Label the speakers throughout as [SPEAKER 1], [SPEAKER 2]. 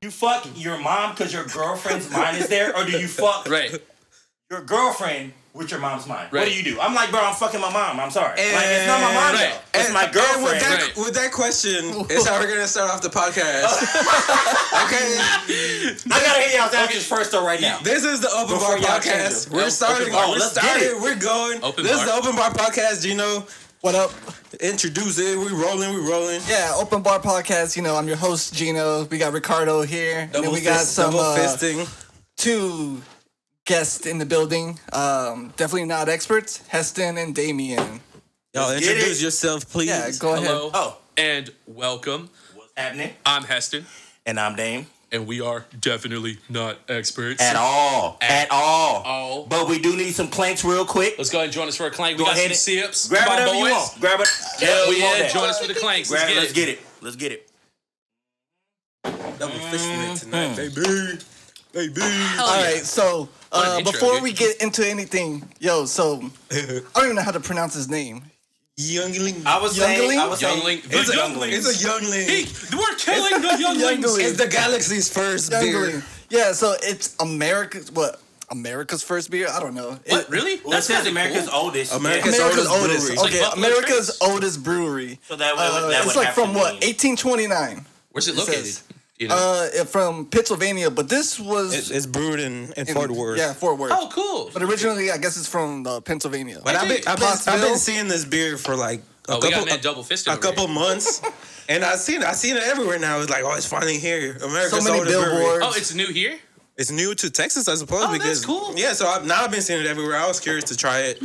[SPEAKER 1] you fuck your mom because your girlfriend's mind is there, or do you fuck
[SPEAKER 2] Right.
[SPEAKER 1] your girlfriend with your mom's mind? What
[SPEAKER 2] Right.
[SPEAKER 1] do you do? I'm like, bro, I'm fucking my mom. I'm sorry. like, it's not my mom,
[SPEAKER 2] Right.
[SPEAKER 1] though. It's my girlfriend.
[SPEAKER 3] with, that,
[SPEAKER 2] Right.
[SPEAKER 3] with that question, is how we're gonna start off the podcast. okay,
[SPEAKER 1] I gotta hear y'all's answers first, though, right now.
[SPEAKER 3] this is the open
[SPEAKER 1] Before
[SPEAKER 3] bar
[SPEAKER 1] y'all change
[SPEAKER 3] podcast.
[SPEAKER 1] it.
[SPEAKER 3] We're
[SPEAKER 2] Open
[SPEAKER 3] starting.
[SPEAKER 1] bar,
[SPEAKER 3] we're
[SPEAKER 1] let's get
[SPEAKER 3] started.
[SPEAKER 1] it.
[SPEAKER 3] We're going.
[SPEAKER 2] Open
[SPEAKER 3] this is
[SPEAKER 2] bar.
[SPEAKER 3] the open bar podcast. You know what up? Introduce it. We rolling. We rolling.
[SPEAKER 4] Yeah, open bar podcast. You know, I'm your host Gino. We got Ricardo here, and then we got
[SPEAKER 3] fist-
[SPEAKER 4] some
[SPEAKER 3] double
[SPEAKER 4] uh,
[SPEAKER 3] fisting.
[SPEAKER 4] two guests in the building. Um, definitely not experts, Heston and Damien.
[SPEAKER 3] Y'all
[SPEAKER 1] get
[SPEAKER 3] introduce
[SPEAKER 1] it.
[SPEAKER 3] yourself, please.
[SPEAKER 4] Yeah, go
[SPEAKER 2] Hello.
[SPEAKER 4] ahead.
[SPEAKER 1] Oh.
[SPEAKER 2] And welcome.
[SPEAKER 1] What's happening?
[SPEAKER 2] I'm Heston,
[SPEAKER 1] And I'm Dame.
[SPEAKER 2] and we are definitely not experts.
[SPEAKER 1] At all. At, all.
[SPEAKER 2] all.
[SPEAKER 1] But we do need some planks real quick.
[SPEAKER 2] Let's go ahead and join us for a clank. We
[SPEAKER 1] Go
[SPEAKER 2] got
[SPEAKER 1] ahead
[SPEAKER 2] some sips.
[SPEAKER 1] Grab
[SPEAKER 2] my
[SPEAKER 1] whatever
[SPEAKER 2] boys.
[SPEAKER 1] you want. Grab it. Yeah,
[SPEAKER 2] Hell
[SPEAKER 1] we want
[SPEAKER 2] yeah,
[SPEAKER 1] that.
[SPEAKER 2] join us for the clanks.
[SPEAKER 1] Grab
[SPEAKER 2] Let's
[SPEAKER 1] it.
[SPEAKER 2] get
[SPEAKER 1] Let's
[SPEAKER 2] it.
[SPEAKER 1] get it. Let's get it.
[SPEAKER 3] Double fisting it
[SPEAKER 1] Mm-hmm.
[SPEAKER 3] tonight, baby.
[SPEAKER 1] Oh.
[SPEAKER 3] Baby.
[SPEAKER 4] All right, so
[SPEAKER 2] an
[SPEAKER 4] uh,
[SPEAKER 2] intro,
[SPEAKER 4] before
[SPEAKER 2] dude.
[SPEAKER 4] we get into anything, yo, so I don't even know how to pronounce his name.
[SPEAKER 3] Youngling.
[SPEAKER 1] I was saying, I
[SPEAKER 4] Youngling?
[SPEAKER 1] was saying,
[SPEAKER 2] Youngling. The
[SPEAKER 1] it's a
[SPEAKER 2] youngling.
[SPEAKER 3] It's a youngling.
[SPEAKER 2] Hey, we're killing the younglings.
[SPEAKER 4] Youngling.
[SPEAKER 3] It's the galaxy's first beer.
[SPEAKER 4] Youngling. Yeah, so it's America's what America's first beer. I don't know. It-
[SPEAKER 2] What? Really?
[SPEAKER 1] Well, it says
[SPEAKER 2] kinda
[SPEAKER 1] America's
[SPEAKER 2] cool.
[SPEAKER 1] oldest.
[SPEAKER 3] America's-
[SPEAKER 1] Yeah.
[SPEAKER 4] America's
[SPEAKER 3] oldest
[SPEAKER 4] oldest.
[SPEAKER 3] brewery.
[SPEAKER 2] It's
[SPEAKER 4] Okay,
[SPEAKER 2] like Buffalo
[SPEAKER 4] America's
[SPEAKER 2] Trace.
[SPEAKER 4] oldest brewery.
[SPEAKER 1] So that would,
[SPEAKER 4] Uh,
[SPEAKER 1] that
[SPEAKER 4] it's
[SPEAKER 1] would
[SPEAKER 4] like
[SPEAKER 1] have to
[SPEAKER 4] from what
[SPEAKER 1] mean-
[SPEAKER 4] 1829.
[SPEAKER 2] Where's it
[SPEAKER 4] It
[SPEAKER 2] located?
[SPEAKER 4] says,
[SPEAKER 2] you know?
[SPEAKER 4] Uh, from Pennsylvania, but this was
[SPEAKER 3] It's, it's brewed in, in Fort Worth.
[SPEAKER 4] Yeah, Fort Worth.
[SPEAKER 2] oh, cool.
[SPEAKER 4] But originally, I guess it's from uh, Pennsylvania.
[SPEAKER 3] But I've been, I've, been, I've
[SPEAKER 4] Pottsville?
[SPEAKER 3] been seeing this beer for like a
[SPEAKER 2] Oh, we got
[SPEAKER 3] couple
[SPEAKER 2] man
[SPEAKER 3] a,
[SPEAKER 2] double fisted.
[SPEAKER 3] a couple months, and I've seen it. I've seen it everywhere now. It's like, oh, it's finally here.
[SPEAKER 4] so
[SPEAKER 3] America's
[SPEAKER 4] many
[SPEAKER 3] oldest brewery.
[SPEAKER 4] billboards.
[SPEAKER 2] Oh, it's new here.
[SPEAKER 3] It's new to Texas, I suppose.
[SPEAKER 2] Oh, that's
[SPEAKER 3] because,
[SPEAKER 2] cool.
[SPEAKER 3] Yeah, so I've, now I've been seeing it everywhere. I was curious to try it.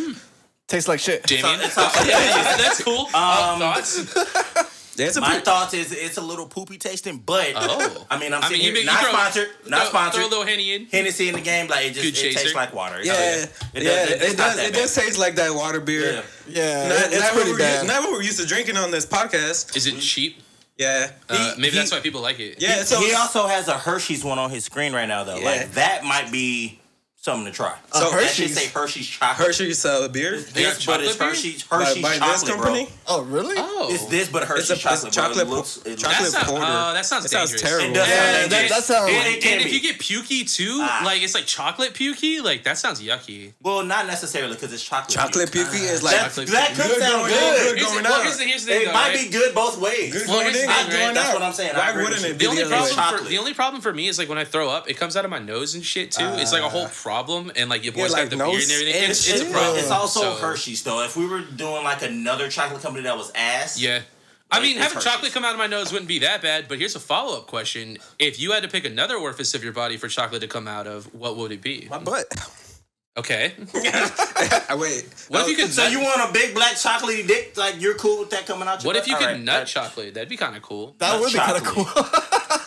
[SPEAKER 4] Tastes like shit.
[SPEAKER 2] Damien. Oh, yeah, yeah, that's cool.
[SPEAKER 1] Um,
[SPEAKER 2] Uh, thoughts?
[SPEAKER 3] Yeah, it's a
[SPEAKER 1] My
[SPEAKER 3] pretty,
[SPEAKER 1] thoughts is it's a little poopy tasting, but
[SPEAKER 2] Oh.
[SPEAKER 1] I mean, I'm
[SPEAKER 2] I mean,
[SPEAKER 1] sitting
[SPEAKER 2] you
[SPEAKER 1] here,
[SPEAKER 2] make- you
[SPEAKER 1] not
[SPEAKER 2] throw-
[SPEAKER 1] sponsored, not
[SPEAKER 2] Throw-
[SPEAKER 1] sponsored.
[SPEAKER 2] Throw a little henny in.
[SPEAKER 1] Hennessy in the game, like it just
[SPEAKER 2] Good
[SPEAKER 1] it
[SPEAKER 2] chaser.
[SPEAKER 1] tastes like water. It's
[SPEAKER 3] yeah,
[SPEAKER 1] not-
[SPEAKER 3] yeah,
[SPEAKER 1] oh, it
[SPEAKER 3] yeah,
[SPEAKER 1] does.
[SPEAKER 3] it does. It does taste like that water beer.
[SPEAKER 1] Yeah.
[SPEAKER 4] Yeah,
[SPEAKER 3] Not,
[SPEAKER 4] it- it's
[SPEAKER 3] not what
[SPEAKER 4] pretty
[SPEAKER 3] we're
[SPEAKER 4] bad.
[SPEAKER 3] Used, not what we're used to drinking on this podcast.
[SPEAKER 2] Is it cheap?
[SPEAKER 3] Yeah,
[SPEAKER 2] Uh,
[SPEAKER 1] He-
[SPEAKER 2] maybe that's
[SPEAKER 1] he-
[SPEAKER 2] why people like it.
[SPEAKER 3] yeah. So
[SPEAKER 1] he also has a Hershey's one on his screen right now, though.
[SPEAKER 3] Yeah.
[SPEAKER 1] Like that might be something to try.
[SPEAKER 4] A
[SPEAKER 3] so
[SPEAKER 1] That should
[SPEAKER 4] Hershey's.
[SPEAKER 1] say Hershey's chocolate.
[SPEAKER 3] Hershey's uh, beer
[SPEAKER 2] They got
[SPEAKER 1] This, but it's
[SPEAKER 2] chocolate beer?
[SPEAKER 1] Hershey's
[SPEAKER 3] by,
[SPEAKER 1] Hershey's
[SPEAKER 3] by this
[SPEAKER 1] chocolate,
[SPEAKER 3] company.
[SPEAKER 1] bro.
[SPEAKER 4] Oh, really?
[SPEAKER 2] Oh,
[SPEAKER 1] It's this, but Hershey's
[SPEAKER 3] It's a- it's
[SPEAKER 1] chocolate. bro.
[SPEAKER 3] a chocolate
[SPEAKER 1] It looks, it
[SPEAKER 3] chocolate
[SPEAKER 1] looks,
[SPEAKER 2] That's not,
[SPEAKER 3] porter.
[SPEAKER 2] uh, that sounds
[SPEAKER 3] That sounds
[SPEAKER 2] dangerous.
[SPEAKER 3] terrible.
[SPEAKER 1] It does
[SPEAKER 4] Yeah,
[SPEAKER 1] sound
[SPEAKER 4] that-
[SPEAKER 1] dangerous.
[SPEAKER 4] that sounds-
[SPEAKER 1] And it
[SPEAKER 2] And
[SPEAKER 1] can
[SPEAKER 2] if
[SPEAKER 1] be.
[SPEAKER 2] you get pukey too,
[SPEAKER 1] Ah.
[SPEAKER 2] like it's like chocolate pukey, like that sounds yucky.
[SPEAKER 1] well, not necessarily because it's chocolate.
[SPEAKER 3] Chocolate puke is like
[SPEAKER 1] That,
[SPEAKER 2] Chocolate
[SPEAKER 1] that could
[SPEAKER 3] Good
[SPEAKER 1] sound
[SPEAKER 3] going in,
[SPEAKER 1] good.
[SPEAKER 3] good
[SPEAKER 2] Here's the,
[SPEAKER 3] going
[SPEAKER 2] well,
[SPEAKER 3] out.
[SPEAKER 2] here's the, here's the thing,
[SPEAKER 1] It
[SPEAKER 2] though,
[SPEAKER 1] might
[SPEAKER 2] right?
[SPEAKER 1] be good both ways.
[SPEAKER 3] Good
[SPEAKER 2] Well,
[SPEAKER 3] going
[SPEAKER 2] here's the
[SPEAKER 3] in, good
[SPEAKER 2] thing,
[SPEAKER 3] going
[SPEAKER 2] right?
[SPEAKER 1] That's
[SPEAKER 3] out.
[SPEAKER 1] what I'm saying. I
[SPEAKER 3] Why
[SPEAKER 1] agree with
[SPEAKER 3] wouldn't
[SPEAKER 1] you.
[SPEAKER 3] it be
[SPEAKER 2] The only
[SPEAKER 3] the other way?
[SPEAKER 2] problem for
[SPEAKER 1] Chocolate.
[SPEAKER 2] the only problem for me is like when I throw up, it comes out of my nose and shit too. it's like a whole
[SPEAKER 1] Ah.
[SPEAKER 2] problem, and like your boys
[SPEAKER 3] like
[SPEAKER 2] got the beard
[SPEAKER 3] nose
[SPEAKER 2] and everything.
[SPEAKER 3] and
[SPEAKER 2] It's, it's a
[SPEAKER 3] shit.
[SPEAKER 2] problem.
[SPEAKER 1] It's also
[SPEAKER 2] So,
[SPEAKER 1] Hershey's though. If we were doing like another chocolate company that was ass,
[SPEAKER 2] Yeah. I mean,
[SPEAKER 1] it's
[SPEAKER 2] having
[SPEAKER 1] Hershey's.
[SPEAKER 2] chocolate come out of my nose wouldn't be that bad, but here's a follow up question. If you had to pick another orifice of your body for chocolate to come out of, what would it be?
[SPEAKER 3] My butt.
[SPEAKER 2] Okay.
[SPEAKER 3] I wait.
[SPEAKER 2] What if you could
[SPEAKER 1] So
[SPEAKER 2] nut,
[SPEAKER 1] you want a big black chocolatey dick? Like you're cool with that coming out? Your
[SPEAKER 2] what if
[SPEAKER 1] butt?
[SPEAKER 2] you could
[SPEAKER 1] All right.
[SPEAKER 2] nut
[SPEAKER 1] All right.
[SPEAKER 2] chocolate? That'd be kind of cool.
[SPEAKER 4] that would be kind of
[SPEAKER 1] chocolate.
[SPEAKER 4] cool.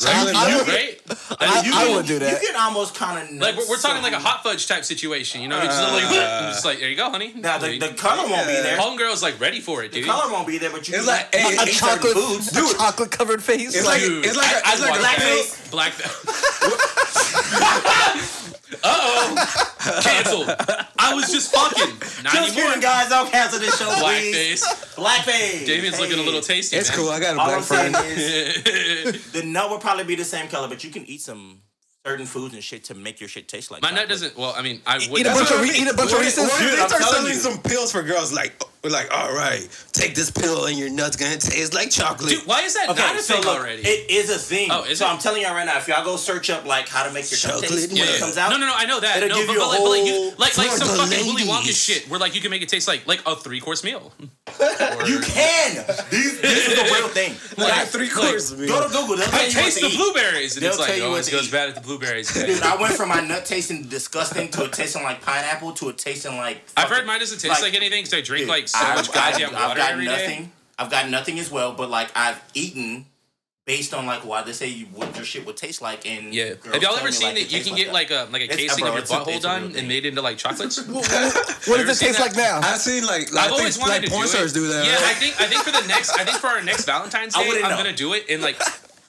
[SPEAKER 3] Chocolate
[SPEAKER 2] Right?
[SPEAKER 3] milk?
[SPEAKER 2] Right?
[SPEAKER 4] I,
[SPEAKER 2] That'd be
[SPEAKER 4] I
[SPEAKER 2] cool.
[SPEAKER 4] would do that.
[SPEAKER 1] You can almost kind of
[SPEAKER 2] Like we're, we're talking like a hot fudge type situation, you know? Just like, just like there you go, honey.
[SPEAKER 1] Now Uh, the, the color won't be
[SPEAKER 3] Yeah.
[SPEAKER 1] there.
[SPEAKER 2] homegirl's like ready for it,
[SPEAKER 1] The
[SPEAKER 2] dude.
[SPEAKER 1] color won't be there, but you
[SPEAKER 3] It's
[SPEAKER 1] can
[SPEAKER 3] like, hey,
[SPEAKER 4] a
[SPEAKER 3] it's
[SPEAKER 4] chocolate,
[SPEAKER 1] boots.
[SPEAKER 4] a chocolate covered face.
[SPEAKER 3] It's like
[SPEAKER 2] Dude,
[SPEAKER 3] it's like
[SPEAKER 2] I-
[SPEAKER 3] a- it's
[SPEAKER 2] I'd
[SPEAKER 3] like a
[SPEAKER 2] watch
[SPEAKER 1] black
[SPEAKER 2] that.
[SPEAKER 3] face.
[SPEAKER 1] face.
[SPEAKER 2] Black. uh oh, canceled. I was just fucking. Not
[SPEAKER 1] Just
[SPEAKER 2] anymore.
[SPEAKER 1] kidding, guys. Don't cancel this show, please.
[SPEAKER 2] Blackface.
[SPEAKER 1] Blackface.
[SPEAKER 2] Damien's
[SPEAKER 1] Hey.
[SPEAKER 2] looking a little tasty.
[SPEAKER 3] It's
[SPEAKER 2] man.
[SPEAKER 3] cool. I got a
[SPEAKER 1] All I'm
[SPEAKER 3] black
[SPEAKER 1] saying
[SPEAKER 3] friend.
[SPEAKER 1] is the nut would probably be the same color, but you can eat some certain foods and shit to make your shit taste like
[SPEAKER 2] My
[SPEAKER 1] chocolate.
[SPEAKER 2] nut doesn't. Well, I mean, I
[SPEAKER 4] eat
[SPEAKER 2] would.
[SPEAKER 4] a bunch
[SPEAKER 3] what
[SPEAKER 4] of
[SPEAKER 3] I
[SPEAKER 4] re-
[SPEAKER 3] mean.
[SPEAKER 4] eat a bunch of
[SPEAKER 3] What if-
[SPEAKER 4] Reese's.
[SPEAKER 3] what if
[SPEAKER 1] Dude,
[SPEAKER 3] they
[SPEAKER 1] I'm
[SPEAKER 3] start
[SPEAKER 1] telling
[SPEAKER 3] selling
[SPEAKER 1] you.
[SPEAKER 3] some pills for girls. Like, we're like, all right, take this pill and your nuts gonna taste like chocolate.
[SPEAKER 2] Dude, why is that
[SPEAKER 1] Okay,
[SPEAKER 2] not a
[SPEAKER 1] so
[SPEAKER 2] thing
[SPEAKER 1] look,
[SPEAKER 2] already?
[SPEAKER 1] it is a thing.
[SPEAKER 2] Oh, is
[SPEAKER 1] so
[SPEAKER 2] it?
[SPEAKER 1] I'm telling y'all right now, if y'all go search up like how to make your chocolate,
[SPEAKER 3] Chocolate
[SPEAKER 1] taste when
[SPEAKER 3] milk.
[SPEAKER 1] it comes out,
[SPEAKER 2] No, no, no. I know that.
[SPEAKER 1] It'll
[SPEAKER 2] no,
[SPEAKER 1] give
[SPEAKER 2] but,
[SPEAKER 1] you a
[SPEAKER 2] but like, but like, you,
[SPEAKER 1] whole-
[SPEAKER 2] like, like
[SPEAKER 3] For
[SPEAKER 2] some
[SPEAKER 3] the
[SPEAKER 2] fucking Willy Wonka
[SPEAKER 3] ladies.
[SPEAKER 2] shit, where like you can make it taste like like a three course meal.
[SPEAKER 1] you can. These, this is the real thing.
[SPEAKER 3] Like, three quarters. man.
[SPEAKER 1] Go to Google. They'll tell
[SPEAKER 2] I
[SPEAKER 1] you what
[SPEAKER 2] taste
[SPEAKER 1] to
[SPEAKER 2] the
[SPEAKER 1] eat.
[SPEAKER 2] blueberries, and
[SPEAKER 1] They'll
[SPEAKER 2] it's like
[SPEAKER 1] tell you
[SPEAKER 2] oh,
[SPEAKER 1] what
[SPEAKER 2] this
[SPEAKER 1] to
[SPEAKER 2] goes
[SPEAKER 1] eat.
[SPEAKER 2] bad at the blueberries.
[SPEAKER 1] Dude, I went from my nut tasting disgusting to it tasting like pineapple to it tasting like.
[SPEAKER 2] I've
[SPEAKER 1] fucking-
[SPEAKER 2] heard mine doesn't taste like, anything because I drink like so
[SPEAKER 1] I've-
[SPEAKER 2] much
[SPEAKER 1] I've-
[SPEAKER 2] goddamn
[SPEAKER 1] I've
[SPEAKER 2] water
[SPEAKER 1] got
[SPEAKER 2] every day.
[SPEAKER 1] nothing. I've got nothing as well, but like I've eaten based on like why they say you, what your shit would taste like. And
[SPEAKER 2] Yeah.
[SPEAKER 1] girls
[SPEAKER 2] Have y'all
[SPEAKER 1] tell
[SPEAKER 2] ever
[SPEAKER 1] me,
[SPEAKER 2] seen
[SPEAKER 1] it
[SPEAKER 2] that you
[SPEAKER 1] tastes
[SPEAKER 2] can get like a like a
[SPEAKER 1] It's-
[SPEAKER 2] casing
[SPEAKER 1] bro,
[SPEAKER 2] of your
[SPEAKER 1] it's a-
[SPEAKER 2] butthole
[SPEAKER 1] it's a real
[SPEAKER 2] done
[SPEAKER 1] thing.
[SPEAKER 2] and made into like chocolates?
[SPEAKER 4] What
[SPEAKER 2] Ever
[SPEAKER 4] does it
[SPEAKER 2] seen
[SPEAKER 4] taste
[SPEAKER 2] that?
[SPEAKER 4] like now?
[SPEAKER 3] I've seen like,
[SPEAKER 2] I've
[SPEAKER 3] like,
[SPEAKER 2] always
[SPEAKER 3] think,
[SPEAKER 2] wanted
[SPEAKER 3] like
[SPEAKER 2] to
[SPEAKER 3] porn
[SPEAKER 2] do
[SPEAKER 3] stars
[SPEAKER 2] it.
[SPEAKER 3] do that.
[SPEAKER 2] Yeah,
[SPEAKER 3] right?
[SPEAKER 2] I think I think for the next I think for our next Valentine's Day, I'm
[SPEAKER 1] wouldn't know.
[SPEAKER 2] gonna do it and like,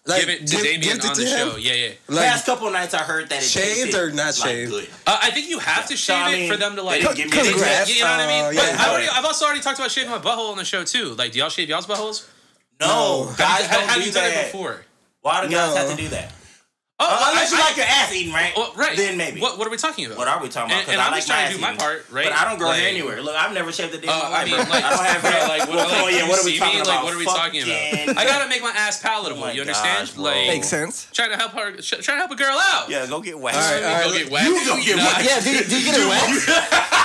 [SPEAKER 3] Like,
[SPEAKER 2] give it to
[SPEAKER 3] give-
[SPEAKER 2] Damien
[SPEAKER 3] give it
[SPEAKER 2] on
[SPEAKER 3] to
[SPEAKER 2] the
[SPEAKER 3] him?
[SPEAKER 2] show. Yeah, yeah.
[SPEAKER 3] Like,
[SPEAKER 1] Last couple nights, I heard that it
[SPEAKER 3] Shaved
[SPEAKER 1] tasted
[SPEAKER 3] or not
[SPEAKER 1] like
[SPEAKER 3] shaved?
[SPEAKER 1] Good.
[SPEAKER 2] Uh, I think you have to
[SPEAKER 1] So,
[SPEAKER 2] shave
[SPEAKER 1] I mean,
[SPEAKER 2] it for them to like.
[SPEAKER 1] they didn't give me Oh,
[SPEAKER 2] they- they-
[SPEAKER 3] congrats.
[SPEAKER 2] You know what I mean?
[SPEAKER 3] Uh,
[SPEAKER 2] but
[SPEAKER 3] yeah.
[SPEAKER 2] I already, I've also already talked about shaving my butthole on the show too. Like, do y'all shave y'all's buttholes?
[SPEAKER 1] No, guys,
[SPEAKER 2] Have-
[SPEAKER 1] don't
[SPEAKER 2] have
[SPEAKER 1] do
[SPEAKER 2] you done
[SPEAKER 1] that.
[SPEAKER 2] it before?
[SPEAKER 1] Why do guys
[SPEAKER 3] No.
[SPEAKER 1] have to do that?
[SPEAKER 2] Oh, I-
[SPEAKER 1] Uh, Unless you
[SPEAKER 2] I-
[SPEAKER 1] like your ass eating, right?
[SPEAKER 2] Well, right.
[SPEAKER 1] Then maybe.
[SPEAKER 2] What, what are we talking about?
[SPEAKER 1] What are we talking about?
[SPEAKER 2] And, and
[SPEAKER 1] I
[SPEAKER 2] I'm
[SPEAKER 1] like
[SPEAKER 2] just trying to do
[SPEAKER 1] ass
[SPEAKER 2] my
[SPEAKER 1] eating.
[SPEAKER 2] part, right?
[SPEAKER 1] But I don't grow
[SPEAKER 2] Like-
[SPEAKER 1] hair anywhere. Look, I've never shaved a day in
[SPEAKER 2] Uh,
[SPEAKER 1] my
[SPEAKER 2] I
[SPEAKER 1] life.
[SPEAKER 2] mean,
[SPEAKER 1] bro.
[SPEAKER 2] like,
[SPEAKER 1] I don't have hair.
[SPEAKER 2] Like, what,
[SPEAKER 1] Well,
[SPEAKER 2] like,
[SPEAKER 1] oh, yeah,
[SPEAKER 2] you
[SPEAKER 1] what are we
[SPEAKER 2] see
[SPEAKER 1] talking
[SPEAKER 2] me?
[SPEAKER 1] about?
[SPEAKER 2] Like, what are we talking
[SPEAKER 1] Fucking-
[SPEAKER 2] about? I gotta make my ass palatable.
[SPEAKER 1] Oh my
[SPEAKER 2] you understand?
[SPEAKER 1] gosh, bro.
[SPEAKER 2] like,
[SPEAKER 4] Makes sense.
[SPEAKER 2] trying to help her, sh- trying to help a girl out.
[SPEAKER 1] Yeah, go get waxed.
[SPEAKER 2] Go
[SPEAKER 3] all right.
[SPEAKER 2] get wet.
[SPEAKER 1] You go get
[SPEAKER 2] Nah,
[SPEAKER 1] wet.
[SPEAKER 4] Yeah, did, did you get a wax?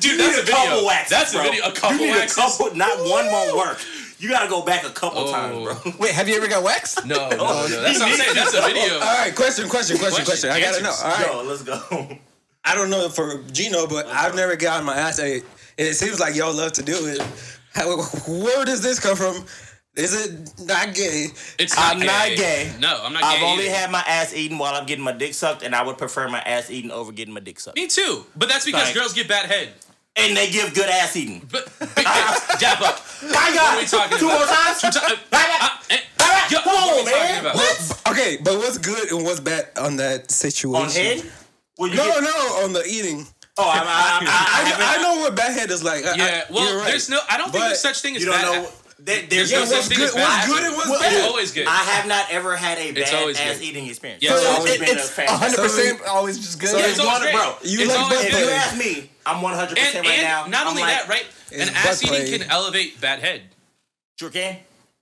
[SPEAKER 1] Dude,
[SPEAKER 2] that's
[SPEAKER 1] you
[SPEAKER 2] a
[SPEAKER 1] need a,
[SPEAKER 2] video.
[SPEAKER 1] couple waxes.
[SPEAKER 2] That's a
[SPEAKER 1] bro.
[SPEAKER 2] video. A couple
[SPEAKER 1] You need
[SPEAKER 2] waxes.
[SPEAKER 1] a couple. Not one won't work. You gotta go back a couple
[SPEAKER 2] Oh.
[SPEAKER 1] times, bro.
[SPEAKER 4] Wait, have you ever got waxed?
[SPEAKER 2] No, no, no. That's what I'm saying. That's a video.
[SPEAKER 3] All right, question, question, question,
[SPEAKER 2] Question,
[SPEAKER 3] question. I gotta know.
[SPEAKER 2] answers.
[SPEAKER 3] All right,
[SPEAKER 1] Yo, let's go.
[SPEAKER 3] I don't know for Gino, but I've never gotten my ass ate, and it seems like y'all love to do it. How, where does this come from? Is it not gay?
[SPEAKER 2] It's not
[SPEAKER 1] I'm
[SPEAKER 2] gay.
[SPEAKER 1] not gay.
[SPEAKER 2] No, I'm not gay.
[SPEAKER 1] I've only
[SPEAKER 2] either.
[SPEAKER 1] had my ass eaten while I'm getting my dick sucked, and I would prefer my ass eaten over getting my dick sucked.
[SPEAKER 2] Me too. But that's because
[SPEAKER 1] Like-
[SPEAKER 2] girls get bad head.
[SPEAKER 1] And they give good ass eating.
[SPEAKER 2] But big dick, jab up.
[SPEAKER 1] My
[SPEAKER 2] What are
[SPEAKER 1] God,
[SPEAKER 2] we talking
[SPEAKER 1] two
[SPEAKER 2] about?
[SPEAKER 1] more times.
[SPEAKER 2] Two ti- uh, uh, eh,
[SPEAKER 1] Alright,
[SPEAKER 2] yo,
[SPEAKER 1] come
[SPEAKER 2] what
[SPEAKER 1] on,
[SPEAKER 2] are we talking
[SPEAKER 1] man.
[SPEAKER 2] about?
[SPEAKER 3] What? Okay, but what's good and what's bad on that situation?
[SPEAKER 1] On head? Well, you
[SPEAKER 3] No,
[SPEAKER 1] get-
[SPEAKER 3] no, on the eating.
[SPEAKER 1] Oh, I, I,
[SPEAKER 3] I,
[SPEAKER 1] I, I,
[SPEAKER 3] I know what bad head is like. I- I-
[SPEAKER 2] Yeah. Well,
[SPEAKER 3] you're right.
[SPEAKER 2] there's no. I don't think
[SPEAKER 3] But
[SPEAKER 2] there's such thing as
[SPEAKER 1] you don't
[SPEAKER 2] bad.
[SPEAKER 1] know. There, there's
[SPEAKER 2] Yeah,
[SPEAKER 1] no
[SPEAKER 2] what's
[SPEAKER 1] such thing
[SPEAKER 2] good-
[SPEAKER 1] as
[SPEAKER 2] what's
[SPEAKER 1] bad
[SPEAKER 3] good
[SPEAKER 1] ass
[SPEAKER 3] and
[SPEAKER 1] eating.
[SPEAKER 3] what's
[SPEAKER 2] It's
[SPEAKER 3] bad?
[SPEAKER 2] always good.
[SPEAKER 1] I have not ever had a
[SPEAKER 2] It's
[SPEAKER 1] bad
[SPEAKER 2] always
[SPEAKER 1] ass
[SPEAKER 2] good.
[SPEAKER 1] eating experience.
[SPEAKER 2] Yeah, it's
[SPEAKER 1] It's
[SPEAKER 2] always
[SPEAKER 1] always
[SPEAKER 4] It-
[SPEAKER 1] been a
[SPEAKER 4] it's
[SPEAKER 1] fantastic-
[SPEAKER 4] 100% always just good.
[SPEAKER 1] Yeah, it's
[SPEAKER 2] always
[SPEAKER 1] one-
[SPEAKER 2] great.
[SPEAKER 1] bro,
[SPEAKER 3] you
[SPEAKER 2] It's
[SPEAKER 3] like
[SPEAKER 2] always
[SPEAKER 3] both
[SPEAKER 1] If
[SPEAKER 2] good.
[SPEAKER 1] you
[SPEAKER 3] Hey.
[SPEAKER 1] ask me, I'm 100
[SPEAKER 2] And,
[SPEAKER 1] percent right
[SPEAKER 2] and
[SPEAKER 1] now.
[SPEAKER 2] not
[SPEAKER 1] I'm
[SPEAKER 2] only
[SPEAKER 1] like,
[SPEAKER 2] that, right? An
[SPEAKER 3] It's
[SPEAKER 2] ass
[SPEAKER 3] butt
[SPEAKER 2] eating
[SPEAKER 3] play.
[SPEAKER 2] can elevate bad head.
[SPEAKER 1] Sure can.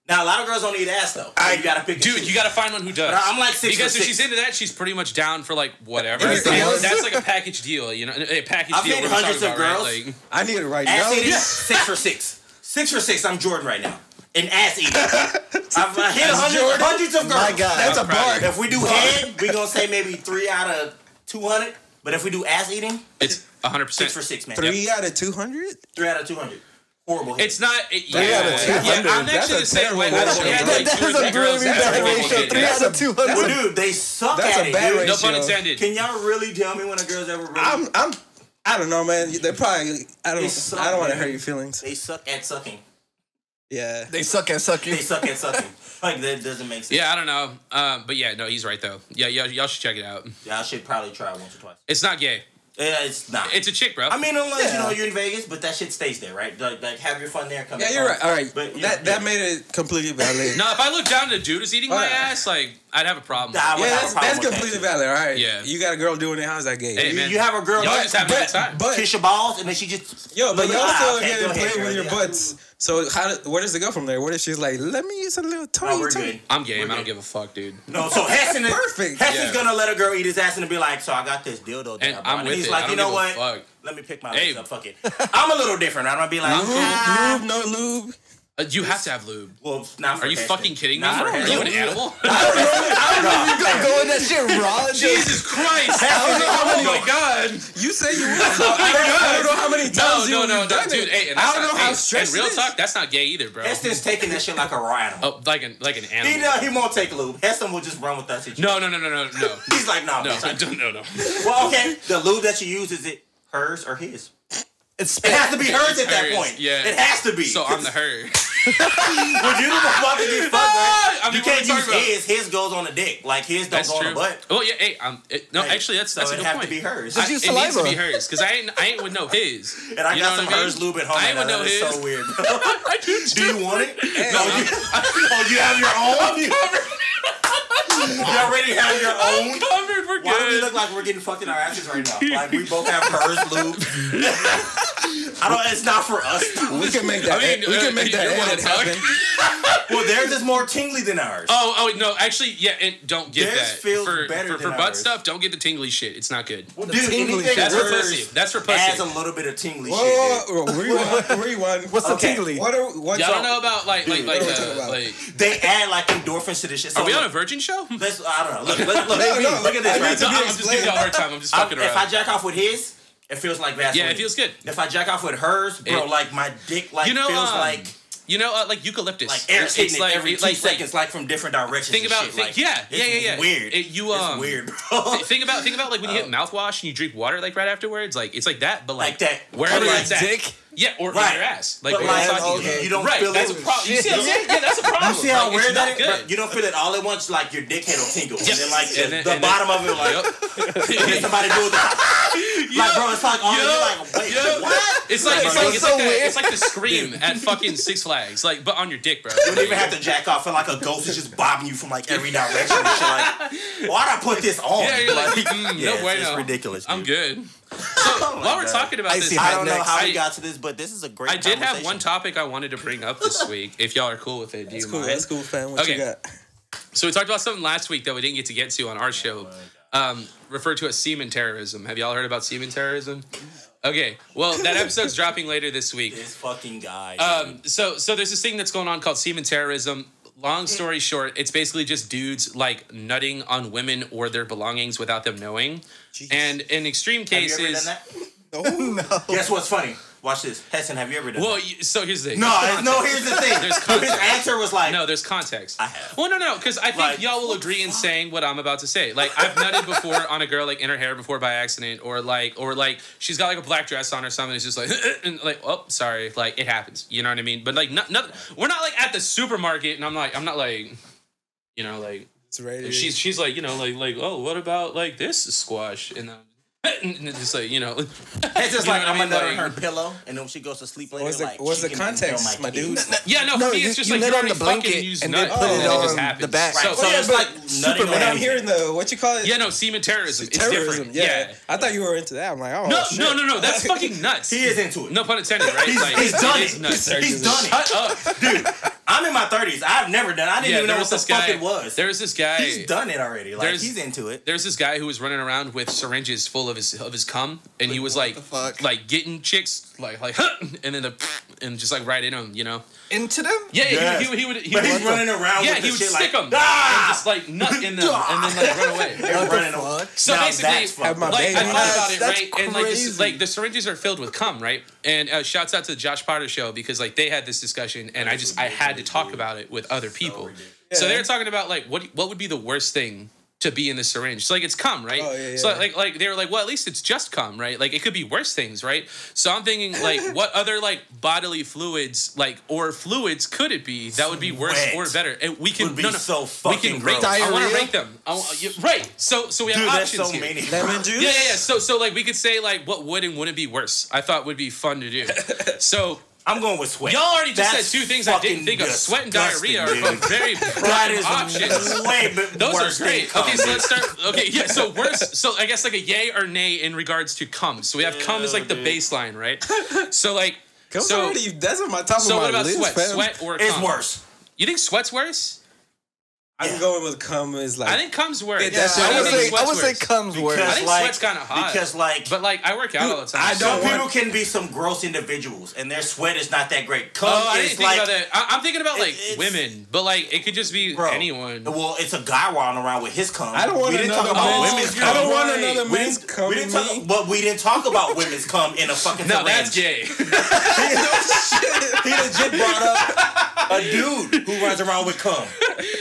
[SPEAKER 1] Now a lot of girls don't eat ass though. I, you gotta pick. and
[SPEAKER 2] Dude,
[SPEAKER 1] choose.
[SPEAKER 2] you gotta find one who does.
[SPEAKER 1] But I'm like six
[SPEAKER 2] because
[SPEAKER 1] for
[SPEAKER 2] if
[SPEAKER 1] six.
[SPEAKER 2] she's into that, she's pretty much down for like whatever.
[SPEAKER 3] Anything
[SPEAKER 2] And
[SPEAKER 3] else?
[SPEAKER 2] That's like a package deal, you know. A package
[SPEAKER 1] I've
[SPEAKER 2] deal.
[SPEAKER 1] dated
[SPEAKER 2] we're talking
[SPEAKER 1] hundreds of
[SPEAKER 2] about, right?
[SPEAKER 1] girls.
[SPEAKER 2] Like,
[SPEAKER 3] I need it right
[SPEAKER 1] ass
[SPEAKER 3] now.
[SPEAKER 1] eating six for six. Six for six. I'm Jordan right now. An ass eating. I've I hit hundreds, hundreds of girls.
[SPEAKER 4] My God.
[SPEAKER 3] That's a
[SPEAKER 2] I'm proud of
[SPEAKER 3] bar.
[SPEAKER 1] If we do head, we gonna say maybe three out of two hundred. But if we do ass eating,
[SPEAKER 2] it's 100. percent
[SPEAKER 1] six for six, man.
[SPEAKER 3] Three out of two hundred.
[SPEAKER 1] Three out of two hundred. Horrible. head.
[SPEAKER 2] It's not. It, yeah,
[SPEAKER 3] Three out of
[SPEAKER 2] yeah,
[SPEAKER 3] 200.
[SPEAKER 2] I'm
[SPEAKER 3] That's
[SPEAKER 2] actually
[SPEAKER 3] a
[SPEAKER 2] the same
[SPEAKER 3] terrible
[SPEAKER 2] way. I've
[SPEAKER 3] ratio.
[SPEAKER 2] only had
[SPEAKER 3] That-
[SPEAKER 2] like
[SPEAKER 4] that's
[SPEAKER 2] two or
[SPEAKER 4] a
[SPEAKER 2] three girls.
[SPEAKER 4] really
[SPEAKER 2] That's
[SPEAKER 4] bad
[SPEAKER 2] horrible
[SPEAKER 4] ratio.
[SPEAKER 2] kid.
[SPEAKER 4] Three
[SPEAKER 2] That's-
[SPEAKER 4] out of two hundred.
[SPEAKER 1] well, dude, they suck
[SPEAKER 3] That's
[SPEAKER 1] at
[SPEAKER 3] a
[SPEAKER 1] it.
[SPEAKER 3] bad
[SPEAKER 1] dude.
[SPEAKER 3] ratio.
[SPEAKER 2] No pun intended.
[SPEAKER 1] Can y'all really tell me when a girl's ever? Really,
[SPEAKER 3] I'm. I'm. I don't know, man. They probably. I don't.
[SPEAKER 1] It's so
[SPEAKER 3] I don't want to
[SPEAKER 1] bad.
[SPEAKER 3] hurt your feelings.
[SPEAKER 1] they suck at sucking.
[SPEAKER 3] Yeah.
[SPEAKER 4] They suck at sucking.
[SPEAKER 1] They suck at sucking. Like that doesn't make sense.
[SPEAKER 2] Yeah, I don't know. Um, but yeah, no, he's right though. Yeah, y'all, y'all should check it out.
[SPEAKER 1] Yeah, I should probably try once or twice.
[SPEAKER 2] It's not gay.
[SPEAKER 1] Yeah, it's not.
[SPEAKER 2] It's a chick, bro.
[SPEAKER 1] I mean, unless you
[SPEAKER 3] Yeah.
[SPEAKER 1] know you're in Vegas, but that shit stays there, right? Like, like have your fun there. Come
[SPEAKER 3] Yeah,
[SPEAKER 1] back
[SPEAKER 3] you're
[SPEAKER 1] home.
[SPEAKER 3] right. All right.
[SPEAKER 1] But, you
[SPEAKER 3] that
[SPEAKER 1] know,
[SPEAKER 3] that made it completely valid.
[SPEAKER 2] no, if I look down to dude is eating my
[SPEAKER 3] Alright.
[SPEAKER 2] ass, like I'd have a problem. with
[SPEAKER 1] Nah, I
[SPEAKER 2] it.
[SPEAKER 3] Yeah,
[SPEAKER 1] would have a
[SPEAKER 3] that's,
[SPEAKER 1] problem
[SPEAKER 3] that's
[SPEAKER 1] with that,
[SPEAKER 3] completely
[SPEAKER 1] too.
[SPEAKER 3] valid. All right.
[SPEAKER 2] Yeah.
[SPEAKER 3] You got a girl doing it. How's that gay?
[SPEAKER 2] Hey,
[SPEAKER 1] You,
[SPEAKER 2] man.
[SPEAKER 1] you have a girl
[SPEAKER 2] Y'all
[SPEAKER 1] like,
[SPEAKER 2] just have a
[SPEAKER 3] but-
[SPEAKER 2] good time.
[SPEAKER 3] but-
[SPEAKER 1] kiss your balls, and then she just
[SPEAKER 3] Yo, but
[SPEAKER 1] Look,
[SPEAKER 3] y'all
[SPEAKER 1] ah,
[SPEAKER 3] still
[SPEAKER 1] okay,
[SPEAKER 3] getting
[SPEAKER 1] go ahead,
[SPEAKER 3] played with
[SPEAKER 1] girl,
[SPEAKER 3] your
[SPEAKER 1] yeah.
[SPEAKER 3] butts. So how? do- Where does it go from there? What if she's like, "Let me use a little tiny
[SPEAKER 1] No, we're
[SPEAKER 3] tiny-
[SPEAKER 1] good.
[SPEAKER 2] I'm game.
[SPEAKER 1] We're
[SPEAKER 2] I don't
[SPEAKER 1] good.
[SPEAKER 2] give a fuck, dude.
[SPEAKER 1] No, so Heston is
[SPEAKER 3] Perfect.
[SPEAKER 1] Heston's
[SPEAKER 2] Yeah.
[SPEAKER 1] gonna let a girl eat his ass and be like, "So I got this dildo." there,
[SPEAKER 2] And
[SPEAKER 1] bro."
[SPEAKER 2] I'm
[SPEAKER 1] and
[SPEAKER 2] with
[SPEAKER 1] he's
[SPEAKER 2] it.
[SPEAKER 1] like,
[SPEAKER 2] I
[SPEAKER 1] "You know
[SPEAKER 2] don't
[SPEAKER 1] what?
[SPEAKER 2] give a fuck."
[SPEAKER 1] Let me pick my
[SPEAKER 2] Hey.
[SPEAKER 1] legs up. Fuck it. I'm a little different. I'm gonna be like, ah,
[SPEAKER 3] Lube, lube, no lube.
[SPEAKER 2] Uh, you have to have lube.
[SPEAKER 1] well, not for
[SPEAKER 2] Are you
[SPEAKER 1] Heston.
[SPEAKER 2] fucking kidding me?
[SPEAKER 1] Not for
[SPEAKER 2] Are you an
[SPEAKER 1] Heston.
[SPEAKER 2] animal?
[SPEAKER 4] You gonna go in that shit raw?
[SPEAKER 2] Jesus Christ! oh my God!
[SPEAKER 3] You say you would. I, don't, I don't know how many
[SPEAKER 2] No,
[SPEAKER 3] times
[SPEAKER 2] no,
[SPEAKER 3] you
[SPEAKER 2] no,
[SPEAKER 3] you've
[SPEAKER 2] no,
[SPEAKER 3] done
[SPEAKER 2] dude.
[SPEAKER 3] it.
[SPEAKER 2] Hey, and
[SPEAKER 3] I
[SPEAKER 2] that's
[SPEAKER 3] don't
[SPEAKER 2] not,
[SPEAKER 3] know
[SPEAKER 2] hey,
[SPEAKER 3] how stressed.
[SPEAKER 2] And real
[SPEAKER 3] this-
[SPEAKER 2] talk, that's not gay either, bro.
[SPEAKER 1] Heston's taking that shit like a raw animal.
[SPEAKER 2] Oh, like an like an
[SPEAKER 1] He,
[SPEAKER 2] animal.
[SPEAKER 1] does- he won't take lube. Heston will just run with that situation.
[SPEAKER 2] No, no, no, no, no, no.
[SPEAKER 1] He's like, nah,
[SPEAKER 2] No,
[SPEAKER 1] bitch, I
[SPEAKER 2] no, no, no.
[SPEAKER 1] Well, okay. The lube that you use is it hers or his?
[SPEAKER 4] It's spit.
[SPEAKER 1] It has to be hers at that
[SPEAKER 2] hers,
[SPEAKER 1] point.
[SPEAKER 2] yeah.
[SPEAKER 1] It has to be.
[SPEAKER 2] So I'm the her.
[SPEAKER 1] Would you the fuck to get fucked? Right?
[SPEAKER 2] I
[SPEAKER 1] you
[SPEAKER 2] mean, what are we
[SPEAKER 1] can't use
[SPEAKER 2] talking about?
[SPEAKER 1] his. His goes on the dick. Like his don't
[SPEAKER 2] That's
[SPEAKER 1] go
[SPEAKER 2] true.
[SPEAKER 1] on the butt.
[SPEAKER 2] Oh yeah, hey, um, it, no,
[SPEAKER 1] Hey,
[SPEAKER 2] actually, that's
[SPEAKER 1] so
[SPEAKER 2] that's a
[SPEAKER 1] it
[SPEAKER 2] good
[SPEAKER 1] have
[SPEAKER 2] point.
[SPEAKER 1] to be hers.
[SPEAKER 2] I-
[SPEAKER 4] Just use
[SPEAKER 2] it needs to
[SPEAKER 4] saliva.
[SPEAKER 2] be hers because I ain't I ain't with no his.
[SPEAKER 1] and I
[SPEAKER 2] You know
[SPEAKER 1] got some
[SPEAKER 2] what I mean?
[SPEAKER 1] hers lube at home.
[SPEAKER 2] I ain't
[SPEAKER 1] right
[SPEAKER 2] with
[SPEAKER 1] now.
[SPEAKER 2] no
[SPEAKER 1] That is
[SPEAKER 2] his.
[SPEAKER 1] so weird.
[SPEAKER 2] I do
[SPEAKER 1] Do you want it? no,
[SPEAKER 3] No,
[SPEAKER 1] you, oh, you have your own. you already have your own.
[SPEAKER 2] covered. We're
[SPEAKER 1] Why do we
[SPEAKER 2] good.
[SPEAKER 1] look like we're getting fucked in our asses right now? Like we both have hers lube. I don't. It's not for us.
[SPEAKER 3] We can make
[SPEAKER 2] I
[SPEAKER 3] that.
[SPEAKER 2] mean,
[SPEAKER 3] we
[SPEAKER 2] uh,
[SPEAKER 3] can make
[SPEAKER 2] you
[SPEAKER 3] that
[SPEAKER 2] don't wanna
[SPEAKER 3] edit
[SPEAKER 2] talk?
[SPEAKER 3] happen.
[SPEAKER 1] Well, theirs is more tingly than ours.
[SPEAKER 2] Oh, oh no! Actually, yeah, and don't get
[SPEAKER 1] Theirs
[SPEAKER 2] that
[SPEAKER 1] feels
[SPEAKER 2] for
[SPEAKER 1] better
[SPEAKER 2] for, for
[SPEAKER 1] than
[SPEAKER 2] butt
[SPEAKER 1] ours.
[SPEAKER 2] stuff. Don't get the tingly shit. It's not good.
[SPEAKER 1] Well, dude,
[SPEAKER 4] tingly
[SPEAKER 1] anything
[SPEAKER 4] shit.
[SPEAKER 2] Oh, That's for
[SPEAKER 1] worse
[SPEAKER 2] pussy. That's for
[SPEAKER 1] adds
[SPEAKER 2] pussy.
[SPEAKER 1] a little bit of tingly
[SPEAKER 3] Whoa,
[SPEAKER 1] shit.
[SPEAKER 3] whoa, whoa, rewind, rewind.
[SPEAKER 4] What's the
[SPEAKER 1] Okay.
[SPEAKER 4] tingly?
[SPEAKER 3] What are what's
[SPEAKER 2] Y'all
[SPEAKER 3] up?
[SPEAKER 2] don't know about like like
[SPEAKER 1] Dude,
[SPEAKER 2] like
[SPEAKER 3] what are we talking
[SPEAKER 2] uh,
[SPEAKER 3] about?
[SPEAKER 2] like.
[SPEAKER 1] Dude. They add like endorphins to this shit. So
[SPEAKER 2] Are we on a
[SPEAKER 1] look,
[SPEAKER 2] virgin show? No,
[SPEAKER 1] let's, I don't know. Look, look, look,
[SPEAKER 3] No, no,
[SPEAKER 1] look at this.
[SPEAKER 3] I need
[SPEAKER 1] Right?
[SPEAKER 3] to
[SPEAKER 1] now.
[SPEAKER 3] be
[SPEAKER 2] I'm just giving y'all a hard time. I'm just
[SPEAKER 1] I-
[SPEAKER 2] fucking
[SPEAKER 1] if I
[SPEAKER 2] around.
[SPEAKER 1] jack off with his, it feels like Vaseline.
[SPEAKER 2] Yeah, it feels good.
[SPEAKER 1] If I jack off with hers, bro,
[SPEAKER 2] It-
[SPEAKER 1] like my dick, like
[SPEAKER 2] You know,
[SPEAKER 1] feels
[SPEAKER 2] um,
[SPEAKER 1] like
[SPEAKER 2] You know, uh, like eucalyptus.
[SPEAKER 1] like air
[SPEAKER 2] It's
[SPEAKER 1] hitting it every
[SPEAKER 2] it-
[SPEAKER 1] two seconds, like, from different directions.
[SPEAKER 2] Think
[SPEAKER 1] and
[SPEAKER 2] about,
[SPEAKER 1] shit.
[SPEAKER 2] think,
[SPEAKER 1] like,
[SPEAKER 2] yeah, yeah, yeah,
[SPEAKER 1] it's
[SPEAKER 2] yeah.
[SPEAKER 1] Weird.
[SPEAKER 2] It- you, um,
[SPEAKER 1] it's weird, bro.
[SPEAKER 2] Think about think about like when you hit mouthwash and you drink water like right afterwards, like it's like that, but like,
[SPEAKER 1] Like that.
[SPEAKER 2] wherever
[SPEAKER 1] Or
[SPEAKER 2] like
[SPEAKER 1] like
[SPEAKER 2] it's at.
[SPEAKER 4] dick?
[SPEAKER 2] Yeah, or in
[SPEAKER 1] Right.
[SPEAKER 2] your ass. Like,
[SPEAKER 1] But
[SPEAKER 2] what
[SPEAKER 1] like,
[SPEAKER 2] I'm talking
[SPEAKER 1] okay,
[SPEAKER 2] about.
[SPEAKER 1] you don't
[SPEAKER 2] right,
[SPEAKER 1] feel
[SPEAKER 2] that's
[SPEAKER 1] it.
[SPEAKER 2] a problem. You see, yeah, yeah, that's a problem.
[SPEAKER 1] You see how
[SPEAKER 2] like, it's
[SPEAKER 1] weird
[SPEAKER 2] not
[SPEAKER 1] that is?
[SPEAKER 2] good.
[SPEAKER 1] Bro, you don't feel it all at once, like your dickhead will tingle.
[SPEAKER 2] Yep.
[SPEAKER 1] And then like
[SPEAKER 2] And then-
[SPEAKER 1] the
[SPEAKER 2] and then-
[SPEAKER 1] bottom of it, like
[SPEAKER 2] Yep.
[SPEAKER 1] somebody do it. Like, bro, it's like, oh, you're like, wait,
[SPEAKER 2] yo.
[SPEAKER 1] what?
[SPEAKER 2] It's like, it's
[SPEAKER 1] bro,
[SPEAKER 2] like,
[SPEAKER 1] it's
[SPEAKER 2] it's,
[SPEAKER 4] so
[SPEAKER 2] like a,
[SPEAKER 4] weird.
[SPEAKER 2] it's like the scream at fucking Six Flags, like, but on your dick, bro.
[SPEAKER 1] You don't even have to jack off. Feel like a ghost is just bobbing you from like every direction. And shit. Like, why'd I put this on?
[SPEAKER 2] Yeah, you're like, mm,
[SPEAKER 1] yeah,
[SPEAKER 2] no
[SPEAKER 1] it's,
[SPEAKER 2] way,
[SPEAKER 1] it's
[SPEAKER 2] no.
[SPEAKER 1] ridiculous.
[SPEAKER 2] I'm
[SPEAKER 1] dude.
[SPEAKER 2] good. So while we're talking about
[SPEAKER 4] I
[SPEAKER 2] this,
[SPEAKER 4] see
[SPEAKER 1] Oh I
[SPEAKER 2] I,
[SPEAKER 1] don't know
[SPEAKER 4] Next.
[SPEAKER 1] how we
[SPEAKER 2] I-
[SPEAKER 1] got to this, but this is a great.
[SPEAKER 2] I did have
[SPEAKER 1] conversation.
[SPEAKER 2] one topic I wanted to bring up this week. If y'all are cool with it, do you
[SPEAKER 3] That's cool.
[SPEAKER 2] mind?
[SPEAKER 3] That's cool, fam. What
[SPEAKER 2] Okay.
[SPEAKER 3] you got?
[SPEAKER 2] So we talked about something last week that we didn't get to get to on our
[SPEAKER 1] Oh
[SPEAKER 2] show, um, referred to as semen terrorism. Have y'all heard about semen terrorism? Okay, well that episode's dropping later this week.
[SPEAKER 1] This fucking guy.
[SPEAKER 2] Um, so so there's this thing that's going on called semen terrorism.
[SPEAKER 1] Mm.
[SPEAKER 2] Long story short, it's basically just dudes like nutting on women or their belongings without them knowing.
[SPEAKER 3] Jeez.
[SPEAKER 2] And in extreme
[SPEAKER 1] have you
[SPEAKER 2] cases,
[SPEAKER 1] ever done that?
[SPEAKER 4] no.
[SPEAKER 1] Guess what's funny? Watch this, Hessen. Have you ever done?
[SPEAKER 2] well,
[SPEAKER 1] that?
[SPEAKER 2] you- so here's the thing.
[SPEAKER 1] no, no. Here's the thing.
[SPEAKER 2] There's
[SPEAKER 1] His
[SPEAKER 2] context.
[SPEAKER 1] answer was like,
[SPEAKER 2] No, there's context.
[SPEAKER 1] I have.
[SPEAKER 2] Well, no, no, because I think
[SPEAKER 1] Like,
[SPEAKER 2] y'all will agree in saying what I'm about to say. Like I've nutted before on a girl, like in her hair before by accident, or like, or like she's got like a black dress on or something. It's just like, and like, oh, sorry, like it happens. You know what I mean? But like, not, not, we're not like at the supermarket, and I'm like, I'm not like, you know, like
[SPEAKER 3] It's rated.
[SPEAKER 2] she's she's like, you know, like like, oh, what about like this squash? And then and it's just like, you know,
[SPEAKER 1] It's just
[SPEAKER 2] You know
[SPEAKER 1] like
[SPEAKER 2] what I
[SPEAKER 1] I'm gonna
[SPEAKER 2] mean?
[SPEAKER 1] nut on
[SPEAKER 2] Like-
[SPEAKER 1] her pillow, and then when she goes to sleep later,
[SPEAKER 3] What's the
[SPEAKER 1] like
[SPEAKER 3] What's
[SPEAKER 1] she
[SPEAKER 3] the
[SPEAKER 1] can feel
[SPEAKER 3] context, my
[SPEAKER 1] kid.
[SPEAKER 3] dude?
[SPEAKER 2] yeah, no,
[SPEAKER 4] No,
[SPEAKER 2] for me,
[SPEAKER 4] you-
[SPEAKER 2] it's just
[SPEAKER 4] you
[SPEAKER 2] like
[SPEAKER 4] lit
[SPEAKER 2] you
[SPEAKER 4] on
[SPEAKER 2] already
[SPEAKER 4] the
[SPEAKER 2] fucking
[SPEAKER 4] blanket
[SPEAKER 2] use
[SPEAKER 4] and
[SPEAKER 2] nut,
[SPEAKER 4] then put
[SPEAKER 2] and
[SPEAKER 4] it
[SPEAKER 2] it
[SPEAKER 4] on
[SPEAKER 2] just
[SPEAKER 4] the
[SPEAKER 2] happens.
[SPEAKER 4] back.
[SPEAKER 1] Right.
[SPEAKER 2] So-
[SPEAKER 1] So,
[SPEAKER 3] Oh, yeah,
[SPEAKER 1] it's
[SPEAKER 3] but
[SPEAKER 1] like nutting
[SPEAKER 3] But
[SPEAKER 1] on
[SPEAKER 3] I'm
[SPEAKER 1] anything.
[SPEAKER 3] hearing the what you call it?
[SPEAKER 2] Yeah, no, semen terrorism. It's
[SPEAKER 3] terrorism.
[SPEAKER 2] different.
[SPEAKER 3] Yeah.
[SPEAKER 2] Yeah.
[SPEAKER 3] I thought you were into that. I'm like, oh
[SPEAKER 2] No,
[SPEAKER 3] shit.
[SPEAKER 2] no, no, no. That's fucking nuts.
[SPEAKER 1] He is into it.
[SPEAKER 2] No pun intended, right?
[SPEAKER 1] He's,
[SPEAKER 2] Like,
[SPEAKER 1] he's
[SPEAKER 2] it
[SPEAKER 1] done it.
[SPEAKER 2] is nuts.
[SPEAKER 1] He's done it.
[SPEAKER 2] Shut up.
[SPEAKER 1] I'm in my 30s. I've never done. I didn't
[SPEAKER 2] Yeah,
[SPEAKER 1] even know
[SPEAKER 2] there
[SPEAKER 1] what
[SPEAKER 2] was
[SPEAKER 1] the
[SPEAKER 2] this
[SPEAKER 1] fuck
[SPEAKER 2] guy.
[SPEAKER 1] it was.
[SPEAKER 2] There's this guy.
[SPEAKER 1] he's done it already. Like
[SPEAKER 2] There's-
[SPEAKER 1] he's into it.
[SPEAKER 2] There's this guy who was running around with syringes full of his of his cum, and he was like,
[SPEAKER 4] the fuck?
[SPEAKER 2] like getting chicks, like like, and then the, and just like right in him, you know?
[SPEAKER 4] Into them?
[SPEAKER 2] Yeah,
[SPEAKER 1] Yes.
[SPEAKER 2] he, would- he would he
[SPEAKER 1] But
[SPEAKER 2] would.
[SPEAKER 1] he's running around.
[SPEAKER 2] yeah,
[SPEAKER 1] with the
[SPEAKER 2] he would
[SPEAKER 1] shit
[SPEAKER 2] stick
[SPEAKER 1] like,
[SPEAKER 2] them
[SPEAKER 1] Ah!
[SPEAKER 2] and just like nut in them, and then like run away.
[SPEAKER 1] They're
[SPEAKER 4] What the
[SPEAKER 1] running away.
[SPEAKER 4] fuck?
[SPEAKER 2] So
[SPEAKER 1] Now
[SPEAKER 2] basically,
[SPEAKER 1] that's fucked
[SPEAKER 3] Have my
[SPEAKER 1] up.
[SPEAKER 2] like I
[SPEAKER 3] baby.
[SPEAKER 2] thought
[SPEAKER 4] That's-
[SPEAKER 2] about it,
[SPEAKER 4] that's
[SPEAKER 2] right? And like, this,
[SPEAKER 4] crazy.
[SPEAKER 2] like the syringes are filled with cum, right? And uh, shouts out to the Josh Potter show because like they had this discussion, and I just I had to talk about it with other people. So they're talking about like what what would be the worst thing to be in the syringe? So like it's cum, right?
[SPEAKER 3] Oh, yeah,
[SPEAKER 2] So
[SPEAKER 3] yeah.
[SPEAKER 2] like like they were like, well, at least it's just cum, right? Like it could be worse things, right? So I'm thinking like what other like bodily fluids like or fluids could it be that would be worse
[SPEAKER 1] Sweat
[SPEAKER 2] or better? And we can
[SPEAKER 1] would be
[SPEAKER 2] no, no,
[SPEAKER 1] so
[SPEAKER 2] we
[SPEAKER 1] fucking
[SPEAKER 2] can rank.
[SPEAKER 1] gross.
[SPEAKER 2] I want to
[SPEAKER 4] Diarrhea?
[SPEAKER 2] rank them. I wa- yeah, right. So so we have
[SPEAKER 1] Dude, that's
[SPEAKER 2] options
[SPEAKER 1] so
[SPEAKER 2] here.
[SPEAKER 1] many.
[SPEAKER 3] Lemon juice.
[SPEAKER 2] Yeah, yeah, yeah. So, so like we could say like what would and wouldn't be worse. I thought would be fun to do. So
[SPEAKER 1] I'm going with sweat.
[SPEAKER 2] y'all already just
[SPEAKER 1] That's
[SPEAKER 2] said two things I didn't
[SPEAKER 1] fucking
[SPEAKER 2] think of. Sweat and diarrhea are
[SPEAKER 1] disgusting,
[SPEAKER 2] both
[SPEAKER 1] dude.
[SPEAKER 2] very prime
[SPEAKER 1] That is
[SPEAKER 2] options.
[SPEAKER 1] way b-
[SPEAKER 2] Those
[SPEAKER 1] worse
[SPEAKER 2] are
[SPEAKER 1] than
[SPEAKER 2] great.
[SPEAKER 1] cum,
[SPEAKER 2] Okay, so
[SPEAKER 1] dude.
[SPEAKER 2] let's start. Okay, yeah. So worse. So I guess like a yay or nay in regards to cum. So we have cum as like the baseline, right? So like,
[SPEAKER 3] Comes
[SPEAKER 2] so
[SPEAKER 3] already. That's on my top
[SPEAKER 2] so
[SPEAKER 3] of my
[SPEAKER 2] what about
[SPEAKER 3] list,
[SPEAKER 2] sweat?
[SPEAKER 3] fam.
[SPEAKER 2] Sweat or
[SPEAKER 1] It's
[SPEAKER 2] cum?
[SPEAKER 1] worse.
[SPEAKER 2] You think sweat's worse?
[SPEAKER 3] I'm going with cum is like.
[SPEAKER 2] I think cum's worse.
[SPEAKER 3] Yeah, that's
[SPEAKER 2] I
[SPEAKER 4] I
[SPEAKER 2] don't
[SPEAKER 4] would
[SPEAKER 2] think
[SPEAKER 4] say, I
[SPEAKER 2] sweat's
[SPEAKER 4] would say
[SPEAKER 2] worse.
[SPEAKER 4] comes worse.
[SPEAKER 1] Because,
[SPEAKER 2] I think
[SPEAKER 1] like,
[SPEAKER 2] sweat's kind of hot
[SPEAKER 1] Because like
[SPEAKER 2] But like I work out all the time.
[SPEAKER 3] I
[SPEAKER 2] so-
[SPEAKER 1] some
[SPEAKER 3] don't
[SPEAKER 1] people can be some gross individuals, and their sweat is not that great. Cum
[SPEAKER 2] Oh, I
[SPEAKER 1] is
[SPEAKER 2] didn't think
[SPEAKER 1] like
[SPEAKER 2] about that. I, I'm thinking about like
[SPEAKER 1] it's-
[SPEAKER 2] women, but like it could just be
[SPEAKER 1] Bro,
[SPEAKER 2] anyone.
[SPEAKER 1] Well, it's a guy walking around with his cum.
[SPEAKER 3] I don't want
[SPEAKER 1] we didn't
[SPEAKER 3] another
[SPEAKER 1] talk about
[SPEAKER 2] man's-
[SPEAKER 1] women's
[SPEAKER 2] I
[SPEAKER 1] cum.
[SPEAKER 2] don't
[SPEAKER 3] want another
[SPEAKER 1] we
[SPEAKER 3] man's
[SPEAKER 1] didn't-
[SPEAKER 3] cum
[SPEAKER 1] We didn't
[SPEAKER 3] in
[SPEAKER 1] talk,
[SPEAKER 3] me.
[SPEAKER 1] but we didn't talk about women's cum in a fucking.
[SPEAKER 2] No,
[SPEAKER 1] syringe.
[SPEAKER 2] that's gay.
[SPEAKER 1] Oh, He legit brought up a dude who runs around with cum.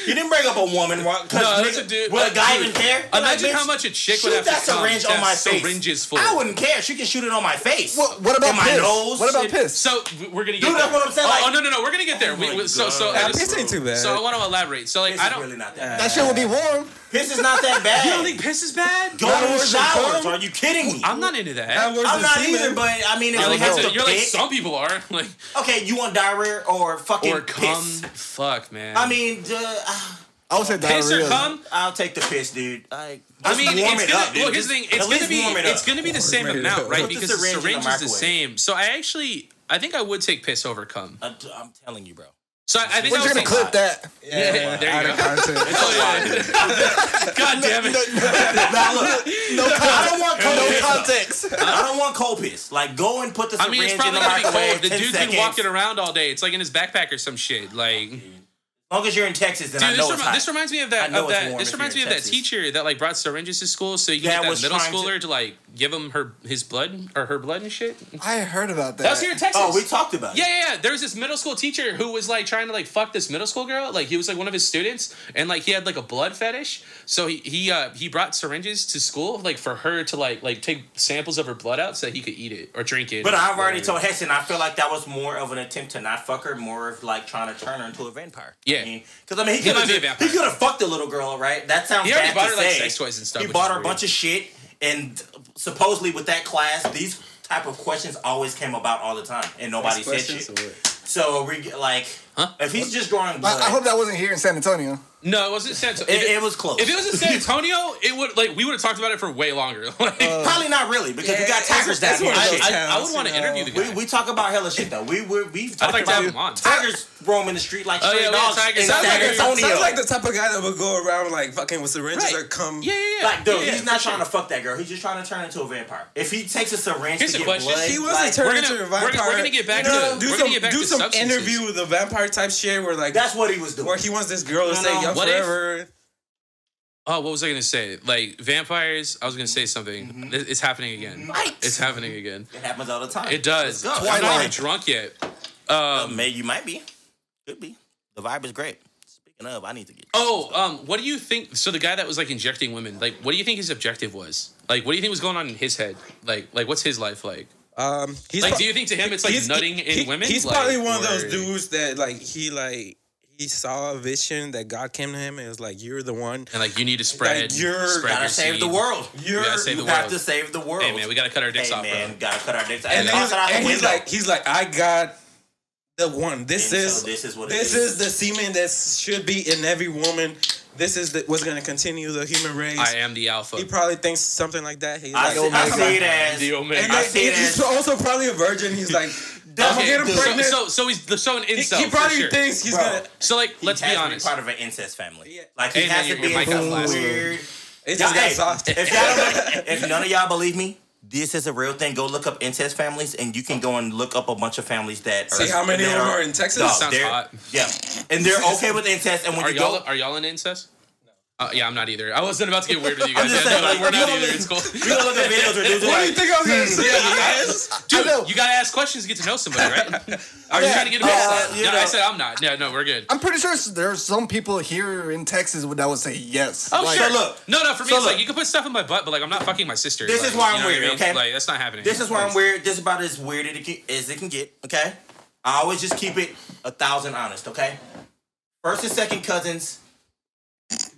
[SPEAKER 1] He didn't bring up a woman. No,
[SPEAKER 2] No, that's a dude-
[SPEAKER 1] Would
[SPEAKER 2] like,
[SPEAKER 1] a guy
[SPEAKER 2] dude,
[SPEAKER 1] even care? Be like,
[SPEAKER 2] Imagine
[SPEAKER 1] bitch,
[SPEAKER 2] how much a chick would
[SPEAKER 1] Shoot
[SPEAKER 2] have
[SPEAKER 1] that
[SPEAKER 2] to come
[SPEAKER 1] syringe
[SPEAKER 2] to
[SPEAKER 1] on
[SPEAKER 2] have
[SPEAKER 1] my face.
[SPEAKER 2] syringes full.
[SPEAKER 1] I wouldn't care. She can shoot it on my face.
[SPEAKER 4] What, what about
[SPEAKER 1] in my
[SPEAKER 4] piss?
[SPEAKER 1] nose?
[SPEAKER 4] What about
[SPEAKER 1] It-
[SPEAKER 4] piss?
[SPEAKER 2] So w- we're gonna get.
[SPEAKER 1] Dude,
[SPEAKER 2] there.
[SPEAKER 1] that's what I'm saying,
[SPEAKER 2] Oh,
[SPEAKER 1] like-
[SPEAKER 2] oh, no, no, no, we're gonna get there.
[SPEAKER 1] Oh
[SPEAKER 2] We-
[SPEAKER 1] my
[SPEAKER 2] we- so, so,
[SPEAKER 1] God.
[SPEAKER 2] I
[SPEAKER 3] Yeah,
[SPEAKER 2] just-
[SPEAKER 3] piss ain't too bad.
[SPEAKER 2] so I want to elaborate. So like,
[SPEAKER 1] Piss
[SPEAKER 2] I
[SPEAKER 1] is
[SPEAKER 2] don't. Uh,
[SPEAKER 1] really not that.
[SPEAKER 4] that shit would be warm.
[SPEAKER 1] Piss is not that bad.
[SPEAKER 2] you don't think piss is bad?
[SPEAKER 1] Go
[SPEAKER 3] Not
[SPEAKER 1] to the
[SPEAKER 3] worse than
[SPEAKER 1] showers.
[SPEAKER 3] cum?
[SPEAKER 1] Are you kidding me?
[SPEAKER 2] I'm not into that.
[SPEAKER 3] That works
[SPEAKER 1] I'm
[SPEAKER 3] in
[SPEAKER 1] not
[SPEAKER 3] semen.
[SPEAKER 1] either, but I mean, if
[SPEAKER 2] You're
[SPEAKER 1] it
[SPEAKER 2] like,
[SPEAKER 1] has
[SPEAKER 2] that's
[SPEAKER 1] to
[SPEAKER 2] a- you're like
[SPEAKER 1] pick-
[SPEAKER 2] some people are like
[SPEAKER 1] Okay, you want diarrhea or fucking
[SPEAKER 2] or cum.
[SPEAKER 1] piss?
[SPEAKER 2] Fuck man.
[SPEAKER 1] I mean, uh,
[SPEAKER 4] I would say diarrhea.
[SPEAKER 2] piss or cum.
[SPEAKER 1] I'll take the piss, dude. I,
[SPEAKER 2] I mean,
[SPEAKER 1] warm
[SPEAKER 2] it's
[SPEAKER 1] it
[SPEAKER 2] gonna,
[SPEAKER 1] up, dude.
[SPEAKER 2] well, here's
[SPEAKER 1] Just
[SPEAKER 2] the thing. It's
[SPEAKER 1] at
[SPEAKER 2] gonna
[SPEAKER 1] least
[SPEAKER 2] be
[SPEAKER 1] warm it up.
[SPEAKER 2] it's gonna be the same
[SPEAKER 3] it
[SPEAKER 2] amount,
[SPEAKER 3] up.
[SPEAKER 2] right?
[SPEAKER 1] Put the
[SPEAKER 2] Because the
[SPEAKER 1] syringe in the
[SPEAKER 2] syringe is the
[SPEAKER 1] microwave.
[SPEAKER 2] same. So I actually, I think I would take piss over cum.
[SPEAKER 1] I, I'm telling you, bro.
[SPEAKER 2] So I, I think
[SPEAKER 4] We're
[SPEAKER 2] I
[SPEAKER 4] just
[SPEAKER 2] would
[SPEAKER 4] gonna
[SPEAKER 2] take.
[SPEAKER 4] clip that.
[SPEAKER 2] Yeah, there
[SPEAKER 3] Out
[SPEAKER 2] you
[SPEAKER 3] of
[SPEAKER 2] go.
[SPEAKER 3] context.
[SPEAKER 2] Oh, yeah. God damn it!
[SPEAKER 1] Now look,
[SPEAKER 4] No
[SPEAKER 1] I
[SPEAKER 4] context.
[SPEAKER 1] don't want cold
[SPEAKER 4] No
[SPEAKER 1] piss.
[SPEAKER 4] context.
[SPEAKER 1] I don't want cold piss. Like, go and put the
[SPEAKER 2] I
[SPEAKER 1] syringe
[SPEAKER 2] mean, it's
[SPEAKER 1] in
[SPEAKER 2] probably
[SPEAKER 1] the
[SPEAKER 2] gonna be
[SPEAKER 1] microwave.
[SPEAKER 2] cold. The
[SPEAKER 1] 10
[SPEAKER 2] dude's
[SPEAKER 1] seconds.
[SPEAKER 2] been walking around all day. It's like in his backpack or some shit. Like, dude,
[SPEAKER 1] As long as you're in Texas, then I know
[SPEAKER 2] this,
[SPEAKER 1] it's
[SPEAKER 2] remi-
[SPEAKER 1] hot.
[SPEAKER 2] this reminds me of
[SPEAKER 1] I
[SPEAKER 2] that.
[SPEAKER 1] know
[SPEAKER 2] Of
[SPEAKER 1] it's
[SPEAKER 2] that
[SPEAKER 1] warm
[SPEAKER 2] this
[SPEAKER 1] if
[SPEAKER 2] reminds me
[SPEAKER 1] you're
[SPEAKER 2] of
[SPEAKER 1] in
[SPEAKER 2] that
[SPEAKER 1] Texas.
[SPEAKER 2] teacher that like brought syringes to school so you
[SPEAKER 1] Yeah,
[SPEAKER 2] can get
[SPEAKER 1] was
[SPEAKER 2] that middle
[SPEAKER 1] trying to-
[SPEAKER 2] schooler to... like give him her his blood or her blood and shit.
[SPEAKER 4] I heard about that.
[SPEAKER 2] That was here in Texas.
[SPEAKER 1] oh, we talked about
[SPEAKER 2] Yeah,
[SPEAKER 1] it.
[SPEAKER 2] yeah, yeah. There was this middle school teacher who was like trying to like fuck this middle school girl. Like he was like one of his students, and like he had like a blood fetish. So he he uh, he brought syringes to school like for her to like like take samples of her blood out so that he could eat it or drink it.
[SPEAKER 1] But
[SPEAKER 2] or
[SPEAKER 1] I've already
[SPEAKER 2] whatever.
[SPEAKER 1] told Hessen, I feel like that was more of an attempt to not fuck her, more of like trying to turn her into a vampire.
[SPEAKER 2] Yeah.
[SPEAKER 1] Because, I mean, 'cause, I mean, he
[SPEAKER 2] He
[SPEAKER 1] could
[SPEAKER 2] might be a
[SPEAKER 1] have
[SPEAKER 2] vampire.
[SPEAKER 1] he could have fucked the little girl, right? That sounds
[SPEAKER 2] He already
[SPEAKER 1] bad
[SPEAKER 2] bought
[SPEAKER 1] to
[SPEAKER 2] her like
[SPEAKER 1] say.
[SPEAKER 2] sex toys and stuff.
[SPEAKER 1] He
[SPEAKER 2] which
[SPEAKER 1] bought her
[SPEAKER 2] is
[SPEAKER 1] a
[SPEAKER 2] weird.
[SPEAKER 1] bunch of shit. and supposedly with that class, these type of questions always came about all the time, and nobody said shit. So we get, like,
[SPEAKER 2] Huh?
[SPEAKER 1] if he's just drawing blood,
[SPEAKER 4] I, I hope that wasn't here in San Antonio.
[SPEAKER 2] No, it wasn't San Antonio.
[SPEAKER 1] it, it was close.
[SPEAKER 2] If it was in San Antonio, it would like we would have talked about it for way longer. Like,
[SPEAKER 1] Probably not really because we got
[SPEAKER 3] Yeah,
[SPEAKER 1] Tigers down
[SPEAKER 3] that's
[SPEAKER 1] here.
[SPEAKER 3] one of those
[SPEAKER 1] I-
[SPEAKER 2] I, I would
[SPEAKER 3] towns,
[SPEAKER 2] want to
[SPEAKER 3] you know.
[SPEAKER 2] interview the
[SPEAKER 1] I- we,
[SPEAKER 2] guy.
[SPEAKER 1] we talk about hella shit though. We we we've talked
[SPEAKER 2] like to
[SPEAKER 1] about
[SPEAKER 2] have him on.
[SPEAKER 1] Tigers roaming the street like
[SPEAKER 2] Oh,
[SPEAKER 1] stray
[SPEAKER 2] yeah, we had
[SPEAKER 1] dogs
[SPEAKER 2] Tigers
[SPEAKER 1] in San
[SPEAKER 2] down here.
[SPEAKER 3] Sounds like,
[SPEAKER 1] Antonio.
[SPEAKER 3] the, sounds like the type of guy that would go around like fucking with syringes
[SPEAKER 2] Right.
[SPEAKER 3] or come.
[SPEAKER 2] Yeah, yeah, yeah.
[SPEAKER 1] Like, dude,
[SPEAKER 2] Yeah, yeah,
[SPEAKER 1] he's not
[SPEAKER 2] for
[SPEAKER 1] trying
[SPEAKER 2] sure.
[SPEAKER 1] to fuck that girl. He's just trying to turn into a vampire. If he takes a syringe
[SPEAKER 2] Here's
[SPEAKER 1] to
[SPEAKER 2] a
[SPEAKER 1] get
[SPEAKER 2] question.
[SPEAKER 1] blood,
[SPEAKER 3] He wasn't
[SPEAKER 1] like,
[SPEAKER 2] We're
[SPEAKER 3] turning
[SPEAKER 2] gonna-
[SPEAKER 3] into a
[SPEAKER 2] we're gonna-
[SPEAKER 3] vampire.
[SPEAKER 2] we're gonna get back
[SPEAKER 3] You know,
[SPEAKER 2] to-
[SPEAKER 3] do
[SPEAKER 2] we're gonna
[SPEAKER 3] some,
[SPEAKER 2] get back
[SPEAKER 3] do
[SPEAKER 2] to
[SPEAKER 3] some
[SPEAKER 2] substances.
[SPEAKER 3] interview with a vampire type shit where like
[SPEAKER 1] that's what he was doing.
[SPEAKER 3] where he wants this girl to
[SPEAKER 1] No,
[SPEAKER 3] say
[SPEAKER 1] no.
[SPEAKER 3] young
[SPEAKER 2] What if-
[SPEAKER 3] forever.
[SPEAKER 2] Oh, what was I gonna say? Like vampires. I was gonna say something.
[SPEAKER 1] Mm-hmm.
[SPEAKER 2] It- It's happening again.
[SPEAKER 1] Right.
[SPEAKER 2] It's happening again.
[SPEAKER 1] it happens all the time.
[SPEAKER 2] It does.
[SPEAKER 1] Let's go.
[SPEAKER 2] I'm not even
[SPEAKER 1] Twilight.
[SPEAKER 2] drunk yet.
[SPEAKER 1] Uh, May you might be, could be. The vibe is great. Speaking of, I need to get.
[SPEAKER 2] Oh, um, what do you think? So the guy that was like injecting women, like, what do you think his objective was? Like, what do you think was going on in his head? Like, like what's his life like?
[SPEAKER 3] Um, he's
[SPEAKER 2] Like,
[SPEAKER 3] pro-
[SPEAKER 2] do you think to him it's like
[SPEAKER 3] he's-
[SPEAKER 2] nutting
[SPEAKER 3] he-
[SPEAKER 2] in
[SPEAKER 3] he-
[SPEAKER 2] women?
[SPEAKER 3] He's
[SPEAKER 2] Like,
[SPEAKER 3] probably one of those
[SPEAKER 2] or-
[SPEAKER 3] dudes that like he like he saw a vision that God came to him and was like, "You're the one."
[SPEAKER 2] And like, you need to spread.
[SPEAKER 3] Like, you're-
[SPEAKER 2] spread
[SPEAKER 1] Gotta
[SPEAKER 2] your
[SPEAKER 1] save the
[SPEAKER 2] seed.
[SPEAKER 1] world.
[SPEAKER 3] You're-
[SPEAKER 2] You gotta save
[SPEAKER 1] You
[SPEAKER 2] the
[SPEAKER 1] have
[SPEAKER 2] world.
[SPEAKER 1] to save the world.
[SPEAKER 2] Hey man, we gotta cut our dicks
[SPEAKER 1] Hey,
[SPEAKER 2] off,
[SPEAKER 1] man,
[SPEAKER 2] bro.
[SPEAKER 1] gotta cut our dicks off.
[SPEAKER 3] And,
[SPEAKER 1] toss
[SPEAKER 3] he's,
[SPEAKER 1] it out the
[SPEAKER 3] and he's
[SPEAKER 1] window.
[SPEAKER 3] like, he's like, "I got the one. This
[SPEAKER 1] And
[SPEAKER 3] is
[SPEAKER 1] so this is what it
[SPEAKER 3] this
[SPEAKER 1] is."
[SPEAKER 3] is the semen that should be in every woman. This is the, what's going to continue the human race."
[SPEAKER 2] I am the alpha.
[SPEAKER 3] he probably thinks something like that. He's
[SPEAKER 1] I,
[SPEAKER 3] like, "Oh
[SPEAKER 1] see, I
[SPEAKER 4] Omega.
[SPEAKER 1] see it as.
[SPEAKER 2] The Omega.
[SPEAKER 3] and
[SPEAKER 1] I
[SPEAKER 3] then,
[SPEAKER 1] see it
[SPEAKER 3] he's
[SPEAKER 1] as.
[SPEAKER 3] also probably a virgin. He's like, "I'm gonna
[SPEAKER 2] Okay,
[SPEAKER 3] get him
[SPEAKER 1] dude.
[SPEAKER 3] pregnant."
[SPEAKER 2] So, so, so he's so an
[SPEAKER 3] he,
[SPEAKER 2] incel.
[SPEAKER 3] he probably
[SPEAKER 2] for sure.
[SPEAKER 3] thinks he's
[SPEAKER 1] Bro.
[SPEAKER 3] gonna.
[SPEAKER 2] So like, let's
[SPEAKER 1] he
[SPEAKER 2] be
[SPEAKER 1] has to
[SPEAKER 2] honest.
[SPEAKER 1] part of an incest family. Like he
[SPEAKER 2] Hey, man,
[SPEAKER 1] has
[SPEAKER 2] your-
[SPEAKER 1] to be
[SPEAKER 2] your mic got
[SPEAKER 1] in
[SPEAKER 2] flash.
[SPEAKER 1] some weird. Y'all,
[SPEAKER 3] It just got
[SPEAKER 1] hey,
[SPEAKER 3] soft.
[SPEAKER 1] If, y'all don't, if none of y'all believe me, this is a real thing. Go look up incest families, and you can go and look up a bunch of families that
[SPEAKER 3] See how many of
[SPEAKER 1] that
[SPEAKER 3] them are in Texas?
[SPEAKER 1] Dog,
[SPEAKER 2] Sounds
[SPEAKER 1] they're-
[SPEAKER 2] hot.
[SPEAKER 1] Yeah, and they're okay with incest. And when
[SPEAKER 2] Are
[SPEAKER 1] you
[SPEAKER 2] y'all
[SPEAKER 1] go,
[SPEAKER 2] are y'all in incest? Uh, yeah, I'm not either. I wasn't about to get weird with you
[SPEAKER 1] I'm
[SPEAKER 2] guys. Yeah,
[SPEAKER 1] just
[SPEAKER 2] no,
[SPEAKER 1] saying, like,
[SPEAKER 2] we're not
[SPEAKER 1] you know,
[SPEAKER 2] either. It's cool.
[SPEAKER 1] we go look at videos where dudes are
[SPEAKER 3] What do
[SPEAKER 1] like, hmm,
[SPEAKER 3] you think I was gonna say?
[SPEAKER 2] Dude,
[SPEAKER 4] know.
[SPEAKER 2] you gotta ask questions to get to know somebody, right? Are you
[SPEAKER 4] Yeah.
[SPEAKER 2] trying to get a
[SPEAKER 4] Yeah,
[SPEAKER 2] yeah,
[SPEAKER 1] you
[SPEAKER 2] No,
[SPEAKER 1] know.
[SPEAKER 2] I said I'm not. No, no, we're good.
[SPEAKER 4] I'm pretty sure s- there are some people here in Texas that would say yes.
[SPEAKER 2] Oh
[SPEAKER 4] Like,
[SPEAKER 2] sure.
[SPEAKER 1] So look.
[SPEAKER 2] no, no. For me,
[SPEAKER 1] So
[SPEAKER 2] it's
[SPEAKER 1] look.
[SPEAKER 2] like you can put stuff in my butt, but like I'm not fucking my sister.
[SPEAKER 1] This
[SPEAKER 2] Like,
[SPEAKER 1] is why
[SPEAKER 2] you
[SPEAKER 1] I'm
[SPEAKER 2] know what I
[SPEAKER 1] weird,
[SPEAKER 2] mean?
[SPEAKER 1] okay?
[SPEAKER 2] Like that's not happening.
[SPEAKER 1] This is why I'm weird. This is about as weird as it, can, as it can get. Okay, I always just keep it a thousand honest. Okay, first and second cousins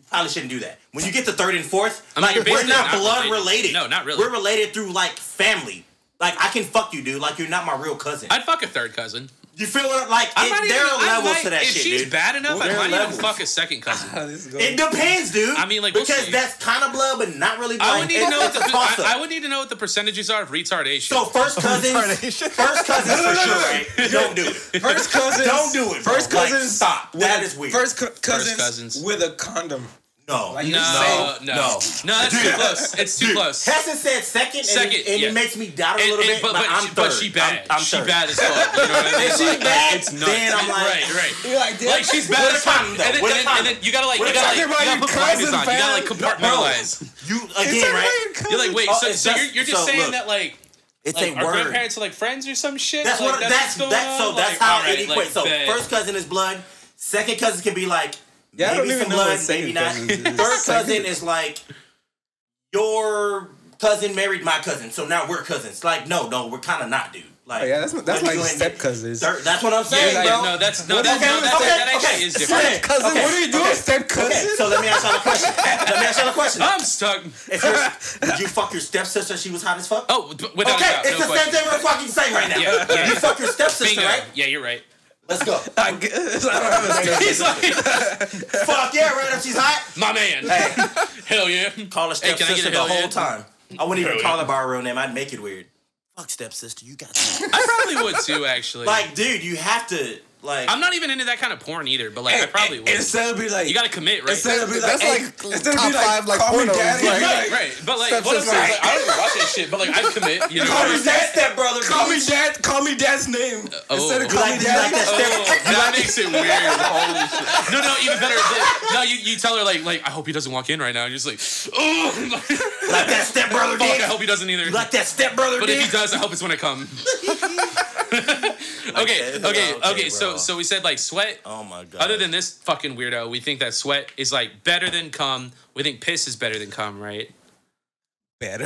[SPEAKER 1] probably shouldn't do that. When you get to third and fourth,
[SPEAKER 2] I mean,
[SPEAKER 1] like
[SPEAKER 2] you're
[SPEAKER 1] we're
[SPEAKER 2] basically
[SPEAKER 1] not,
[SPEAKER 2] not
[SPEAKER 1] blood
[SPEAKER 2] related.
[SPEAKER 1] related.
[SPEAKER 2] No, not really.
[SPEAKER 1] We're related through like family. Like I can fuck you, dude. Like you're not my real cousin.
[SPEAKER 2] I'd fuck a third cousin.
[SPEAKER 1] you feel what? I'm- Like
[SPEAKER 2] I'm
[SPEAKER 1] it,
[SPEAKER 2] not
[SPEAKER 1] there
[SPEAKER 2] even,
[SPEAKER 1] are
[SPEAKER 2] I
[SPEAKER 1] levels
[SPEAKER 2] might-
[SPEAKER 1] to that
[SPEAKER 2] if
[SPEAKER 1] shit,
[SPEAKER 2] she's
[SPEAKER 1] dude.
[SPEAKER 2] bad enough,
[SPEAKER 1] There
[SPEAKER 2] I
[SPEAKER 1] are
[SPEAKER 2] might
[SPEAKER 1] levels.
[SPEAKER 2] even fuck a second cousin.
[SPEAKER 1] It depends, dude.
[SPEAKER 2] I mean, like, we'll
[SPEAKER 1] because
[SPEAKER 2] see.
[SPEAKER 1] that's kind of blood, but not really blood.
[SPEAKER 2] I would need to know what
[SPEAKER 1] It's
[SPEAKER 2] the
[SPEAKER 1] a toss-up.
[SPEAKER 2] I, I would need to know what the percentages are of retardation.
[SPEAKER 1] So first cousins,
[SPEAKER 4] Retardation.
[SPEAKER 1] first cousins for sure, right? Don't do it.
[SPEAKER 3] First cousins.
[SPEAKER 1] Don't do it, bro.
[SPEAKER 3] First
[SPEAKER 1] Like,
[SPEAKER 3] cousins.
[SPEAKER 1] stop.
[SPEAKER 3] with
[SPEAKER 1] That
[SPEAKER 3] a-
[SPEAKER 1] is weird.
[SPEAKER 3] First, co- cousins
[SPEAKER 2] cousins.
[SPEAKER 3] with a condom.
[SPEAKER 1] No,
[SPEAKER 3] Like, you
[SPEAKER 2] no,
[SPEAKER 3] say-
[SPEAKER 2] no, no, that's too close. It's too close.
[SPEAKER 1] Hessen said second, and,
[SPEAKER 2] Second,
[SPEAKER 1] it, and
[SPEAKER 2] yeah.
[SPEAKER 1] it makes me doubt a
[SPEAKER 2] And-
[SPEAKER 1] little bit,
[SPEAKER 2] and-
[SPEAKER 1] but,
[SPEAKER 2] but
[SPEAKER 1] I'm
[SPEAKER 2] she,
[SPEAKER 1] third.
[SPEAKER 2] but she bad.
[SPEAKER 1] I'm, I'm
[SPEAKER 2] she
[SPEAKER 1] third.
[SPEAKER 2] bad as fuck. You know what I mean?
[SPEAKER 1] If she
[SPEAKER 2] Like,
[SPEAKER 1] bad,
[SPEAKER 2] it's nuts.
[SPEAKER 1] then I'm like,
[SPEAKER 2] right, right.
[SPEAKER 3] You're like, damn.
[SPEAKER 2] Like she's bad
[SPEAKER 1] With a
[SPEAKER 2] as fuck.
[SPEAKER 1] condom,
[SPEAKER 2] And
[SPEAKER 1] though.
[SPEAKER 2] then, and,
[SPEAKER 1] With a
[SPEAKER 2] then,
[SPEAKER 1] condom.
[SPEAKER 2] and then you gotta like, you
[SPEAKER 1] With a
[SPEAKER 2] gotta like, you
[SPEAKER 1] condom.
[SPEAKER 2] gotta put blinders
[SPEAKER 3] Everybody
[SPEAKER 2] on. You
[SPEAKER 3] cousin,
[SPEAKER 2] gotta like
[SPEAKER 3] fam.
[SPEAKER 2] compartmentalize.
[SPEAKER 1] You
[SPEAKER 3] It's
[SPEAKER 1] again,
[SPEAKER 3] a
[SPEAKER 1] right?
[SPEAKER 3] fucking
[SPEAKER 2] You're like, wait,
[SPEAKER 1] Oh,
[SPEAKER 2] so,
[SPEAKER 1] it's
[SPEAKER 2] so
[SPEAKER 1] just-
[SPEAKER 2] you're, you're just
[SPEAKER 1] so,
[SPEAKER 2] saying
[SPEAKER 1] look.
[SPEAKER 2] that like,
[SPEAKER 1] It's a
[SPEAKER 2] like our
[SPEAKER 1] word.
[SPEAKER 2] grandparents are like friends or some shit.
[SPEAKER 1] That's
[SPEAKER 2] like,
[SPEAKER 1] what. That's
[SPEAKER 2] That's, what's
[SPEAKER 1] that's so.
[SPEAKER 2] going
[SPEAKER 1] That's
[SPEAKER 2] on?
[SPEAKER 1] how
[SPEAKER 2] Like,
[SPEAKER 1] it
[SPEAKER 2] alright, like,
[SPEAKER 1] equates. So
[SPEAKER 2] bet.
[SPEAKER 1] first cousin is blood. Second cousin can be like
[SPEAKER 3] Yeah, I don't
[SPEAKER 1] maybe some
[SPEAKER 3] even know what
[SPEAKER 1] blood,
[SPEAKER 3] second
[SPEAKER 1] maybe not.
[SPEAKER 3] cousin is.
[SPEAKER 1] Third cousin
[SPEAKER 3] Second-
[SPEAKER 1] is like your cousin married my cousin, so now we're cousins. Like no, no, we're kind of not, dude. Like
[SPEAKER 3] Oh, yeah, that's- that's
[SPEAKER 1] what you
[SPEAKER 3] like
[SPEAKER 1] doing?
[SPEAKER 3] step cousins.
[SPEAKER 1] Third, that's what I'm saying,
[SPEAKER 2] Yeah, yeah,
[SPEAKER 1] bro.
[SPEAKER 2] no, that's no,
[SPEAKER 1] Okay,
[SPEAKER 2] that's no, that's
[SPEAKER 1] okay,
[SPEAKER 2] that actually
[SPEAKER 1] okay.
[SPEAKER 2] is different.
[SPEAKER 4] cousin,
[SPEAKER 1] Okay.
[SPEAKER 3] What are you doing,
[SPEAKER 1] Okay.
[SPEAKER 3] step
[SPEAKER 1] Okay,
[SPEAKER 3] cousin?
[SPEAKER 1] so let me ask y'all a question. let me ask y'all a question.
[SPEAKER 2] I'm stuck.
[SPEAKER 1] If you're, would you fuck your stepsister? She was hot as fuck.
[SPEAKER 2] Oh, b- without
[SPEAKER 1] okay,
[SPEAKER 2] a doubt,
[SPEAKER 1] it's
[SPEAKER 2] no
[SPEAKER 1] the same
[SPEAKER 2] question.
[SPEAKER 1] thing we're fucking saying right now.
[SPEAKER 2] Yeah, yeah.
[SPEAKER 1] You fuck your stepsister,
[SPEAKER 2] Bingo.
[SPEAKER 1] right?
[SPEAKER 2] Yeah, you're right.
[SPEAKER 1] Let's go.
[SPEAKER 3] I guess I don't have a step.
[SPEAKER 2] He's like,
[SPEAKER 1] fuck yeah, right? If she's hot,
[SPEAKER 2] my man. Hell yeah.
[SPEAKER 1] call her
[SPEAKER 2] Hey, can I get a
[SPEAKER 1] stepsister the
[SPEAKER 2] hell
[SPEAKER 1] whole
[SPEAKER 2] yeah?
[SPEAKER 1] time. I wouldn't even
[SPEAKER 2] Hell
[SPEAKER 1] call her by her real name. I'd make it weird. Fuck stepsister, you got that.
[SPEAKER 2] I probably would too, actually.
[SPEAKER 1] like, dude, you have to like.
[SPEAKER 2] I'm not even into that kind of porn either, but like I probably would.
[SPEAKER 3] Instead of be like,
[SPEAKER 2] You gotta commit, right?
[SPEAKER 3] instead of be like,
[SPEAKER 4] That's
[SPEAKER 3] hey,
[SPEAKER 4] like
[SPEAKER 3] instead of be
[SPEAKER 4] top
[SPEAKER 3] like,
[SPEAKER 4] five, like,
[SPEAKER 3] call me
[SPEAKER 4] pornos,
[SPEAKER 3] daddy.
[SPEAKER 4] like-
[SPEAKER 2] right, right. But like, what I'm
[SPEAKER 4] Stepsister's
[SPEAKER 2] saying is, like, I don't even watch that shit, but like, I commit. You know.
[SPEAKER 1] Call me
[SPEAKER 2] what
[SPEAKER 1] that step brother.
[SPEAKER 3] Call me dad. Call me dad's name. Instead
[SPEAKER 2] oh.
[SPEAKER 3] of call
[SPEAKER 1] Uh, Like,
[SPEAKER 3] me
[SPEAKER 1] you like
[SPEAKER 3] daddy.
[SPEAKER 1] that step?
[SPEAKER 2] Oh, that makes it weird. Holy shit. No, no, even better. the- No, you, you tell her like like I hope he doesn't walk in right now. And you're just like, oh, fuck.
[SPEAKER 1] Like that step brother dick?
[SPEAKER 2] I hope he doesn't either.
[SPEAKER 1] You like that step brother
[SPEAKER 2] But
[SPEAKER 1] dick?
[SPEAKER 2] if he does, I hope it's when I come. okay,
[SPEAKER 1] that.
[SPEAKER 2] okay,
[SPEAKER 1] Okay,
[SPEAKER 2] okay. So
[SPEAKER 1] bro.
[SPEAKER 2] so we said like sweat.
[SPEAKER 1] Oh my god.
[SPEAKER 2] Other than this fucking weirdo, we think that sweat is like better than cum. We think piss is better than cum, right?
[SPEAKER 3] Better.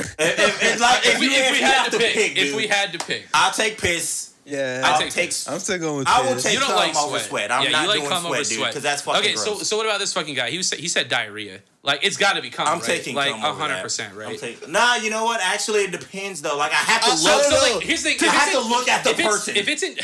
[SPEAKER 1] if, if, if, like, if,
[SPEAKER 2] If we,
[SPEAKER 1] you
[SPEAKER 2] if we had to pick,
[SPEAKER 1] dude,
[SPEAKER 2] if we had to pick,
[SPEAKER 1] I'll take piss.
[SPEAKER 3] Yeah.
[SPEAKER 2] I
[SPEAKER 1] I'll
[SPEAKER 2] take
[SPEAKER 1] take.
[SPEAKER 2] this.
[SPEAKER 3] I'm still going with
[SPEAKER 1] I will
[SPEAKER 3] Tiz.
[SPEAKER 1] take-
[SPEAKER 2] You don't
[SPEAKER 1] cum
[SPEAKER 2] like
[SPEAKER 1] over
[SPEAKER 2] sweat.
[SPEAKER 1] sweat. I'm
[SPEAKER 2] yeah,
[SPEAKER 1] not
[SPEAKER 2] you like
[SPEAKER 1] doing
[SPEAKER 2] cum
[SPEAKER 1] sweat,
[SPEAKER 2] over
[SPEAKER 1] dude,
[SPEAKER 2] sweat
[SPEAKER 1] 'cause that's fucking
[SPEAKER 2] Okay, so
[SPEAKER 1] gross.
[SPEAKER 2] so what about this fucking guy? He was he said diarrhea. Like it's got to be cum.
[SPEAKER 1] I'm
[SPEAKER 2] right?
[SPEAKER 1] taking
[SPEAKER 2] like
[SPEAKER 1] cum over
[SPEAKER 2] hundred
[SPEAKER 1] that.
[SPEAKER 2] percent, right?
[SPEAKER 1] I'm taking. Nah, you know what? Actually, it depends though. Like I have to
[SPEAKER 3] Uh,
[SPEAKER 1] look.
[SPEAKER 3] no,
[SPEAKER 2] so
[SPEAKER 3] no,
[SPEAKER 2] like here's the thing.
[SPEAKER 1] I
[SPEAKER 2] if it's
[SPEAKER 1] have to
[SPEAKER 2] in-
[SPEAKER 1] look at the
[SPEAKER 2] if it's-
[SPEAKER 1] person.
[SPEAKER 2] If it's in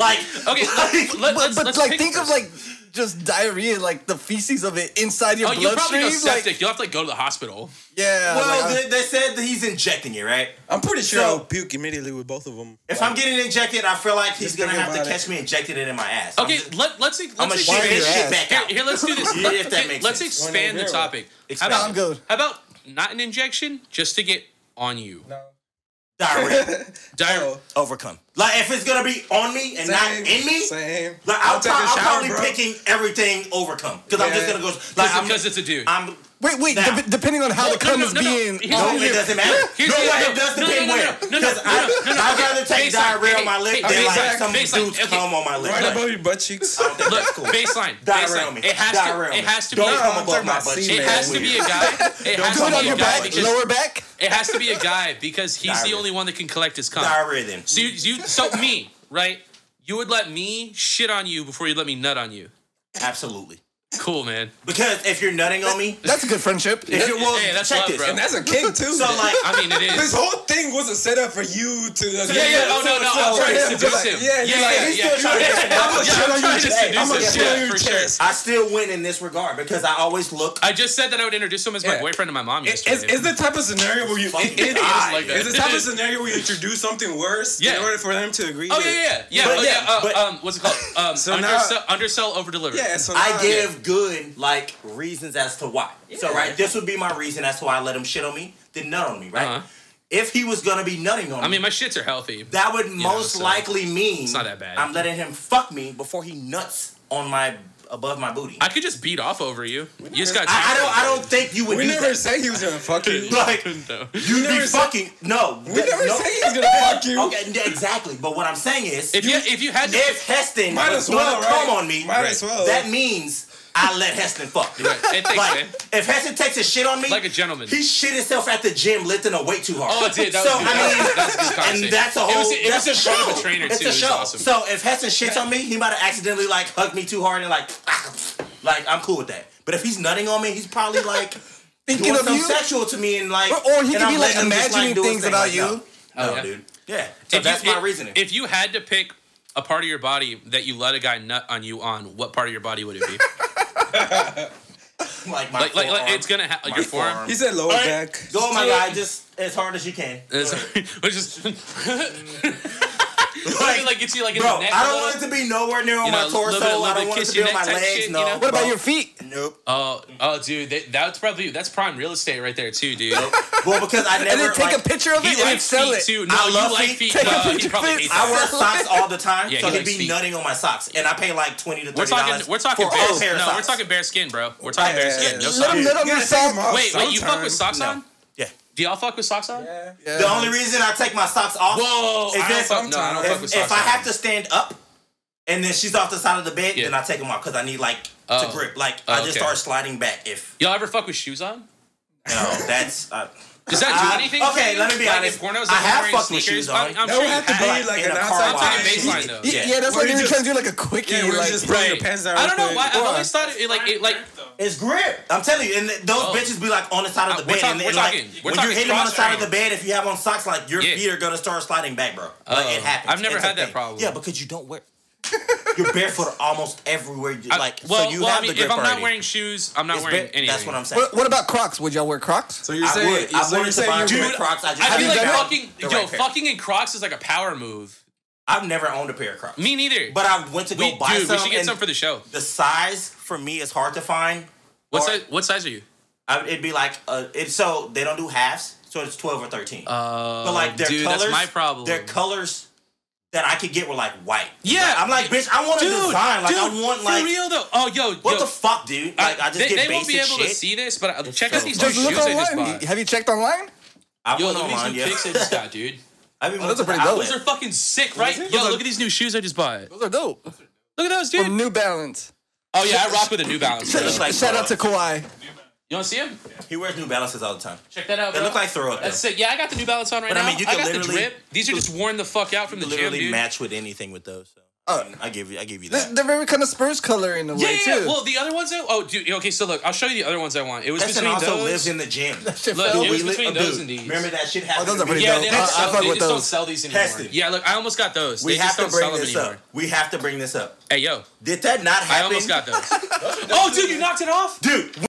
[SPEAKER 1] Like
[SPEAKER 2] okay, let, let,
[SPEAKER 4] But,
[SPEAKER 2] let's,
[SPEAKER 4] but
[SPEAKER 2] let's
[SPEAKER 4] like,
[SPEAKER 2] pick
[SPEAKER 4] think of
[SPEAKER 2] first.
[SPEAKER 4] like just diarrhea, like the feces of it inside your
[SPEAKER 2] Oh, you'll probably go
[SPEAKER 4] bloodstream.
[SPEAKER 2] septic.
[SPEAKER 4] Like,
[SPEAKER 2] you'll have to like go to the hospital.
[SPEAKER 4] yeah.
[SPEAKER 1] well,
[SPEAKER 4] like, I-
[SPEAKER 1] they, they said that he's injecting it, right?
[SPEAKER 3] I'm pretty sure
[SPEAKER 1] So-
[SPEAKER 3] I'll puke immediately with both of them.
[SPEAKER 1] If I'm getting injected, I feel like he's
[SPEAKER 3] Just
[SPEAKER 1] gonna
[SPEAKER 3] think
[SPEAKER 1] have to
[SPEAKER 3] about it.
[SPEAKER 1] catch me injecting it in my ass.
[SPEAKER 2] Okay, let, let's let's
[SPEAKER 1] I'm gonna shit
[SPEAKER 2] expand-
[SPEAKER 4] shit
[SPEAKER 1] this
[SPEAKER 4] your
[SPEAKER 1] shit
[SPEAKER 4] ass.
[SPEAKER 1] back
[SPEAKER 2] here,
[SPEAKER 1] out.
[SPEAKER 2] here, let's do this.
[SPEAKER 1] Yeah, if that
[SPEAKER 2] Okay,
[SPEAKER 1] makes
[SPEAKER 2] let's
[SPEAKER 1] sense.
[SPEAKER 2] expand the
[SPEAKER 3] Well, no,
[SPEAKER 2] topic.
[SPEAKER 1] Expand.
[SPEAKER 4] I'm good.
[SPEAKER 2] How about not an injection, just to get on you?
[SPEAKER 3] No.
[SPEAKER 1] Diarrhea.
[SPEAKER 2] Diarrhea.
[SPEAKER 1] Overcome. Like if it's gonna be on me and not in me,
[SPEAKER 3] Same.
[SPEAKER 1] like I'm,
[SPEAKER 3] take a
[SPEAKER 1] pro- I'm
[SPEAKER 3] shower,
[SPEAKER 1] probably
[SPEAKER 3] bro.
[SPEAKER 1] picking everything overcome because I'm just
[SPEAKER 3] Yeah.
[SPEAKER 1] gonna go like I'm
[SPEAKER 2] Because it's a dude.
[SPEAKER 1] I'm
[SPEAKER 4] wait, wait.
[SPEAKER 1] Now.
[SPEAKER 4] dep- depending on how
[SPEAKER 2] No,
[SPEAKER 4] the
[SPEAKER 2] no,
[SPEAKER 4] cum
[SPEAKER 2] no,
[SPEAKER 4] is
[SPEAKER 2] no, no.
[SPEAKER 4] being.
[SPEAKER 2] Here's
[SPEAKER 1] no,
[SPEAKER 2] the-
[SPEAKER 1] it doesn't matter.
[SPEAKER 2] Here's
[SPEAKER 1] no,
[SPEAKER 2] the-
[SPEAKER 1] way,
[SPEAKER 2] no,
[SPEAKER 1] it does
[SPEAKER 2] no, no,
[SPEAKER 1] depend
[SPEAKER 2] no, no,
[SPEAKER 1] where.
[SPEAKER 2] no, no, no,
[SPEAKER 1] Because
[SPEAKER 2] no,
[SPEAKER 1] I-
[SPEAKER 2] no, no, no,
[SPEAKER 1] I'd
[SPEAKER 2] okay.
[SPEAKER 1] rather take
[SPEAKER 2] Baseline.
[SPEAKER 1] diarrhea on my
[SPEAKER 2] Hey,
[SPEAKER 1] lip
[SPEAKER 2] hey,
[SPEAKER 1] than like
[SPEAKER 2] baseline,
[SPEAKER 1] some
[SPEAKER 2] baseline.
[SPEAKER 1] dude's
[SPEAKER 2] Okay.
[SPEAKER 1] cum on my lip.
[SPEAKER 3] Right
[SPEAKER 1] Like,
[SPEAKER 3] above your butt cheeks.
[SPEAKER 1] I don't think
[SPEAKER 2] Look,
[SPEAKER 1] that's cool.
[SPEAKER 2] baseline.
[SPEAKER 1] Diarrhea on
[SPEAKER 2] baseline.
[SPEAKER 1] me.
[SPEAKER 2] It has
[SPEAKER 1] Diarrhea on
[SPEAKER 2] to.
[SPEAKER 1] me.
[SPEAKER 2] It has to be.
[SPEAKER 1] Don't come
[SPEAKER 2] It
[SPEAKER 1] above my
[SPEAKER 3] about
[SPEAKER 1] butt.
[SPEAKER 3] semen.
[SPEAKER 1] cheek.
[SPEAKER 2] has to be a guy. It has
[SPEAKER 4] Good
[SPEAKER 2] to
[SPEAKER 4] on
[SPEAKER 2] be
[SPEAKER 4] your
[SPEAKER 2] a guy
[SPEAKER 4] back,
[SPEAKER 2] because
[SPEAKER 4] lower back.
[SPEAKER 2] it has to be a guy because he's the
[SPEAKER 1] Diarrhea.
[SPEAKER 2] only one that can collect his cum.
[SPEAKER 1] Diarrhea then.
[SPEAKER 2] So you, you so me right? You would let me shit on you before you let me nut on you.
[SPEAKER 1] Absolutely.
[SPEAKER 2] Cool, man.
[SPEAKER 1] Because if you're nutting on me,
[SPEAKER 4] That's a good friendship.
[SPEAKER 1] if you're well,
[SPEAKER 2] Hey, that's
[SPEAKER 1] check
[SPEAKER 2] love,
[SPEAKER 1] this.
[SPEAKER 2] bro.
[SPEAKER 3] And that's a king too.
[SPEAKER 1] So like,
[SPEAKER 2] I mean, it is.
[SPEAKER 3] this whole thing wasn't set up for you to.
[SPEAKER 2] Yeah,
[SPEAKER 3] Yeah,
[SPEAKER 2] yeah. Oh no, no. I'm trying to
[SPEAKER 3] Right, yeah,
[SPEAKER 2] seduce
[SPEAKER 3] like,
[SPEAKER 2] him. Yeah,
[SPEAKER 3] Yeah, he's
[SPEAKER 2] yeah,
[SPEAKER 3] like,
[SPEAKER 2] yeah.
[SPEAKER 3] he's
[SPEAKER 2] yeah.
[SPEAKER 3] still trying to- I'm gonna
[SPEAKER 2] Yeah,
[SPEAKER 3] shit
[SPEAKER 2] I'm trying
[SPEAKER 3] on your
[SPEAKER 2] to
[SPEAKER 3] chest.
[SPEAKER 2] seduce
[SPEAKER 3] I'm gonna
[SPEAKER 2] him.
[SPEAKER 3] shit on
[SPEAKER 2] Yeah,
[SPEAKER 3] your
[SPEAKER 2] for sure.
[SPEAKER 3] chest.
[SPEAKER 1] I still win in this regard because I always look.
[SPEAKER 2] I just said that I would introduce him as my
[SPEAKER 3] Yeah.
[SPEAKER 2] boyfriend to my mom
[SPEAKER 3] It's,
[SPEAKER 2] yesterday.
[SPEAKER 3] it's the type of scenario where you.
[SPEAKER 1] Fucking
[SPEAKER 3] It, it,
[SPEAKER 1] die.
[SPEAKER 2] Ah, like that.
[SPEAKER 3] it's the type of scenario where you introduce something worse
[SPEAKER 2] Yeah.
[SPEAKER 3] in order for them to agree.
[SPEAKER 2] Oh
[SPEAKER 3] to-
[SPEAKER 2] yeah, yeah, yeah.
[SPEAKER 1] But
[SPEAKER 2] oh,
[SPEAKER 1] yeah,
[SPEAKER 2] yeah. uh,
[SPEAKER 1] but-
[SPEAKER 2] um, what's it called? Um,
[SPEAKER 3] So now-
[SPEAKER 2] undersell, undersell, over deliver.
[SPEAKER 3] Yeah, so now-
[SPEAKER 1] I give good like reasons as to why. So right, this would be my reason as to why I let him shit on me, then nut on me, right?
[SPEAKER 2] Uh-huh.
[SPEAKER 1] If he was gonna be nutting on
[SPEAKER 2] I mean,
[SPEAKER 1] me,
[SPEAKER 2] my shits are healthy.
[SPEAKER 1] that would most
[SPEAKER 2] so
[SPEAKER 1] likely mean
[SPEAKER 2] it's not that bad.
[SPEAKER 1] I'm letting him fuck me before he nuts on my above my booty. I,
[SPEAKER 2] I could just beat off over you. You just got.
[SPEAKER 1] I don't. I don't think you would
[SPEAKER 3] We
[SPEAKER 1] do
[SPEAKER 3] never
[SPEAKER 1] that.
[SPEAKER 3] said he was gonna fuck you.
[SPEAKER 1] Like
[SPEAKER 2] don't.
[SPEAKER 1] you'd be
[SPEAKER 3] never said-
[SPEAKER 1] fucking no.
[SPEAKER 3] We never
[SPEAKER 1] no,
[SPEAKER 3] said he was gonna fuck you.
[SPEAKER 1] Okay, yeah, exactly. But what I'm saying is,
[SPEAKER 2] If you if you had to,
[SPEAKER 1] if Heston
[SPEAKER 3] Might
[SPEAKER 1] was
[SPEAKER 3] as well,
[SPEAKER 1] gonna
[SPEAKER 3] right?
[SPEAKER 1] come on me,
[SPEAKER 3] Might as well.
[SPEAKER 1] that means I let Heston fuck. dude.
[SPEAKER 2] Right. It takes,
[SPEAKER 1] like,
[SPEAKER 2] man.
[SPEAKER 1] if Heston takes a shit on me,
[SPEAKER 2] Like a gentleman.
[SPEAKER 1] he shit himself at the gym lifting a weight too hard.
[SPEAKER 2] oh, it did. That
[SPEAKER 1] so
[SPEAKER 2] was good.
[SPEAKER 1] I mean,
[SPEAKER 2] that was, that was a good conversation.
[SPEAKER 1] and that's a whole.
[SPEAKER 2] It was, it
[SPEAKER 1] that's
[SPEAKER 2] was in
[SPEAKER 1] a
[SPEAKER 2] front
[SPEAKER 1] show.
[SPEAKER 2] of a trainer
[SPEAKER 1] it's
[SPEAKER 2] too.
[SPEAKER 1] A show.
[SPEAKER 2] It was awesome.
[SPEAKER 1] So if Heston shits on me, he might have accidentally like hugged me too hard and like, like I'm cool with that. But if he's nutting on me, he's probably like
[SPEAKER 4] Thinking
[SPEAKER 1] doing
[SPEAKER 4] of
[SPEAKER 1] something
[SPEAKER 4] you?
[SPEAKER 1] sexual to me and like,
[SPEAKER 4] Or- or
[SPEAKER 1] and
[SPEAKER 4] he could
[SPEAKER 1] I'm
[SPEAKER 4] be, like,
[SPEAKER 1] letting him just,
[SPEAKER 4] imagining
[SPEAKER 1] do his
[SPEAKER 4] things
[SPEAKER 1] thing.
[SPEAKER 4] about
[SPEAKER 1] Like,
[SPEAKER 4] you.
[SPEAKER 1] No,
[SPEAKER 2] Oh,
[SPEAKER 1] no
[SPEAKER 2] yeah.
[SPEAKER 1] dude. Yeah. So
[SPEAKER 2] If
[SPEAKER 1] that's
[SPEAKER 2] you,
[SPEAKER 1] my
[SPEAKER 2] if-
[SPEAKER 1] reasoning.
[SPEAKER 2] If you had to pick a part of your body that you let a guy nut on you on, what part of your body would it be?
[SPEAKER 1] like my
[SPEAKER 2] like, like, like
[SPEAKER 1] forearm.
[SPEAKER 2] it's gonna ha-
[SPEAKER 1] My
[SPEAKER 2] your forearm.
[SPEAKER 1] forearm.
[SPEAKER 3] He said lower
[SPEAKER 1] All right,
[SPEAKER 3] back.
[SPEAKER 1] Go, my guy. Just as hard as you can.
[SPEAKER 2] It's, which is like, like gets you like in
[SPEAKER 1] Mm. Bro,
[SPEAKER 2] the neck.
[SPEAKER 1] I
[SPEAKER 2] a
[SPEAKER 1] don't
[SPEAKER 2] little.
[SPEAKER 1] want it to be nowhere near on
[SPEAKER 2] You know,
[SPEAKER 1] my
[SPEAKER 2] a little
[SPEAKER 1] torso.
[SPEAKER 2] bit- a
[SPEAKER 1] I
[SPEAKER 2] little
[SPEAKER 1] don't
[SPEAKER 2] bit
[SPEAKER 1] want it to
[SPEAKER 2] kiss
[SPEAKER 1] be
[SPEAKER 2] your
[SPEAKER 1] on my
[SPEAKER 2] neck type
[SPEAKER 1] legs.
[SPEAKER 2] shit,
[SPEAKER 1] no.
[SPEAKER 2] you know?
[SPEAKER 4] What about your feet?
[SPEAKER 1] Nope.
[SPEAKER 2] Oh, oh, dude, that, that's probably that's prime real estate right there too, dude.
[SPEAKER 1] well, because I never
[SPEAKER 4] And then take
[SPEAKER 1] like,
[SPEAKER 4] a picture of
[SPEAKER 2] He
[SPEAKER 4] it and then
[SPEAKER 2] likes
[SPEAKER 4] sell
[SPEAKER 2] feet
[SPEAKER 4] it.
[SPEAKER 2] too. No,
[SPEAKER 1] I
[SPEAKER 2] you
[SPEAKER 1] love
[SPEAKER 2] like
[SPEAKER 1] feet.
[SPEAKER 2] feet.
[SPEAKER 4] Take a
[SPEAKER 2] Uh, he
[SPEAKER 4] picture
[SPEAKER 2] probably
[SPEAKER 4] of
[SPEAKER 2] hates
[SPEAKER 4] it.
[SPEAKER 2] that.
[SPEAKER 1] I wear socks all the time,
[SPEAKER 2] Yeah,
[SPEAKER 1] so
[SPEAKER 2] he
[SPEAKER 1] he'd
[SPEAKER 2] likes
[SPEAKER 1] be
[SPEAKER 2] feet.
[SPEAKER 1] nutting on my socks, and I pay like twenty to thirty
[SPEAKER 2] We're talking.
[SPEAKER 1] dollars
[SPEAKER 2] We're talking
[SPEAKER 1] for
[SPEAKER 2] bare.
[SPEAKER 1] a pair of
[SPEAKER 2] No,
[SPEAKER 1] socks.
[SPEAKER 2] we're talking bare skin, bro. We're talking
[SPEAKER 1] Yeah,
[SPEAKER 2] bare skin. No
[SPEAKER 1] yeah,
[SPEAKER 4] Let
[SPEAKER 2] socks.
[SPEAKER 4] him
[SPEAKER 1] Dude,
[SPEAKER 4] let
[SPEAKER 3] You gotta take
[SPEAKER 4] him
[SPEAKER 3] him
[SPEAKER 4] yourself.
[SPEAKER 3] off
[SPEAKER 2] Wait, wait. You fuck with
[SPEAKER 3] sometime.
[SPEAKER 2] socks
[SPEAKER 1] No.
[SPEAKER 2] on?
[SPEAKER 1] Yeah.
[SPEAKER 2] Do y'all fuck with socks on?
[SPEAKER 3] Yeah.
[SPEAKER 1] The only reason I take my socks off
[SPEAKER 2] Whoa!
[SPEAKER 1] is
[SPEAKER 2] I don't
[SPEAKER 1] if,
[SPEAKER 2] fuck, no, I don't
[SPEAKER 1] if,
[SPEAKER 2] fuck with socks.
[SPEAKER 1] if I have to stand up, and then she's off the side of the bed,
[SPEAKER 2] Yeah.
[SPEAKER 1] then I take them off because I need like
[SPEAKER 2] Oh.
[SPEAKER 1] to grip. Like
[SPEAKER 2] Oh,
[SPEAKER 1] I just
[SPEAKER 2] okay.
[SPEAKER 1] start sliding back if
[SPEAKER 2] y'all ever fuck with shoes on?
[SPEAKER 1] you know that's. Uh,
[SPEAKER 2] Does that do
[SPEAKER 1] I-
[SPEAKER 2] anything?
[SPEAKER 1] okay,
[SPEAKER 2] for
[SPEAKER 1] let
[SPEAKER 2] you?
[SPEAKER 1] me be
[SPEAKER 2] like
[SPEAKER 1] honest.
[SPEAKER 2] In pornos,
[SPEAKER 1] I
[SPEAKER 2] like,
[SPEAKER 1] have
[SPEAKER 2] wearing
[SPEAKER 1] fucked with
[SPEAKER 2] sneakers?
[SPEAKER 1] shoes on.
[SPEAKER 2] I'm, I'm
[SPEAKER 3] That
[SPEAKER 2] sure
[SPEAKER 3] would
[SPEAKER 2] you
[SPEAKER 3] have to
[SPEAKER 2] have.
[SPEAKER 3] be
[SPEAKER 1] Like,
[SPEAKER 3] like
[SPEAKER 1] in
[SPEAKER 3] an
[SPEAKER 1] a car
[SPEAKER 3] outside
[SPEAKER 1] wash.
[SPEAKER 2] I'm taking baseline though.
[SPEAKER 4] Yeah,
[SPEAKER 1] Yeah.
[SPEAKER 4] yeah, that's
[SPEAKER 3] Or
[SPEAKER 4] like
[SPEAKER 3] you
[SPEAKER 4] every
[SPEAKER 3] just-
[SPEAKER 4] time you like a quickie.
[SPEAKER 3] Yeah, we're
[SPEAKER 4] like,
[SPEAKER 3] just
[SPEAKER 2] Right.
[SPEAKER 3] pulling your pants down.
[SPEAKER 2] I don't know
[SPEAKER 3] real
[SPEAKER 2] why.
[SPEAKER 3] quick.
[SPEAKER 2] I've
[SPEAKER 4] Why?
[SPEAKER 2] always thought it like it like.
[SPEAKER 1] It's grip. I'm telling you, and th- those
[SPEAKER 2] Oh.
[SPEAKER 1] bitches be like on the side of the
[SPEAKER 2] Uh, we're
[SPEAKER 1] bed,
[SPEAKER 2] talk-
[SPEAKER 1] and,
[SPEAKER 2] we're
[SPEAKER 1] and like
[SPEAKER 2] talking- we're
[SPEAKER 1] when you
[SPEAKER 2] talking
[SPEAKER 1] hit them on the side of the
[SPEAKER 2] cross-trained.
[SPEAKER 1] bed, if you have on socks, like your
[SPEAKER 2] Yeah.
[SPEAKER 1] feet are gonna start sliding back, bro. Like it
[SPEAKER 2] Oh.
[SPEAKER 1] happens.
[SPEAKER 2] I've never
[SPEAKER 1] It's a
[SPEAKER 2] had that
[SPEAKER 1] thing.
[SPEAKER 2] problem.
[SPEAKER 1] Yeah, because you don't wear. You're barefoot almost everywhere. You,
[SPEAKER 2] I-
[SPEAKER 1] like
[SPEAKER 2] well,
[SPEAKER 1] so, you
[SPEAKER 2] well,
[SPEAKER 1] have
[SPEAKER 2] I mean,
[SPEAKER 1] the grip
[SPEAKER 2] if I'm
[SPEAKER 1] already.
[SPEAKER 2] not wearing shoes, I'm not
[SPEAKER 1] It's
[SPEAKER 2] wearing
[SPEAKER 1] ba-
[SPEAKER 2] anything.
[SPEAKER 1] That's what I'm saying.
[SPEAKER 4] What, what about Crocs? Would y'all wear Crocs?
[SPEAKER 3] So you're
[SPEAKER 1] I
[SPEAKER 3] saying
[SPEAKER 1] would. I
[SPEAKER 3] so you're
[SPEAKER 1] wanted to
[SPEAKER 3] saying
[SPEAKER 1] buy
[SPEAKER 3] you
[SPEAKER 1] a
[SPEAKER 3] would-
[SPEAKER 1] pair of Crocs. I just
[SPEAKER 2] I
[SPEAKER 1] haven't
[SPEAKER 2] feel like
[SPEAKER 1] found
[SPEAKER 2] fucking
[SPEAKER 1] the
[SPEAKER 2] yo,
[SPEAKER 1] right pair.
[SPEAKER 2] fucking in Crocs is like a power move.
[SPEAKER 1] I've never owned a pair of Crocs.
[SPEAKER 2] Me neither.
[SPEAKER 1] But I went to go
[SPEAKER 2] we,
[SPEAKER 1] buy
[SPEAKER 2] dude,
[SPEAKER 1] some.
[SPEAKER 2] we should get
[SPEAKER 1] and
[SPEAKER 2] some for the show.
[SPEAKER 1] the size for me is hard to find.
[SPEAKER 2] What
[SPEAKER 1] Or-
[SPEAKER 2] size? What size are you?
[SPEAKER 1] I, it'd be like uh, it, so they don't do halves, so it's twelve or thirteen.
[SPEAKER 2] Uh,
[SPEAKER 1] but like their
[SPEAKER 2] dude,
[SPEAKER 1] colors,
[SPEAKER 2] that's my problem.
[SPEAKER 1] Their colors that I could get were like white.
[SPEAKER 2] Yeah.
[SPEAKER 1] I'm like, bitch, I want a
[SPEAKER 2] dude,
[SPEAKER 1] design. Like
[SPEAKER 2] dude,
[SPEAKER 1] I want
[SPEAKER 2] for
[SPEAKER 1] like
[SPEAKER 2] real though. Oh, yo,
[SPEAKER 1] what
[SPEAKER 2] yo,
[SPEAKER 1] the fuck, dude? Like I, just
[SPEAKER 2] they,
[SPEAKER 1] get
[SPEAKER 2] they
[SPEAKER 1] basic
[SPEAKER 2] won't be able
[SPEAKER 1] shit.
[SPEAKER 2] to see this, but uh, check out
[SPEAKER 1] so
[SPEAKER 2] these new
[SPEAKER 1] funny.
[SPEAKER 4] Just
[SPEAKER 2] shoes
[SPEAKER 4] look
[SPEAKER 2] I just
[SPEAKER 4] online.
[SPEAKER 2] bought.
[SPEAKER 4] Have you checked online?
[SPEAKER 1] I
[SPEAKER 2] Yo,
[SPEAKER 1] went
[SPEAKER 2] look at
[SPEAKER 1] online,
[SPEAKER 2] these new
[SPEAKER 1] yeah.
[SPEAKER 2] kicks I just got, dude.
[SPEAKER 1] I mean,
[SPEAKER 4] Oh, those are pretty dope.
[SPEAKER 2] Those are fucking sick, right? Yo, look at these new shoes I just bought. Look
[SPEAKER 4] Those are dope.
[SPEAKER 2] at those,
[SPEAKER 4] From
[SPEAKER 2] dude.
[SPEAKER 4] New Balance.
[SPEAKER 2] Oh yeah, I rock with a New Balance.
[SPEAKER 1] They look like
[SPEAKER 4] Shout out to Kawhi.
[SPEAKER 2] You want to see him?
[SPEAKER 1] He wears New Balances all the time.
[SPEAKER 2] Check that out.
[SPEAKER 1] They
[SPEAKER 2] Bro.
[SPEAKER 1] look like throw up.
[SPEAKER 2] That's sick. Yeah, I got the New Balance on right
[SPEAKER 1] But I
[SPEAKER 2] now. I,
[SPEAKER 1] mean, you can
[SPEAKER 2] got the
[SPEAKER 1] literally-
[SPEAKER 2] drip. These are just worn the fuck out from the gym,
[SPEAKER 1] Literally
[SPEAKER 2] dude.
[SPEAKER 1] match with anything with those. So.
[SPEAKER 4] Oh.
[SPEAKER 1] I, mean, I give you, I give you
[SPEAKER 4] They're,
[SPEAKER 1] that.
[SPEAKER 4] they're very kind of Spurs color in a
[SPEAKER 2] Yeah,
[SPEAKER 4] way
[SPEAKER 2] yeah,
[SPEAKER 4] too.
[SPEAKER 2] yeah. Well, the other ones. That, oh, dude. Okay, so look, I'll show you the other ones I want. It was
[SPEAKER 1] Destin
[SPEAKER 2] between
[SPEAKER 1] also
[SPEAKER 2] those.
[SPEAKER 1] lives in the gym.
[SPEAKER 4] Shit
[SPEAKER 2] look,
[SPEAKER 4] fell.
[SPEAKER 2] it was between
[SPEAKER 1] Dude,
[SPEAKER 2] those and these.
[SPEAKER 1] Remember that shit happened.
[SPEAKER 4] Oh,
[SPEAKER 1] to
[SPEAKER 4] those are
[SPEAKER 1] me.
[SPEAKER 4] pretty
[SPEAKER 2] Yeah,
[SPEAKER 4] dope.
[SPEAKER 2] they,
[SPEAKER 4] I- I
[SPEAKER 2] don't sell,
[SPEAKER 4] fuck
[SPEAKER 2] they
[SPEAKER 4] with
[SPEAKER 2] just don't
[SPEAKER 4] those.
[SPEAKER 2] sell these anymore.
[SPEAKER 1] Tested.
[SPEAKER 2] Yeah, look, I almost got those.
[SPEAKER 1] We
[SPEAKER 2] they
[SPEAKER 1] have
[SPEAKER 2] just
[SPEAKER 1] to
[SPEAKER 2] don't
[SPEAKER 1] bring
[SPEAKER 2] sell them
[SPEAKER 1] this
[SPEAKER 2] anymore.
[SPEAKER 1] up. We have to bring this up.
[SPEAKER 2] Hey, yo,
[SPEAKER 1] Did that not happen?
[SPEAKER 2] I almost got those. oh, dude, you knocked it off.
[SPEAKER 1] dude. w-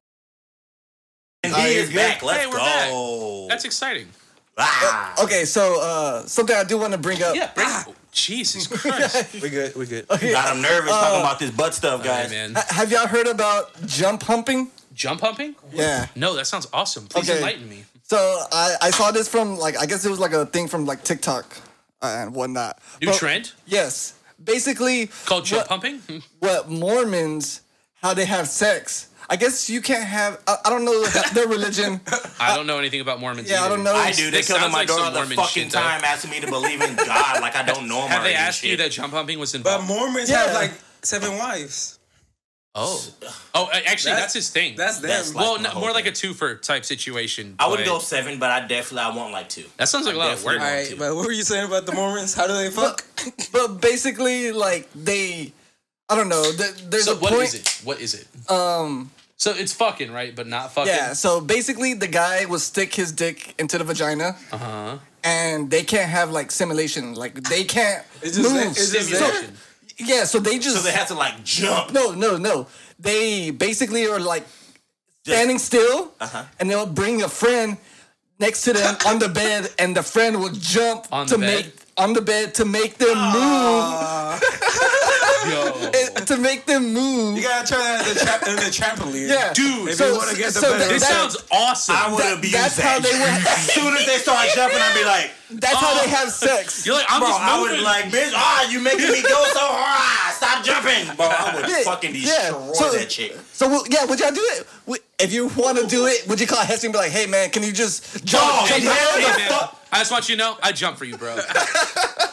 [SPEAKER 1] And
[SPEAKER 4] Oh,
[SPEAKER 1] he is
[SPEAKER 4] he's
[SPEAKER 1] back.
[SPEAKER 4] good.
[SPEAKER 1] Let's
[SPEAKER 2] Hey, we're back.
[SPEAKER 1] go.
[SPEAKER 2] That's exciting.
[SPEAKER 1] ah.
[SPEAKER 4] Oh, okay, so uh, something I do want to bring up.
[SPEAKER 2] Yeah, bring oh, Jesus Christ,
[SPEAKER 3] We good. We good.
[SPEAKER 1] Got him nervous
[SPEAKER 4] Uh,
[SPEAKER 1] talking about this butt stuff, guys.
[SPEAKER 2] Hey, man.
[SPEAKER 4] Ha- Have y'all heard about jump humping?
[SPEAKER 2] Jump humping?
[SPEAKER 4] Yeah.
[SPEAKER 2] No, that sounds awesome. Please
[SPEAKER 4] Okay.
[SPEAKER 2] enlighten me.
[SPEAKER 4] So I, I saw this from like I guess it was like a thing from like TikTok uh, and whatnot.
[SPEAKER 2] New
[SPEAKER 4] But-
[SPEAKER 2] trend
[SPEAKER 4] Yes. Basically,
[SPEAKER 2] called jump
[SPEAKER 4] what,
[SPEAKER 2] humping.
[SPEAKER 4] what Mormons how they have sex. I guess you can't have. I, I don't know their religion.
[SPEAKER 2] I don't know anything about Mormons.
[SPEAKER 4] Yeah, I
[SPEAKER 2] either.
[SPEAKER 4] don't know.
[SPEAKER 1] I do. They
[SPEAKER 2] This
[SPEAKER 1] come to
[SPEAKER 2] sounds
[SPEAKER 1] my
[SPEAKER 2] like
[SPEAKER 1] door
[SPEAKER 2] some
[SPEAKER 1] all the
[SPEAKER 2] Mormon
[SPEAKER 1] fucking
[SPEAKER 2] shit, though.
[SPEAKER 1] time asking me to believe in God like I don't know him.
[SPEAKER 2] Have
[SPEAKER 1] already
[SPEAKER 2] they
[SPEAKER 1] and
[SPEAKER 2] asked you
[SPEAKER 1] shit.
[SPEAKER 2] that jump humping was
[SPEAKER 3] But
[SPEAKER 2] involved?
[SPEAKER 3] Mormons
[SPEAKER 4] Yeah.
[SPEAKER 3] have like seven wives.
[SPEAKER 2] oh, oh, a- actually, that's,
[SPEAKER 3] That's-
[SPEAKER 2] his thing.
[SPEAKER 3] That's them.
[SPEAKER 1] That's like-
[SPEAKER 2] well,
[SPEAKER 1] my
[SPEAKER 2] no,
[SPEAKER 1] whole
[SPEAKER 2] more like a
[SPEAKER 1] thing.
[SPEAKER 2] twofer type situation.
[SPEAKER 1] I would
[SPEAKER 2] but
[SPEAKER 1] go seven, but I definitely I want like two.
[SPEAKER 2] That sounds like a lot of work.
[SPEAKER 1] Definitely.
[SPEAKER 3] All right. But what were you saying about the Mormons? How do they fuck?
[SPEAKER 4] But basically, like they, I don't know. Th- there's
[SPEAKER 2] So
[SPEAKER 4] a
[SPEAKER 2] what
[SPEAKER 4] point.
[SPEAKER 2] is it? What is it? Um. So it's fucking right, but not fucking.
[SPEAKER 4] Yeah. So basically, the guy will stick his dick into the vagina,
[SPEAKER 2] Uh huh.
[SPEAKER 4] and they can't have like simulation. Like they can't
[SPEAKER 3] It's just
[SPEAKER 4] move.
[SPEAKER 3] that- it's just
[SPEAKER 4] So-
[SPEAKER 3] that.
[SPEAKER 4] yeah. So they just
[SPEAKER 1] So they have to like jump.
[SPEAKER 4] no, no, no. They basically are like
[SPEAKER 1] Just-
[SPEAKER 4] standing still,
[SPEAKER 1] Uh-huh.
[SPEAKER 4] and they'll bring a friend next to them on the bed, and the friend will jump
[SPEAKER 2] On the
[SPEAKER 4] to
[SPEAKER 2] bed?
[SPEAKER 4] make on the bed to make them
[SPEAKER 3] Ah.
[SPEAKER 2] Yo.
[SPEAKER 4] move, Eh, to make them move.
[SPEAKER 3] You gotta try that in the, tra- in the trampoline.
[SPEAKER 4] Yeah,
[SPEAKER 2] Dude,
[SPEAKER 3] If
[SPEAKER 4] So-
[SPEAKER 3] you wanna get the
[SPEAKER 4] so
[SPEAKER 3] better.
[SPEAKER 4] that-
[SPEAKER 2] This sounds awesome.
[SPEAKER 1] I would
[SPEAKER 4] That-
[SPEAKER 1] abuse
[SPEAKER 4] that's how
[SPEAKER 1] that.
[SPEAKER 4] they would-
[SPEAKER 1] as soon as they start jumping, I'd be like,
[SPEAKER 4] That's how they
[SPEAKER 2] Oh.
[SPEAKER 4] have sex.
[SPEAKER 2] You're like I'm
[SPEAKER 1] bro,
[SPEAKER 2] just
[SPEAKER 1] I would
[SPEAKER 2] moving.
[SPEAKER 1] like, bitch, ah, you making me go so hard. Stop jumping, bro. I would
[SPEAKER 4] Yeah,
[SPEAKER 1] fucking destroy
[SPEAKER 4] yeah. So-
[SPEAKER 1] that chick.
[SPEAKER 4] So well, yeah, would y'all do it? Would- If you want to do it, would you call Heston and be like, "Hey man, can you just jump?"
[SPEAKER 1] Dog,
[SPEAKER 4] jump
[SPEAKER 1] hell
[SPEAKER 4] out?"
[SPEAKER 1] yeah.
[SPEAKER 2] Hey, man,
[SPEAKER 1] fuck?
[SPEAKER 2] I just want you to know I jump for you, bro.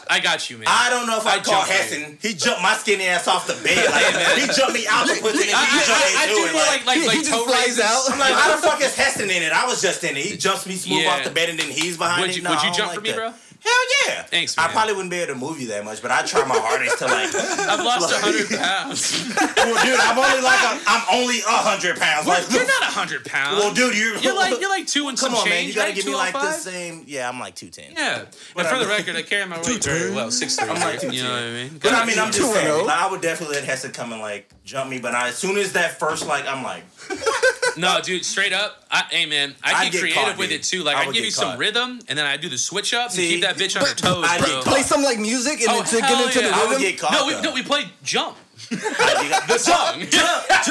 [SPEAKER 2] I got you, man.
[SPEAKER 1] I don't know if I,
[SPEAKER 2] I'd
[SPEAKER 1] call
[SPEAKER 2] jump you.
[SPEAKER 1] Hessen. He jumped my skinny ass off the bed. Like, he jumped me out the pussy and he
[SPEAKER 2] I, I, I, I
[SPEAKER 1] jumped into
[SPEAKER 2] do
[SPEAKER 1] it.
[SPEAKER 2] more
[SPEAKER 1] Like,
[SPEAKER 2] like like,
[SPEAKER 4] He-
[SPEAKER 2] like
[SPEAKER 4] he just
[SPEAKER 2] toe
[SPEAKER 4] flies
[SPEAKER 2] raises.
[SPEAKER 4] out.
[SPEAKER 1] I'm like, how the fuck is Heston in it? I was just in it. He jumps me smooth
[SPEAKER 2] Yeah.
[SPEAKER 1] off the bed and then he's behind
[SPEAKER 2] Would
[SPEAKER 1] it.
[SPEAKER 2] you,
[SPEAKER 1] No,
[SPEAKER 2] would
[SPEAKER 1] I
[SPEAKER 2] you
[SPEAKER 1] don't
[SPEAKER 2] jump
[SPEAKER 1] like
[SPEAKER 2] for me,
[SPEAKER 1] that.
[SPEAKER 2] bro?
[SPEAKER 1] Hell yeah.
[SPEAKER 2] Thanks,
[SPEAKER 1] I
[SPEAKER 2] man.
[SPEAKER 1] probably wouldn't be able to move you that much, but I try my hardest to like.
[SPEAKER 2] I've lost 100 pounds.
[SPEAKER 1] well, dude, I'm only like a, I'm only a hundred pounds. Like,
[SPEAKER 2] You're not 100 pounds.
[SPEAKER 1] well, dude, you're,
[SPEAKER 2] You're like you're like two and some
[SPEAKER 1] come on,
[SPEAKER 2] change.
[SPEAKER 1] man. You gotta
[SPEAKER 2] right?
[SPEAKER 1] give me like the
[SPEAKER 2] 205?
[SPEAKER 1] same. Yeah, I'm like two ten.
[SPEAKER 2] Yeah. And for the record, I carry my weight very well. Six three.
[SPEAKER 1] I'm like
[SPEAKER 2] you know what I mean?
[SPEAKER 1] But I mean, I'm oh. just
[SPEAKER 4] 210.
[SPEAKER 1] saying, like, I would definitely let Heston come and like jump me. But I, as soon as that first like, I'm like,
[SPEAKER 2] no, dude. Straight up, I, hey man, I
[SPEAKER 1] I'd
[SPEAKER 2] get,
[SPEAKER 1] get
[SPEAKER 2] creative
[SPEAKER 1] caught,
[SPEAKER 2] with
[SPEAKER 1] dude.
[SPEAKER 2] it too. Like
[SPEAKER 1] I
[SPEAKER 2] I,
[SPEAKER 1] would
[SPEAKER 2] give
[SPEAKER 1] get
[SPEAKER 2] you
[SPEAKER 1] caught.
[SPEAKER 2] some rhythm, and then I do the switch up and
[SPEAKER 1] See?
[SPEAKER 2] keep that bitch on her toes,
[SPEAKER 1] I'd get
[SPEAKER 2] bro.
[SPEAKER 1] caught.
[SPEAKER 4] Play some like music and
[SPEAKER 2] Oh,
[SPEAKER 4] then to
[SPEAKER 2] hell
[SPEAKER 4] get into
[SPEAKER 2] yeah.
[SPEAKER 4] the
[SPEAKER 2] I
[SPEAKER 1] I
[SPEAKER 4] rhythm.
[SPEAKER 1] would get caught.
[SPEAKER 2] No, we
[SPEAKER 1] though.
[SPEAKER 2] no, we played jump.
[SPEAKER 1] I'd get caught.
[SPEAKER 2] The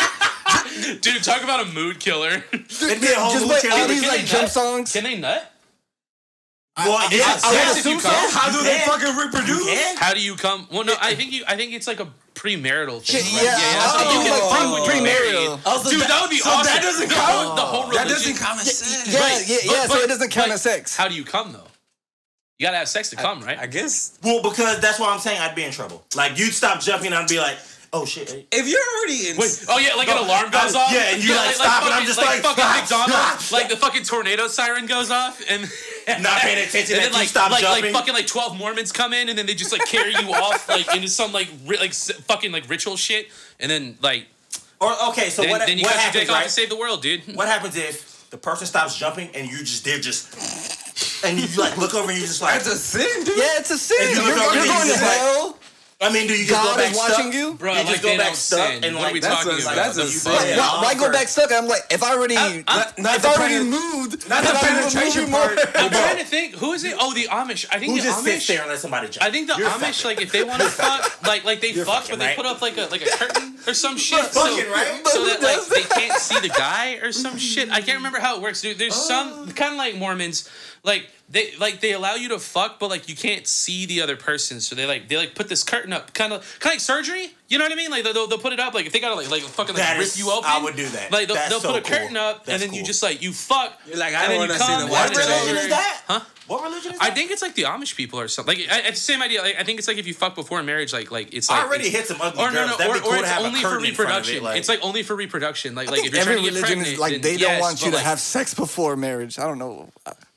[SPEAKER 2] song. Dude, talk about a mood killer.
[SPEAKER 1] It'd be a whole
[SPEAKER 4] just
[SPEAKER 1] new
[SPEAKER 4] play
[SPEAKER 1] channel.
[SPEAKER 4] all these
[SPEAKER 2] Can
[SPEAKER 4] like
[SPEAKER 2] they
[SPEAKER 4] jump
[SPEAKER 2] nut?
[SPEAKER 4] songs.
[SPEAKER 2] Can they nut?
[SPEAKER 1] Well, yeah,
[SPEAKER 2] I would
[SPEAKER 1] yeah,
[SPEAKER 2] assume
[SPEAKER 1] you
[SPEAKER 2] so.
[SPEAKER 1] can.
[SPEAKER 3] How do they
[SPEAKER 1] Yeah.
[SPEAKER 3] fucking reproduce?
[SPEAKER 1] Yeah.
[SPEAKER 2] How do you come? Well, no, I think you. I think it's like a premarital
[SPEAKER 4] Yeah,
[SPEAKER 2] thing.
[SPEAKER 4] yeah,
[SPEAKER 2] right? that's
[SPEAKER 4] I,
[SPEAKER 2] what you
[SPEAKER 4] I
[SPEAKER 2] can
[SPEAKER 4] do
[SPEAKER 2] bring when
[SPEAKER 4] like
[SPEAKER 2] you're
[SPEAKER 4] pre-
[SPEAKER 2] married.
[SPEAKER 4] premarital. Also,
[SPEAKER 2] Dude, that would be
[SPEAKER 3] so
[SPEAKER 2] awesome.
[SPEAKER 3] that doesn't
[SPEAKER 2] the whole-
[SPEAKER 3] count?
[SPEAKER 2] The whole
[SPEAKER 3] That
[SPEAKER 2] religion.
[SPEAKER 3] doesn't count as sex.
[SPEAKER 4] yeah,
[SPEAKER 2] Right.
[SPEAKER 4] yeah, yeah.
[SPEAKER 2] But-
[SPEAKER 4] so
[SPEAKER 2] but-
[SPEAKER 4] it doesn't count
[SPEAKER 2] but
[SPEAKER 4] as sex.
[SPEAKER 2] How do you come though? You gotta have sex to come, right?
[SPEAKER 3] I guess
[SPEAKER 1] Well, because that's why I'm saying I'd be in trouble. Like you'd stop jumping, I'd be like, oh shit.
[SPEAKER 3] if you're already in,
[SPEAKER 2] Wait, oh yeah, like an alarm goes
[SPEAKER 1] I-
[SPEAKER 2] off.
[SPEAKER 1] yeah, and you, like, stop, and I'm
[SPEAKER 2] fucking-
[SPEAKER 1] just like,
[SPEAKER 2] fucking McDonald's, like the fucking tornado siren goes off, and
[SPEAKER 1] Not paying attention that
[SPEAKER 2] And then
[SPEAKER 1] you
[SPEAKER 2] like,
[SPEAKER 1] stop
[SPEAKER 2] like, like
[SPEAKER 1] jumping.
[SPEAKER 2] fucking like twelve Mormons come in, and then they just like carry you off like into some like ri- like s- fucking like ritual shit, and then like
[SPEAKER 1] Or okay, so
[SPEAKER 2] then,
[SPEAKER 1] what,
[SPEAKER 2] then you
[SPEAKER 1] what
[SPEAKER 2] cut your
[SPEAKER 1] happens,
[SPEAKER 2] dick off to
[SPEAKER 1] right?
[SPEAKER 2] save the world, dude.
[SPEAKER 1] What happens if the person stops jumping and you just they're just and you like look over and you just like
[SPEAKER 3] that's a sin, dude.
[SPEAKER 4] yeah, it's a sin.
[SPEAKER 1] If you
[SPEAKER 4] You're,
[SPEAKER 1] look
[SPEAKER 4] you're
[SPEAKER 1] up and you
[SPEAKER 4] going to
[SPEAKER 1] just, like,
[SPEAKER 4] hell.
[SPEAKER 1] I mean, do you just
[SPEAKER 4] God
[SPEAKER 1] go back
[SPEAKER 4] is watching
[SPEAKER 1] stuck?
[SPEAKER 4] you.
[SPEAKER 2] Bro,
[SPEAKER 1] You
[SPEAKER 2] like
[SPEAKER 1] just go
[SPEAKER 2] they
[SPEAKER 1] back
[SPEAKER 2] don't
[SPEAKER 1] stuck
[SPEAKER 2] sin.
[SPEAKER 1] and
[SPEAKER 2] What are
[SPEAKER 1] like
[SPEAKER 2] we
[SPEAKER 3] that's
[SPEAKER 2] talking
[SPEAKER 3] a-
[SPEAKER 2] about?
[SPEAKER 3] that's a
[SPEAKER 1] you
[SPEAKER 3] sin.
[SPEAKER 1] play it
[SPEAKER 4] Why,
[SPEAKER 1] all
[SPEAKER 4] why go
[SPEAKER 1] for-
[SPEAKER 4] back stuck? I'm like, if I already,
[SPEAKER 3] Not, not
[SPEAKER 4] if
[SPEAKER 3] the
[SPEAKER 4] I already
[SPEAKER 3] penet-
[SPEAKER 4] moved,
[SPEAKER 3] not the
[SPEAKER 4] then I will move
[SPEAKER 3] penetration
[SPEAKER 4] you
[SPEAKER 3] part.
[SPEAKER 4] more.
[SPEAKER 2] I'm trying to think. Who is it? Oh, the Amish. I think
[SPEAKER 1] Who
[SPEAKER 2] the
[SPEAKER 1] just sits
[SPEAKER 2] Amish.
[SPEAKER 1] there and let somebody jump?
[SPEAKER 2] I think the
[SPEAKER 1] You're
[SPEAKER 2] Amish,
[SPEAKER 1] fucking-
[SPEAKER 2] like, if they want to fuck, like, like they fuck, but
[SPEAKER 1] fucking
[SPEAKER 2] they
[SPEAKER 1] right.
[SPEAKER 2] put up like a like a curtain or some shit,
[SPEAKER 1] fucking
[SPEAKER 2] so,
[SPEAKER 1] right.
[SPEAKER 2] so that like they can't see the guy or some shit. I can't remember how it works, dude. There's
[SPEAKER 1] Oh.
[SPEAKER 2] some kind of like Mormons, like they like they allow you to fuck, but like you can't see the other person, so they like they like put this curtain up, kind of kind of like surgery. You know what I mean? Like they'll, they'll, they'll put it up, like if they gotta like like fucking like
[SPEAKER 1] That
[SPEAKER 2] rip
[SPEAKER 1] is-
[SPEAKER 2] you open,
[SPEAKER 1] I would do that.
[SPEAKER 2] Like they'll,
[SPEAKER 1] That's
[SPEAKER 2] they'll
[SPEAKER 1] so
[SPEAKER 2] put a curtain
[SPEAKER 1] cool.
[SPEAKER 2] up,
[SPEAKER 1] That's
[SPEAKER 2] and then you
[SPEAKER 1] cool.
[SPEAKER 2] just like you fuck.
[SPEAKER 3] You're like, I
[SPEAKER 2] and
[SPEAKER 3] don't
[SPEAKER 2] then you
[SPEAKER 3] wanna see
[SPEAKER 2] come,
[SPEAKER 3] the
[SPEAKER 2] and
[SPEAKER 3] white
[SPEAKER 2] it's
[SPEAKER 1] What religion
[SPEAKER 2] over.
[SPEAKER 1] is that?
[SPEAKER 2] Huh?
[SPEAKER 1] What religion is that?
[SPEAKER 2] I think it's like the Amish people or something. Like I, it's the same idea. Like, I think it's like if you fuck before marriage, like like it's like
[SPEAKER 1] I already hit
[SPEAKER 2] it's-
[SPEAKER 1] some ugly
[SPEAKER 2] Or no,
[SPEAKER 1] girls.
[SPEAKER 2] no,
[SPEAKER 1] That'd
[SPEAKER 2] or,
[SPEAKER 1] be cool
[SPEAKER 2] or
[SPEAKER 1] to
[SPEAKER 2] it's
[SPEAKER 1] have a
[SPEAKER 2] only for
[SPEAKER 1] curtain in front of
[SPEAKER 2] reproduction.
[SPEAKER 1] it, like-
[SPEAKER 2] it's like only for reproduction. Like,
[SPEAKER 4] I
[SPEAKER 2] like
[SPEAKER 4] think
[SPEAKER 2] if you're
[SPEAKER 4] every
[SPEAKER 2] trying to get
[SPEAKER 4] religion
[SPEAKER 2] pregnant,
[SPEAKER 4] is like
[SPEAKER 2] then
[SPEAKER 4] they
[SPEAKER 2] yes,
[SPEAKER 4] don't want
[SPEAKER 2] but,
[SPEAKER 4] you to
[SPEAKER 2] like,
[SPEAKER 4] have sex before marriage. I don't know.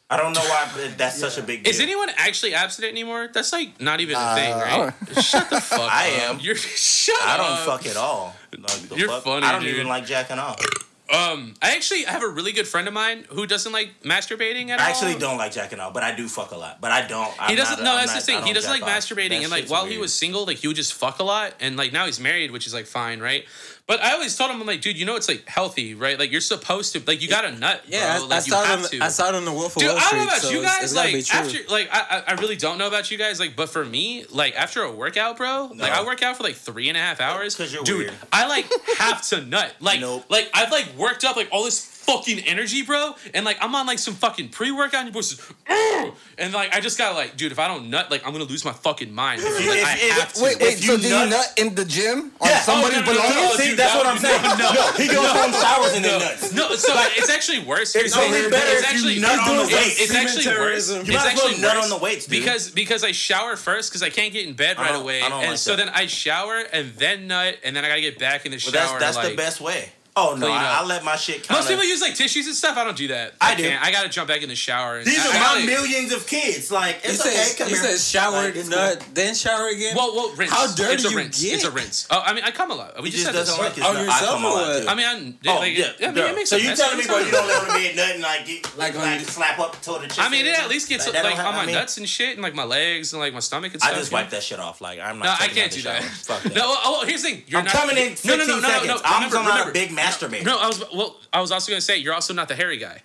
[SPEAKER 1] I don't know why but that's such a big deal.
[SPEAKER 2] Is anyone actually abstinent anymore? That's like not even a
[SPEAKER 4] Uh,
[SPEAKER 2] thing,
[SPEAKER 4] I
[SPEAKER 2] right? Shut the fuck.
[SPEAKER 1] I
[SPEAKER 2] up.
[SPEAKER 1] am.
[SPEAKER 2] You're shut.
[SPEAKER 1] I don't
[SPEAKER 2] up.
[SPEAKER 1] fuck at all. Like, the
[SPEAKER 2] You're
[SPEAKER 1] fuck?
[SPEAKER 2] funny,
[SPEAKER 1] I don't
[SPEAKER 2] dude.
[SPEAKER 1] even like jacking off.
[SPEAKER 2] Um, I actually have a really good friend of mine who doesn't like masturbating at all.
[SPEAKER 1] I actually don't like jacking off, but I do fuck a lot. But I don't. I'm
[SPEAKER 2] He doesn't.
[SPEAKER 1] Not,
[SPEAKER 2] no,
[SPEAKER 1] I'm
[SPEAKER 2] that's
[SPEAKER 1] not-
[SPEAKER 2] the
[SPEAKER 1] I
[SPEAKER 2] thing. He
[SPEAKER 1] don't
[SPEAKER 2] doesn't like
[SPEAKER 1] jack off.
[SPEAKER 2] masturbating,
[SPEAKER 1] That
[SPEAKER 2] and like
[SPEAKER 1] shit's
[SPEAKER 2] while he
[SPEAKER 1] weird.
[SPEAKER 2] was single, like he would just fuck a lot, and like now he's married, which is like fine, right? But I always told him, I'm like, dude, you know it's like healthy, right? Like you're supposed to, like you got a nut,
[SPEAKER 3] Yeah,
[SPEAKER 2] bro.
[SPEAKER 3] I, I
[SPEAKER 2] Like you
[SPEAKER 3] saw it
[SPEAKER 2] have
[SPEAKER 3] on
[SPEAKER 2] to.
[SPEAKER 3] the, I saw it on the Wolf of
[SPEAKER 2] Dude,
[SPEAKER 3] Wall
[SPEAKER 2] I don't
[SPEAKER 3] Street.
[SPEAKER 2] know about
[SPEAKER 3] so
[SPEAKER 2] you
[SPEAKER 3] it's-
[SPEAKER 2] guys.
[SPEAKER 3] it's gotta be
[SPEAKER 2] like
[SPEAKER 3] true.
[SPEAKER 2] after, like I, I I really don't know about you guys. Like, but for me, like after a workout, bro, like
[SPEAKER 1] No.
[SPEAKER 2] I work out for like three and a half hours.
[SPEAKER 1] 'Cause you're
[SPEAKER 2] dude,
[SPEAKER 1] weird.
[SPEAKER 2] I like have to nut. Like,
[SPEAKER 1] Nope.
[SPEAKER 2] like I've like worked up like all this fucking energy, bro, and like I'm on like some fucking pre workout, and your voice is, "Ugh!" and like I just gotta like, dude, if I don't nut, like I'm gonna lose my fucking mind. Like,
[SPEAKER 1] if-
[SPEAKER 2] I
[SPEAKER 1] if-
[SPEAKER 2] have to.
[SPEAKER 4] Wait, wait.
[SPEAKER 1] If
[SPEAKER 4] So
[SPEAKER 1] you
[SPEAKER 4] did you
[SPEAKER 1] nut-
[SPEAKER 4] nut in the gym on
[SPEAKER 1] Yeah.
[SPEAKER 4] somebody's
[SPEAKER 2] Oh, no, no, no, no,
[SPEAKER 4] belongings?
[SPEAKER 2] no,
[SPEAKER 1] See,
[SPEAKER 2] dude,
[SPEAKER 1] that's
[SPEAKER 2] that
[SPEAKER 1] what
[SPEAKER 2] would
[SPEAKER 1] I'm
[SPEAKER 2] be-
[SPEAKER 1] saying.
[SPEAKER 2] no.
[SPEAKER 1] No, he goes home showers and then nuts.
[SPEAKER 2] No, so it's actually worse.
[SPEAKER 1] It's only
[SPEAKER 2] actually-
[SPEAKER 1] better
[SPEAKER 2] it's
[SPEAKER 1] if you
[SPEAKER 2] actually,
[SPEAKER 1] nut on
[SPEAKER 2] no,
[SPEAKER 1] the
[SPEAKER 2] it's-
[SPEAKER 1] weights.
[SPEAKER 2] It's actually
[SPEAKER 3] Human
[SPEAKER 2] worse.
[SPEAKER 3] terrorism.
[SPEAKER 2] It's
[SPEAKER 1] You might as well
[SPEAKER 2] actually
[SPEAKER 1] nut
[SPEAKER 2] worse
[SPEAKER 1] on the weights, dude.
[SPEAKER 2] because because I shower first because I can't get in bed
[SPEAKER 1] I
[SPEAKER 2] right
[SPEAKER 1] don't-
[SPEAKER 2] away,
[SPEAKER 1] I don't
[SPEAKER 2] and
[SPEAKER 1] like
[SPEAKER 2] so
[SPEAKER 1] that.
[SPEAKER 2] then I shower and then nut, and then I gotta get back in the
[SPEAKER 1] But
[SPEAKER 2] shower.
[SPEAKER 1] that's that's
[SPEAKER 2] like,
[SPEAKER 1] the best way. Oh no,
[SPEAKER 2] clean
[SPEAKER 1] I,
[SPEAKER 2] up.
[SPEAKER 1] I let my shit. Kinda,
[SPEAKER 2] Most people use like tissues and stuff. I don't do that.
[SPEAKER 1] I do.
[SPEAKER 2] can't. I gotta jump back in the shower. And
[SPEAKER 1] These
[SPEAKER 2] I,
[SPEAKER 1] are
[SPEAKER 2] I
[SPEAKER 1] my
[SPEAKER 2] gotta-
[SPEAKER 1] millions of kids. Like
[SPEAKER 3] You
[SPEAKER 1] it's
[SPEAKER 3] said,
[SPEAKER 1] okay. Come
[SPEAKER 3] you
[SPEAKER 1] here.
[SPEAKER 3] said shower,
[SPEAKER 1] Like, it's
[SPEAKER 3] nut, then shower again.
[SPEAKER 2] Whoa, whoa, rinse.
[SPEAKER 3] How dirty
[SPEAKER 2] it's a
[SPEAKER 3] you
[SPEAKER 2] rinse.
[SPEAKER 3] get?
[SPEAKER 2] It's a rinse. Oh, I mean, I come a lot.
[SPEAKER 1] He
[SPEAKER 2] We
[SPEAKER 1] just
[SPEAKER 2] just, said
[SPEAKER 1] doesn't
[SPEAKER 2] this.
[SPEAKER 1] like his
[SPEAKER 3] On
[SPEAKER 1] nut. I
[SPEAKER 3] yourself
[SPEAKER 1] come
[SPEAKER 3] or
[SPEAKER 1] a lot,
[SPEAKER 3] what?
[SPEAKER 1] too.
[SPEAKER 2] I mean, I'm,
[SPEAKER 1] Oh
[SPEAKER 2] like,
[SPEAKER 1] yeah,
[SPEAKER 2] I mean,
[SPEAKER 1] duh.
[SPEAKER 2] it makes
[SPEAKER 1] so
[SPEAKER 2] a
[SPEAKER 1] you
[SPEAKER 2] mess
[SPEAKER 1] telling me,
[SPEAKER 2] every
[SPEAKER 1] bro,
[SPEAKER 2] time.
[SPEAKER 1] you don't let him be nothing like get,
[SPEAKER 3] Like
[SPEAKER 1] like,
[SPEAKER 3] on the-
[SPEAKER 1] slap up to the chest.
[SPEAKER 2] I mean,
[SPEAKER 1] and
[SPEAKER 2] it at
[SPEAKER 1] everything?
[SPEAKER 2] least gets
[SPEAKER 1] Like,
[SPEAKER 2] like,
[SPEAKER 1] that don't
[SPEAKER 2] on
[SPEAKER 1] happen
[SPEAKER 2] my
[SPEAKER 1] to me.
[SPEAKER 2] nuts and shit, and like my legs and like my stomach and
[SPEAKER 1] I
[SPEAKER 2] stuff.
[SPEAKER 1] just
[SPEAKER 2] you know?
[SPEAKER 1] wipe that shit off. Like I'm not.
[SPEAKER 2] No, I
[SPEAKER 1] taking out
[SPEAKER 2] can't do
[SPEAKER 1] the shower.
[SPEAKER 2] that.
[SPEAKER 1] Fuck that.
[SPEAKER 2] No, oh, oh, here's the thing. You're
[SPEAKER 1] I'm
[SPEAKER 2] not,
[SPEAKER 1] coming in 15
[SPEAKER 2] no, no, no, no,
[SPEAKER 1] seconds.
[SPEAKER 2] No, no,
[SPEAKER 1] I'm
[SPEAKER 2] remember,
[SPEAKER 1] coming out a
[SPEAKER 2] remember.
[SPEAKER 1] big masturbator.
[SPEAKER 2] No, I was well. I was also gonna say you're also not the hairy guy.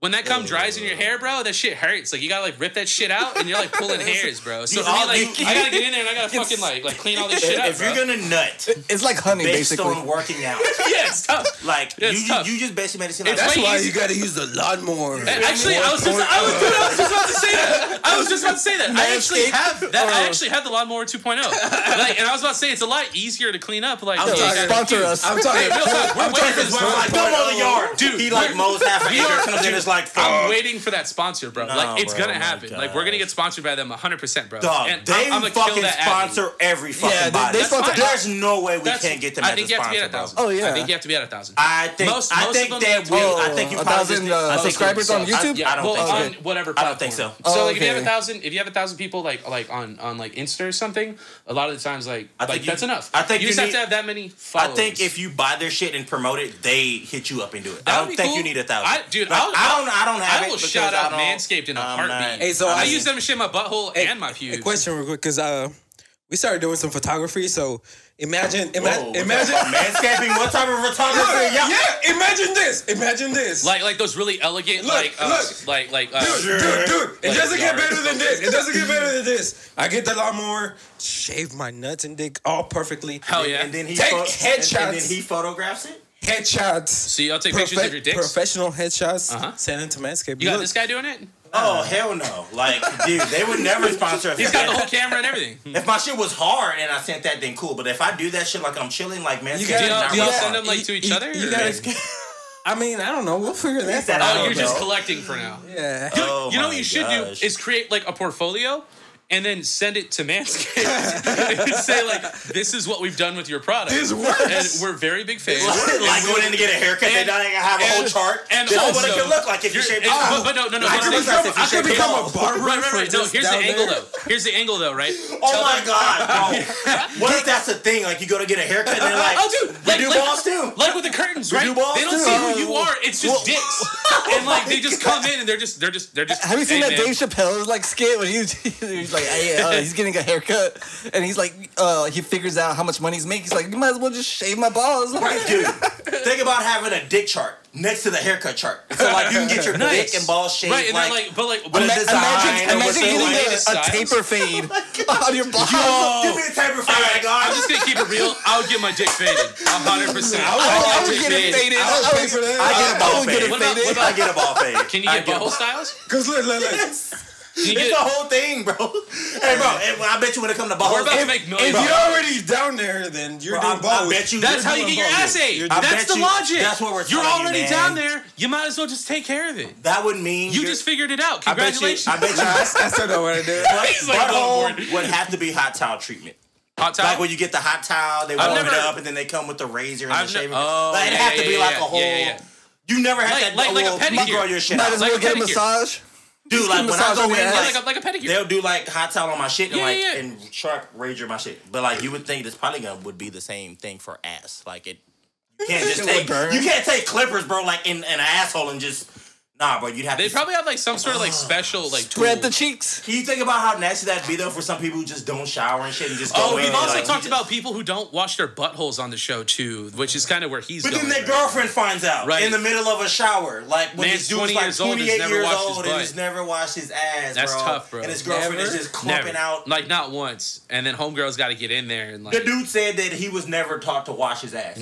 [SPEAKER 2] When that cum dries in your hair, bro, that shit hurts. Like you gotta like rip that shit out, and you're like pulling hairs, bro. So
[SPEAKER 1] You
[SPEAKER 2] for me,
[SPEAKER 1] all-
[SPEAKER 2] like
[SPEAKER 1] you-
[SPEAKER 2] I gotta get in there and I gotta fucking like like clean all this shit
[SPEAKER 1] If,
[SPEAKER 2] up,
[SPEAKER 1] if you're
[SPEAKER 2] bro.
[SPEAKER 1] gonna nut
[SPEAKER 4] It's like honey,
[SPEAKER 1] based
[SPEAKER 4] basically.
[SPEAKER 1] on working out,
[SPEAKER 2] yeah, it's tough.
[SPEAKER 1] like
[SPEAKER 2] Yeah,
[SPEAKER 1] you,
[SPEAKER 2] it's
[SPEAKER 1] you,
[SPEAKER 2] tough.
[SPEAKER 1] you just basically made it seem like
[SPEAKER 2] It's
[SPEAKER 3] That's
[SPEAKER 2] way
[SPEAKER 3] why
[SPEAKER 2] easy-
[SPEAKER 3] you gotta use the lawnmower.
[SPEAKER 2] Actually, I was just I was, dude, I was just about to say that. I was just about to say that. I actually have that. I actually have the lawnmower 2.0. Like, and I was about to say it's a lot easier to clean up. Like,
[SPEAKER 3] I'm
[SPEAKER 2] you
[SPEAKER 3] talking-
[SPEAKER 2] gotta-
[SPEAKER 4] Sponsor us.
[SPEAKER 3] I'm talking.
[SPEAKER 2] Hey, real talk, we're waiting for
[SPEAKER 1] Because
[SPEAKER 2] this
[SPEAKER 1] when I'm like, come on the yard,
[SPEAKER 2] Dude,
[SPEAKER 1] dude. He like
[SPEAKER 2] we're-
[SPEAKER 1] mows half an
[SPEAKER 2] we are-
[SPEAKER 1] acre, comes in,
[SPEAKER 2] dude,
[SPEAKER 1] it's like, fuck.
[SPEAKER 2] I'm waiting for that sponsor, bro.
[SPEAKER 1] Nah,
[SPEAKER 2] like it's
[SPEAKER 1] bro,
[SPEAKER 2] gonna
[SPEAKER 1] my
[SPEAKER 2] happen. Like we're gonna
[SPEAKER 1] gosh.
[SPEAKER 2] get sponsored by them 100, percent bro.
[SPEAKER 1] Dog,
[SPEAKER 2] and
[SPEAKER 1] they
[SPEAKER 2] I'm, I'm gonna kill
[SPEAKER 1] fucking
[SPEAKER 2] that ad.
[SPEAKER 1] sponsor every fucking
[SPEAKER 4] Yeah, they-
[SPEAKER 1] body.
[SPEAKER 4] they sponsor-
[SPEAKER 1] There's no way we
[SPEAKER 2] That's-
[SPEAKER 1] can't get them
[SPEAKER 2] I
[SPEAKER 1] as a
[SPEAKER 2] think you have to be
[SPEAKER 1] sponsor.
[SPEAKER 2] at a
[SPEAKER 1] bro.
[SPEAKER 2] thousand.
[SPEAKER 4] Oh,
[SPEAKER 2] I
[SPEAKER 4] yeah.
[SPEAKER 2] think you have to be at a thousand.
[SPEAKER 1] I think
[SPEAKER 2] Most-
[SPEAKER 1] I
[SPEAKER 2] most
[SPEAKER 1] think
[SPEAKER 2] of them
[SPEAKER 1] that
[SPEAKER 2] do.
[SPEAKER 1] we. I
[SPEAKER 4] Oh,
[SPEAKER 1] think you
[SPEAKER 4] a
[SPEAKER 1] probably
[SPEAKER 4] thousand,
[SPEAKER 1] just,
[SPEAKER 4] uh,
[SPEAKER 1] I think
[SPEAKER 4] subscribers
[SPEAKER 1] you,
[SPEAKER 4] on YouTube?
[SPEAKER 1] I, I don't
[SPEAKER 2] well,
[SPEAKER 1] think
[SPEAKER 2] on
[SPEAKER 1] so.
[SPEAKER 2] whatever.
[SPEAKER 1] I don't think
[SPEAKER 2] platform.
[SPEAKER 1] so.
[SPEAKER 2] so
[SPEAKER 4] Oh,
[SPEAKER 2] like, if you have a
[SPEAKER 4] okay.
[SPEAKER 2] thousand, if you have a thousand people, like like on on like Insta or something, a lot of the times, like
[SPEAKER 1] I think
[SPEAKER 2] like
[SPEAKER 1] you-
[SPEAKER 2] that's enough.
[SPEAKER 1] I think you
[SPEAKER 2] you just have
[SPEAKER 1] need-
[SPEAKER 2] to have that many
[SPEAKER 1] I
[SPEAKER 2] followers.
[SPEAKER 1] think if you buy their shit and promote it, they hit you up and do it.
[SPEAKER 2] That
[SPEAKER 1] I
[SPEAKER 2] would
[SPEAKER 1] don't
[SPEAKER 2] be
[SPEAKER 1] think
[SPEAKER 2] cool.
[SPEAKER 1] you need a thousand.
[SPEAKER 2] I- dude,
[SPEAKER 1] Like,
[SPEAKER 2] I'll-
[SPEAKER 1] I don't. I don't have
[SPEAKER 2] I
[SPEAKER 1] it
[SPEAKER 2] will
[SPEAKER 1] because
[SPEAKER 2] shout
[SPEAKER 1] I
[SPEAKER 2] out
[SPEAKER 1] don't-
[SPEAKER 2] Manscaped in a
[SPEAKER 1] I'm
[SPEAKER 2] heartbeat.
[SPEAKER 1] not-
[SPEAKER 3] Hey, so
[SPEAKER 2] I,
[SPEAKER 3] I-
[SPEAKER 2] use them to shit my butthole and my pubes.
[SPEAKER 3] A question real quick, cause uh, we started doing some photography. So imagine, ima-
[SPEAKER 1] Whoa,
[SPEAKER 3] imagine,
[SPEAKER 1] manscaping. What type of photography?
[SPEAKER 3] yeah,
[SPEAKER 1] y'all-
[SPEAKER 3] imagine this, imagine this.
[SPEAKER 2] Like like those really elegant
[SPEAKER 3] Look,
[SPEAKER 2] like uh,
[SPEAKER 3] look.
[SPEAKER 2] like like uh,
[SPEAKER 3] dude, dude, dude, it
[SPEAKER 2] Like
[SPEAKER 3] doesn't get
[SPEAKER 2] yards.
[SPEAKER 3] better than this. It doesn't get better than this. I get the lawnmower, shave my nuts and dick all perfectly.
[SPEAKER 2] hell Oh, yeah.
[SPEAKER 1] And then he
[SPEAKER 3] Take
[SPEAKER 1] pho- and-
[SPEAKER 3] headshots.
[SPEAKER 1] And then he photographs it.
[SPEAKER 3] Headshots.
[SPEAKER 2] so y'all take pictures of your dicks.
[SPEAKER 3] Professional headshots.
[SPEAKER 2] Uh-huh.
[SPEAKER 3] Send them to Manscaped.
[SPEAKER 2] You got
[SPEAKER 3] Look,
[SPEAKER 2] this guy doing it.
[SPEAKER 1] Oh hell no! Like, dude, they would never sponsor.
[SPEAKER 2] He's got the whole camera and everything.
[SPEAKER 1] If my shit was hard and I sent that, then cool. But if I do that shit like I'm chilling, like man,
[SPEAKER 3] You
[SPEAKER 1] it's
[SPEAKER 3] gotta-
[SPEAKER 1] not
[SPEAKER 2] y'all-
[SPEAKER 1] right.
[SPEAKER 2] y'all
[SPEAKER 3] gotta-
[SPEAKER 2] send them, like, to
[SPEAKER 3] you-
[SPEAKER 2] each
[SPEAKER 3] you-
[SPEAKER 2] other,
[SPEAKER 3] You
[SPEAKER 2] or-
[SPEAKER 3] gotta, I mean, I don't know. We'll figure that
[SPEAKER 1] that
[SPEAKER 3] out.
[SPEAKER 1] out.
[SPEAKER 2] Oh, you're just
[SPEAKER 1] know.
[SPEAKER 2] collecting for now.
[SPEAKER 3] Yeah.
[SPEAKER 1] Oh,
[SPEAKER 2] you know
[SPEAKER 1] my
[SPEAKER 2] what you should
[SPEAKER 1] gosh.
[SPEAKER 2] do is create like a portfolio and then send it to Manscaped and say like, "This is what we've done with your product.
[SPEAKER 3] This works.
[SPEAKER 2] And we're very big fans.
[SPEAKER 1] like going in to get a haircut, they
[SPEAKER 2] And-
[SPEAKER 1] don't even have a whole
[SPEAKER 2] and-
[SPEAKER 1] chart.
[SPEAKER 2] and
[SPEAKER 1] This is
[SPEAKER 2] also-
[SPEAKER 1] what it could look like if you
[SPEAKER 2] You're-
[SPEAKER 1] shaved.
[SPEAKER 2] and-
[SPEAKER 1] off.
[SPEAKER 2] but, but no, no, no.
[SPEAKER 1] Ah, I
[SPEAKER 2] but
[SPEAKER 1] could
[SPEAKER 2] it's-
[SPEAKER 1] become- I could become a
[SPEAKER 3] barber.
[SPEAKER 2] Right, right, right. No, here's the angle though. Here's the angle though, right?
[SPEAKER 1] Oh my god, bro! what if that's the thing? Like you go to get a haircut, and they're like,
[SPEAKER 2] Oh, dude, like,
[SPEAKER 1] we do
[SPEAKER 2] like,
[SPEAKER 1] balls too."
[SPEAKER 2] like with the curtains, right?
[SPEAKER 1] do balls
[SPEAKER 2] They don't
[SPEAKER 1] too.
[SPEAKER 2] see who you are. It's just dicks, and like they just come in and they're just, they're just, they're just.
[SPEAKER 4] Have you seen
[SPEAKER 2] Hey,
[SPEAKER 4] that
[SPEAKER 2] man.
[SPEAKER 4] Dave Chappelle's like skit when he was, he's like, hey, uh, he's getting a haircut, and he's like, uh, he figures out how much money he's making. He's like, you might as well just shave my balls.
[SPEAKER 1] Dude, think about having a dick chart next to the haircut chart. So like you can get your
[SPEAKER 2] Nice.
[SPEAKER 1] dick and ball shaved.
[SPEAKER 2] Right, and
[SPEAKER 1] like,
[SPEAKER 2] they're like, but like,
[SPEAKER 1] with a
[SPEAKER 2] but-
[SPEAKER 1] design
[SPEAKER 4] Imagine,
[SPEAKER 1] or
[SPEAKER 4] imagine
[SPEAKER 1] something like-
[SPEAKER 4] getting
[SPEAKER 2] latest
[SPEAKER 4] a, a
[SPEAKER 2] styles.
[SPEAKER 4] taper fade on your balls.
[SPEAKER 2] oh,
[SPEAKER 1] give me a taper for that,
[SPEAKER 2] I'm
[SPEAKER 1] guys.
[SPEAKER 2] just gonna keep it real. I would get my dick faded. A hundred percent. I
[SPEAKER 4] I
[SPEAKER 2] my
[SPEAKER 4] would
[SPEAKER 2] dick
[SPEAKER 4] get it faded.
[SPEAKER 3] I would
[SPEAKER 4] I
[SPEAKER 3] pay
[SPEAKER 4] would-
[SPEAKER 3] for that.
[SPEAKER 1] I get a
[SPEAKER 4] I
[SPEAKER 1] ball
[SPEAKER 4] would get
[SPEAKER 1] fade.
[SPEAKER 2] Oh,
[SPEAKER 4] it
[SPEAKER 2] What about- what
[SPEAKER 4] faded.
[SPEAKER 2] about-
[SPEAKER 1] I get a ball fade.
[SPEAKER 2] Can you
[SPEAKER 1] I a
[SPEAKER 2] get butthole styles?
[SPEAKER 3] Cause look, look, look.
[SPEAKER 2] Can you
[SPEAKER 1] It's the
[SPEAKER 2] get?
[SPEAKER 1] whole thing, bro. Hey, bro, and I bet you when it come to balls,
[SPEAKER 2] We're about to
[SPEAKER 1] if-
[SPEAKER 2] make
[SPEAKER 1] if
[SPEAKER 2] millions.
[SPEAKER 1] you
[SPEAKER 3] You're
[SPEAKER 1] don't-
[SPEAKER 3] already down there. better than you're
[SPEAKER 1] Bro,
[SPEAKER 3] doing
[SPEAKER 1] I- I
[SPEAKER 3] both.
[SPEAKER 1] bet you-
[SPEAKER 2] That's
[SPEAKER 3] You're
[SPEAKER 2] how you
[SPEAKER 3] doing
[SPEAKER 2] get your
[SPEAKER 3] both.
[SPEAKER 2] ass ate.
[SPEAKER 3] You're-
[SPEAKER 1] I
[SPEAKER 2] That's
[SPEAKER 1] bet
[SPEAKER 2] the
[SPEAKER 1] you-
[SPEAKER 2] logic.
[SPEAKER 1] that's what we're
[SPEAKER 2] You're
[SPEAKER 1] telling you,
[SPEAKER 2] already
[SPEAKER 1] man.
[SPEAKER 2] down there. You might as well just take care of it.
[SPEAKER 1] That would mean
[SPEAKER 2] You
[SPEAKER 1] you're-
[SPEAKER 2] just figured it out.
[SPEAKER 1] I bet you.
[SPEAKER 2] Congratulations.
[SPEAKER 1] I bet
[SPEAKER 3] I,
[SPEAKER 1] you.
[SPEAKER 3] I still don't want to do it.
[SPEAKER 2] He's like, "Oh,
[SPEAKER 1] Butthole
[SPEAKER 2] Lord."
[SPEAKER 1] would have to be hot towel treatment.
[SPEAKER 2] Hot towel.
[SPEAKER 1] Like when you get the hot towel, they warm
[SPEAKER 2] never-
[SPEAKER 1] it up, and then they come with the razor and
[SPEAKER 2] I've
[SPEAKER 1] the
[SPEAKER 2] ne-
[SPEAKER 1] shaving.
[SPEAKER 2] oh,
[SPEAKER 1] like, it'd
[SPEAKER 2] yeah,
[SPEAKER 1] have to
[SPEAKER 2] yeah,
[SPEAKER 1] be
[SPEAKER 2] yeah,
[SPEAKER 1] like
[SPEAKER 2] yeah,
[SPEAKER 1] a whole.
[SPEAKER 2] yeah, yeah.
[SPEAKER 1] You never had
[SPEAKER 2] Like-
[SPEAKER 1] that
[SPEAKER 2] like- like a
[SPEAKER 1] little
[SPEAKER 2] pedicure.
[SPEAKER 1] grow your shit
[SPEAKER 4] Might
[SPEAKER 1] out.
[SPEAKER 4] as
[SPEAKER 2] Like
[SPEAKER 4] well
[SPEAKER 2] a
[SPEAKER 4] get a
[SPEAKER 2] pedicure.
[SPEAKER 4] massage.
[SPEAKER 1] Dude, like
[SPEAKER 4] give
[SPEAKER 1] when I
[SPEAKER 4] massage
[SPEAKER 1] go
[SPEAKER 4] on
[SPEAKER 1] in,
[SPEAKER 4] your
[SPEAKER 1] like,
[SPEAKER 4] ass.
[SPEAKER 2] Yeah, like a, like a pedicure.
[SPEAKER 1] they'll do like hot towel on my shit and
[SPEAKER 2] Yeah,
[SPEAKER 1] like
[SPEAKER 2] yeah, yeah.
[SPEAKER 1] and sharp razor my shit. But like you would think this polygon would be the same thing for ass. Like it, you can't
[SPEAKER 4] It
[SPEAKER 1] just
[SPEAKER 4] would
[SPEAKER 1] take
[SPEAKER 4] burn.
[SPEAKER 1] you can't take clippers, bro. Like in, in an asshole and just nah, bro. You'd have
[SPEAKER 2] They
[SPEAKER 1] to.
[SPEAKER 2] probably have like some sort of
[SPEAKER 1] Oh.
[SPEAKER 2] like special like
[SPEAKER 4] Spread
[SPEAKER 2] tool.
[SPEAKER 4] the cheeks.
[SPEAKER 1] Can you think about how nasty that'd be though for some people who just don't shower and shit and just
[SPEAKER 2] Oh,
[SPEAKER 1] go in
[SPEAKER 2] we've
[SPEAKER 1] and,
[SPEAKER 2] also
[SPEAKER 1] like,
[SPEAKER 2] talked about people who don't wash their buttholes on the show too, which is kind of where he's
[SPEAKER 1] But
[SPEAKER 2] going.
[SPEAKER 1] then their
[SPEAKER 2] right?
[SPEAKER 1] girlfriend finds out
[SPEAKER 2] Right.
[SPEAKER 1] in the middle of a shower, like when this
[SPEAKER 2] Man's
[SPEAKER 1] dude's
[SPEAKER 2] 20
[SPEAKER 1] like
[SPEAKER 2] years old, has
[SPEAKER 1] 28
[SPEAKER 2] never
[SPEAKER 1] years
[SPEAKER 2] washed his
[SPEAKER 1] old
[SPEAKER 2] butt.
[SPEAKER 1] and he's never washed his ass.
[SPEAKER 2] That's tough, bro.
[SPEAKER 1] And his girlfriend is
[SPEAKER 3] Never?
[SPEAKER 1] just
[SPEAKER 2] Never.
[SPEAKER 1] clumping out.
[SPEAKER 2] Like not once. And then homegirl's got to get in there and like.
[SPEAKER 1] The dude said that he was never taught to wash his ass.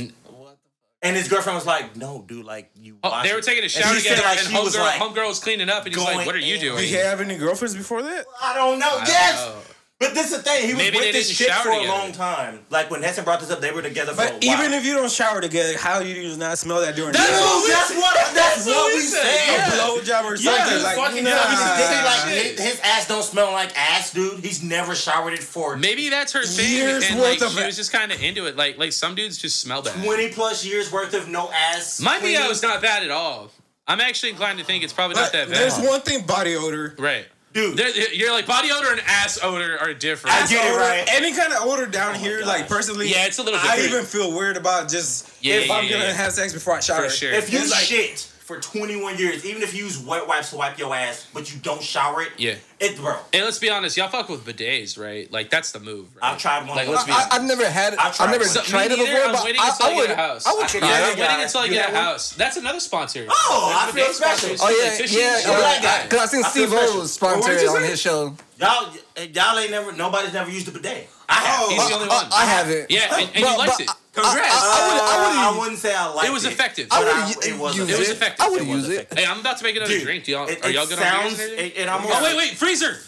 [SPEAKER 1] And his girlfriend was like, "No, dude, like you."
[SPEAKER 2] Oh,
[SPEAKER 1] wash
[SPEAKER 2] they were
[SPEAKER 1] it."
[SPEAKER 2] taking a
[SPEAKER 1] And
[SPEAKER 2] shower
[SPEAKER 1] he said,
[SPEAKER 2] together,
[SPEAKER 1] like,
[SPEAKER 2] and
[SPEAKER 1] she was
[SPEAKER 2] homegirl,
[SPEAKER 1] like,
[SPEAKER 2] homegirl was cleaning up, and he's like,
[SPEAKER 1] going
[SPEAKER 2] "What are you
[SPEAKER 1] in.
[SPEAKER 2] doing?"
[SPEAKER 3] Did he have any girlfriends before that?
[SPEAKER 1] "I don't know."
[SPEAKER 2] don't
[SPEAKER 1] yes,
[SPEAKER 2] know.
[SPEAKER 1] but this is the thing. He was
[SPEAKER 2] Maybe they
[SPEAKER 1] with this
[SPEAKER 2] didn't
[SPEAKER 1] shit
[SPEAKER 2] shower
[SPEAKER 1] for a
[SPEAKER 2] together.
[SPEAKER 1] long time. Like when Hessen brought this up, they were together for a while.
[SPEAKER 3] But even if you don't shower together, how do you not smell that during
[SPEAKER 1] that's
[SPEAKER 3] the day?
[SPEAKER 1] what, we- that's what that's
[SPEAKER 2] what
[SPEAKER 1] what we
[SPEAKER 2] we said,
[SPEAKER 1] said.
[SPEAKER 2] yeah.
[SPEAKER 3] blowjob or something?
[SPEAKER 1] dude,
[SPEAKER 3] like,
[SPEAKER 2] fucking
[SPEAKER 3] nah.
[SPEAKER 2] yeah,
[SPEAKER 1] He just did it like,
[SPEAKER 2] Shit.
[SPEAKER 1] his, his ass don't smell like ass, dude. He's never showered it for
[SPEAKER 2] Maybe that's her thing,
[SPEAKER 3] Years
[SPEAKER 2] and like
[SPEAKER 3] worth of
[SPEAKER 2] she
[SPEAKER 3] it.
[SPEAKER 2] was just kind of into it. Like like some dudes just smell bad.
[SPEAKER 1] 20 plus years worth of no ass.
[SPEAKER 2] My
[SPEAKER 1] cleaning.
[SPEAKER 2] BO is not bad at all. I'm actually inclined to think it's probably not that
[SPEAKER 3] But Uh, there's
[SPEAKER 2] bad.
[SPEAKER 3] one thing body odor.
[SPEAKER 2] Right.
[SPEAKER 1] Dude,
[SPEAKER 2] There- You're like body odor and ass odor are different.
[SPEAKER 1] I get it,
[SPEAKER 3] odor,
[SPEAKER 1] right?
[SPEAKER 3] Any kind of odor down here, like personally,
[SPEAKER 2] Yeah, it's a little
[SPEAKER 3] I
[SPEAKER 2] different.
[SPEAKER 3] even feel weird about just
[SPEAKER 2] Yeah,
[SPEAKER 3] if
[SPEAKER 2] yeah,
[SPEAKER 3] I'm
[SPEAKER 2] yeah,
[SPEAKER 3] gonna
[SPEAKER 2] yeah.
[SPEAKER 3] have sex before I shower.
[SPEAKER 2] For sure.
[SPEAKER 1] if you
[SPEAKER 3] It's like-
[SPEAKER 1] shit for 21 years, even if you use wet wipes to wipe your ass, but you don't shower it,
[SPEAKER 2] Yeah.
[SPEAKER 1] it, bro.
[SPEAKER 2] And let's be honest, y'all fuck with bidets, right? Like that's the move. Right?
[SPEAKER 1] I've tried one.
[SPEAKER 2] Like let's be
[SPEAKER 4] I, I've never had it.
[SPEAKER 1] I'll try
[SPEAKER 4] I've never
[SPEAKER 1] one. So, me
[SPEAKER 4] tried it
[SPEAKER 2] neither.
[SPEAKER 4] before,
[SPEAKER 2] I'm
[SPEAKER 4] but
[SPEAKER 2] waiting
[SPEAKER 4] I,
[SPEAKER 2] until
[SPEAKER 4] I
[SPEAKER 2] I get
[SPEAKER 4] would.
[SPEAKER 2] a house.
[SPEAKER 4] I would
[SPEAKER 2] I-
[SPEAKER 4] try
[SPEAKER 1] yeah,
[SPEAKER 4] it.
[SPEAKER 1] I
[SPEAKER 2] I'm waiting
[SPEAKER 1] guys.
[SPEAKER 2] until I
[SPEAKER 1] You
[SPEAKER 2] get
[SPEAKER 1] got
[SPEAKER 2] a
[SPEAKER 1] one?
[SPEAKER 2] house. That's another sponsor.
[SPEAKER 1] Oh, I feel
[SPEAKER 2] Bidet
[SPEAKER 1] special.
[SPEAKER 2] sponsors,
[SPEAKER 4] Oh
[SPEAKER 2] like,
[SPEAKER 4] yeah,
[SPEAKER 2] tissues,
[SPEAKER 4] yeah.
[SPEAKER 2] shit like
[SPEAKER 1] that.
[SPEAKER 4] Because I seen
[SPEAKER 1] I feel
[SPEAKER 4] Steve O
[SPEAKER 1] special.
[SPEAKER 4] was
[SPEAKER 3] What did
[SPEAKER 4] sponsored
[SPEAKER 3] you
[SPEAKER 4] on
[SPEAKER 3] say?
[SPEAKER 4] his show.
[SPEAKER 1] Y'all, y'all ain't never. Nobody's never used a bidet. I have.
[SPEAKER 2] He's the only
[SPEAKER 4] Oh, I,
[SPEAKER 2] one.
[SPEAKER 4] I haven't.
[SPEAKER 2] Yeah, and, and you
[SPEAKER 4] But-
[SPEAKER 2] liked
[SPEAKER 4] but
[SPEAKER 2] it.
[SPEAKER 1] Congrats.
[SPEAKER 4] I- I- I wouldn't- I wouldn't-
[SPEAKER 1] Uh, I wouldn't say I liked it.
[SPEAKER 2] It was effective.
[SPEAKER 1] but
[SPEAKER 4] I wouldn't
[SPEAKER 1] it was
[SPEAKER 4] use
[SPEAKER 2] It was
[SPEAKER 1] effective.
[SPEAKER 2] effective.
[SPEAKER 4] I would
[SPEAKER 1] It was
[SPEAKER 4] use it.
[SPEAKER 2] Hey, I'm about to make another drink. Do y'all,
[SPEAKER 1] it,
[SPEAKER 2] are y'all
[SPEAKER 1] it
[SPEAKER 2] good on
[SPEAKER 1] sounds,
[SPEAKER 2] beers? and everything?
[SPEAKER 1] it, it almost,
[SPEAKER 2] oh wait, wait, freezer.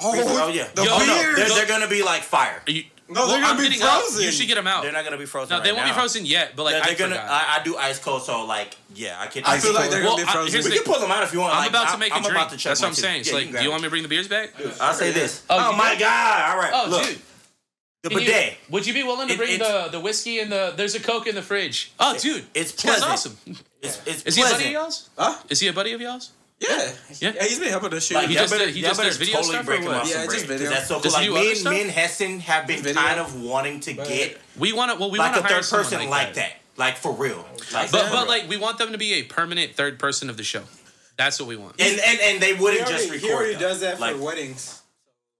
[SPEAKER 1] Oh yeah,
[SPEAKER 3] The
[SPEAKER 2] Yo,
[SPEAKER 1] oh, no,
[SPEAKER 3] beard.
[SPEAKER 1] they're, they're gonna be like fire.
[SPEAKER 2] Are you,
[SPEAKER 3] No, they're gonna
[SPEAKER 2] I'm
[SPEAKER 3] be
[SPEAKER 2] getting out.
[SPEAKER 3] frozen.
[SPEAKER 2] You should get them out.
[SPEAKER 1] They're not gonna be frozen.
[SPEAKER 2] no, they
[SPEAKER 1] right
[SPEAKER 2] won't be
[SPEAKER 1] now.
[SPEAKER 2] frozen yet. But like
[SPEAKER 1] They're,
[SPEAKER 2] I
[SPEAKER 1] they're gonna.
[SPEAKER 2] forgot.
[SPEAKER 1] I, I do ice cold, so like, yeah, I can.
[SPEAKER 4] I
[SPEAKER 3] I feel like they're
[SPEAKER 2] Well,
[SPEAKER 3] gonna
[SPEAKER 2] I-
[SPEAKER 3] be frozen.
[SPEAKER 2] here's
[SPEAKER 1] we
[SPEAKER 2] the-
[SPEAKER 1] can pull them out if you want.
[SPEAKER 2] I'm
[SPEAKER 1] like,
[SPEAKER 2] about
[SPEAKER 1] I-
[SPEAKER 2] to make a
[SPEAKER 1] I'm
[SPEAKER 2] drink.
[SPEAKER 1] about to check
[SPEAKER 2] That's what
[SPEAKER 1] one
[SPEAKER 2] I'm
[SPEAKER 1] too.
[SPEAKER 2] saying. It's
[SPEAKER 1] Yeah,
[SPEAKER 2] like,
[SPEAKER 1] can
[SPEAKER 2] do
[SPEAKER 1] grab
[SPEAKER 2] you
[SPEAKER 1] it.
[SPEAKER 2] want me to bring the beers back?
[SPEAKER 1] I'll say this.
[SPEAKER 2] Oh,
[SPEAKER 1] Oh,
[SPEAKER 2] you
[SPEAKER 1] my
[SPEAKER 2] good?
[SPEAKER 1] god! All right,
[SPEAKER 2] Oh,
[SPEAKER 1] look,
[SPEAKER 2] dude.
[SPEAKER 1] the
[SPEAKER 2] Can you-
[SPEAKER 1] bidet.
[SPEAKER 2] would you be willing to
[SPEAKER 1] It-
[SPEAKER 2] bring
[SPEAKER 1] it's-
[SPEAKER 2] the, the whiskey and the there's a coke in the fridge? Oh, dude,
[SPEAKER 1] it's
[SPEAKER 2] This guy's
[SPEAKER 1] pleasant.
[SPEAKER 2] awesome.
[SPEAKER 1] It's, it's
[SPEAKER 2] Is he a
[SPEAKER 1] pleasant.
[SPEAKER 2] buddy of y'all's?
[SPEAKER 3] Huh?
[SPEAKER 2] Is he a buddy of y'all's?
[SPEAKER 3] Yeah.
[SPEAKER 2] Yeah.
[SPEAKER 3] yeah, he's been helping us shoot.
[SPEAKER 1] Like,
[SPEAKER 2] He
[SPEAKER 1] y'all
[SPEAKER 2] just
[SPEAKER 1] better,
[SPEAKER 2] did- he
[SPEAKER 1] y'all
[SPEAKER 2] just
[SPEAKER 1] better
[SPEAKER 2] does video
[SPEAKER 1] totally
[SPEAKER 2] stuff or
[SPEAKER 1] break him
[SPEAKER 2] what?
[SPEAKER 1] up
[SPEAKER 3] Yeah,
[SPEAKER 1] some
[SPEAKER 3] just
[SPEAKER 1] bread, 'cause
[SPEAKER 3] video.
[SPEAKER 1] That's so cool.
[SPEAKER 2] Does he
[SPEAKER 1] Like
[SPEAKER 2] do
[SPEAKER 1] me
[SPEAKER 2] other
[SPEAKER 1] and,
[SPEAKER 2] stuff?
[SPEAKER 1] me and Hessen have been
[SPEAKER 3] Video.
[SPEAKER 1] kind of wanting to get
[SPEAKER 2] We want to. Well, we
[SPEAKER 1] like
[SPEAKER 2] want
[SPEAKER 1] a
[SPEAKER 2] to hire
[SPEAKER 1] third
[SPEAKER 2] someone
[SPEAKER 1] person like,
[SPEAKER 2] like that.
[SPEAKER 1] that. like for real. Like,
[SPEAKER 2] But
[SPEAKER 1] for
[SPEAKER 2] but
[SPEAKER 1] real.
[SPEAKER 2] like we want them to be a permanent third person of the show. That's what we want.
[SPEAKER 1] and and, and they
[SPEAKER 3] he
[SPEAKER 1] wouldn't
[SPEAKER 3] already,
[SPEAKER 1] just record.
[SPEAKER 3] he already
[SPEAKER 1] though.
[SPEAKER 3] does that
[SPEAKER 1] like,
[SPEAKER 3] for weddings.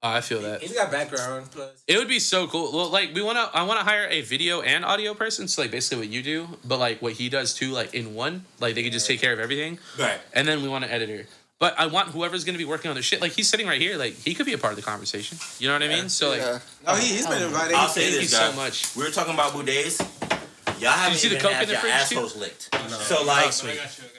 [SPEAKER 2] Oh, I feel that.
[SPEAKER 3] He's got background. Plus,
[SPEAKER 2] It would be so cool. Well, like we want to. I want to hire a video and audio person. So like basically what you do, but like what he does too, like in one. Like they could just take care of everything.
[SPEAKER 1] Right.
[SPEAKER 2] And then we want an editor. But I want whoever's going to be working on this shit. Like he's sitting right here. Like he could be a part of the conversation. You know what I mean? So like,
[SPEAKER 4] Yeah.
[SPEAKER 3] oh, he, he's been invited.
[SPEAKER 1] I'll say
[SPEAKER 2] Thank
[SPEAKER 1] this,
[SPEAKER 2] you so
[SPEAKER 1] guys.
[SPEAKER 2] much.
[SPEAKER 1] We were talking about boudes. Y'all
[SPEAKER 2] you
[SPEAKER 1] haven't
[SPEAKER 2] see the
[SPEAKER 1] even
[SPEAKER 2] Coke in
[SPEAKER 1] had
[SPEAKER 2] the
[SPEAKER 1] your
[SPEAKER 2] fridge, too?
[SPEAKER 1] assholes licked. So
[SPEAKER 2] Oh,
[SPEAKER 1] like,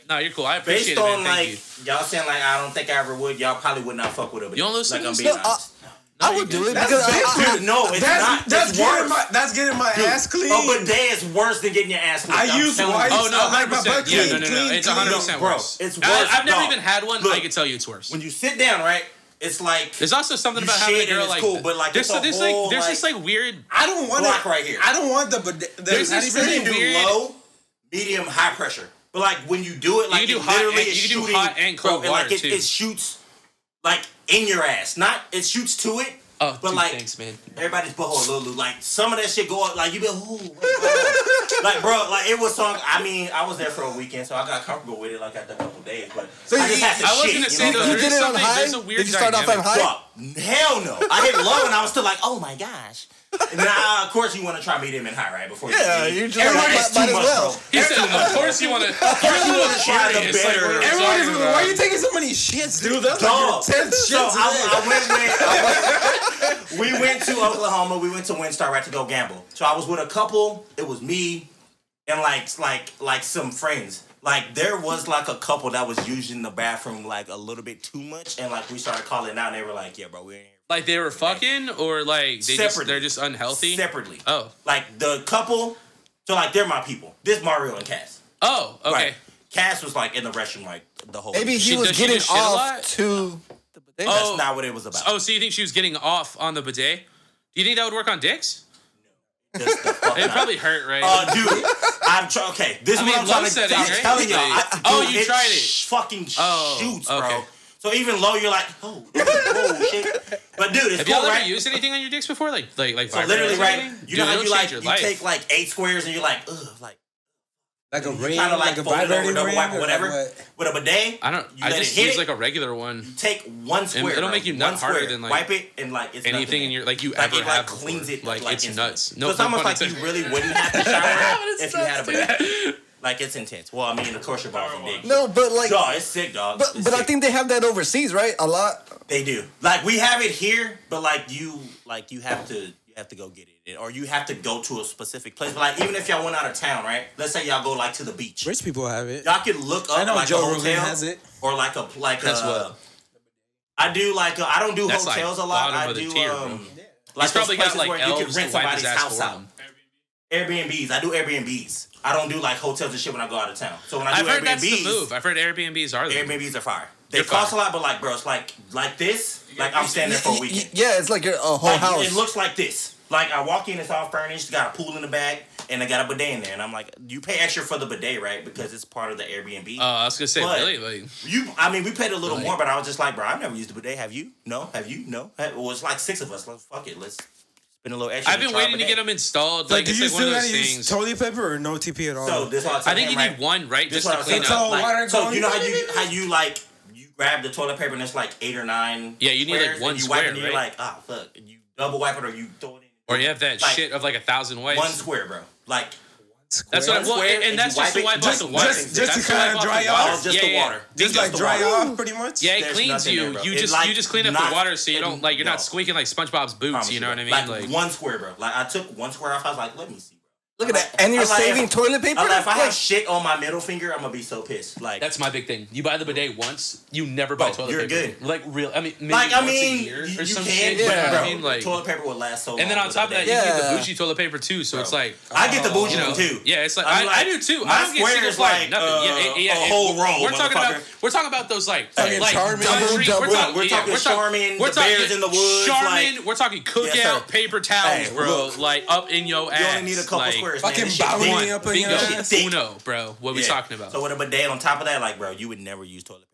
[SPEAKER 2] no, you're cool. I appreciate
[SPEAKER 1] based
[SPEAKER 2] it. Man.
[SPEAKER 1] on
[SPEAKER 2] Thank
[SPEAKER 1] like
[SPEAKER 2] you.
[SPEAKER 1] all saying like I don't think I ever would, y'all probably would not fuck with it.
[SPEAKER 2] You don't listen
[SPEAKER 1] like,
[SPEAKER 2] to
[SPEAKER 1] I'm
[SPEAKER 2] this
[SPEAKER 1] being
[SPEAKER 4] No, I-
[SPEAKER 1] honest.
[SPEAKER 4] I would do it
[SPEAKER 3] That's
[SPEAKER 4] because I- I-
[SPEAKER 1] Dude, no, it's
[SPEAKER 3] uh, that's
[SPEAKER 1] not.
[SPEAKER 3] that's
[SPEAKER 1] it's
[SPEAKER 3] getting
[SPEAKER 1] worse. oh,
[SPEAKER 3] my that's getting my ass clean.
[SPEAKER 1] A bidet is worse than getting your ass licked.
[SPEAKER 3] I
[SPEAKER 1] I'm
[SPEAKER 3] use
[SPEAKER 1] telling
[SPEAKER 3] wipes.
[SPEAKER 1] you.
[SPEAKER 2] Oh no,
[SPEAKER 3] I like my
[SPEAKER 2] 100%.
[SPEAKER 3] butt
[SPEAKER 2] yeah,
[SPEAKER 3] clean,
[SPEAKER 2] no, no, no.
[SPEAKER 3] clean,
[SPEAKER 2] It's
[SPEAKER 3] clean.
[SPEAKER 2] 100 percent
[SPEAKER 1] Bro,
[SPEAKER 2] worse.
[SPEAKER 1] it's
[SPEAKER 2] I,
[SPEAKER 1] worse,
[SPEAKER 2] have never
[SPEAKER 1] dog.
[SPEAKER 2] even had one. I
[SPEAKER 1] Look.
[SPEAKER 2] can tell you it's worse.
[SPEAKER 1] When you sit down, right, it's like
[SPEAKER 2] There's also something
[SPEAKER 1] You
[SPEAKER 2] about having a
[SPEAKER 1] shit and
[SPEAKER 2] girl
[SPEAKER 1] it's
[SPEAKER 2] like
[SPEAKER 1] cool, but, like,
[SPEAKER 2] there's
[SPEAKER 1] it's a
[SPEAKER 2] there's
[SPEAKER 1] whole,
[SPEAKER 2] like there's this
[SPEAKER 1] like-
[SPEAKER 2] like weird.
[SPEAKER 3] I don't want
[SPEAKER 1] Block
[SPEAKER 3] it
[SPEAKER 1] right here.
[SPEAKER 3] I don't want the bidet.
[SPEAKER 2] There's this
[SPEAKER 1] you
[SPEAKER 2] really
[SPEAKER 1] can do
[SPEAKER 2] weird-
[SPEAKER 1] low, medium, high pressure. But like when you do it, like
[SPEAKER 2] can do
[SPEAKER 1] it
[SPEAKER 2] hot
[SPEAKER 1] literally
[SPEAKER 2] and-
[SPEAKER 1] is
[SPEAKER 2] you can do
[SPEAKER 1] shooting,
[SPEAKER 2] hot and
[SPEAKER 1] bro,
[SPEAKER 2] cold water,
[SPEAKER 1] like it,
[SPEAKER 2] too.
[SPEAKER 1] it shoots like in your ass. Not it shoots to it.
[SPEAKER 2] Oh,
[SPEAKER 1] but
[SPEAKER 2] dude,
[SPEAKER 1] like
[SPEAKER 2] thanks, man.
[SPEAKER 1] everybody's butthole a little loose. Like some of that shit go up. Like you be like, ooh, what's going on?" like bro, like it was song. I mean, I was there for a weekend, so I got comfortable with it. Like after a couple days, but
[SPEAKER 4] So
[SPEAKER 1] I
[SPEAKER 4] you-
[SPEAKER 1] just had to
[SPEAKER 2] I was
[SPEAKER 1] shit,
[SPEAKER 2] gonna
[SPEAKER 1] you
[SPEAKER 2] say
[SPEAKER 1] know?
[SPEAKER 2] though,
[SPEAKER 4] You
[SPEAKER 2] there's
[SPEAKER 4] did it on
[SPEAKER 2] something-
[SPEAKER 4] high?
[SPEAKER 2] There's a weird
[SPEAKER 4] Did you start off on
[SPEAKER 2] dynamic.
[SPEAKER 4] high?
[SPEAKER 1] Fuck, hell no. I hit low and I was still like, oh my gosh. And then, uh, of course, you want to try medium and high, right? Before you
[SPEAKER 4] Yeah,
[SPEAKER 1] eat.
[SPEAKER 4] you're just
[SPEAKER 1] Everyone
[SPEAKER 4] like,
[SPEAKER 1] is
[SPEAKER 4] might- might
[SPEAKER 1] too
[SPEAKER 4] as
[SPEAKER 1] much,
[SPEAKER 4] well.
[SPEAKER 1] bro.
[SPEAKER 2] He said, "Of course you want to. You're a
[SPEAKER 1] You
[SPEAKER 2] little
[SPEAKER 1] wanna try the
[SPEAKER 2] curious. Like,
[SPEAKER 1] better.
[SPEAKER 2] what are you
[SPEAKER 3] Everyone
[SPEAKER 2] talking
[SPEAKER 3] is
[SPEAKER 2] about?
[SPEAKER 3] why are you taking so many shits, dude? That's
[SPEAKER 1] Dog.
[SPEAKER 3] like your tenth
[SPEAKER 1] So
[SPEAKER 3] shit
[SPEAKER 1] I,
[SPEAKER 3] today.
[SPEAKER 1] I went with. I went- we went to Oklahoma. We went to Windstar right to go gamble. So I was with a couple. It was me and like like like some friends. Like there was like a couple that was using the bathroom like a little bit too much, and like we started calling out, and they were like, "Yeah, bro, we ain't here
[SPEAKER 2] Like they were fucking, or like they just,
[SPEAKER 1] Separately.
[SPEAKER 2] they're just unhealthy.
[SPEAKER 1] separately.
[SPEAKER 2] Oh,
[SPEAKER 1] Like the couple, so like they're my people. This Mario and Cass.
[SPEAKER 2] oh, okay.
[SPEAKER 1] Right. Cass was like in the restroom like the whole
[SPEAKER 4] Maybe he
[SPEAKER 2] She
[SPEAKER 4] was
[SPEAKER 2] does- she
[SPEAKER 4] getting
[SPEAKER 2] does shit a lot?
[SPEAKER 4] off to.
[SPEAKER 2] Oh.
[SPEAKER 1] That's not what it was about.
[SPEAKER 2] Oh, so you think she was getting off on the bidet? Do you think that would work on dicks?
[SPEAKER 1] Just the fuck
[SPEAKER 2] It
[SPEAKER 1] not.
[SPEAKER 2] probably hurt, right?
[SPEAKER 1] Uh, dude, I'm try- okay. This is
[SPEAKER 2] mean,
[SPEAKER 1] what I'm
[SPEAKER 2] low
[SPEAKER 1] trying to.
[SPEAKER 2] setting,
[SPEAKER 1] I'm
[SPEAKER 2] right?
[SPEAKER 1] telling y'all. I,
[SPEAKER 2] Like- Oh,
[SPEAKER 1] dude,
[SPEAKER 2] you tried it.
[SPEAKER 1] sh- Fucking
[SPEAKER 2] Oh,
[SPEAKER 1] shoots, bro.
[SPEAKER 2] okay.
[SPEAKER 1] So even low, you're like, oh, oh shit. But dude, it's
[SPEAKER 2] Have
[SPEAKER 1] cool,
[SPEAKER 2] y'all ever
[SPEAKER 1] right?
[SPEAKER 2] used anything on your dicks before? Like, like, like.
[SPEAKER 1] so literally,
[SPEAKER 2] vibrators or
[SPEAKER 1] right?
[SPEAKER 2] anything?
[SPEAKER 1] You
[SPEAKER 2] Dude,
[SPEAKER 1] know how
[SPEAKER 2] it'll
[SPEAKER 1] you
[SPEAKER 2] change
[SPEAKER 1] like
[SPEAKER 2] your
[SPEAKER 1] you
[SPEAKER 2] life.
[SPEAKER 1] take like eight squares and you're like, ugh, like
[SPEAKER 3] Like a ring,
[SPEAKER 1] kind of like,
[SPEAKER 3] like, a
[SPEAKER 1] fold it over
[SPEAKER 3] vibrating
[SPEAKER 1] and over,
[SPEAKER 3] ring,
[SPEAKER 1] wipe
[SPEAKER 3] or
[SPEAKER 1] or whatever.
[SPEAKER 3] what?
[SPEAKER 1] With a bidet,
[SPEAKER 2] I don't.
[SPEAKER 1] You
[SPEAKER 2] I
[SPEAKER 1] let
[SPEAKER 2] just
[SPEAKER 1] it hit
[SPEAKER 2] use
[SPEAKER 1] it.
[SPEAKER 2] like a regular one.
[SPEAKER 1] take one square.
[SPEAKER 2] it'll
[SPEAKER 1] bro.
[SPEAKER 2] make you
[SPEAKER 1] one
[SPEAKER 2] nut harder
[SPEAKER 1] square.
[SPEAKER 2] than, like,
[SPEAKER 1] wipe it and like it's
[SPEAKER 2] anything in
[SPEAKER 1] nothing.
[SPEAKER 2] your like you
[SPEAKER 1] like
[SPEAKER 2] ever
[SPEAKER 1] it
[SPEAKER 2] have
[SPEAKER 1] like
[SPEAKER 2] before.
[SPEAKER 1] cleans it
[SPEAKER 2] like, it's
[SPEAKER 1] instantly.
[SPEAKER 2] nuts. No,
[SPEAKER 1] so it's
[SPEAKER 2] no
[SPEAKER 1] almost
[SPEAKER 2] pun
[SPEAKER 1] like you
[SPEAKER 2] intended.
[SPEAKER 1] really wouldn't have to shower if you had a bidet. Like it's intense. Well, I mean, of course your balls are big.
[SPEAKER 4] No, but like,
[SPEAKER 1] Dog, it's sick, dog.
[SPEAKER 4] but
[SPEAKER 1] It's
[SPEAKER 4] but I
[SPEAKER 1] sick.
[SPEAKER 4] think they have that overseas, right? A lot.
[SPEAKER 1] They do. Like we have it here, but like you, like you have to, you have to go get it, or you have to go to a specific place. But like even if y'all went out of town, right? Let's say y'all go like to the beach.
[SPEAKER 3] Rich people have it.
[SPEAKER 1] Y'all can look up
[SPEAKER 3] I know
[SPEAKER 1] like
[SPEAKER 3] Joe
[SPEAKER 1] a
[SPEAKER 3] Rogan
[SPEAKER 1] hotel
[SPEAKER 3] has it.
[SPEAKER 1] or like a like
[SPEAKER 2] That's
[SPEAKER 1] a.
[SPEAKER 2] what-
[SPEAKER 1] I do like uh, I I don't do
[SPEAKER 2] That's, like,
[SPEAKER 1] hotels a lot.
[SPEAKER 2] bottom
[SPEAKER 1] I
[SPEAKER 2] of the
[SPEAKER 1] do.
[SPEAKER 2] tier, bro.
[SPEAKER 1] um, like those
[SPEAKER 2] He's probably got
[SPEAKER 1] places
[SPEAKER 2] like
[SPEAKER 1] where you
[SPEAKER 2] elves
[SPEAKER 1] can
[SPEAKER 2] to
[SPEAKER 1] rent
[SPEAKER 2] wipe
[SPEAKER 1] somebody's
[SPEAKER 2] his ass
[SPEAKER 1] house
[SPEAKER 2] for
[SPEAKER 1] out.
[SPEAKER 2] him.
[SPEAKER 1] Airbnbs. I do Airbnbs. I don't do like hotels and shit when I go out of town. So when I
[SPEAKER 2] I've
[SPEAKER 1] do
[SPEAKER 2] heard
[SPEAKER 1] Airbnbs,
[SPEAKER 2] that's the move. I've heard Airbnbs are the move.
[SPEAKER 1] Airbnbs are fire. They
[SPEAKER 2] They're
[SPEAKER 1] cost
[SPEAKER 2] fire.
[SPEAKER 1] a lot, but like, bro, it's like like this. Like I'm staying there for a
[SPEAKER 4] Y-
[SPEAKER 1] weekend.
[SPEAKER 4] y- Yeah, it's like your a whole
[SPEAKER 1] Like,
[SPEAKER 4] house.
[SPEAKER 1] It looks like this. Like I walk in, it's all furnished, got a pool in the back, and I got a bidet in there. And I'm like, you pay extra for the bidet, right? Because it's part of the Airbnb.
[SPEAKER 2] Oh, I was gonna say
[SPEAKER 1] But-
[SPEAKER 2] really like
[SPEAKER 1] you, I mean, we paid a little
[SPEAKER 2] Like-
[SPEAKER 1] more, but I was just like, bro, I've never used the bidet. Have you? No. Have you? No. Ha- Well, it's like six of us. Let's fuck it. Let's spend a little extra.
[SPEAKER 2] I've been
[SPEAKER 1] try a
[SPEAKER 2] waiting to get
[SPEAKER 1] bidet.
[SPEAKER 2] them installed. Like
[SPEAKER 3] Like, do
[SPEAKER 2] it's
[SPEAKER 3] you
[SPEAKER 2] like one
[SPEAKER 3] still
[SPEAKER 2] of
[SPEAKER 3] gotta
[SPEAKER 2] those
[SPEAKER 3] use
[SPEAKER 2] things.
[SPEAKER 3] toilet paper or no TP at all?
[SPEAKER 1] So this all.
[SPEAKER 2] I think you need
[SPEAKER 1] right?
[SPEAKER 2] one right
[SPEAKER 1] This
[SPEAKER 2] just
[SPEAKER 1] what
[SPEAKER 2] to
[SPEAKER 1] I was
[SPEAKER 2] clean
[SPEAKER 1] saying.
[SPEAKER 3] So
[SPEAKER 2] up.
[SPEAKER 1] Like,
[SPEAKER 3] water
[SPEAKER 1] so
[SPEAKER 3] going-
[SPEAKER 1] you know how you how you like you grab the toilet paper and it's like eight or nine.
[SPEAKER 2] Yeah, you need, like,
[SPEAKER 1] squares,
[SPEAKER 2] one
[SPEAKER 1] and you
[SPEAKER 2] square,
[SPEAKER 1] wipe it and You're
[SPEAKER 2] right?
[SPEAKER 1] like, ah, fuck. And you double wipe it or you throw it in.
[SPEAKER 2] Or you have that
[SPEAKER 1] Like,
[SPEAKER 2] shit of like a thousand ways.
[SPEAKER 1] One square, bro. Like
[SPEAKER 2] That's what I
[SPEAKER 1] One
[SPEAKER 2] well,
[SPEAKER 1] square,
[SPEAKER 2] and,
[SPEAKER 1] if
[SPEAKER 2] and that's
[SPEAKER 1] you
[SPEAKER 2] just to
[SPEAKER 1] wipe it,
[SPEAKER 2] wipe off
[SPEAKER 1] just-
[SPEAKER 2] the water.
[SPEAKER 1] just-
[SPEAKER 3] just
[SPEAKER 2] That's
[SPEAKER 3] to
[SPEAKER 2] wipe
[SPEAKER 3] kinda
[SPEAKER 2] off the
[SPEAKER 3] dry
[SPEAKER 2] water.
[SPEAKER 1] off. Just
[SPEAKER 2] yeah,
[SPEAKER 1] the
[SPEAKER 2] yeah,
[SPEAKER 1] water.
[SPEAKER 2] Yeah,
[SPEAKER 3] Just like
[SPEAKER 1] the
[SPEAKER 3] dry
[SPEAKER 1] water.
[SPEAKER 3] off, pretty much.
[SPEAKER 2] Yeah, it
[SPEAKER 1] There's
[SPEAKER 2] cleans
[SPEAKER 1] nothing
[SPEAKER 2] you.
[SPEAKER 1] there, bro.
[SPEAKER 2] you
[SPEAKER 1] It,
[SPEAKER 2] just
[SPEAKER 1] like,
[SPEAKER 2] you just clean up
[SPEAKER 1] not-
[SPEAKER 2] the water, so you
[SPEAKER 1] it-
[SPEAKER 2] don't like you're
[SPEAKER 1] no.
[SPEAKER 2] not squeaking like SpongeBob's boots. You know what I mean?
[SPEAKER 1] Like,
[SPEAKER 2] Like,
[SPEAKER 1] one square, bro. Like I took one square off. I was like, let me see.
[SPEAKER 4] Look at that. And you're
[SPEAKER 1] I'm like,
[SPEAKER 4] saving
[SPEAKER 1] if-
[SPEAKER 4] toilet paper.
[SPEAKER 1] I'm like, if I
[SPEAKER 4] Like,
[SPEAKER 1] have shit on my middle finger, I'm gonna be so pissed. Like
[SPEAKER 2] that's my big thing. You buy the bidet once, you never buy
[SPEAKER 1] Bro,
[SPEAKER 2] toilet
[SPEAKER 1] you're
[SPEAKER 2] paper. Like real, I mean, maybe
[SPEAKER 1] like I
[SPEAKER 2] once
[SPEAKER 1] mean,
[SPEAKER 2] a year
[SPEAKER 1] you,
[SPEAKER 2] or
[SPEAKER 1] you
[SPEAKER 2] some
[SPEAKER 1] can,
[SPEAKER 2] shit. you
[SPEAKER 1] but
[SPEAKER 2] know what
[SPEAKER 1] bro,
[SPEAKER 2] I mean? Like,
[SPEAKER 1] toilet paper will last so long.
[SPEAKER 2] and then on
[SPEAKER 1] with
[SPEAKER 2] top of
[SPEAKER 1] the
[SPEAKER 2] that,
[SPEAKER 1] bidet.
[SPEAKER 2] you
[SPEAKER 4] Yeah.
[SPEAKER 2] get the bougie toilet paper too. So it's like.
[SPEAKER 1] I get the bougie
[SPEAKER 2] You know,
[SPEAKER 1] one too.
[SPEAKER 2] yeah, it's like I,
[SPEAKER 1] I'm
[SPEAKER 2] I do too.
[SPEAKER 1] my
[SPEAKER 2] I don't get
[SPEAKER 1] square
[SPEAKER 2] single
[SPEAKER 1] is
[SPEAKER 2] flag,
[SPEAKER 1] like,
[SPEAKER 2] nothing.
[SPEAKER 1] uh,
[SPEAKER 2] yeah, it- yeah,
[SPEAKER 1] a
[SPEAKER 2] it-
[SPEAKER 1] whole roll,
[SPEAKER 2] We're talking
[SPEAKER 1] motherfucker.
[SPEAKER 2] about we're talking about those like
[SPEAKER 1] Fucking
[SPEAKER 2] like
[SPEAKER 3] Charmin.
[SPEAKER 2] Dundee-
[SPEAKER 4] Double, double.
[SPEAKER 2] We're talking,
[SPEAKER 1] We're
[SPEAKER 2] yeah,
[SPEAKER 1] talking
[SPEAKER 2] we're talking
[SPEAKER 1] Charmin,
[SPEAKER 2] we're
[SPEAKER 1] the
[SPEAKER 2] talking
[SPEAKER 1] bears in the woods,
[SPEAKER 2] Charmin.
[SPEAKER 1] like-
[SPEAKER 2] we're talking cookout
[SPEAKER 1] Yes, sir.
[SPEAKER 2] paper towels,
[SPEAKER 1] Hey,
[SPEAKER 2] bro.
[SPEAKER 1] look.
[SPEAKER 2] like up in your ass.
[SPEAKER 1] You only need a couple
[SPEAKER 2] like,
[SPEAKER 1] squares.
[SPEAKER 3] fucking
[SPEAKER 1] man. This shit
[SPEAKER 3] Bowery
[SPEAKER 1] thick.
[SPEAKER 3] up in
[SPEAKER 2] Bingo,
[SPEAKER 3] your
[SPEAKER 1] This shit
[SPEAKER 3] ass.
[SPEAKER 1] thick.
[SPEAKER 2] Uno, bro. What we
[SPEAKER 1] Yeah.
[SPEAKER 2] talking about?
[SPEAKER 1] So with a bidet on top of that, like, bro, you would never use toilet paper.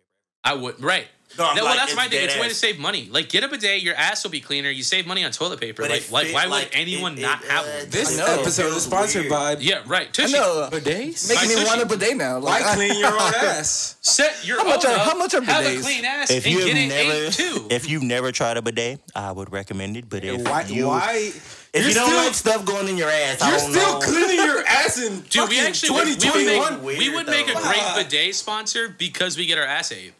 [SPEAKER 2] I would right.
[SPEAKER 1] No, I'm
[SPEAKER 2] That- well,
[SPEAKER 1] like,
[SPEAKER 2] that's
[SPEAKER 1] it's
[SPEAKER 2] my thing.
[SPEAKER 1] dead
[SPEAKER 2] It's a way to
[SPEAKER 1] ass.
[SPEAKER 2] save money. Like, get a bidet. Your ass will be cleaner. You save money on toilet paper.
[SPEAKER 1] But
[SPEAKER 2] Like,
[SPEAKER 1] it
[SPEAKER 2] like,
[SPEAKER 1] fit,
[SPEAKER 2] why would
[SPEAKER 1] like,
[SPEAKER 2] anyone
[SPEAKER 1] it-
[SPEAKER 2] not
[SPEAKER 1] it,
[SPEAKER 2] have
[SPEAKER 1] uh,
[SPEAKER 2] one?
[SPEAKER 3] This
[SPEAKER 4] I know.
[SPEAKER 3] episode is sponsored
[SPEAKER 1] Weird.
[SPEAKER 3] by
[SPEAKER 2] Yeah, right.
[SPEAKER 4] I
[SPEAKER 2] Tushy.
[SPEAKER 4] know.
[SPEAKER 3] Bidets.
[SPEAKER 4] Making
[SPEAKER 2] Like,
[SPEAKER 4] me want a
[SPEAKER 2] sushi.
[SPEAKER 4] bidet now. Like,
[SPEAKER 3] Why
[SPEAKER 4] I-
[SPEAKER 3] clean your own ass?
[SPEAKER 2] Set your
[SPEAKER 4] How much
[SPEAKER 2] own
[SPEAKER 4] are-
[SPEAKER 2] up,
[SPEAKER 4] how much are
[SPEAKER 2] have a
[SPEAKER 4] bidets?
[SPEAKER 2] clean ass and get it eight too.
[SPEAKER 1] if you've never tried a bidet, I would recommend it. But if
[SPEAKER 3] Why?
[SPEAKER 1] you,
[SPEAKER 3] why?
[SPEAKER 1] if you
[SPEAKER 3] you're
[SPEAKER 1] don't
[SPEAKER 3] still-
[SPEAKER 1] like stuff going in your ass, I
[SPEAKER 3] You're
[SPEAKER 1] don't
[SPEAKER 3] still
[SPEAKER 1] know.
[SPEAKER 3] cleaning your ass in
[SPEAKER 2] Dude, we actually would, we would
[SPEAKER 3] 2021.
[SPEAKER 2] make,
[SPEAKER 1] Weird,
[SPEAKER 2] we would make a
[SPEAKER 1] though.
[SPEAKER 2] great
[SPEAKER 3] Ah.
[SPEAKER 2] bidet sponsor because we get our ass ate.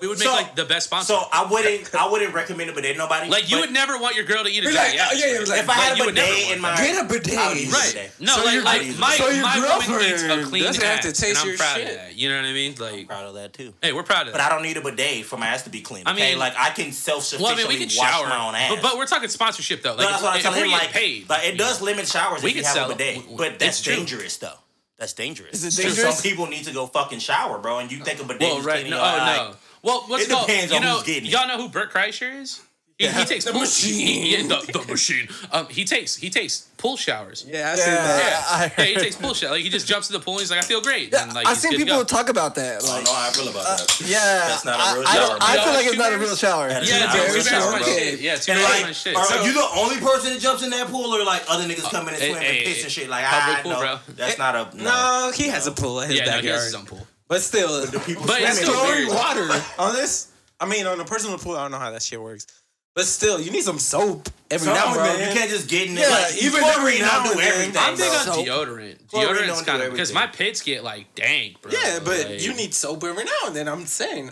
[SPEAKER 2] We would make
[SPEAKER 1] So-
[SPEAKER 2] like the best sponsor.
[SPEAKER 1] So I wouldn't, I wouldn't recommend a bidet. Nobody
[SPEAKER 2] like you
[SPEAKER 1] but
[SPEAKER 2] would never want your girl to eat a
[SPEAKER 3] You're
[SPEAKER 2] giant
[SPEAKER 3] like,
[SPEAKER 2] ass.
[SPEAKER 3] oh, yeah, yeah, like,
[SPEAKER 1] If I had
[SPEAKER 2] you
[SPEAKER 1] a
[SPEAKER 2] would never
[SPEAKER 1] bidet
[SPEAKER 2] want
[SPEAKER 1] in my,
[SPEAKER 3] get a
[SPEAKER 1] I would
[SPEAKER 3] bidet.
[SPEAKER 1] use a
[SPEAKER 2] right?
[SPEAKER 1] bidet.
[SPEAKER 2] No,
[SPEAKER 3] So
[SPEAKER 2] like,
[SPEAKER 3] your-
[SPEAKER 2] like my
[SPEAKER 3] so your
[SPEAKER 2] my woman eats a
[SPEAKER 3] girlfriend
[SPEAKER 2] clean ass,
[SPEAKER 3] doesn't have to taste
[SPEAKER 2] and I'm
[SPEAKER 3] your
[SPEAKER 2] proud
[SPEAKER 3] shit.
[SPEAKER 2] of that. You know what I mean? Like,
[SPEAKER 1] Proud of that too.
[SPEAKER 2] hey, we're proud of
[SPEAKER 1] But
[SPEAKER 2] that.
[SPEAKER 1] I don't need a bidet for my ass to be clean.
[SPEAKER 2] I
[SPEAKER 1] okay,
[SPEAKER 2] mean-
[SPEAKER 1] like I can self
[SPEAKER 2] Well, I mean,
[SPEAKER 1] sufficiently
[SPEAKER 2] we can
[SPEAKER 1] wash
[SPEAKER 2] shower,
[SPEAKER 1] my own ass.
[SPEAKER 2] but, but we're talking sponsorship though.
[SPEAKER 1] No,
[SPEAKER 2] Like,
[SPEAKER 1] that's what I'm
[SPEAKER 2] if we're
[SPEAKER 1] telling him.
[SPEAKER 2] getting
[SPEAKER 1] Like,
[SPEAKER 2] paid,
[SPEAKER 1] like, it does limit showers
[SPEAKER 2] We
[SPEAKER 1] if you
[SPEAKER 2] can
[SPEAKER 1] have
[SPEAKER 2] sell-
[SPEAKER 1] a bidet,
[SPEAKER 2] w- w-
[SPEAKER 1] but that's
[SPEAKER 2] it's true.
[SPEAKER 1] dangerous though. That's dangerous.
[SPEAKER 4] Is it
[SPEAKER 1] So
[SPEAKER 4] dangerous?
[SPEAKER 1] Some people need to go fucking shower, bro, and you think a bidet
[SPEAKER 2] Well,
[SPEAKER 1] is
[SPEAKER 2] right?
[SPEAKER 1] cleaning
[SPEAKER 2] No,
[SPEAKER 1] your
[SPEAKER 2] oh
[SPEAKER 1] eye.
[SPEAKER 2] no. Well, what's
[SPEAKER 1] It
[SPEAKER 2] called-
[SPEAKER 1] depends
[SPEAKER 2] you
[SPEAKER 1] on
[SPEAKER 2] know,
[SPEAKER 1] who's getting it.
[SPEAKER 2] Y'all know who Burt Kreischer is? He, he takes
[SPEAKER 3] The
[SPEAKER 2] pool-
[SPEAKER 3] machine.
[SPEAKER 2] he- yeah, the, the machine. Um, he takes he takes pool showers.
[SPEAKER 3] Yeah, I
[SPEAKER 4] Yeah,
[SPEAKER 3] see that.
[SPEAKER 4] I
[SPEAKER 2] Yeah, he
[SPEAKER 4] heard.
[SPEAKER 2] takes bullshit. Like he just jumps in the pool and he's like, I feel great.
[SPEAKER 4] Yeah,
[SPEAKER 2] and, like,
[SPEAKER 4] I
[SPEAKER 2] he's
[SPEAKER 4] seen
[SPEAKER 2] good to
[SPEAKER 4] people
[SPEAKER 2] go.
[SPEAKER 4] talk about that.
[SPEAKER 1] I don't
[SPEAKER 4] Like,
[SPEAKER 1] know how I feel about that.
[SPEAKER 4] yeah,
[SPEAKER 1] That's not a real
[SPEAKER 4] I, I,
[SPEAKER 1] shower,
[SPEAKER 4] don't- I
[SPEAKER 1] bro.
[SPEAKER 4] feel like
[SPEAKER 2] Two
[SPEAKER 4] it's not a real
[SPEAKER 2] bears?
[SPEAKER 4] shower.
[SPEAKER 1] That's
[SPEAKER 2] Yeah,
[SPEAKER 1] not
[SPEAKER 2] two
[SPEAKER 1] a real
[SPEAKER 2] bears
[SPEAKER 1] shower,
[SPEAKER 2] is my
[SPEAKER 1] bro.
[SPEAKER 2] shit. Yeah, two
[SPEAKER 1] And
[SPEAKER 2] bears is my
[SPEAKER 1] like,
[SPEAKER 2] shit.
[SPEAKER 1] are
[SPEAKER 2] So-
[SPEAKER 1] you the only person that jumps in that pool, or like other niggas come in and
[SPEAKER 2] hey,
[SPEAKER 1] swim
[SPEAKER 2] hey,
[SPEAKER 1] and piss
[SPEAKER 2] hey,
[SPEAKER 1] and shit? Like,
[SPEAKER 2] eh, public
[SPEAKER 1] I
[SPEAKER 2] pool,
[SPEAKER 1] know
[SPEAKER 2] bro.
[SPEAKER 1] that's not a
[SPEAKER 3] No, he has a pool in his
[SPEAKER 2] yeah, no, he has
[SPEAKER 3] backyard.
[SPEAKER 2] his own pool.
[SPEAKER 3] but still,
[SPEAKER 1] The people
[SPEAKER 2] But it's
[SPEAKER 3] that's
[SPEAKER 1] swimming,
[SPEAKER 2] still
[SPEAKER 1] bro.
[SPEAKER 3] throwing
[SPEAKER 2] weird.
[SPEAKER 3] water on this. I mean, on a personal pool, I don't know how that shit works. But still, you need some soap every
[SPEAKER 1] Some,
[SPEAKER 3] now
[SPEAKER 1] bro,
[SPEAKER 3] and
[SPEAKER 1] you
[SPEAKER 3] then.
[SPEAKER 1] can't just get in there.
[SPEAKER 4] Yeah,
[SPEAKER 1] like,
[SPEAKER 3] even every
[SPEAKER 1] chlorine don't
[SPEAKER 3] now
[SPEAKER 1] do
[SPEAKER 3] and then.
[SPEAKER 1] everything.
[SPEAKER 2] I'm big
[SPEAKER 1] bro.
[SPEAKER 2] on
[SPEAKER 4] Soap.
[SPEAKER 2] deodorant.
[SPEAKER 1] Chlorine
[SPEAKER 2] Deodorant's
[SPEAKER 1] don't do
[SPEAKER 2] kind of because
[SPEAKER 1] everything.
[SPEAKER 2] my pits get like dank, bro.
[SPEAKER 3] yeah, but
[SPEAKER 2] Like,
[SPEAKER 3] you need soap every now and then. I'm saying.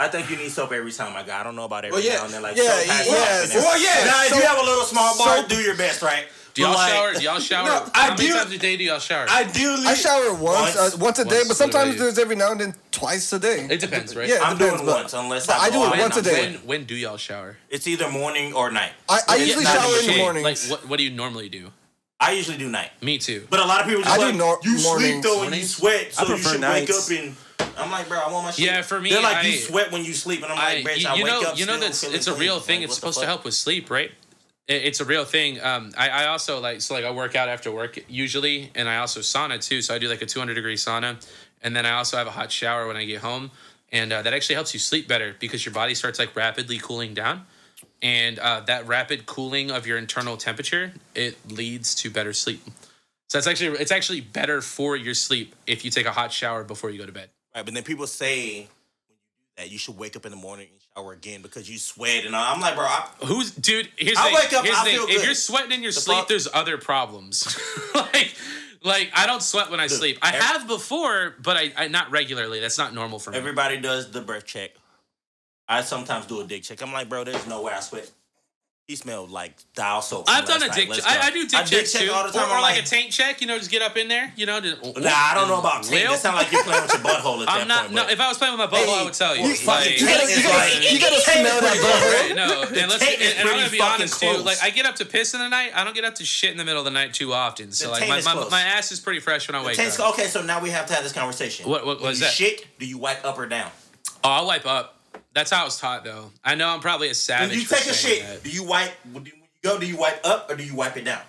[SPEAKER 1] I think you need soap every time, my guy. I don't know about every
[SPEAKER 3] Well, yeah.
[SPEAKER 1] now and then. Like,
[SPEAKER 4] Yeah,
[SPEAKER 1] soap has to
[SPEAKER 4] yeah,
[SPEAKER 1] happen.
[SPEAKER 4] yeah.
[SPEAKER 1] Now, if you
[SPEAKER 4] Soap-
[SPEAKER 1] have a little small bar,
[SPEAKER 4] soap-
[SPEAKER 1] do your best, right?
[SPEAKER 2] Do y'all
[SPEAKER 1] But, like,
[SPEAKER 2] shower? Do y'all shower?
[SPEAKER 3] No, I
[SPEAKER 2] How many
[SPEAKER 3] do-
[SPEAKER 2] times a day do y'all shower?
[SPEAKER 3] Ideally,
[SPEAKER 4] I shower once,
[SPEAKER 1] Once?
[SPEAKER 4] uh, once a day,
[SPEAKER 2] Once
[SPEAKER 4] but
[SPEAKER 2] literally.
[SPEAKER 4] sometimes there's every now and then twice a day.
[SPEAKER 2] it depends, right?
[SPEAKER 4] yeah, it
[SPEAKER 1] I'm
[SPEAKER 4] depends,
[SPEAKER 1] doing
[SPEAKER 4] but-
[SPEAKER 1] once unless
[SPEAKER 4] but
[SPEAKER 1] I,
[SPEAKER 4] I
[SPEAKER 1] go
[SPEAKER 4] do it
[SPEAKER 1] out and
[SPEAKER 4] once a
[SPEAKER 1] I'm
[SPEAKER 4] day.
[SPEAKER 1] sick.
[SPEAKER 2] When when do y'all shower?
[SPEAKER 1] It's either morning or night.
[SPEAKER 4] I, I
[SPEAKER 1] Yeah,
[SPEAKER 4] usually
[SPEAKER 1] not
[SPEAKER 4] shower in the
[SPEAKER 1] shit.
[SPEAKER 4] mornings.
[SPEAKER 2] Like what? What do you normally do?
[SPEAKER 1] I usually do night.
[SPEAKER 2] Me too.
[SPEAKER 1] But a lot of people just
[SPEAKER 4] I do
[SPEAKER 1] like
[SPEAKER 4] nor-
[SPEAKER 1] you sleep
[SPEAKER 4] mornings.
[SPEAKER 1] though and you
[SPEAKER 2] Mornings?
[SPEAKER 1] sweat, so
[SPEAKER 3] I
[SPEAKER 1] you
[SPEAKER 3] prefer
[SPEAKER 1] should
[SPEAKER 3] nights.
[SPEAKER 1] wake up and I'm like, bro, I want my shit.
[SPEAKER 2] Yeah, for me,
[SPEAKER 1] they're like
[SPEAKER 2] I-
[SPEAKER 1] you sweat when you sleep, and I'm
[SPEAKER 2] I,
[SPEAKER 1] like, bitch,
[SPEAKER 2] you,
[SPEAKER 1] I
[SPEAKER 2] you
[SPEAKER 1] wake
[SPEAKER 2] know,
[SPEAKER 1] up.
[SPEAKER 2] you know
[SPEAKER 1] still
[SPEAKER 2] that's
[SPEAKER 1] feeling
[SPEAKER 2] it's a
[SPEAKER 1] clean.
[SPEAKER 2] real
[SPEAKER 1] Like,
[SPEAKER 2] thing.
[SPEAKER 1] what
[SPEAKER 2] it's
[SPEAKER 1] the
[SPEAKER 2] supposed to
[SPEAKER 1] fuck?
[SPEAKER 2] help with sleep, right? It- It's a real thing. Um, I, I also like so like I work out after work usually, and I also sauna too. So I do like a 200 degree sauna, and then I also have a hot shower when I get home, and uh, that actually helps you sleep better because your body starts like rapidly cooling down, and uh, that rapid cooling of your internal temperature it leads to better sleep. So that's actually it's actually better for your sleep if you take a hot shower before you go to bed.
[SPEAKER 1] Right, but then people say that you should wake up in the morning and shower again because you sweat, and I'm like, bro, I,
[SPEAKER 2] Who's dude? Here's the
[SPEAKER 1] I
[SPEAKER 2] thing.
[SPEAKER 1] wake up,
[SPEAKER 2] here's the
[SPEAKER 1] I
[SPEAKER 2] thing.
[SPEAKER 1] feel
[SPEAKER 2] If
[SPEAKER 1] good.
[SPEAKER 2] you're sweating in your
[SPEAKER 1] The
[SPEAKER 2] sleep,
[SPEAKER 1] fuck-
[SPEAKER 2] there's other problems. like, like I don't sweat when I sleep. I
[SPEAKER 1] every-
[SPEAKER 2] have before, but I, I not regularly. That's not normal for me.
[SPEAKER 1] everybody does the breath check. I sometimes do a dick check. I'm like, bro, there's no way I sweat. He smelled like dial soap. from
[SPEAKER 2] I've done
[SPEAKER 1] last
[SPEAKER 2] a dick.
[SPEAKER 1] night.
[SPEAKER 2] Check.
[SPEAKER 1] Let's
[SPEAKER 2] I,
[SPEAKER 1] go.
[SPEAKER 2] I do dick checks
[SPEAKER 1] check
[SPEAKER 2] too,
[SPEAKER 1] all the time.
[SPEAKER 2] or, or
[SPEAKER 1] I'm
[SPEAKER 2] like, a taint check. You know, just get up in there. You know, just,
[SPEAKER 1] Nah, I don't know about taint.
[SPEAKER 2] Well,
[SPEAKER 1] That sounds like you're playing with your butthole at that
[SPEAKER 2] I'm not.
[SPEAKER 1] point.
[SPEAKER 2] No,
[SPEAKER 1] but-
[SPEAKER 2] if I was playing with my butthole, I would tell you.
[SPEAKER 4] you,
[SPEAKER 2] Like-
[SPEAKER 4] you gotta, you gotta-
[SPEAKER 1] Like-
[SPEAKER 4] you gotta smell that butthole.
[SPEAKER 2] Right, no, and, let's,
[SPEAKER 1] taint
[SPEAKER 2] and,
[SPEAKER 1] is
[SPEAKER 2] and I'm
[SPEAKER 1] pretty
[SPEAKER 2] gonna be
[SPEAKER 1] fucking
[SPEAKER 2] honest too.
[SPEAKER 1] close.
[SPEAKER 2] Like I get up to piss in the night. I don't get up to shit in the middle of the night too often. So
[SPEAKER 1] The
[SPEAKER 2] like
[SPEAKER 1] taint
[SPEAKER 2] my,
[SPEAKER 1] is
[SPEAKER 2] my,
[SPEAKER 1] close.
[SPEAKER 2] my ass is pretty fresh when I wake
[SPEAKER 1] Taint's-
[SPEAKER 2] up.
[SPEAKER 1] okay, so now we have to have this conversation.
[SPEAKER 2] uh, What- what-
[SPEAKER 1] When
[SPEAKER 2] what is
[SPEAKER 1] you
[SPEAKER 2] that?
[SPEAKER 1] Shit, do you wipe up or down?
[SPEAKER 2] Oh, I'll wipe up. That's how I was taught, though. I know I'm probably a savage.
[SPEAKER 1] When you
[SPEAKER 2] for
[SPEAKER 1] take a
[SPEAKER 2] saying
[SPEAKER 1] shit,
[SPEAKER 2] that.
[SPEAKER 1] do you wipe? When you go, do you wipe up or do you wipe it down?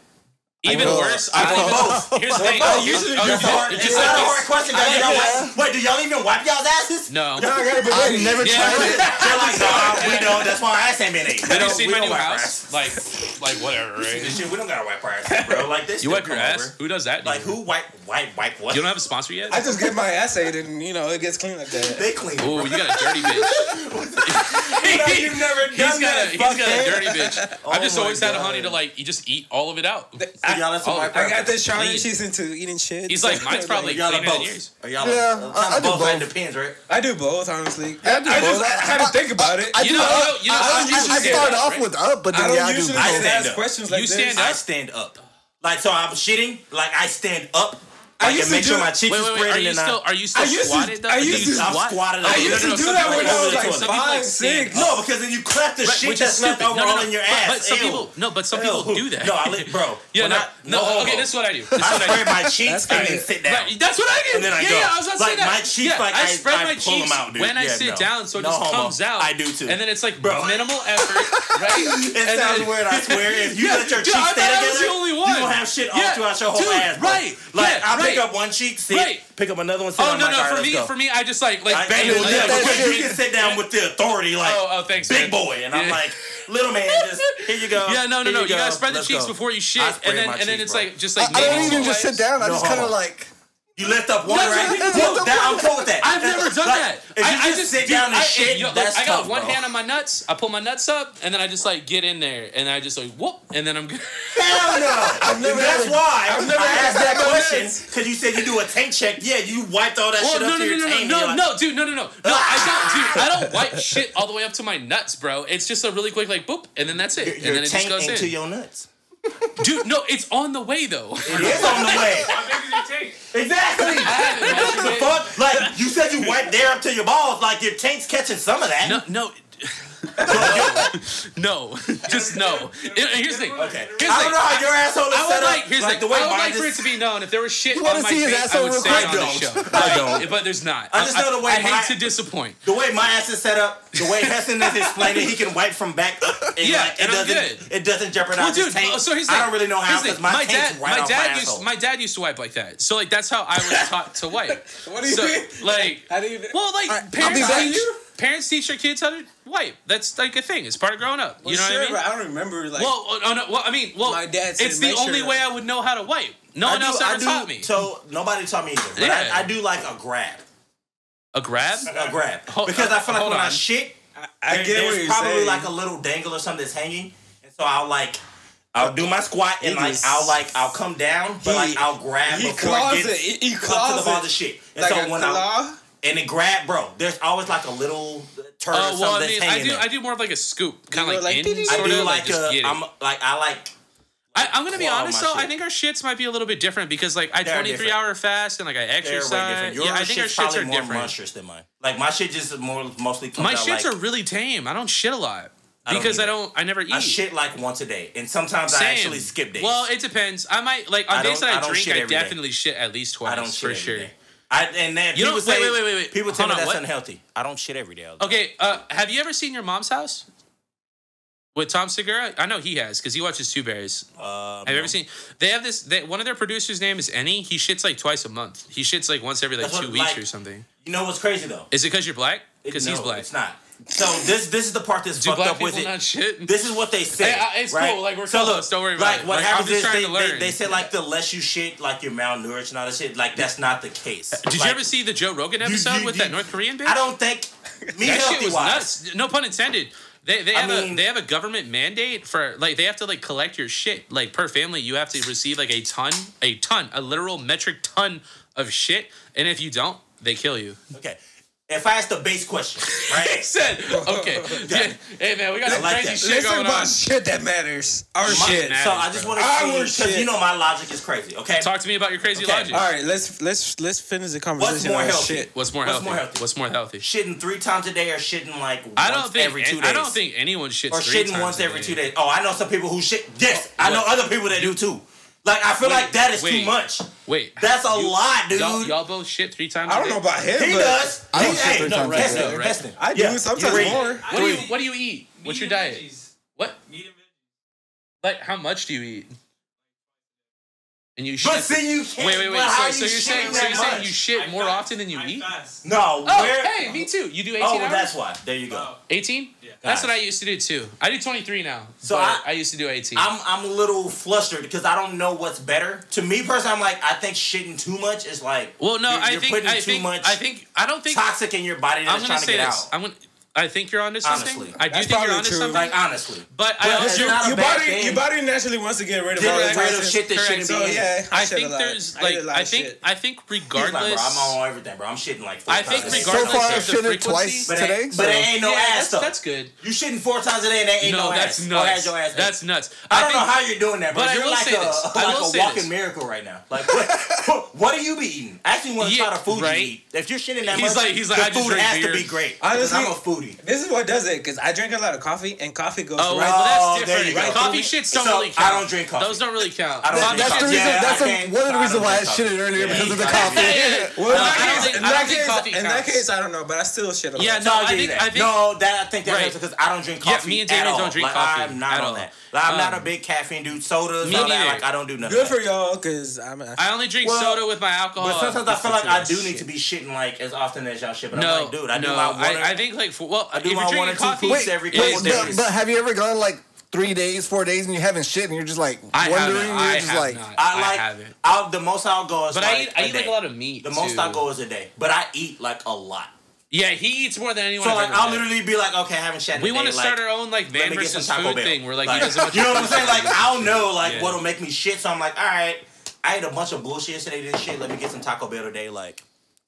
[SPEAKER 2] even
[SPEAKER 4] go-
[SPEAKER 2] worse, I
[SPEAKER 4] I go
[SPEAKER 2] even,
[SPEAKER 1] both.
[SPEAKER 2] Here's the
[SPEAKER 1] I
[SPEAKER 2] thing.
[SPEAKER 1] go both.
[SPEAKER 2] you-
[SPEAKER 1] Usually
[SPEAKER 2] oh,
[SPEAKER 1] It's
[SPEAKER 2] you-
[SPEAKER 1] hard-
[SPEAKER 2] it's
[SPEAKER 1] it's
[SPEAKER 2] just
[SPEAKER 1] not a
[SPEAKER 2] like-
[SPEAKER 1] hard question. Y'all y'all
[SPEAKER 4] yeah.
[SPEAKER 1] wipe- Wait, do y'all even wipe y'all's asses?
[SPEAKER 2] No.
[SPEAKER 1] Y'all gotta be
[SPEAKER 4] I've never
[SPEAKER 2] Yeah,
[SPEAKER 4] tried
[SPEAKER 2] right.
[SPEAKER 4] it.
[SPEAKER 1] They're like, nah, we don't. That's why our ass ain't been ate.
[SPEAKER 2] Have you seen my new
[SPEAKER 1] wipe our ass.
[SPEAKER 2] house? Like, like whatever, right?
[SPEAKER 1] This shit, we don't gotta wipe our ass, bro. Like this.
[SPEAKER 2] You
[SPEAKER 1] still
[SPEAKER 2] wipe your
[SPEAKER 1] come
[SPEAKER 2] ass?
[SPEAKER 1] over.
[SPEAKER 2] Who does that? to
[SPEAKER 1] Like
[SPEAKER 2] you?
[SPEAKER 1] who wipe wipe wipe what?
[SPEAKER 2] You don't have a sponsor yet?
[SPEAKER 3] I just get my ass ate and you know it gets clean like that.
[SPEAKER 1] They clean.
[SPEAKER 2] Oh, you got a dirty bitch.
[SPEAKER 1] You've never done
[SPEAKER 2] He's got a
[SPEAKER 1] that.
[SPEAKER 2] he's got a dirty bitch. I've just
[SPEAKER 1] my
[SPEAKER 2] always had a honey
[SPEAKER 1] God.
[SPEAKER 2] to like. You just eat all of it out.
[SPEAKER 1] So y'all have to
[SPEAKER 2] Oh,
[SPEAKER 1] wipe
[SPEAKER 3] I
[SPEAKER 1] our
[SPEAKER 3] got
[SPEAKER 1] ass.
[SPEAKER 3] this Charlotte.
[SPEAKER 2] Clean.
[SPEAKER 3] She's into eating shit.
[SPEAKER 2] He's like, mine's probably
[SPEAKER 1] Y'all are
[SPEAKER 2] cleaner than
[SPEAKER 1] both.
[SPEAKER 2] yours.
[SPEAKER 1] Or y'all
[SPEAKER 4] Yeah,
[SPEAKER 1] are,
[SPEAKER 4] I- I do
[SPEAKER 1] both. That
[SPEAKER 4] both.
[SPEAKER 1] depends, right?
[SPEAKER 3] I do both, honestly. I,
[SPEAKER 4] I
[SPEAKER 3] I
[SPEAKER 4] do
[SPEAKER 3] just
[SPEAKER 4] both.
[SPEAKER 3] I, had to think about it. I,
[SPEAKER 4] I
[SPEAKER 2] You
[SPEAKER 4] do.
[SPEAKER 2] know-
[SPEAKER 4] I,
[SPEAKER 2] you know- you know-
[SPEAKER 4] I,
[SPEAKER 3] I don't
[SPEAKER 4] I, I
[SPEAKER 3] usually
[SPEAKER 4] start
[SPEAKER 2] get it,
[SPEAKER 4] off
[SPEAKER 2] right?
[SPEAKER 4] with up, but then
[SPEAKER 3] don't
[SPEAKER 4] yeah, I do
[SPEAKER 3] usually
[SPEAKER 1] I
[SPEAKER 4] both.
[SPEAKER 3] get
[SPEAKER 1] stand
[SPEAKER 3] asked
[SPEAKER 1] up.
[SPEAKER 3] questions like
[SPEAKER 2] You
[SPEAKER 3] this.
[SPEAKER 2] stand
[SPEAKER 1] I stand up. Like so, I'm shitting. Like I stand up.
[SPEAKER 3] I
[SPEAKER 1] Like, I
[SPEAKER 3] used
[SPEAKER 1] make
[SPEAKER 3] to
[SPEAKER 1] sure
[SPEAKER 3] do-
[SPEAKER 1] my cheeks
[SPEAKER 2] Wait,
[SPEAKER 1] is
[SPEAKER 2] wait, wait. Are
[SPEAKER 1] spreading
[SPEAKER 2] you
[SPEAKER 1] and
[SPEAKER 2] still
[SPEAKER 1] I.
[SPEAKER 2] are you still
[SPEAKER 3] I used to-
[SPEAKER 2] squatted though?
[SPEAKER 3] I
[SPEAKER 2] Or do
[SPEAKER 3] used
[SPEAKER 2] you
[SPEAKER 3] to-
[SPEAKER 1] I'm
[SPEAKER 2] squat?
[SPEAKER 1] squatted.
[SPEAKER 3] I
[SPEAKER 1] up.
[SPEAKER 3] used
[SPEAKER 2] no, no,
[SPEAKER 3] to do
[SPEAKER 2] some
[SPEAKER 3] that
[SPEAKER 2] people
[SPEAKER 3] when
[SPEAKER 2] like
[SPEAKER 3] I
[SPEAKER 2] that.
[SPEAKER 3] was like
[SPEAKER 2] Some people like
[SPEAKER 3] five,
[SPEAKER 2] stand
[SPEAKER 3] six.
[SPEAKER 1] No, because then you clap the shit
[SPEAKER 2] which
[SPEAKER 1] that's
[SPEAKER 2] is
[SPEAKER 1] left
[SPEAKER 2] stupid.
[SPEAKER 1] overall in your
[SPEAKER 2] but-
[SPEAKER 1] ass.
[SPEAKER 2] But, some
[SPEAKER 1] Ew.
[SPEAKER 2] people, no, but some
[SPEAKER 1] Ew.
[SPEAKER 2] people do that.
[SPEAKER 1] No, I li- bro.
[SPEAKER 2] yeah,
[SPEAKER 1] when
[SPEAKER 2] no,
[SPEAKER 1] I- no
[SPEAKER 2] no.
[SPEAKER 1] homo.
[SPEAKER 2] okay, this is what I do. This
[SPEAKER 1] I
[SPEAKER 2] is what I
[SPEAKER 1] spread
[SPEAKER 2] do.
[SPEAKER 1] my cheeks
[SPEAKER 3] That's
[SPEAKER 1] and
[SPEAKER 3] kinda-
[SPEAKER 1] then sit down.
[SPEAKER 2] Right, that's what I do.
[SPEAKER 1] And then I
[SPEAKER 2] yeah,
[SPEAKER 1] go.
[SPEAKER 2] yeah, I was about to say
[SPEAKER 1] Like,
[SPEAKER 2] that.
[SPEAKER 1] my cheeks,
[SPEAKER 2] yeah,
[SPEAKER 1] like,
[SPEAKER 2] I
[SPEAKER 1] I- I
[SPEAKER 2] spread my
[SPEAKER 1] pull 'em
[SPEAKER 2] cheeks
[SPEAKER 1] out, dude.
[SPEAKER 2] when I
[SPEAKER 1] Yeah,
[SPEAKER 2] sit
[SPEAKER 1] no.
[SPEAKER 2] down, so it
[SPEAKER 1] No
[SPEAKER 2] just
[SPEAKER 1] homo.
[SPEAKER 2] comes out.
[SPEAKER 1] I do too.
[SPEAKER 2] and then it's like
[SPEAKER 1] Bro.
[SPEAKER 2] minimal effort, right?
[SPEAKER 1] It
[SPEAKER 2] And
[SPEAKER 1] sounds
[SPEAKER 2] then-
[SPEAKER 1] weird, I swear. If you
[SPEAKER 2] Yeah,
[SPEAKER 1] let your
[SPEAKER 2] dude,
[SPEAKER 1] cheeks
[SPEAKER 2] I
[SPEAKER 1] stay
[SPEAKER 2] thought I
[SPEAKER 1] together,
[SPEAKER 2] was the only one.
[SPEAKER 1] you gonna have shit all
[SPEAKER 2] Yeah,
[SPEAKER 1] throughout your whole
[SPEAKER 2] dude,
[SPEAKER 1] ass. Bro.
[SPEAKER 2] right,
[SPEAKER 1] Like
[SPEAKER 2] yeah,
[SPEAKER 1] I pick
[SPEAKER 2] right.
[SPEAKER 1] up one cheek, sit,
[SPEAKER 2] Right.
[SPEAKER 1] pick up another one, sit
[SPEAKER 2] Oh
[SPEAKER 1] down.
[SPEAKER 2] no,
[SPEAKER 1] I'm
[SPEAKER 2] no,
[SPEAKER 1] like, all
[SPEAKER 2] for
[SPEAKER 1] right,
[SPEAKER 2] me,
[SPEAKER 1] let's go.
[SPEAKER 2] for me, I just like
[SPEAKER 1] I,
[SPEAKER 2] like bang.
[SPEAKER 1] and then-
[SPEAKER 2] like,
[SPEAKER 1] yeah,
[SPEAKER 4] that
[SPEAKER 1] because
[SPEAKER 4] shit-
[SPEAKER 1] you can sit down with the authority, like
[SPEAKER 2] Oh, oh, thanks,
[SPEAKER 1] big
[SPEAKER 2] man.
[SPEAKER 1] boy, and I'm
[SPEAKER 2] Yeah.
[SPEAKER 1] like, little man, just here you go.
[SPEAKER 2] Yeah, no, no,
[SPEAKER 1] here
[SPEAKER 2] no. You
[SPEAKER 1] go,
[SPEAKER 2] gotta spread the
[SPEAKER 1] let's
[SPEAKER 2] cheeks
[SPEAKER 1] go.
[SPEAKER 2] before you shit,
[SPEAKER 1] I
[SPEAKER 2] and
[SPEAKER 1] spread
[SPEAKER 2] then
[SPEAKER 1] my
[SPEAKER 2] and then
[SPEAKER 1] cheeks,
[SPEAKER 2] it's
[SPEAKER 1] bro.
[SPEAKER 2] like just
[SPEAKER 4] I,
[SPEAKER 2] like.
[SPEAKER 4] I don't
[SPEAKER 2] maybe
[SPEAKER 4] even just
[SPEAKER 2] twice.
[SPEAKER 4] sit down. I
[SPEAKER 1] No
[SPEAKER 4] just kind of
[SPEAKER 1] homo.
[SPEAKER 4] like.
[SPEAKER 1] You lift up one,
[SPEAKER 2] That's
[SPEAKER 1] right?
[SPEAKER 2] what I
[SPEAKER 1] Cool,
[SPEAKER 2] did.
[SPEAKER 1] that, I'm cool with that.
[SPEAKER 2] I've
[SPEAKER 1] That's-
[SPEAKER 2] never done
[SPEAKER 1] like,
[SPEAKER 2] that.
[SPEAKER 1] If you
[SPEAKER 2] I,
[SPEAKER 1] just, sit
[SPEAKER 2] dude,
[SPEAKER 1] down and
[SPEAKER 2] I,
[SPEAKER 1] shit,
[SPEAKER 2] yo, like,
[SPEAKER 1] that's
[SPEAKER 2] I got
[SPEAKER 1] tough,
[SPEAKER 2] one
[SPEAKER 1] bro.
[SPEAKER 2] hand on my nuts. I pull my nuts up, and then I just like get in there, and I just like whoop, and then I'm good.
[SPEAKER 1] Hell no.
[SPEAKER 4] I've never
[SPEAKER 1] That's
[SPEAKER 4] had a-
[SPEAKER 1] why i
[SPEAKER 3] never had
[SPEAKER 1] asked that
[SPEAKER 3] that
[SPEAKER 1] question
[SPEAKER 3] much.
[SPEAKER 1] because you said you do a tank check. Yeah, you wiped all that
[SPEAKER 2] Well,
[SPEAKER 1] shit up
[SPEAKER 2] no,
[SPEAKER 1] to
[SPEAKER 2] no, no,
[SPEAKER 1] your
[SPEAKER 2] no,
[SPEAKER 1] tank.
[SPEAKER 2] no, no, no, dude, no, no, no, no. I don't, dude. I don't wipe shit all the way up to my nuts, bro. It's just a really quick like boop, and then that's it, and then
[SPEAKER 1] Your
[SPEAKER 2] it just
[SPEAKER 1] tank
[SPEAKER 2] goes
[SPEAKER 1] into
[SPEAKER 2] in.
[SPEAKER 1] your nuts.
[SPEAKER 2] Dude, no, it's on the way though.
[SPEAKER 1] It is on the way. Exactly. What the fuck? Like you said, you wiped there up to your balls. Like your tank's catching some of that.
[SPEAKER 2] No, no. no, just no. And- and here's the thing.
[SPEAKER 1] Okay.
[SPEAKER 2] Here's the
[SPEAKER 1] I don't
[SPEAKER 2] thing.
[SPEAKER 1] know how your asshole is
[SPEAKER 2] I
[SPEAKER 1] set
[SPEAKER 2] would
[SPEAKER 1] up.
[SPEAKER 2] like here's
[SPEAKER 1] like
[SPEAKER 2] the,
[SPEAKER 1] the way
[SPEAKER 2] I would
[SPEAKER 1] mine
[SPEAKER 2] like
[SPEAKER 1] is-
[SPEAKER 2] for it to be known if there was shit
[SPEAKER 4] wanna
[SPEAKER 2] on my
[SPEAKER 4] see his
[SPEAKER 2] face, I
[SPEAKER 4] asshole
[SPEAKER 2] would
[SPEAKER 4] real
[SPEAKER 2] say it
[SPEAKER 4] quick?
[SPEAKER 2] on the
[SPEAKER 1] I
[SPEAKER 2] show.
[SPEAKER 1] don't.
[SPEAKER 2] Like,
[SPEAKER 1] I don't.
[SPEAKER 2] But there's not.
[SPEAKER 1] I just know the way
[SPEAKER 2] I hate
[SPEAKER 1] my-
[SPEAKER 2] to disappoint.
[SPEAKER 1] The way my ass is set up, the way Heston is explaining, he can wipe from back up. And
[SPEAKER 2] Yeah,
[SPEAKER 1] like, it
[SPEAKER 2] and I'm
[SPEAKER 1] doesn't,
[SPEAKER 2] good.
[SPEAKER 1] It doesn't jeopardize his
[SPEAKER 2] Well, dude,
[SPEAKER 1] tank.
[SPEAKER 2] so he's
[SPEAKER 1] I don't really know how because my, tank's
[SPEAKER 2] dad,
[SPEAKER 1] right
[SPEAKER 2] my
[SPEAKER 1] off
[SPEAKER 2] dad
[SPEAKER 1] my
[SPEAKER 2] used,
[SPEAKER 1] asshole.
[SPEAKER 2] my dad used to wipe like that. So like that's how I was taught to wipe.
[SPEAKER 3] What do you
[SPEAKER 2] so,
[SPEAKER 3] mean?
[SPEAKER 2] Like,
[SPEAKER 3] How do you do-
[SPEAKER 2] well, like
[SPEAKER 4] I'll be
[SPEAKER 2] parents
[SPEAKER 4] back.
[SPEAKER 2] teach parents teach their kids how to wipe. That's like a thing. It's part of growing up. You know
[SPEAKER 3] sure,
[SPEAKER 2] what I mean?
[SPEAKER 3] but I don't remember like
[SPEAKER 2] Well, oh, oh, no, well, I mean, well,
[SPEAKER 3] My dad said
[SPEAKER 2] it's the
[SPEAKER 3] make sure
[SPEAKER 2] only
[SPEAKER 3] to-
[SPEAKER 2] way I would know how to wipe. No
[SPEAKER 1] I
[SPEAKER 2] one
[SPEAKER 1] do-
[SPEAKER 2] else
[SPEAKER 1] I
[SPEAKER 2] ever
[SPEAKER 1] do-
[SPEAKER 2] taught me.
[SPEAKER 1] So nobody taught me either. But
[SPEAKER 2] Yeah.
[SPEAKER 1] I, I do like a grab.
[SPEAKER 2] a grab?
[SPEAKER 1] A grab.
[SPEAKER 2] Hold-
[SPEAKER 1] because I feel like
[SPEAKER 2] hold
[SPEAKER 1] when I
[SPEAKER 2] on.
[SPEAKER 1] shit,
[SPEAKER 3] I
[SPEAKER 1] there-
[SPEAKER 3] get what
[SPEAKER 1] there's
[SPEAKER 3] you're
[SPEAKER 1] probably
[SPEAKER 3] saying.
[SPEAKER 1] like a little dangle or something that's hanging. And so I'll like I'll do my squat and
[SPEAKER 3] He
[SPEAKER 1] like
[SPEAKER 3] just-
[SPEAKER 1] I'll like I'll come down, but
[SPEAKER 3] He-
[SPEAKER 1] like I'll grab
[SPEAKER 3] he
[SPEAKER 1] before
[SPEAKER 3] claws
[SPEAKER 1] it
[SPEAKER 3] it.
[SPEAKER 1] gets
[SPEAKER 3] He, he
[SPEAKER 1] up to
[SPEAKER 3] claws
[SPEAKER 1] the ball
[SPEAKER 3] it.
[SPEAKER 1] of shit. And
[SPEAKER 3] Like
[SPEAKER 1] so
[SPEAKER 3] a
[SPEAKER 1] when I
[SPEAKER 3] claw.
[SPEAKER 1] and it grab, bro, there's always like a little turd or
[SPEAKER 2] Oh,
[SPEAKER 1] something
[SPEAKER 2] well, I
[SPEAKER 1] that's
[SPEAKER 2] mean, I
[SPEAKER 1] hanging
[SPEAKER 2] do,
[SPEAKER 1] there.
[SPEAKER 2] I do more of like a scoop, kind
[SPEAKER 3] You
[SPEAKER 2] of
[SPEAKER 3] go
[SPEAKER 2] like,
[SPEAKER 3] like,
[SPEAKER 2] in,
[SPEAKER 3] dee-dee-dee.
[SPEAKER 2] sort
[SPEAKER 1] I do like,
[SPEAKER 2] of like, just
[SPEAKER 1] a,
[SPEAKER 2] get it.
[SPEAKER 1] I'm like I like
[SPEAKER 2] I, I'm gonna be
[SPEAKER 1] claw my
[SPEAKER 2] honest though.
[SPEAKER 1] shit.
[SPEAKER 2] I think our shits might be a little bit different because like I
[SPEAKER 1] They're
[SPEAKER 2] 23
[SPEAKER 1] different.
[SPEAKER 2] hour fast and like I
[SPEAKER 1] They're way
[SPEAKER 2] exercise.
[SPEAKER 1] different. Your
[SPEAKER 2] yeah, I think our
[SPEAKER 1] shit's
[SPEAKER 2] shits
[SPEAKER 1] probably
[SPEAKER 2] are
[SPEAKER 1] more
[SPEAKER 2] different.
[SPEAKER 1] monstrous than mine. Like my shit just more mostly comes
[SPEAKER 2] My
[SPEAKER 1] out
[SPEAKER 2] shits
[SPEAKER 1] like,
[SPEAKER 2] are really tame. I don't shit a lot
[SPEAKER 1] I don't
[SPEAKER 2] because I
[SPEAKER 1] either.
[SPEAKER 2] don't. I never eat.
[SPEAKER 1] I shit like once a day, and sometimes I
[SPEAKER 2] Same.
[SPEAKER 1] actually skip days.
[SPEAKER 2] Well, it depends. I might like on
[SPEAKER 1] I
[SPEAKER 2] days
[SPEAKER 1] don't-
[SPEAKER 2] that
[SPEAKER 1] I
[SPEAKER 2] I,
[SPEAKER 1] don't
[SPEAKER 2] drink.
[SPEAKER 1] shit
[SPEAKER 2] I
[SPEAKER 1] every day.
[SPEAKER 2] definitely shit at least twice
[SPEAKER 1] I don't
[SPEAKER 2] for
[SPEAKER 1] shit
[SPEAKER 2] sure.
[SPEAKER 1] every day. I, and then
[SPEAKER 2] You
[SPEAKER 1] people
[SPEAKER 2] don't- wait,
[SPEAKER 1] say,
[SPEAKER 2] wait, wait, wait, wait.
[SPEAKER 1] People tell
[SPEAKER 2] Hold
[SPEAKER 1] me
[SPEAKER 2] on,
[SPEAKER 1] that's
[SPEAKER 2] what?
[SPEAKER 1] unhealthy. I don't shit every day. all the time.
[SPEAKER 2] Okay, uh, have you ever seen your mom's house with Tom Segura? I know he has because he watches Two Berries.
[SPEAKER 1] Um,
[SPEAKER 2] Have you ever seen? They have this. They, one of their producers' name is Enny. He shits like twice a month. He shits like once every like
[SPEAKER 1] That's
[SPEAKER 2] two
[SPEAKER 1] what,
[SPEAKER 2] weeks
[SPEAKER 1] like-
[SPEAKER 2] or something.
[SPEAKER 1] You know what's crazy though?
[SPEAKER 2] Is it because you're black?
[SPEAKER 1] It-
[SPEAKER 2] Because he's
[SPEAKER 1] no,
[SPEAKER 2] black.
[SPEAKER 1] It's not. So this this is the part that's
[SPEAKER 2] Do
[SPEAKER 1] fucked
[SPEAKER 2] black
[SPEAKER 1] up with
[SPEAKER 2] people
[SPEAKER 1] it.
[SPEAKER 2] not shit?
[SPEAKER 1] This is what they say.
[SPEAKER 2] Hey, I- it's
[SPEAKER 1] right?
[SPEAKER 2] cool, like, we're
[SPEAKER 1] so
[SPEAKER 2] close, don't worry about
[SPEAKER 1] like,
[SPEAKER 2] it.
[SPEAKER 1] What
[SPEAKER 2] Like, I'm
[SPEAKER 1] happens
[SPEAKER 2] just
[SPEAKER 1] is
[SPEAKER 2] trying
[SPEAKER 1] they,
[SPEAKER 2] to
[SPEAKER 1] they,
[SPEAKER 2] learn.
[SPEAKER 1] they say like the less you shit, like you're malnourished and all this shit. Like that's not the case.
[SPEAKER 2] Did
[SPEAKER 1] Like,
[SPEAKER 2] you ever see the Joe Rogan episode
[SPEAKER 1] you-
[SPEAKER 2] with
[SPEAKER 1] you-
[SPEAKER 2] that North Korean bitch?
[SPEAKER 1] I don't think me
[SPEAKER 2] that shit
[SPEAKER 1] healthy
[SPEAKER 2] was
[SPEAKER 1] wise.
[SPEAKER 2] nuts. No pun intended. They, they
[SPEAKER 1] I
[SPEAKER 2] have
[SPEAKER 1] mean-
[SPEAKER 2] a they have a government mandate for like they have to like collect your shit like per family you have to receive like a ton a ton a literal metric ton of shit and if you don't they kill you.
[SPEAKER 1] Okay, if I ask the base question,
[SPEAKER 2] He
[SPEAKER 1] right?
[SPEAKER 2] said, "Okay, yeah. hey man, we got some
[SPEAKER 1] like
[SPEAKER 2] crazy
[SPEAKER 1] that.
[SPEAKER 2] shit
[SPEAKER 3] Let's talk
[SPEAKER 2] going on."
[SPEAKER 3] about shit that matters. Our
[SPEAKER 1] My-
[SPEAKER 3] shit.
[SPEAKER 2] matters,
[SPEAKER 1] so I just
[SPEAKER 2] bro.
[SPEAKER 1] want
[SPEAKER 3] Our
[SPEAKER 1] to see because
[SPEAKER 3] shit.
[SPEAKER 1] you know my logic is crazy. Okay,
[SPEAKER 2] Talk to me about your crazy
[SPEAKER 1] Okay.
[SPEAKER 2] logic.
[SPEAKER 3] All right, let's let's let's finish the conversation.
[SPEAKER 1] what's more
[SPEAKER 3] on
[SPEAKER 1] healthy?
[SPEAKER 3] Shit.
[SPEAKER 2] What's more
[SPEAKER 1] What's
[SPEAKER 2] healthy?
[SPEAKER 1] more healthy?
[SPEAKER 2] What's more healthy?
[SPEAKER 1] Shitting three times a day or shitting like once
[SPEAKER 2] I don't think
[SPEAKER 1] every two days.
[SPEAKER 2] I don't think anyone shits
[SPEAKER 1] or
[SPEAKER 2] three
[SPEAKER 1] shitting
[SPEAKER 2] times
[SPEAKER 1] once
[SPEAKER 2] a
[SPEAKER 1] every
[SPEAKER 2] day.
[SPEAKER 1] two days. Oh, I know some people who shit. Yes, I know
[SPEAKER 2] What?
[SPEAKER 1] other people that do too. Like I feel like that is too
[SPEAKER 2] wait.
[SPEAKER 1] much.
[SPEAKER 2] Wait,
[SPEAKER 1] That's a lot, dude.
[SPEAKER 2] y'all, y'all both shit three times.
[SPEAKER 3] I
[SPEAKER 2] a
[SPEAKER 3] don't
[SPEAKER 2] day?
[SPEAKER 3] know about him,
[SPEAKER 1] he
[SPEAKER 3] but
[SPEAKER 1] does.
[SPEAKER 4] I don't
[SPEAKER 1] he,
[SPEAKER 4] shit
[SPEAKER 1] hey,
[SPEAKER 4] three
[SPEAKER 1] no,
[SPEAKER 4] times a
[SPEAKER 1] testing,
[SPEAKER 4] day,
[SPEAKER 2] right?
[SPEAKER 1] testing.
[SPEAKER 3] I do
[SPEAKER 1] Yeah,
[SPEAKER 3] sometimes
[SPEAKER 1] you're right.
[SPEAKER 3] more.
[SPEAKER 2] What do you What do you eat? What's your diet? What?
[SPEAKER 5] Meat and veggies.
[SPEAKER 2] Like, how much do you eat? And you shit.
[SPEAKER 1] But see, you can't.
[SPEAKER 2] wait, wait, wait.
[SPEAKER 1] but how
[SPEAKER 2] So,
[SPEAKER 1] you
[SPEAKER 2] so you're
[SPEAKER 1] shitting
[SPEAKER 2] saying, so
[SPEAKER 1] that
[SPEAKER 2] you're saying
[SPEAKER 1] much?
[SPEAKER 2] you shit
[SPEAKER 5] I
[SPEAKER 2] more
[SPEAKER 5] fast.
[SPEAKER 2] often than you
[SPEAKER 5] I
[SPEAKER 2] eat?
[SPEAKER 5] Fast.
[SPEAKER 1] No,
[SPEAKER 2] Oh,
[SPEAKER 1] where?
[SPEAKER 2] hey, me too. You do 18
[SPEAKER 1] oh, well,
[SPEAKER 2] hours? Oh.
[SPEAKER 1] that's why. There you go.
[SPEAKER 2] 18?
[SPEAKER 5] Yeah.
[SPEAKER 2] That's what I
[SPEAKER 1] Nice.
[SPEAKER 2] used to do too. I do 23 now.
[SPEAKER 1] So
[SPEAKER 2] So I,
[SPEAKER 1] I-
[SPEAKER 2] used to do 18.
[SPEAKER 1] I'm I'm a little flustered because I don't know what's better. To me personally, I'm like I think shitting too much is like
[SPEAKER 2] well, no,
[SPEAKER 1] you're,
[SPEAKER 2] I
[SPEAKER 1] you're
[SPEAKER 2] think
[SPEAKER 1] putting
[SPEAKER 2] I
[SPEAKER 1] too
[SPEAKER 2] think
[SPEAKER 1] much
[SPEAKER 2] I think I don't think
[SPEAKER 1] toxic in your body
[SPEAKER 2] I'm
[SPEAKER 1] that's
[SPEAKER 2] gonna
[SPEAKER 1] trying to
[SPEAKER 2] say
[SPEAKER 1] get
[SPEAKER 2] this.
[SPEAKER 1] out.
[SPEAKER 2] I'm gonna. I think you're onto something.
[SPEAKER 1] Honestly.
[SPEAKER 2] I do
[SPEAKER 3] That's
[SPEAKER 2] think you're
[SPEAKER 3] probably
[SPEAKER 2] onto
[SPEAKER 3] true.
[SPEAKER 2] something.
[SPEAKER 1] Like honestly,
[SPEAKER 2] but I
[SPEAKER 1] that's
[SPEAKER 2] also
[SPEAKER 1] not a
[SPEAKER 3] Your
[SPEAKER 1] bad
[SPEAKER 3] body,
[SPEAKER 1] thing.
[SPEAKER 3] your body naturally wants to get rid of
[SPEAKER 1] Get
[SPEAKER 3] all
[SPEAKER 1] rid
[SPEAKER 3] the
[SPEAKER 1] of that
[SPEAKER 3] toxins.
[SPEAKER 1] shit that
[SPEAKER 2] correct.
[SPEAKER 1] shouldn't be
[SPEAKER 3] So
[SPEAKER 1] in. it.
[SPEAKER 3] yeah,
[SPEAKER 2] I
[SPEAKER 3] shit
[SPEAKER 2] think
[SPEAKER 3] a lot.
[SPEAKER 2] there's
[SPEAKER 3] I did
[SPEAKER 2] like
[SPEAKER 3] a lot
[SPEAKER 2] I
[SPEAKER 3] of
[SPEAKER 2] think
[SPEAKER 3] shit.
[SPEAKER 2] I think
[SPEAKER 1] He's like, bro,
[SPEAKER 2] regardless.
[SPEAKER 1] I'm on everything, bro. I'm shitting like four
[SPEAKER 2] I think
[SPEAKER 1] times a day.
[SPEAKER 4] So
[SPEAKER 2] regardless
[SPEAKER 4] far,
[SPEAKER 2] of
[SPEAKER 4] I've shit
[SPEAKER 2] the
[SPEAKER 4] it twice
[SPEAKER 1] But it
[SPEAKER 4] today.
[SPEAKER 1] ain't- but it
[SPEAKER 4] so-
[SPEAKER 1] ain't no
[SPEAKER 2] yeah,
[SPEAKER 1] ass
[SPEAKER 2] that's,
[SPEAKER 1] though.
[SPEAKER 2] that's good.
[SPEAKER 1] You shitting four times a day and there ain't
[SPEAKER 2] no,
[SPEAKER 1] no,
[SPEAKER 2] that's
[SPEAKER 1] ass. Or
[SPEAKER 2] nuts.
[SPEAKER 1] has your ass.
[SPEAKER 2] that's nuts.
[SPEAKER 1] I don't
[SPEAKER 2] think,
[SPEAKER 1] know how you're doing that, bro.
[SPEAKER 2] But I
[SPEAKER 1] you're
[SPEAKER 2] will
[SPEAKER 1] like
[SPEAKER 2] say
[SPEAKER 1] a
[SPEAKER 2] this. I
[SPEAKER 1] like
[SPEAKER 2] will
[SPEAKER 1] a
[SPEAKER 2] say
[SPEAKER 1] walking
[SPEAKER 2] this.
[SPEAKER 1] miracle right now. Like what? what do you be eating? I actually want to
[SPEAKER 2] Yeah,
[SPEAKER 1] try the food
[SPEAKER 2] right?
[SPEAKER 1] you eat. If you're shitting that
[SPEAKER 2] He's
[SPEAKER 1] much,
[SPEAKER 2] like- he's like,
[SPEAKER 1] the
[SPEAKER 2] I just
[SPEAKER 1] food
[SPEAKER 2] drink
[SPEAKER 1] has
[SPEAKER 2] beer.
[SPEAKER 1] to be great. Because I'm a foodie.
[SPEAKER 3] This is what does it because I drink a lot of coffee and coffee goes
[SPEAKER 2] Oh,
[SPEAKER 3] right.
[SPEAKER 2] well,
[SPEAKER 1] Oh,
[SPEAKER 2] that's
[SPEAKER 1] there
[SPEAKER 2] different.
[SPEAKER 1] you go.
[SPEAKER 2] Coffee shits don't
[SPEAKER 1] So,
[SPEAKER 2] really count.
[SPEAKER 1] I don't drink coffee.
[SPEAKER 2] Those don't really count.
[SPEAKER 1] I don't
[SPEAKER 4] That-
[SPEAKER 1] drink
[SPEAKER 4] that's
[SPEAKER 1] coffee.
[SPEAKER 4] the reason.
[SPEAKER 1] Yeah,
[SPEAKER 4] that's
[SPEAKER 1] I
[SPEAKER 4] a,
[SPEAKER 1] can't-
[SPEAKER 4] one of
[SPEAKER 1] I
[SPEAKER 4] the reasons
[SPEAKER 1] don't
[SPEAKER 4] why I
[SPEAKER 1] drink coffee.
[SPEAKER 4] shitted earlier
[SPEAKER 1] Yeah,
[SPEAKER 4] because of
[SPEAKER 1] you
[SPEAKER 4] the
[SPEAKER 1] can't.
[SPEAKER 4] coffee.
[SPEAKER 3] Well, in
[SPEAKER 2] No,
[SPEAKER 3] that
[SPEAKER 2] I don't
[SPEAKER 3] case-
[SPEAKER 2] think-
[SPEAKER 3] in
[SPEAKER 2] I
[SPEAKER 3] that
[SPEAKER 2] don't think
[SPEAKER 3] case-
[SPEAKER 2] coffee
[SPEAKER 3] in that
[SPEAKER 2] counts.
[SPEAKER 3] case, I don't know, but I still shit a lot.
[SPEAKER 2] Yeah,
[SPEAKER 1] No,
[SPEAKER 2] No, I
[SPEAKER 1] I,
[SPEAKER 2] think-
[SPEAKER 1] that.
[SPEAKER 2] I think-
[SPEAKER 1] no, that I think that
[SPEAKER 2] Right.
[SPEAKER 1] helps because I don't drink
[SPEAKER 2] Yeah,
[SPEAKER 1] coffee.
[SPEAKER 2] me
[SPEAKER 1] at
[SPEAKER 2] and Damian
[SPEAKER 1] all.
[SPEAKER 2] don't drink
[SPEAKER 1] like,
[SPEAKER 2] coffee
[SPEAKER 1] I'm not
[SPEAKER 2] at
[SPEAKER 1] on
[SPEAKER 2] all.
[SPEAKER 1] that. Like, I'm not
[SPEAKER 2] Um,
[SPEAKER 1] a big caffeine dude. Sodas,
[SPEAKER 2] me
[SPEAKER 1] all that.
[SPEAKER 2] neither.
[SPEAKER 1] Like I don't do nothing.
[SPEAKER 3] Good for y'all because I'm. I,
[SPEAKER 2] I only drink
[SPEAKER 1] Well,
[SPEAKER 2] soda with my alcohol.
[SPEAKER 1] But sometimes I feel like
[SPEAKER 3] Consider
[SPEAKER 1] I
[SPEAKER 3] that
[SPEAKER 1] do need
[SPEAKER 3] shit.
[SPEAKER 1] to be shitting like as often as y'all shit. But
[SPEAKER 2] no,
[SPEAKER 1] I'm like, dude, I do
[SPEAKER 2] no,
[SPEAKER 1] my one.
[SPEAKER 2] I, I think like for, well,
[SPEAKER 1] do
[SPEAKER 2] if
[SPEAKER 1] my
[SPEAKER 2] you're
[SPEAKER 1] one
[SPEAKER 2] drinking
[SPEAKER 1] or two
[SPEAKER 2] coffee,
[SPEAKER 1] poops every
[SPEAKER 2] it's
[SPEAKER 1] couple days.
[SPEAKER 2] different.
[SPEAKER 4] But, but have you ever gone like three days, four days, and you haven't shit, and you're just like
[SPEAKER 2] I haven't.
[SPEAKER 4] wondering? You're
[SPEAKER 2] I
[SPEAKER 4] just
[SPEAKER 2] have
[SPEAKER 4] like,
[SPEAKER 2] not.
[SPEAKER 1] I
[SPEAKER 2] I
[SPEAKER 1] like.
[SPEAKER 2] haven't.
[SPEAKER 1] I'll, the most I'll go is
[SPEAKER 2] But
[SPEAKER 1] like
[SPEAKER 2] I eat, I eat like
[SPEAKER 1] day.
[SPEAKER 2] a lot of meat.
[SPEAKER 1] The most I
[SPEAKER 2] too.
[SPEAKER 1] go is a day, but I eat like a lot.
[SPEAKER 2] Yeah, he eats more than anyone.
[SPEAKER 1] So
[SPEAKER 2] I've
[SPEAKER 1] like
[SPEAKER 2] ever
[SPEAKER 1] I'll
[SPEAKER 2] met.
[SPEAKER 1] literally be like, okay, I haven't shat. in
[SPEAKER 2] We
[SPEAKER 1] a
[SPEAKER 2] want to
[SPEAKER 1] day,
[SPEAKER 2] start
[SPEAKER 1] like,
[SPEAKER 2] our own like
[SPEAKER 1] let
[SPEAKER 2] man
[SPEAKER 1] me get some
[SPEAKER 2] versus
[SPEAKER 1] Taco
[SPEAKER 2] food
[SPEAKER 1] Bell
[SPEAKER 2] thing. Where like,
[SPEAKER 1] Like,
[SPEAKER 2] he doesn't.
[SPEAKER 1] you know what I'm saying? Like I don't know like
[SPEAKER 2] Yeah.
[SPEAKER 1] what'll make me shit. So I'm like, all right, I ate a bunch of bullshit yesterday. This shit. Let me get some Taco Bell today. Like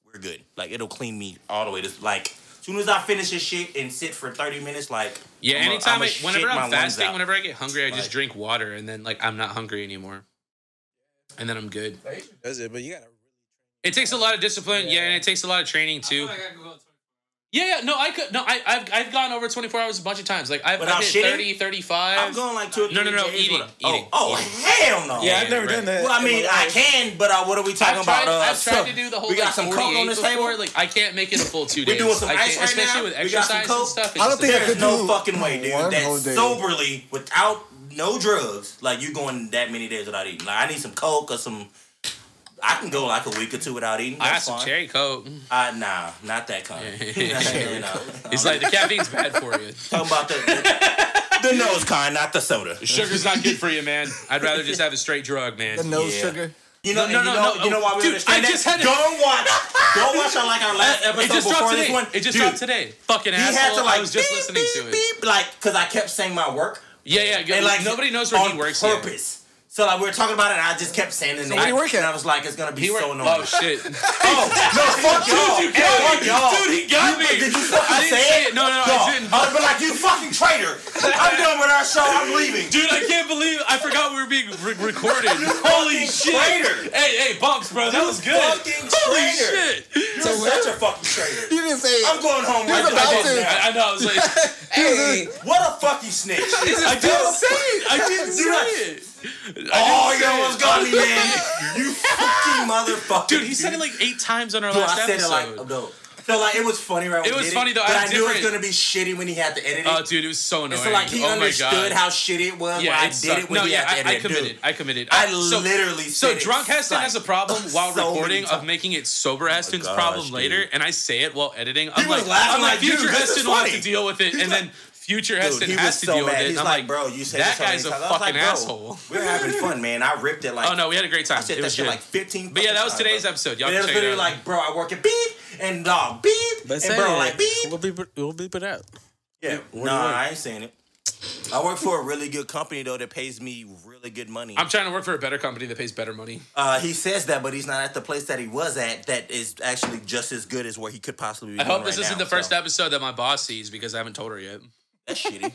[SPEAKER 1] we're good. Like it'll clean me all the way. Just like. As soon as I finish this shit and sit for 30 minutes, like
[SPEAKER 2] Yeah,
[SPEAKER 1] I'ma-
[SPEAKER 2] anytime,
[SPEAKER 1] I'ma
[SPEAKER 2] i whenever
[SPEAKER 1] shit my
[SPEAKER 2] I'm
[SPEAKER 1] lungs
[SPEAKER 2] fasting,
[SPEAKER 1] out.
[SPEAKER 2] whenever I get hungry, I just
[SPEAKER 1] Like-
[SPEAKER 2] drink water, and then like I'm not hungry anymore, and then I'm good.
[SPEAKER 3] does it, but you gotta.
[SPEAKER 2] It takes a lot of discipline, yeah, and it takes a lot of training
[SPEAKER 5] I
[SPEAKER 2] too.
[SPEAKER 5] feel like I could go twenty.
[SPEAKER 2] Yeah, yeah, no, I could, no, I, I've, I've gone over 24 hours a bunch of times. Like I've,
[SPEAKER 1] Without
[SPEAKER 2] I've hit
[SPEAKER 1] shitting?
[SPEAKER 2] 30, 35.
[SPEAKER 1] I'm going like two or
[SPEAKER 2] No, no,
[SPEAKER 1] three
[SPEAKER 2] no,
[SPEAKER 1] days
[SPEAKER 2] eating,
[SPEAKER 1] with a-
[SPEAKER 2] eating,
[SPEAKER 1] oh, oh, hell no.
[SPEAKER 3] Yeah, I've
[SPEAKER 2] Yeah,
[SPEAKER 3] never
[SPEAKER 2] right.
[SPEAKER 3] done that.
[SPEAKER 1] Well, I
[SPEAKER 3] in my
[SPEAKER 1] mean, I
[SPEAKER 3] life.
[SPEAKER 1] can, but uh, what are we talking
[SPEAKER 2] I've tried,
[SPEAKER 1] about? Uh,
[SPEAKER 2] I've tried
[SPEAKER 1] so-
[SPEAKER 2] to do the whole.
[SPEAKER 1] We got
[SPEAKER 2] like,
[SPEAKER 1] some coke on
[SPEAKER 2] 48
[SPEAKER 1] this table.
[SPEAKER 2] before, Like I can't make it a full two
[SPEAKER 1] We're
[SPEAKER 2] days.
[SPEAKER 1] doing some
[SPEAKER 2] I
[SPEAKER 1] ice
[SPEAKER 2] can't-
[SPEAKER 1] right
[SPEAKER 2] especially
[SPEAKER 1] now.
[SPEAKER 2] with
[SPEAKER 1] We got some
[SPEAKER 2] exercise
[SPEAKER 1] Coke.
[SPEAKER 2] and stuff. it
[SPEAKER 4] I don't
[SPEAKER 2] just
[SPEAKER 4] think I
[SPEAKER 2] doesn't
[SPEAKER 1] There's
[SPEAKER 2] work.
[SPEAKER 4] could
[SPEAKER 1] no
[SPEAKER 4] do
[SPEAKER 1] fucking way, dude.
[SPEAKER 4] one whole
[SPEAKER 1] That's
[SPEAKER 4] day.
[SPEAKER 1] soberly without no drugs. Like you going that many days without eating. Like I need some coke or some. I can go like a week or two without eating.
[SPEAKER 2] I got
[SPEAKER 1] That's
[SPEAKER 2] some
[SPEAKER 1] fine.
[SPEAKER 2] cherry coke.
[SPEAKER 1] Uh, nah, not that kind. You know,
[SPEAKER 2] It's like the caffeine's bad for you.
[SPEAKER 1] talking about the, the the nose kind, not the soda.
[SPEAKER 2] Sugar's not good for you, man. I'd rather just have a straight drug, man.
[SPEAKER 4] the nose
[SPEAKER 1] Yeah.
[SPEAKER 4] sugar.
[SPEAKER 1] You know,
[SPEAKER 2] No, no,
[SPEAKER 1] and you
[SPEAKER 2] no,
[SPEAKER 1] know,
[SPEAKER 2] no.
[SPEAKER 1] you know why we
[SPEAKER 2] Dude,
[SPEAKER 1] understand
[SPEAKER 2] I
[SPEAKER 1] that?
[SPEAKER 2] just had it-
[SPEAKER 1] go and watch, go and watch our like our last episode
[SPEAKER 2] It just
[SPEAKER 1] before
[SPEAKER 2] dropped
[SPEAKER 1] this
[SPEAKER 2] today.
[SPEAKER 1] one.
[SPEAKER 2] It just
[SPEAKER 1] Dude,
[SPEAKER 2] dropped today. Fucking
[SPEAKER 1] He
[SPEAKER 2] asshole.
[SPEAKER 1] had to like
[SPEAKER 2] I was just
[SPEAKER 1] beep,
[SPEAKER 2] listening
[SPEAKER 1] beep,
[SPEAKER 2] to it.
[SPEAKER 1] beep, like because I kept saying my work
[SPEAKER 2] Yeah, yeah.
[SPEAKER 1] and
[SPEAKER 2] like
[SPEAKER 1] like
[SPEAKER 2] nobody knows where
[SPEAKER 1] on
[SPEAKER 2] he works. yet.
[SPEAKER 1] purpose. So like we were talking about it, and I just kept saying the name.
[SPEAKER 4] where do you work
[SPEAKER 1] And
[SPEAKER 4] at?
[SPEAKER 1] I was like, it's gonna be
[SPEAKER 2] He
[SPEAKER 1] so
[SPEAKER 2] worked-
[SPEAKER 1] annoying. Oh,
[SPEAKER 2] Oh shit! Dude,
[SPEAKER 1] fuck y'all.
[SPEAKER 2] you
[SPEAKER 1] Hey,
[SPEAKER 2] got
[SPEAKER 1] fuck
[SPEAKER 2] me.
[SPEAKER 1] y'all.
[SPEAKER 2] Dude, he got me.
[SPEAKER 1] Did you fucking
[SPEAKER 2] I didn't say it. No, no, no, I
[SPEAKER 1] would
[SPEAKER 2] didn't.
[SPEAKER 1] have been like, you fucking traitor. I'm done with our show. I'm leaving.
[SPEAKER 2] Dude, I can't believe I forgot we were being re- recorded.
[SPEAKER 1] fucking
[SPEAKER 2] Holy shit!
[SPEAKER 1] traitor.
[SPEAKER 2] Hey, hey, bumps, bro. That was good.
[SPEAKER 1] fucking
[SPEAKER 2] Holy
[SPEAKER 1] traitor.
[SPEAKER 2] shit!
[SPEAKER 1] You're such a fucking traitor.
[SPEAKER 4] You didn't say
[SPEAKER 1] I'm
[SPEAKER 4] it.
[SPEAKER 1] going home right
[SPEAKER 4] You're about
[SPEAKER 1] now.
[SPEAKER 4] to-
[SPEAKER 2] I, I know. I was like,
[SPEAKER 3] Hey,
[SPEAKER 1] What a fucking snitch.
[SPEAKER 2] I didn't say it. I didn't
[SPEAKER 1] You're not-
[SPEAKER 2] say it.
[SPEAKER 1] Oh,
[SPEAKER 2] I
[SPEAKER 1] you
[SPEAKER 2] didn't say
[SPEAKER 1] almost got me, man. You fucking motherfucker.
[SPEAKER 2] Dude, he said it like eight times on our
[SPEAKER 1] Dude,
[SPEAKER 2] last
[SPEAKER 1] I said
[SPEAKER 2] episode.
[SPEAKER 1] it like, no. So like, it was funny, right? when
[SPEAKER 2] It
[SPEAKER 1] we
[SPEAKER 2] was
[SPEAKER 1] did
[SPEAKER 2] funny, though. I
[SPEAKER 1] But I,
[SPEAKER 2] had
[SPEAKER 1] knew it was
[SPEAKER 2] different-
[SPEAKER 1] gonna be shitty when he had to edit it.
[SPEAKER 2] Oh, dude, it was so annoying.
[SPEAKER 1] so like, he
[SPEAKER 2] oh my
[SPEAKER 1] understood
[SPEAKER 2] god.
[SPEAKER 1] how shitty it was.
[SPEAKER 2] yeah,
[SPEAKER 1] when I
[SPEAKER 2] it
[SPEAKER 1] did
[SPEAKER 2] sucked.
[SPEAKER 1] it when
[SPEAKER 2] no,
[SPEAKER 1] he
[SPEAKER 2] yeah,
[SPEAKER 1] had to
[SPEAKER 2] I, I
[SPEAKER 1] edit it.
[SPEAKER 2] committed.
[SPEAKER 1] Dude,
[SPEAKER 2] I committed. Uh,
[SPEAKER 1] I
[SPEAKER 2] so,
[SPEAKER 1] literally
[SPEAKER 2] So
[SPEAKER 1] said it
[SPEAKER 2] drunk Heston has a
[SPEAKER 1] sucked.
[SPEAKER 2] problem while
[SPEAKER 1] So many
[SPEAKER 2] recording of
[SPEAKER 1] times. Oh
[SPEAKER 2] making it sober Heston's
[SPEAKER 1] gosh,
[SPEAKER 2] problem
[SPEAKER 1] dude.
[SPEAKER 2] later, and I say it while editing. I'm
[SPEAKER 1] He was
[SPEAKER 2] like,
[SPEAKER 1] laughing
[SPEAKER 2] I'm like,
[SPEAKER 1] like, dude,
[SPEAKER 2] future
[SPEAKER 1] this is
[SPEAKER 2] Heston will have to
[SPEAKER 1] funny.
[SPEAKER 2] deal with it, and
[SPEAKER 1] like-
[SPEAKER 2] then future
[SPEAKER 1] Dude,
[SPEAKER 2] Heston
[SPEAKER 1] he
[SPEAKER 2] has
[SPEAKER 1] was
[SPEAKER 2] to
[SPEAKER 1] so
[SPEAKER 2] deal with
[SPEAKER 1] mad.
[SPEAKER 2] it.
[SPEAKER 1] He's
[SPEAKER 2] I'm
[SPEAKER 1] like, bro, you said
[SPEAKER 2] that
[SPEAKER 1] this so many
[SPEAKER 2] guy's a
[SPEAKER 1] times." I was like,
[SPEAKER 2] fucking
[SPEAKER 1] "Bro,
[SPEAKER 2] asshole.
[SPEAKER 1] We're having fun, man. I ripped it like.
[SPEAKER 2] Oh no, we had a great time.
[SPEAKER 1] I said
[SPEAKER 2] it
[SPEAKER 1] that
[SPEAKER 2] was
[SPEAKER 1] shit
[SPEAKER 2] good.
[SPEAKER 1] like 15
[SPEAKER 2] But yeah,
[SPEAKER 1] fucking
[SPEAKER 2] that was
[SPEAKER 1] times,
[SPEAKER 2] today's
[SPEAKER 1] bro.
[SPEAKER 2] episode. Y'all
[SPEAKER 1] But it
[SPEAKER 2] can
[SPEAKER 1] was
[SPEAKER 2] check it
[SPEAKER 1] literally
[SPEAKER 2] out.
[SPEAKER 1] like, bro, I work at beep and dog beep
[SPEAKER 3] but
[SPEAKER 1] and
[SPEAKER 3] say
[SPEAKER 1] bro
[SPEAKER 3] it.
[SPEAKER 1] like beep.
[SPEAKER 3] We'll be we'll be put out.
[SPEAKER 1] Yeah,
[SPEAKER 3] do
[SPEAKER 1] nah,
[SPEAKER 3] you work?
[SPEAKER 1] I ain't saying it. I work for a really good company though that pays me really good money.
[SPEAKER 2] I'm trying to work for a better company that pays better money.
[SPEAKER 1] Uh, he says that, but he's not at the place that he was at. That is actually just as good as where he could possibly be.
[SPEAKER 2] I hope
[SPEAKER 1] doing
[SPEAKER 2] this
[SPEAKER 1] right
[SPEAKER 2] isn't
[SPEAKER 1] now,
[SPEAKER 2] the first
[SPEAKER 1] so.
[SPEAKER 2] episode that my boss sees because I haven't told her yet.
[SPEAKER 1] That's shitty.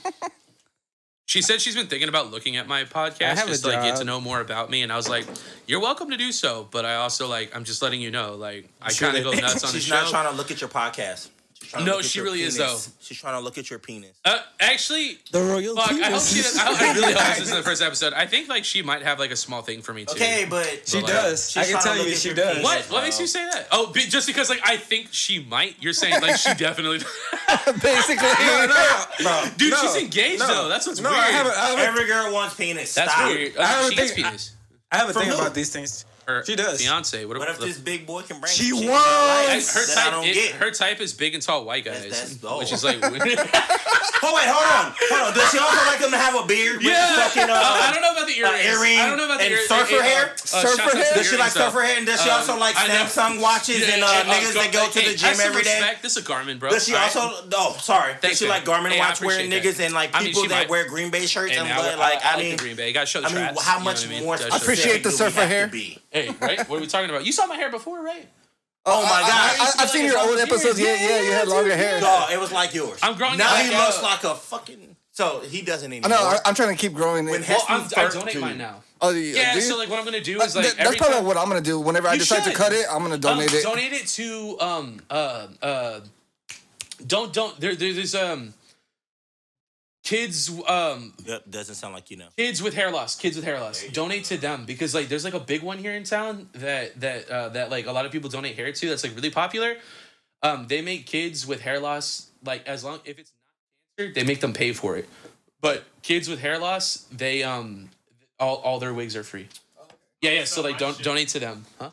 [SPEAKER 2] She said she's been thinking about looking at my
[SPEAKER 3] I
[SPEAKER 2] podcast
[SPEAKER 3] have a
[SPEAKER 2] just to like get to
[SPEAKER 3] job.
[SPEAKER 2] know more about me, and I was like, "You're welcome to do so," but I also like I'm just letting you know, like I kind of go nuts on the
[SPEAKER 1] She's
[SPEAKER 2] show.
[SPEAKER 1] not trying to look at your podcast. She's trying to
[SPEAKER 2] No,
[SPEAKER 1] look at
[SPEAKER 2] she
[SPEAKER 1] your
[SPEAKER 2] really is,
[SPEAKER 1] penis.
[SPEAKER 2] though.
[SPEAKER 1] She's trying to look at your penis.
[SPEAKER 2] uh, actually,
[SPEAKER 3] The royal
[SPEAKER 2] fuck, I hope
[SPEAKER 3] penis.
[SPEAKER 2] she. I, hope, I really hope this is the first episode. I think like she might have like a small thing for me too.
[SPEAKER 1] Okay, but
[SPEAKER 3] She does.
[SPEAKER 1] She's
[SPEAKER 3] I
[SPEAKER 1] trying
[SPEAKER 3] can
[SPEAKER 1] to
[SPEAKER 3] tell
[SPEAKER 1] look
[SPEAKER 3] you,
[SPEAKER 1] at
[SPEAKER 3] she
[SPEAKER 1] your
[SPEAKER 3] does.
[SPEAKER 1] penis,
[SPEAKER 2] What? What
[SPEAKER 1] bro.
[SPEAKER 2] makes you say that? Oh, be, just because like I think she might. You're saying like she definitely.
[SPEAKER 4] Basically,
[SPEAKER 3] bro.
[SPEAKER 2] Dude, she's engaged, though. That's what's
[SPEAKER 3] no,
[SPEAKER 2] weird.
[SPEAKER 3] I have a, I have a,
[SPEAKER 1] Every girl wants penis.
[SPEAKER 2] That's
[SPEAKER 1] Stop.
[SPEAKER 2] weird.
[SPEAKER 3] I don't
[SPEAKER 2] she gets
[SPEAKER 3] think-
[SPEAKER 2] penis.
[SPEAKER 3] I have a
[SPEAKER 1] From
[SPEAKER 3] thing
[SPEAKER 1] who?
[SPEAKER 3] about these things.
[SPEAKER 2] Her
[SPEAKER 3] She does.
[SPEAKER 2] Fiance. What,
[SPEAKER 1] What if
[SPEAKER 2] the-
[SPEAKER 1] this big boy can bring?
[SPEAKER 3] She
[SPEAKER 1] some shit in
[SPEAKER 3] wants-
[SPEAKER 1] my
[SPEAKER 2] I-
[SPEAKER 1] life
[SPEAKER 2] her
[SPEAKER 1] that I
[SPEAKER 2] type,
[SPEAKER 1] don't
[SPEAKER 2] it-
[SPEAKER 1] get.
[SPEAKER 2] her type is big and tall white guys,
[SPEAKER 1] that's dull.
[SPEAKER 2] which is like. yeah,
[SPEAKER 1] Oh wait, hold on, hold on. Does she also like them to have a beard with fucking? Uh,
[SPEAKER 2] Oh, I don't know about the earrings.
[SPEAKER 1] earring
[SPEAKER 2] I don't know about the
[SPEAKER 1] and
[SPEAKER 2] earrings.
[SPEAKER 1] surfer
[SPEAKER 2] Uh,
[SPEAKER 1] hair?
[SPEAKER 2] uh,
[SPEAKER 4] Surfer
[SPEAKER 2] shouts out to
[SPEAKER 4] hair?
[SPEAKER 2] the
[SPEAKER 1] Does she like
[SPEAKER 2] earrings, though.
[SPEAKER 1] stuff her hair and does she also
[SPEAKER 2] Um,
[SPEAKER 1] like
[SPEAKER 2] I know.
[SPEAKER 1] Samsung watches
[SPEAKER 2] Yeah,
[SPEAKER 1] and uh,
[SPEAKER 2] yeah, uh,
[SPEAKER 1] niggas that go to
[SPEAKER 2] hey,
[SPEAKER 1] the gym
[SPEAKER 2] have some
[SPEAKER 1] every day?
[SPEAKER 2] respect. This is a Garmin, bro.
[SPEAKER 1] Does she
[SPEAKER 2] All right?
[SPEAKER 1] also? Oh, sorry.
[SPEAKER 2] Thank
[SPEAKER 1] Does she
[SPEAKER 2] you.
[SPEAKER 1] like Garmin
[SPEAKER 2] Hey, I
[SPEAKER 1] watch wearing
[SPEAKER 2] appreciate
[SPEAKER 1] niggas
[SPEAKER 2] that.
[SPEAKER 1] and like
[SPEAKER 2] I mean,
[SPEAKER 1] people
[SPEAKER 2] she
[SPEAKER 1] that
[SPEAKER 2] might.
[SPEAKER 1] wear Green Bay shirts
[SPEAKER 2] Hey,
[SPEAKER 1] and
[SPEAKER 2] man,
[SPEAKER 1] blood?
[SPEAKER 2] I,
[SPEAKER 1] like I,
[SPEAKER 2] like the
[SPEAKER 1] mean,
[SPEAKER 2] Green Bay. You gotta show the
[SPEAKER 1] I mean,
[SPEAKER 2] traps,
[SPEAKER 1] how
[SPEAKER 2] you know
[SPEAKER 1] much
[SPEAKER 2] what I mean?
[SPEAKER 1] more?
[SPEAKER 2] That
[SPEAKER 1] specific
[SPEAKER 2] shows the
[SPEAKER 4] Appreciate
[SPEAKER 2] traps.
[SPEAKER 1] do
[SPEAKER 4] the
[SPEAKER 1] we
[SPEAKER 4] surfer
[SPEAKER 1] have to
[SPEAKER 4] hair.
[SPEAKER 1] be?
[SPEAKER 2] Hey, right? What are we talking about? You saw my hair before, right?
[SPEAKER 1] Oh my
[SPEAKER 4] I,
[SPEAKER 1] god.
[SPEAKER 4] I, I've seen your old episodes. Yeah, yeah, you had longer hair.
[SPEAKER 1] No, it was like yours.
[SPEAKER 2] I'm growing
[SPEAKER 1] Now
[SPEAKER 2] it
[SPEAKER 1] he
[SPEAKER 2] back
[SPEAKER 1] looks
[SPEAKER 2] out.
[SPEAKER 1] like a fucking. So he doesn't anymore.
[SPEAKER 4] I know. I- I'm trying to keep growing it.
[SPEAKER 1] When
[SPEAKER 2] Well,
[SPEAKER 1] That's
[SPEAKER 2] I'm,
[SPEAKER 1] the
[SPEAKER 2] I
[SPEAKER 1] first-
[SPEAKER 2] donate
[SPEAKER 1] dude.
[SPEAKER 2] mine now.
[SPEAKER 4] Oh, you-
[SPEAKER 2] Yeah,
[SPEAKER 4] do you?
[SPEAKER 2] so like what I'm gonna do is like
[SPEAKER 4] That- that's
[SPEAKER 2] every
[SPEAKER 4] probably
[SPEAKER 2] time-
[SPEAKER 4] what I'm gonna do. Whenever I
[SPEAKER 2] You
[SPEAKER 4] decide
[SPEAKER 2] should.
[SPEAKER 4] to cut it, I'm gonna donate
[SPEAKER 2] um,
[SPEAKER 4] it.
[SPEAKER 2] Donate it to um uh uh don't don't there, there there's um kids um
[SPEAKER 1] Yep, doesn't sound like you know.
[SPEAKER 2] kids with hair loss kids with hair loss donate to them because like there's like a big one here in town that that uh, that like a lot of people donate hair to that's like really popular um they make kids with hair loss like as long if it's not cancer they make them pay for it but kids with hair loss they um all all their wigs are free yeah yeah so like don't donate to them huh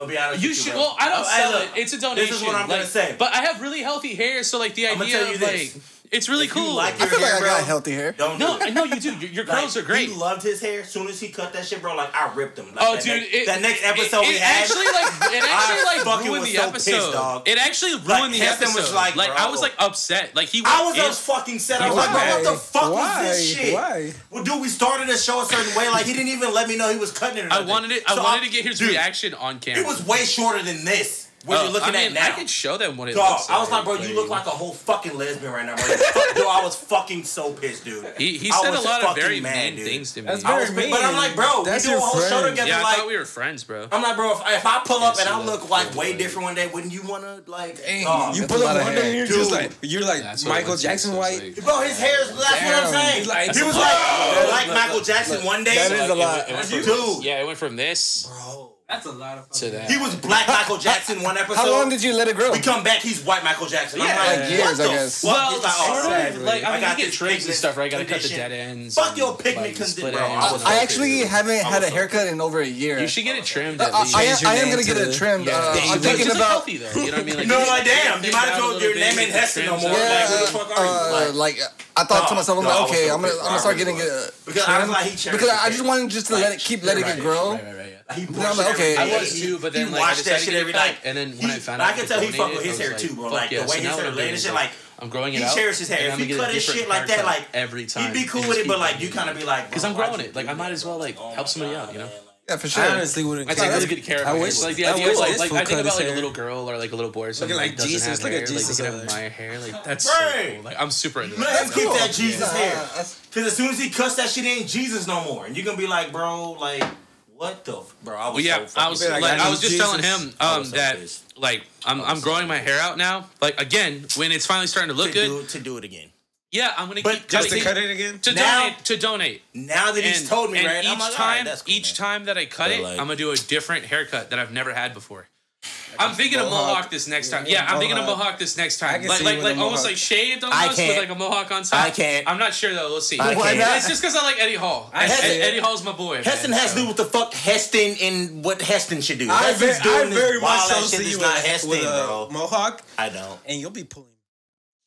[SPEAKER 1] I'll be honest.
[SPEAKER 2] you
[SPEAKER 1] with
[SPEAKER 2] should.
[SPEAKER 1] bro.
[SPEAKER 2] Well, I don't
[SPEAKER 1] Oh, hey,
[SPEAKER 2] sell
[SPEAKER 1] look,
[SPEAKER 2] it. It's a donation.
[SPEAKER 1] This is what I'm gonna
[SPEAKER 2] like,
[SPEAKER 1] say.
[SPEAKER 2] But I have really healthy hair, so like the
[SPEAKER 1] I'ma
[SPEAKER 2] idea
[SPEAKER 1] tell you
[SPEAKER 2] of
[SPEAKER 1] this.
[SPEAKER 2] like it's really
[SPEAKER 1] If you
[SPEAKER 2] cool.
[SPEAKER 1] like
[SPEAKER 4] I
[SPEAKER 1] your
[SPEAKER 4] feel like
[SPEAKER 1] hair,
[SPEAKER 4] I got
[SPEAKER 1] bro.
[SPEAKER 4] healthy hair.
[SPEAKER 1] don't
[SPEAKER 2] no,
[SPEAKER 1] do it.
[SPEAKER 2] no, you do. Your, your
[SPEAKER 1] Like,
[SPEAKER 2] curls are great.
[SPEAKER 1] He loved his hair. As soon as he cut that shit, bro, like I ripped him. Like,
[SPEAKER 2] Oh,
[SPEAKER 1] that
[SPEAKER 2] dude!
[SPEAKER 1] next-
[SPEAKER 2] it,
[SPEAKER 1] that next
[SPEAKER 2] it-
[SPEAKER 1] episode
[SPEAKER 2] it,
[SPEAKER 1] we had,
[SPEAKER 2] actually like it
[SPEAKER 1] I
[SPEAKER 2] actually like
[SPEAKER 1] fucking
[SPEAKER 2] ruined
[SPEAKER 1] was
[SPEAKER 2] the
[SPEAKER 1] so pissed,
[SPEAKER 2] episode.
[SPEAKER 1] dog.
[SPEAKER 2] It actually ruined
[SPEAKER 1] Like,
[SPEAKER 2] the
[SPEAKER 1] Heston was
[SPEAKER 2] episode.
[SPEAKER 1] like,
[SPEAKER 2] I
[SPEAKER 1] bro.
[SPEAKER 2] was like upset. Like he.
[SPEAKER 1] I was
[SPEAKER 2] went in-
[SPEAKER 1] just fucking set. I was like,
[SPEAKER 3] Why?
[SPEAKER 1] bro, what the fuck
[SPEAKER 3] Why?
[SPEAKER 1] was this shit?
[SPEAKER 3] Why?
[SPEAKER 1] Well, dude, we started the show a certain way. Like he didn't even let me know he was cutting it. Or
[SPEAKER 2] I
[SPEAKER 1] nothing.
[SPEAKER 2] wanted it. I
[SPEAKER 1] So
[SPEAKER 2] wanted to get his
[SPEAKER 1] dude,
[SPEAKER 2] reaction on camera.
[SPEAKER 1] It was way shorter than this. What
[SPEAKER 2] Oh,
[SPEAKER 1] you're looking
[SPEAKER 2] I mean,
[SPEAKER 1] at now.
[SPEAKER 2] I could show them what it
[SPEAKER 1] Dog,
[SPEAKER 2] looks
[SPEAKER 1] I was like, bro, you look like a whole fucking lesbian right now, bro. Fuck, dude, I was fucking so pissed, dude.
[SPEAKER 2] He, he
[SPEAKER 1] I
[SPEAKER 2] said a
[SPEAKER 1] was
[SPEAKER 2] lot of
[SPEAKER 1] fucking
[SPEAKER 2] very
[SPEAKER 1] mad,
[SPEAKER 2] mean
[SPEAKER 1] dude.
[SPEAKER 2] things to me.
[SPEAKER 3] That's
[SPEAKER 2] yeah,
[SPEAKER 1] I was,
[SPEAKER 3] Very
[SPEAKER 1] but I'm
[SPEAKER 3] mean.
[SPEAKER 1] like, bro,
[SPEAKER 3] That's
[SPEAKER 1] we do a
[SPEAKER 3] your
[SPEAKER 1] whole show
[SPEAKER 3] friend.
[SPEAKER 1] together.
[SPEAKER 2] I
[SPEAKER 1] like,
[SPEAKER 2] thought we were friends, bro.
[SPEAKER 1] I'm like, bro, if, if I pull up
[SPEAKER 2] Yeah,
[SPEAKER 1] and I
[SPEAKER 2] so
[SPEAKER 1] look
[SPEAKER 2] that-
[SPEAKER 1] like way different one day, wouldn't you wanna like?
[SPEAKER 4] Dang.
[SPEAKER 1] dog?
[SPEAKER 3] You
[SPEAKER 4] That's
[SPEAKER 3] pull
[SPEAKER 4] a lot
[SPEAKER 3] up
[SPEAKER 4] of
[SPEAKER 3] one day
[SPEAKER 4] hair.
[SPEAKER 3] and you're
[SPEAKER 1] Dude.
[SPEAKER 3] just like you're like
[SPEAKER 2] That's what it
[SPEAKER 3] Michael
[SPEAKER 2] looks like.
[SPEAKER 3] Jackson
[SPEAKER 2] So it's
[SPEAKER 3] White.
[SPEAKER 2] like-
[SPEAKER 1] Bro, his hair's. That's what I'm
[SPEAKER 4] Damn.
[SPEAKER 1] saying.
[SPEAKER 3] He's like-
[SPEAKER 1] he was like, "They're like Michael Jackson one day.
[SPEAKER 4] that is a
[SPEAKER 2] It
[SPEAKER 4] lot.
[SPEAKER 2] went- it went from
[SPEAKER 1] Dude.
[SPEAKER 2] this- Yeah, it went from this
[SPEAKER 1] bro,
[SPEAKER 5] That's a lot of
[SPEAKER 2] to
[SPEAKER 5] fucking.
[SPEAKER 2] that.
[SPEAKER 1] he was black Michael Jackson one episode.
[SPEAKER 4] How long did you let it grow?
[SPEAKER 1] we come back? He's white Michael Jackson. I'm
[SPEAKER 2] Yeah,
[SPEAKER 1] like,
[SPEAKER 2] like
[SPEAKER 1] what
[SPEAKER 4] years,
[SPEAKER 1] the
[SPEAKER 4] I guess.
[SPEAKER 1] fuck?
[SPEAKER 2] Well,
[SPEAKER 1] He's like, oh,
[SPEAKER 2] sort of,
[SPEAKER 1] sadly,
[SPEAKER 2] like, I mean,
[SPEAKER 1] got
[SPEAKER 2] you get
[SPEAKER 1] this
[SPEAKER 2] trims and
[SPEAKER 1] pigment
[SPEAKER 2] stuff, right? You gotta cut the
[SPEAKER 1] condition.
[SPEAKER 2] dead ends.
[SPEAKER 1] Fuck
[SPEAKER 2] and,
[SPEAKER 1] your pigment
[SPEAKER 2] like,
[SPEAKER 1] condition,
[SPEAKER 2] split
[SPEAKER 1] bro.
[SPEAKER 2] ends
[SPEAKER 1] I
[SPEAKER 2] and
[SPEAKER 1] was
[SPEAKER 2] all
[SPEAKER 4] I
[SPEAKER 2] that
[SPEAKER 4] actually
[SPEAKER 2] shit.
[SPEAKER 4] haven't had a
[SPEAKER 1] also-
[SPEAKER 4] haircut in over a year.
[SPEAKER 2] You should get it trimmed at
[SPEAKER 4] I,
[SPEAKER 2] least.
[SPEAKER 4] I,
[SPEAKER 3] Change your
[SPEAKER 4] I am
[SPEAKER 3] name
[SPEAKER 4] gonna
[SPEAKER 3] to
[SPEAKER 4] get it
[SPEAKER 3] the-
[SPEAKER 4] trimmed.
[SPEAKER 2] Yeah.
[SPEAKER 4] Uh,
[SPEAKER 3] Dave
[SPEAKER 4] I'm
[SPEAKER 2] Like,
[SPEAKER 3] Chappelle.
[SPEAKER 4] thinking
[SPEAKER 2] just
[SPEAKER 4] about
[SPEAKER 2] healthy though. You know what I mean? Like,
[SPEAKER 1] No,
[SPEAKER 2] just
[SPEAKER 1] like,
[SPEAKER 2] take
[SPEAKER 1] damn,
[SPEAKER 2] that
[SPEAKER 1] you
[SPEAKER 2] thing
[SPEAKER 1] might have
[SPEAKER 2] down a
[SPEAKER 1] told
[SPEAKER 2] little
[SPEAKER 1] your
[SPEAKER 2] bit,
[SPEAKER 1] name
[SPEAKER 2] get
[SPEAKER 1] ain't
[SPEAKER 2] the
[SPEAKER 1] Heston no
[SPEAKER 2] trims
[SPEAKER 1] more.
[SPEAKER 2] up.
[SPEAKER 1] Like, who
[SPEAKER 4] Yeah,
[SPEAKER 1] the fuck are you?
[SPEAKER 4] uh,
[SPEAKER 1] Like-
[SPEAKER 4] like I thought to
[SPEAKER 1] Oh,
[SPEAKER 4] myself, I'm
[SPEAKER 1] no, I
[SPEAKER 4] like,
[SPEAKER 1] was
[SPEAKER 4] okay,
[SPEAKER 1] so
[SPEAKER 4] I'm gonna,
[SPEAKER 1] pissed.
[SPEAKER 4] I'm
[SPEAKER 1] I
[SPEAKER 4] gonna start
[SPEAKER 1] really
[SPEAKER 4] getting
[SPEAKER 1] was.
[SPEAKER 4] it
[SPEAKER 1] Because I was like, he cherished
[SPEAKER 4] because I, I
[SPEAKER 1] it.
[SPEAKER 4] just wanted just to let it keep letting it grow.
[SPEAKER 2] Right, right, right, yeah.
[SPEAKER 1] He
[SPEAKER 4] I'm like, okay.
[SPEAKER 2] I was too, but then
[SPEAKER 1] he
[SPEAKER 2] like, I
[SPEAKER 1] watched that
[SPEAKER 2] decided
[SPEAKER 1] shit
[SPEAKER 2] to
[SPEAKER 1] every
[SPEAKER 2] get it
[SPEAKER 1] night.
[SPEAKER 2] back, and then when
[SPEAKER 1] he,
[SPEAKER 2] I found
[SPEAKER 1] I
[SPEAKER 2] out
[SPEAKER 1] could
[SPEAKER 2] he
[SPEAKER 1] tell he fucked
[SPEAKER 2] donated,
[SPEAKER 1] with his
[SPEAKER 2] I was
[SPEAKER 1] hair
[SPEAKER 2] like,
[SPEAKER 1] too, bro.
[SPEAKER 2] fuck
[SPEAKER 1] Like
[SPEAKER 2] yeah,
[SPEAKER 1] the way
[SPEAKER 2] so now
[SPEAKER 1] his
[SPEAKER 2] what
[SPEAKER 1] hair
[SPEAKER 2] I'm
[SPEAKER 1] laid
[SPEAKER 2] doing
[SPEAKER 1] and
[SPEAKER 2] is
[SPEAKER 1] shit.
[SPEAKER 2] like-
[SPEAKER 1] Like
[SPEAKER 2] I'm growing it
[SPEAKER 1] He
[SPEAKER 2] out.
[SPEAKER 1] cherishes his hair.
[SPEAKER 2] and
[SPEAKER 1] If
[SPEAKER 2] I'm
[SPEAKER 1] he
[SPEAKER 2] gonna get a
[SPEAKER 1] cut his
[SPEAKER 2] different
[SPEAKER 1] shit like that,
[SPEAKER 2] haircut
[SPEAKER 1] like,
[SPEAKER 2] every time,
[SPEAKER 1] He'd be cool
[SPEAKER 2] and
[SPEAKER 1] with
[SPEAKER 2] just
[SPEAKER 1] it, but
[SPEAKER 2] keep
[SPEAKER 1] like
[SPEAKER 2] doing
[SPEAKER 1] you kind of be like, "Oh,
[SPEAKER 2] because I'm
[SPEAKER 1] bro, why'd
[SPEAKER 2] growing
[SPEAKER 1] you
[SPEAKER 2] it. Like
[SPEAKER 1] do
[SPEAKER 2] I might
[SPEAKER 1] that,
[SPEAKER 2] as
[SPEAKER 1] bro?
[SPEAKER 2] well like
[SPEAKER 1] Oh
[SPEAKER 2] help
[SPEAKER 1] my
[SPEAKER 2] somebody
[SPEAKER 1] God,
[SPEAKER 2] out. You know,
[SPEAKER 1] man, like-
[SPEAKER 4] Yeah, for sure.
[SPEAKER 3] I honestly wouldn't
[SPEAKER 2] I
[SPEAKER 3] care.
[SPEAKER 2] take really good care of
[SPEAKER 3] I
[SPEAKER 2] my hair.
[SPEAKER 3] wish-
[SPEAKER 2] So, like the
[SPEAKER 3] I
[SPEAKER 2] idea,
[SPEAKER 3] wish
[SPEAKER 2] of, like,
[SPEAKER 3] this
[SPEAKER 2] like
[SPEAKER 3] fool
[SPEAKER 2] I think
[SPEAKER 3] cut
[SPEAKER 2] about
[SPEAKER 3] his
[SPEAKER 2] like a
[SPEAKER 3] hair.
[SPEAKER 2] little girl or like a little boy or something
[SPEAKER 3] like
[SPEAKER 2] that doesn't
[SPEAKER 3] Jesus,
[SPEAKER 2] have
[SPEAKER 3] look
[SPEAKER 2] hair,
[SPEAKER 3] at
[SPEAKER 2] like,
[SPEAKER 3] Jesus
[SPEAKER 2] they can
[SPEAKER 3] over
[SPEAKER 2] have
[SPEAKER 3] there.
[SPEAKER 2] my hair. Like that's
[SPEAKER 1] Right.
[SPEAKER 2] so cool. Like I'm super into
[SPEAKER 1] Man,
[SPEAKER 2] that.
[SPEAKER 1] Let's keep that Jesus
[SPEAKER 4] Yeah.
[SPEAKER 1] hair.
[SPEAKER 4] That's-
[SPEAKER 1] Because as soon as he cuts that shit in, Jesus no more. And you're going to be like, bro, like, what the? F-? Bro, I was
[SPEAKER 2] Well, yeah,
[SPEAKER 1] so
[SPEAKER 2] I was
[SPEAKER 3] fucking
[SPEAKER 2] like,
[SPEAKER 3] bad.
[SPEAKER 2] I was just
[SPEAKER 3] Jesus.
[SPEAKER 2] telling him
[SPEAKER 1] I
[SPEAKER 2] um,
[SPEAKER 1] was so
[SPEAKER 2] that
[SPEAKER 1] pissed.
[SPEAKER 2] like I'm I'm
[SPEAKER 1] so
[SPEAKER 2] growing my hair out now. Like again, when it's finally starting to
[SPEAKER 1] to
[SPEAKER 2] look
[SPEAKER 1] do,
[SPEAKER 2] good,
[SPEAKER 1] to do it again.
[SPEAKER 2] yeah, I'm gonna
[SPEAKER 1] But
[SPEAKER 2] keep
[SPEAKER 1] just
[SPEAKER 3] Just
[SPEAKER 2] doing
[SPEAKER 3] to cut it again?
[SPEAKER 2] to
[SPEAKER 1] Now-
[SPEAKER 2] donate to donate.
[SPEAKER 1] Now that he's told me,
[SPEAKER 2] and
[SPEAKER 1] right?
[SPEAKER 2] Each
[SPEAKER 1] I'm like, all right,
[SPEAKER 2] time,
[SPEAKER 1] that's cool,
[SPEAKER 2] each
[SPEAKER 1] man.
[SPEAKER 2] time that I
[SPEAKER 1] But,
[SPEAKER 2] cut it,
[SPEAKER 1] like-
[SPEAKER 2] I'm gonna do a different haircut that I've never had before. I'm thinking a mohawk this next time. Yeah, I'm thinking a
[SPEAKER 3] mohawk.
[SPEAKER 2] mohawk this next
[SPEAKER 3] I
[SPEAKER 2] time.
[SPEAKER 3] can
[SPEAKER 2] Like
[SPEAKER 3] see
[SPEAKER 2] like
[SPEAKER 3] you with
[SPEAKER 2] like
[SPEAKER 3] a
[SPEAKER 2] almost
[SPEAKER 3] mohawk.
[SPEAKER 2] like shaved
[SPEAKER 1] I
[SPEAKER 2] almost with
[SPEAKER 1] can't.
[SPEAKER 2] like a mohawk on top.
[SPEAKER 1] I can't.
[SPEAKER 2] I'm not sure though. We'll see.
[SPEAKER 1] I
[SPEAKER 4] Why
[SPEAKER 1] can't.
[SPEAKER 4] not?
[SPEAKER 2] It's just because I like Eddie Hall. I,
[SPEAKER 1] Heston-
[SPEAKER 2] Ed- Eddie Hall's my boy. man.
[SPEAKER 1] Heston has to do with the fuck Heston and what Heston should do.
[SPEAKER 3] I,
[SPEAKER 1] Heston's
[SPEAKER 3] very,
[SPEAKER 1] doing
[SPEAKER 3] I
[SPEAKER 1] this
[SPEAKER 3] very much
[SPEAKER 1] wild
[SPEAKER 3] so
[SPEAKER 1] ass shit
[SPEAKER 3] see
[SPEAKER 1] that's
[SPEAKER 3] you
[SPEAKER 1] not
[SPEAKER 3] with,
[SPEAKER 1] Heston,
[SPEAKER 3] with uh, a
[SPEAKER 1] bro.
[SPEAKER 3] mohawk,
[SPEAKER 1] I don't.
[SPEAKER 3] and you'll be pulling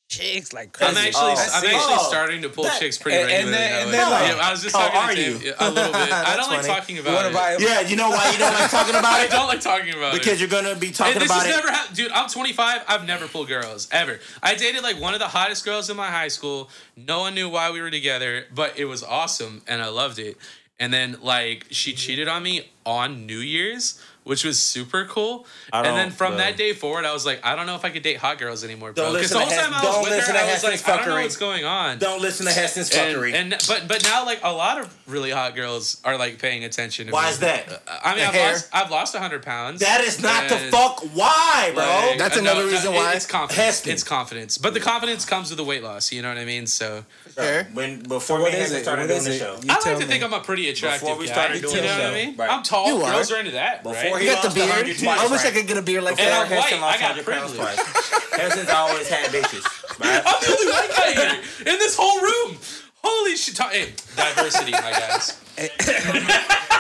[SPEAKER 3] chicks like crazy.
[SPEAKER 2] I'm actually,
[SPEAKER 1] Oh, I
[SPEAKER 2] I'm
[SPEAKER 1] see.
[SPEAKER 2] actually
[SPEAKER 1] Oh,
[SPEAKER 2] starting to pull
[SPEAKER 1] that-
[SPEAKER 2] chicks pretty
[SPEAKER 3] and- and
[SPEAKER 2] regularly.
[SPEAKER 3] then- and
[SPEAKER 2] now.
[SPEAKER 3] then,
[SPEAKER 2] Yeah,
[SPEAKER 1] like-
[SPEAKER 2] I was just
[SPEAKER 1] Oh,
[SPEAKER 2] talking
[SPEAKER 1] are
[SPEAKER 2] to Tim,
[SPEAKER 1] you?
[SPEAKER 2] yeah, a little bit. I
[SPEAKER 1] That's
[SPEAKER 2] don't like
[SPEAKER 1] funny.
[SPEAKER 2] talking
[SPEAKER 3] You want
[SPEAKER 2] about
[SPEAKER 3] to
[SPEAKER 2] it.
[SPEAKER 3] buy it?
[SPEAKER 1] Yeah, you know why you don't like talking about
[SPEAKER 2] I
[SPEAKER 1] it?
[SPEAKER 2] don't like talking about it.
[SPEAKER 1] Because you're going to be
[SPEAKER 2] Hey,
[SPEAKER 1] talking
[SPEAKER 2] this
[SPEAKER 1] about
[SPEAKER 2] has
[SPEAKER 1] it.
[SPEAKER 2] never happened, dude. I'm 25. I've never pulled girls ever. I dated like one of the hottest girls in my high school. No one knew why we were together, but it was awesome and I loved it. And then like
[SPEAKER 1] Mm-hmm.
[SPEAKER 2] she cheated on me on New Year's, which was super cool.
[SPEAKER 1] I
[SPEAKER 2] And then
[SPEAKER 1] don't,
[SPEAKER 2] from
[SPEAKER 1] bro.
[SPEAKER 2] that day forward, I was like, I don't know if I could date hot girls anymore,
[SPEAKER 1] Don't
[SPEAKER 2] bro. Because
[SPEAKER 1] listen
[SPEAKER 2] the
[SPEAKER 1] to Hess-
[SPEAKER 2] whole time I
[SPEAKER 1] don't
[SPEAKER 2] was with
[SPEAKER 1] listen to
[SPEAKER 2] her, I was
[SPEAKER 1] Heston's
[SPEAKER 2] like, I don't know
[SPEAKER 1] fuckery.
[SPEAKER 2] what's going on.
[SPEAKER 1] Don't listen to Heston's fuckery.
[SPEAKER 2] And, and but but now like a lot of really hot girls are like paying attention. to
[SPEAKER 1] why
[SPEAKER 2] me. Uh,
[SPEAKER 1] is that?
[SPEAKER 2] I mean,
[SPEAKER 4] The
[SPEAKER 2] I've
[SPEAKER 4] hair?
[SPEAKER 2] lost I've lost 100 pounds.
[SPEAKER 1] That is not the
[SPEAKER 2] And-
[SPEAKER 1] fuck why, bro.
[SPEAKER 2] like,
[SPEAKER 4] That's
[SPEAKER 2] uh,
[SPEAKER 4] another reason
[SPEAKER 2] it-
[SPEAKER 4] why
[SPEAKER 2] it's confidence.
[SPEAKER 1] Heston.
[SPEAKER 2] It's confidence, but the confidence comes with the weight loss. You know what I mean? So
[SPEAKER 4] Sure.
[SPEAKER 1] When before
[SPEAKER 3] What
[SPEAKER 1] me and
[SPEAKER 3] is
[SPEAKER 1] Hector
[SPEAKER 3] it?
[SPEAKER 1] started
[SPEAKER 3] What
[SPEAKER 1] doing
[SPEAKER 3] is
[SPEAKER 1] the
[SPEAKER 3] it?
[SPEAKER 1] show,
[SPEAKER 3] You
[SPEAKER 2] I like
[SPEAKER 3] tell
[SPEAKER 2] to
[SPEAKER 3] me.
[SPEAKER 2] think I'm a pretty attractive
[SPEAKER 1] Before we
[SPEAKER 2] guy,
[SPEAKER 1] started
[SPEAKER 2] you
[SPEAKER 1] doing
[SPEAKER 2] know
[SPEAKER 1] the
[SPEAKER 2] what
[SPEAKER 1] show,
[SPEAKER 2] I mean?
[SPEAKER 1] right.
[SPEAKER 2] I'm tall.
[SPEAKER 4] You are.
[SPEAKER 2] Girls are into that.
[SPEAKER 1] Before
[SPEAKER 2] right?
[SPEAKER 1] he
[SPEAKER 4] You got the
[SPEAKER 1] lost
[SPEAKER 4] beard.
[SPEAKER 1] 100
[SPEAKER 4] I
[SPEAKER 1] twice,
[SPEAKER 4] wish I
[SPEAKER 1] right?
[SPEAKER 4] could get a beard like
[SPEAKER 1] before
[SPEAKER 2] And I'm
[SPEAKER 4] that.
[SPEAKER 2] white.
[SPEAKER 1] Heston lost
[SPEAKER 2] I got
[SPEAKER 1] 100 pounds
[SPEAKER 2] privilege.
[SPEAKER 1] twice, Heston's always had bitches. Right?
[SPEAKER 2] I'm the only white guy here in this whole room. Holy shit! Hey, diversity, my guys.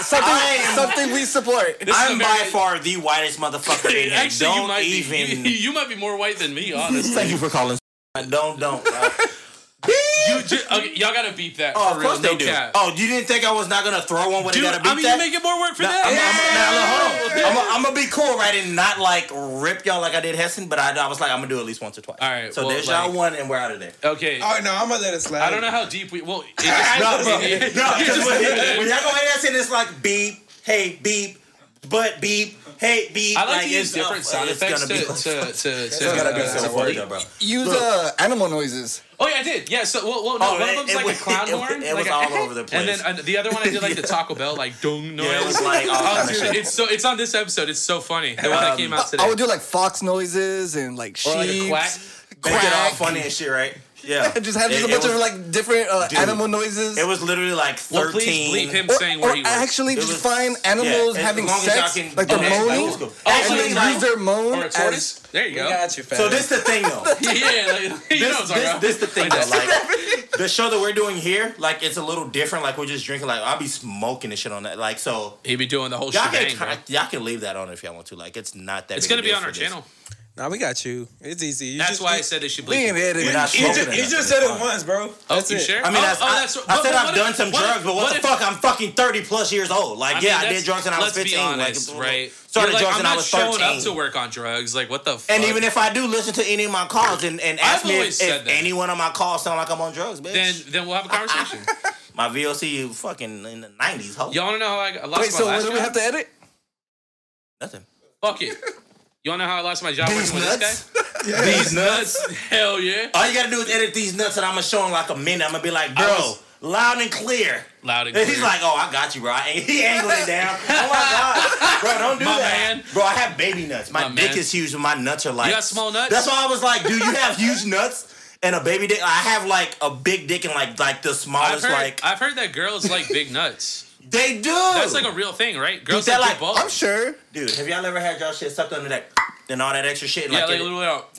[SPEAKER 4] Something,
[SPEAKER 1] I'm-
[SPEAKER 4] something we support.
[SPEAKER 2] This is
[SPEAKER 1] I'm
[SPEAKER 2] a
[SPEAKER 1] by
[SPEAKER 2] very-
[SPEAKER 1] far the whitest motherfucker in here.
[SPEAKER 2] Actually, you
[SPEAKER 1] don't
[SPEAKER 2] might
[SPEAKER 1] even.
[SPEAKER 2] be. You, you might be more white than me, honestly.
[SPEAKER 1] Thank you for calling. Don't don't. Uh,
[SPEAKER 2] you ju- okay, y'all gotta beat that.
[SPEAKER 1] oh,
[SPEAKER 2] for
[SPEAKER 1] of
[SPEAKER 2] real,
[SPEAKER 1] course
[SPEAKER 2] no
[SPEAKER 1] they do.
[SPEAKER 2] cap.
[SPEAKER 1] Oh, you didn't think I was not gonna throw one when they
[SPEAKER 2] Dude,
[SPEAKER 1] gotta beat
[SPEAKER 2] I mean,
[SPEAKER 1] that?
[SPEAKER 2] you make it more work for
[SPEAKER 1] Nah,
[SPEAKER 2] that.
[SPEAKER 1] I'm, I'm, now, look, hold on. I'm, I'm gonna be cool, right, and not like rip y'all like I did Hessen, but I, I was like, I'm gonna do it at least once or twice.
[SPEAKER 2] All right,
[SPEAKER 1] so
[SPEAKER 2] well,
[SPEAKER 1] there's
[SPEAKER 2] like-
[SPEAKER 1] y'all one, and we're out of there.
[SPEAKER 2] okay.
[SPEAKER 3] Oh, no, I'm going to let it slide.
[SPEAKER 2] I don't know how deep we. Well, it-
[SPEAKER 1] No, bro. No, because when, when y'all go in there saying it's like beep, hey beep, but beep, hey beep.
[SPEAKER 2] I like, to use different
[SPEAKER 1] uh,
[SPEAKER 2] sound
[SPEAKER 1] it's
[SPEAKER 2] effects
[SPEAKER 1] gonna
[SPEAKER 2] to,
[SPEAKER 1] be-
[SPEAKER 2] to, to, to,
[SPEAKER 1] It's gonna be
[SPEAKER 2] uh,
[SPEAKER 1] so
[SPEAKER 2] support.
[SPEAKER 1] funny, though, bro.
[SPEAKER 4] Use
[SPEAKER 1] Look.
[SPEAKER 4] uh, animal noises.
[SPEAKER 2] Oh yeah, I did. Yeah, so well, well no,
[SPEAKER 1] Oh,
[SPEAKER 2] one
[SPEAKER 1] it-
[SPEAKER 2] of them's
[SPEAKER 1] it
[SPEAKER 2] like
[SPEAKER 1] was-
[SPEAKER 2] a clown
[SPEAKER 1] it-
[SPEAKER 2] horn.
[SPEAKER 1] it was
[SPEAKER 2] like a-
[SPEAKER 1] all over the place.
[SPEAKER 2] And then uh, the other one I did like the Taco Bell like dung noise.
[SPEAKER 1] Yeah, it was like all
[SPEAKER 2] oh,
[SPEAKER 1] kind of
[SPEAKER 2] dude,
[SPEAKER 1] shit. Um,
[SPEAKER 2] it's so it's on this episode. It's so funny. The one that came out today.
[SPEAKER 4] I would do like fox noises and like sheep.
[SPEAKER 2] or like a quack.
[SPEAKER 1] Make it all
[SPEAKER 4] Quack.
[SPEAKER 1] funny and shit, right? Yeah.
[SPEAKER 4] Just have just
[SPEAKER 1] It-
[SPEAKER 4] a bunch
[SPEAKER 1] it was,
[SPEAKER 4] of like different uh,
[SPEAKER 1] Dude.
[SPEAKER 4] animal noises.
[SPEAKER 1] It was literally like
[SPEAKER 2] Well,
[SPEAKER 1] 13.
[SPEAKER 2] please bleep him
[SPEAKER 4] or,
[SPEAKER 2] saying
[SPEAKER 4] or
[SPEAKER 2] where he was.
[SPEAKER 4] actually
[SPEAKER 1] It
[SPEAKER 4] just
[SPEAKER 1] was-
[SPEAKER 4] find animals
[SPEAKER 1] Yeah, as
[SPEAKER 4] having
[SPEAKER 1] long as y'all
[SPEAKER 4] sex,
[SPEAKER 1] can-
[SPEAKER 4] like they're
[SPEAKER 1] Okay, that's
[SPEAKER 4] moaning,
[SPEAKER 1] cool.
[SPEAKER 4] and
[SPEAKER 2] Also,
[SPEAKER 4] they
[SPEAKER 1] like-
[SPEAKER 4] use their moan
[SPEAKER 2] or a
[SPEAKER 4] as
[SPEAKER 2] tortoise. there you
[SPEAKER 3] We
[SPEAKER 2] go.
[SPEAKER 3] got you, fam.
[SPEAKER 1] So this the thing though.
[SPEAKER 2] yeah, like, you
[SPEAKER 1] this,
[SPEAKER 2] know what I'm
[SPEAKER 1] this,
[SPEAKER 2] talking
[SPEAKER 1] this the thing though. Like the show that we're doing here, like it's a little different. Like we're just drinking. Like I'll be smoking and shit on that. Like so,
[SPEAKER 2] He be doing the whole
[SPEAKER 1] y'all
[SPEAKER 2] shebang.
[SPEAKER 1] can
[SPEAKER 2] bro.
[SPEAKER 1] y'all can leave that on if y'all want to. Like it's not that.
[SPEAKER 2] It's
[SPEAKER 1] big a
[SPEAKER 2] gonna be
[SPEAKER 1] deal
[SPEAKER 2] on
[SPEAKER 1] for
[SPEAKER 2] our
[SPEAKER 1] this.
[SPEAKER 2] channel.
[SPEAKER 3] Nah, we got you. It's easy. You
[SPEAKER 2] That's
[SPEAKER 3] just-
[SPEAKER 2] why I
[SPEAKER 3] you-
[SPEAKER 2] said they should bleep.
[SPEAKER 4] being
[SPEAKER 2] him.
[SPEAKER 4] edited.
[SPEAKER 1] We're not
[SPEAKER 3] You
[SPEAKER 1] smoking.
[SPEAKER 3] just,
[SPEAKER 1] or
[SPEAKER 3] you
[SPEAKER 1] nothing.
[SPEAKER 3] just said it
[SPEAKER 1] Fine.
[SPEAKER 3] once, bro.
[SPEAKER 2] Oh,
[SPEAKER 3] That's
[SPEAKER 2] you
[SPEAKER 3] it.
[SPEAKER 2] sure?
[SPEAKER 1] I mean,
[SPEAKER 2] oh,
[SPEAKER 1] that's,
[SPEAKER 2] oh,
[SPEAKER 1] I,
[SPEAKER 2] that's right.
[SPEAKER 1] I
[SPEAKER 2] But-
[SPEAKER 1] said
[SPEAKER 2] but
[SPEAKER 1] I've
[SPEAKER 2] what
[SPEAKER 1] done
[SPEAKER 2] if-
[SPEAKER 1] some drugs,
[SPEAKER 2] if-
[SPEAKER 1] but what, the
[SPEAKER 2] if-
[SPEAKER 1] fuck? I'm fucking 30 plus years old. Like,
[SPEAKER 2] I
[SPEAKER 1] yeah,
[SPEAKER 2] mean,
[SPEAKER 1] I did
[SPEAKER 2] that's-
[SPEAKER 1] drugs and I was 15.
[SPEAKER 2] Let's be honest,
[SPEAKER 1] like,
[SPEAKER 2] right?
[SPEAKER 1] Started
[SPEAKER 2] You're like,
[SPEAKER 1] drugs
[SPEAKER 2] I'm
[SPEAKER 1] and I
[SPEAKER 2] not
[SPEAKER 1] was
[SPEAKER 2] showing
[SPEAKER 1] 13.
[SPEAKER 2] up to work on drugs. Like, what the fuck?
[SPEAKER 1] And even if I do listen to any of my calls and, and ask
[SPEAKER 2] I've
[SPEAKER 1] me
[SPEAKER 2] always
[SPEAKER 1] if,
[SPEAKER 2] said
[SPEAKER 1] if
[SPEAKER 2] that.
[SPEAKER 1] anyone on my calls sound like I'm on drugs, bitch.
[SPEAKER 2] then then we'll have a conversation.
[SPEAKER 1] my VOC is fucking in the 90s, ho.
[SPEAKER 2] Y'all wanna know how I got- I lost
[SPEAKER 4] Wait,
[SPEAKER 2] my
[SPEAKER 4] so
[SPEAKER 2] last
[SPEAKER 4] what do we
[SPEAKER 2] job?
[SPEAKER 4] have to edit?
[SPEAKER 1] Nothing.
[SPEAKER 2] Fuck it. You wanna know how I lost my job
[SPEAKER 4] These
[SPEAKER 2] working with
[SPEAKER 4] nuts?
[SPEAKER 2] this guy? These nuts. Hell yeah.
[SPEAKER 1] All you gotta do is edit these nuts and I'm gonna show him like a minute. I'm gonna be like, bro,
[SPEAKER 2] was-
[SPEAKER 1] loud and clear.
[SPEAKER 2] Loud and
[SPEAKER 1] And
[SPEAKER 2] clear.
[SPEAKER 1] he's like, oh, I got you, bro. I, he angled it down. Oh my god, bro, don't do
[SPEAKER 2] My
[SPEAKER 1] that,
[SPEAKER 2] man.
[SPEAKER 1] bro. I have baby nuts. My,
[SPEAKER 2] My
[SPEAKER 1] dick
[SPEAKER 2] man.
[SPEAKER 1] is huge, and my nuts are like.
[SPEAKER 2] You got small nuts?
[SPEAKER 1] That's why I was like, dude, you have huge nuts and a baby dick. I have like a big dick and like like the
[SPEAKER 2] I've
[SPEAKER 1] smallest.
[SPEAKER 2] heard,
[SPEAKER 1] like
[SPEAKER 2] I've heard that girls like big nuts.
[SPEAKER 1] they do.
[SPEAKER 2] That's like a real thing, right? Girls
[SPEAKER 1] they're
[SPEAKER 2] like,
[SPEAKER 1] like-
[SPEAKER 2] big balls.
[SPEAKER 4] I'm sure.
[SPEAKER 1] dude. Have y'all ever had y'all shit sucked under that and all that extra shit? And,
[SPEAKER 2] yeah,
[SPEAKER 1] like,
[SPEAKER 2] like
[SPEAKER 1] it-
[SPEAKER 2] a little bit out.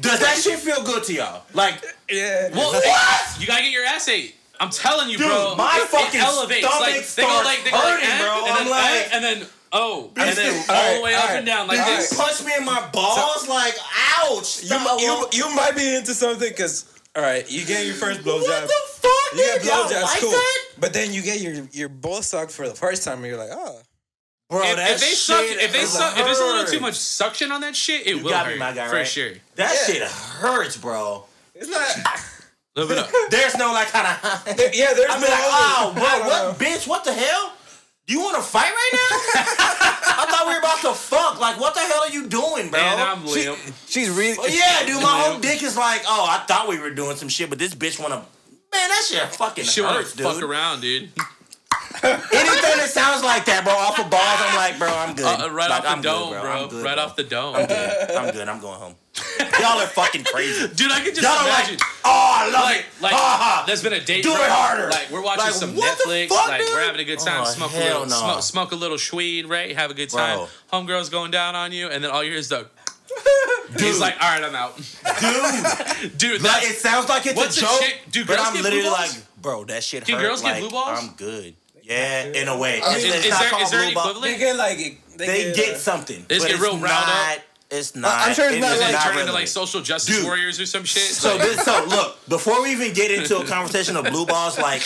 [SPEAKER 1] does that shit feel good to y'all? Like,
[SPEAKER 3] Yeah.
[SPEAKER 2] Well,
[SPEAKER 1] what?
[SPEAKER 2] You gotta get your ass ate. I'm telling you,
[SPEAKER 1] Dude,
[SPEAKER 2] bro.
[SPEAKER 1] my
[SPEAKER 2] it,
[SPEAKER 1] fucking
[SPEAKER 2] it elevates.
[SPEAKER 1] stomach
[SPEAKER 2] Like they go
[SPEAKER 1] starts
[SPEAKER 2] like they go like,
[SPEAKER 1] hurting,
[SPEAKER 2] eh,
[SPEAKER 1] bro.
[SPEAKER 2] and
[SPEAKER 1] I'm
[SPEAKER 2] then
[SPEAKER 1] like-
[SPEAKER 2] eh, and then oh,
[SPEAKER 1] Bitch,
[SPEAKER 2] and then
[SPEAKER 1] this-
[SPEAKER 2] all the
[SPEAKER 3] alright,
[SPEAKER 2] way up
[SPEAKER 3] alright,
[SPEAKER 2] and down like
[SPEAKER 1] If
[SPEAKER 2] this.
[SPEAKER 1] you punch me in my balls, like, ouch.
[SPEAKER 3] You, mi- you, you might be into something because, all right, you get your first blowjob.
[SPEAKER 1] What the fuck?
[SPEAKER 3] you get
[SPEAKER 1] dude? Y'all
[SPEAKER 3] blowjobs,
[SPEAKER 1] like
[SPEAKER 3] cool.
[SPEAKER 1] that?
[SPEAKER 3] But then you get your, your bull sucked for the first time and you're like, oh.
[SPEAKER 1] Bro,
[SPEAKER 2] if,
[SPEAKER 1] that
[SPEAKER 2] if they
[SPEAKER 1] shit
[SPEAKER 2] suck, if they
[SPEAKER 1] is
[SPEAKER 2] suck, if it's a little
[SPEAKER 1] hurt.
[SPEAKER 2] too much suction on that shit, it
[SPEAKER 1] You
[SPEAKER 2] will
[SPEAKER 1] got me,
[SPEAKER 2] hurt
[SPEAKER 1] my guy,
[SPEAKER 2] for
[SPEAKER 1] right?
[SPEAKER 2] sure.
[SPEAKER 1] That shit hurts, bro.
[SPEAKER 3] It's not.
[SPEAKER 2] Live it up.
[SPEAKER 1] There's no like kind of.
[SPEAKER 3] there- yeah, there's
[SPEAKER 1] I'm
[SPEAKER 3] no.
[SPEAKER 1] like, oh,
[SPEAKER 3] other- I
[SPEAKER 1] bro,
[SPEAKER 3] don't
[SPEAKER 1] what, bitch? What the hell? You want to fight right now? I thought we were about to fuck. Like, what the hell are you doing, bro?
[SPEAKER 2] And I'm Liam.
[SPEAKER 4] She's really.
[SPEAKER 1] But yeah, dude, my whole dick is like, oh, I thought we were doing some shit, but this bitch wanna. Man, that shit fucking
[SPEAKER 2] She wanna
[SPEAKER 1] hurts, dude.
[SPEAKER 2] fuck around, dude.
[SPEAKER 1] Anything that sounds like that, bro, off of balls, I'm like, bro, I'm good.
[SPEAKER 2] Uh, right
[SPEAKER 1] Like,
[SPEAKER 2] off the
[SPEAKER 1] I'm good,
[SPEAKER 2] dome,
[SPEAKER 1] bro.
[SPEAKER 2] bro.
[SPEAKER 1] I'm good,
[SPEAKER 2] right
[SPEAKER 1] bro.
[SPEAKER 2] off the dome, dude.
[SPEAKER 1] Good. I'm good. I'm going home. Y'all are fucking crazy.
[SPEAKER 2] Dude, I could just
[SPEAKER 1] Y'all are
[SPEAKER 2] imagine.
[SPEAKER 1] like, oh, I love
[SPEAKER 2] Like,
[SPEAKER 1] it.
[SPEAKER 2] like
[SPEAKER 1] Ah,
[SPEAKER 2] there's been a date.
[SPEAKER 1] Do it
[SPEAKER 2] bro.
[SPEAKER 1] harder.
[SPEAKER 2] Like we're watching
[SPEAKER 1] Like,
[SPEAKER 2] some
[SPEAKER 1] what the
[SPEAKER 2] Netflix.
[SPEAKER 1] fuck,
[SPEAKER 2] like
[SPEAKER 1] dude?
[SPEAKER 2] we're having a good time.
[SPEAKER 1] Oh,
[SPEAKER 2] smoke a
[SPEAKER 1] hell
[SPEAKER 2] little,
[SPEAKER 1] no.
[SPEAKER 2] smoke, smoke a little shweed, right? Have a good time.
[SPEAKER 1] Bro.
[SPEAKER 2] Homegirl's going down on you, and then all you hear is the. He's like, all right, I'm out, dude. dude,
[SPEAKER 1] Like,
[SPEAKER 2] that's,
[SPEAKER 1] it sounds like it's
[SPEAKER 2] What's
[SPEAKER 1] a
[SPEAKER 2] a
[SPEAKER 1] joke,
[SPEAKER 2] chick- do
[SPEAKER 1] but
[SPEAKER 2] girls
[SPEAKER 1] I'm
[SPEAKER 2] get
[SPEAKER 1] literally
[SPEAKER 2] blue
[SPEAKER 1] like,
[SPEAKER 2] balls?
[SPEAKER 1] bro, that shit
[SPEAKER 2] Do
[SPEAKER 1] hurt.
[SPEAKER 2] girls get
[SPEAKER 1] like,
[SPEAKER 2] blue balls?
[SPEAKER 1] I'm good. Yeah, in a way.
[SPEAKER 3] I mean,
[SPEAKER 1] It's-
[SPEAKER 3] is-
[SPEAKER 1] it's
[SPEAKER 2] is
[SPEAKER 1] not
[SPEAKER 2] there-
[SPEAKER 1] called
[SPEAKER 2] is there
[SPEAKER 1] blue
[SPEAKER 2] any
[SPEAKER 1] ball.
[SPEAKER 2] equivalent?
[SPEAKER 3] They get like they,
[SPEAKER 1] They get
[SPEAKER 3] uh,
[SPEAKER 1] something.
[SPEAKER 2] They just
[SPEAKER 1] but
[SPEAKER 2] get
[SPEAKER 1] it's
[SPEAKER 2] real riled up.
[SPEAKER 1] not- It's not.
[SPEAKER 4] I'm sure it's
[SPEAKER 1] it is
[SPEAKER 4] not
[SPEAKER 2] and
[SPEAKER 4] like-
[SPEAKER 2] they
[SPEAKER 4] not
[SPEAKER 2] turn into like
[SPEAKER 1] relevant.
[SPEAKER 2] social justice
[SPEAKER 1] Dude.
[SPEAKER 2] warriors or some shit.
[SPEAKER 1] So
[SPEAKER 2] like,
[SPEAKER 1] this, so look, before we even get into a conversation of blue balls, like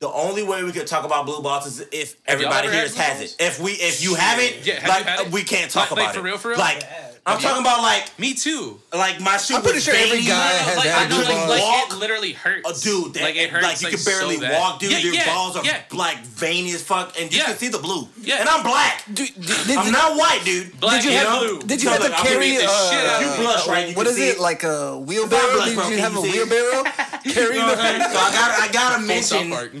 [SPEAKER 1] the only way we could talk about blue balls is if everybody
[SPEAKER 2] ever
[SPEAKER 1] here
[SPEAKER 2] had
[SPEAKER 1] has
[SPEAKER 2] blue
[SPEAKER 1] has
[SPEAKER 2] balls?
[SPEAKER 1] it. If we, if you haven't,
[SPEAKER 2] Yeah, have you
[SPEAKER 1] like
[SPEAKER 2] had it?
[SPEAKER 1] we can't talk
[SPEAKER 2] Like-
[SPEAKER 1] about
[SPEAKER 2] like, for
[SPEAKER 1] it.
[SPEAKER 2] real, for real?
[SPEAKER 1] Like I'm talking about like
[SPEAKER 2] me too.
[SPEAKER 1] like my shit.
[SPEAKER 4] I'm pretty
[SPEAKER 1] was
[SPEAKER 4] sure every
[SPEAKER 1] veiny.
[SPEAKER 4] guy
[SPEAKER 2] No,
[SPEAKER 4] has
[SPEAKER 2] like,
[SPEAKER 4] had
[SPEAKER 2] I know,
[SPEAKER 4] blue
[SPEAKER 2] like,
[SPEAKER 4] balls.
[SPEAKER 2] like,
[SPEAKER 1] Walk
[SPEAKER 2] it literally hurts.
[SPEAKER 1] a dude that
[SPEAKER 2] like it hurts.
[SPEAKER 1] like you can
[SPEAKER 2] so
[SPEAKER 1] barely
[SPEAKER 2] bad.
[SPEAKER 1] walk, dude.
[SPEAKER 2] Yeah,
[SPEAKER 1] your
[SPEAKER 2] yeah,
[SPEAKER 1] balls are
[SPEAKER 2] yeah.
[SPEAKER 1] like veiny as fuck, and you
[SPEAKER 2] Yeah.
[SPEAKER 1] can see the blue.
[SPEAKER 2] Yeah.
[SPEAKER 1] and I'm black.
[SPEAKER 4] Dude, did, did,
[SPEAKER 1] I'm
[SPEAKER 4] you-
[SPEAKER 1] not white, dude.
[SPEAKER 2] Black
[SPEAKER 4] Did you
[SPEAKER 2] and
[SPEAKER 1] have-
[SPEAKER 2] blue.
[SPEAKER 4] did you
[SPEAKER 1] No,
[SPEAKER 4] have
[SPEAKER 1] look,
[SPEAKER 4] to
[SPEAKER 1] I'm gonna
[SPEAKER 4] carry
[SPEAKER 1] beat the
[SPEAKER 2] shit out
[SPEAKER 4] uh,
[SPEAKER 2] of
[SPEAKER 1] you blush, right? You
[SPEAKER 4] what
[SPEAKER 1] can
[SPEAKER 4] is
[SPEAKER 1] see
[SPEAKER 4] it
[SPEAKER 1] it.
[SPEAKER 4] like a wheelbarrow?
[SPEAKER 1] blush,
[SPEAKER 4] did
[SPEAKER 1] bro,
[SPEAKER 4] you
[SPEAKER 1] can
[SPEAKER 4] have
[SPEAKER 1] you
[SPEAKER 4] a
[SPEAKER 1] see it?
[SPEAKER 4] wheelbarrow? Carrying the
[SPEAKER 1] So I got I gotta
[SPEAKER 2] Full South
[SPEAKER 1] mention
[SPEAKER 2] Park.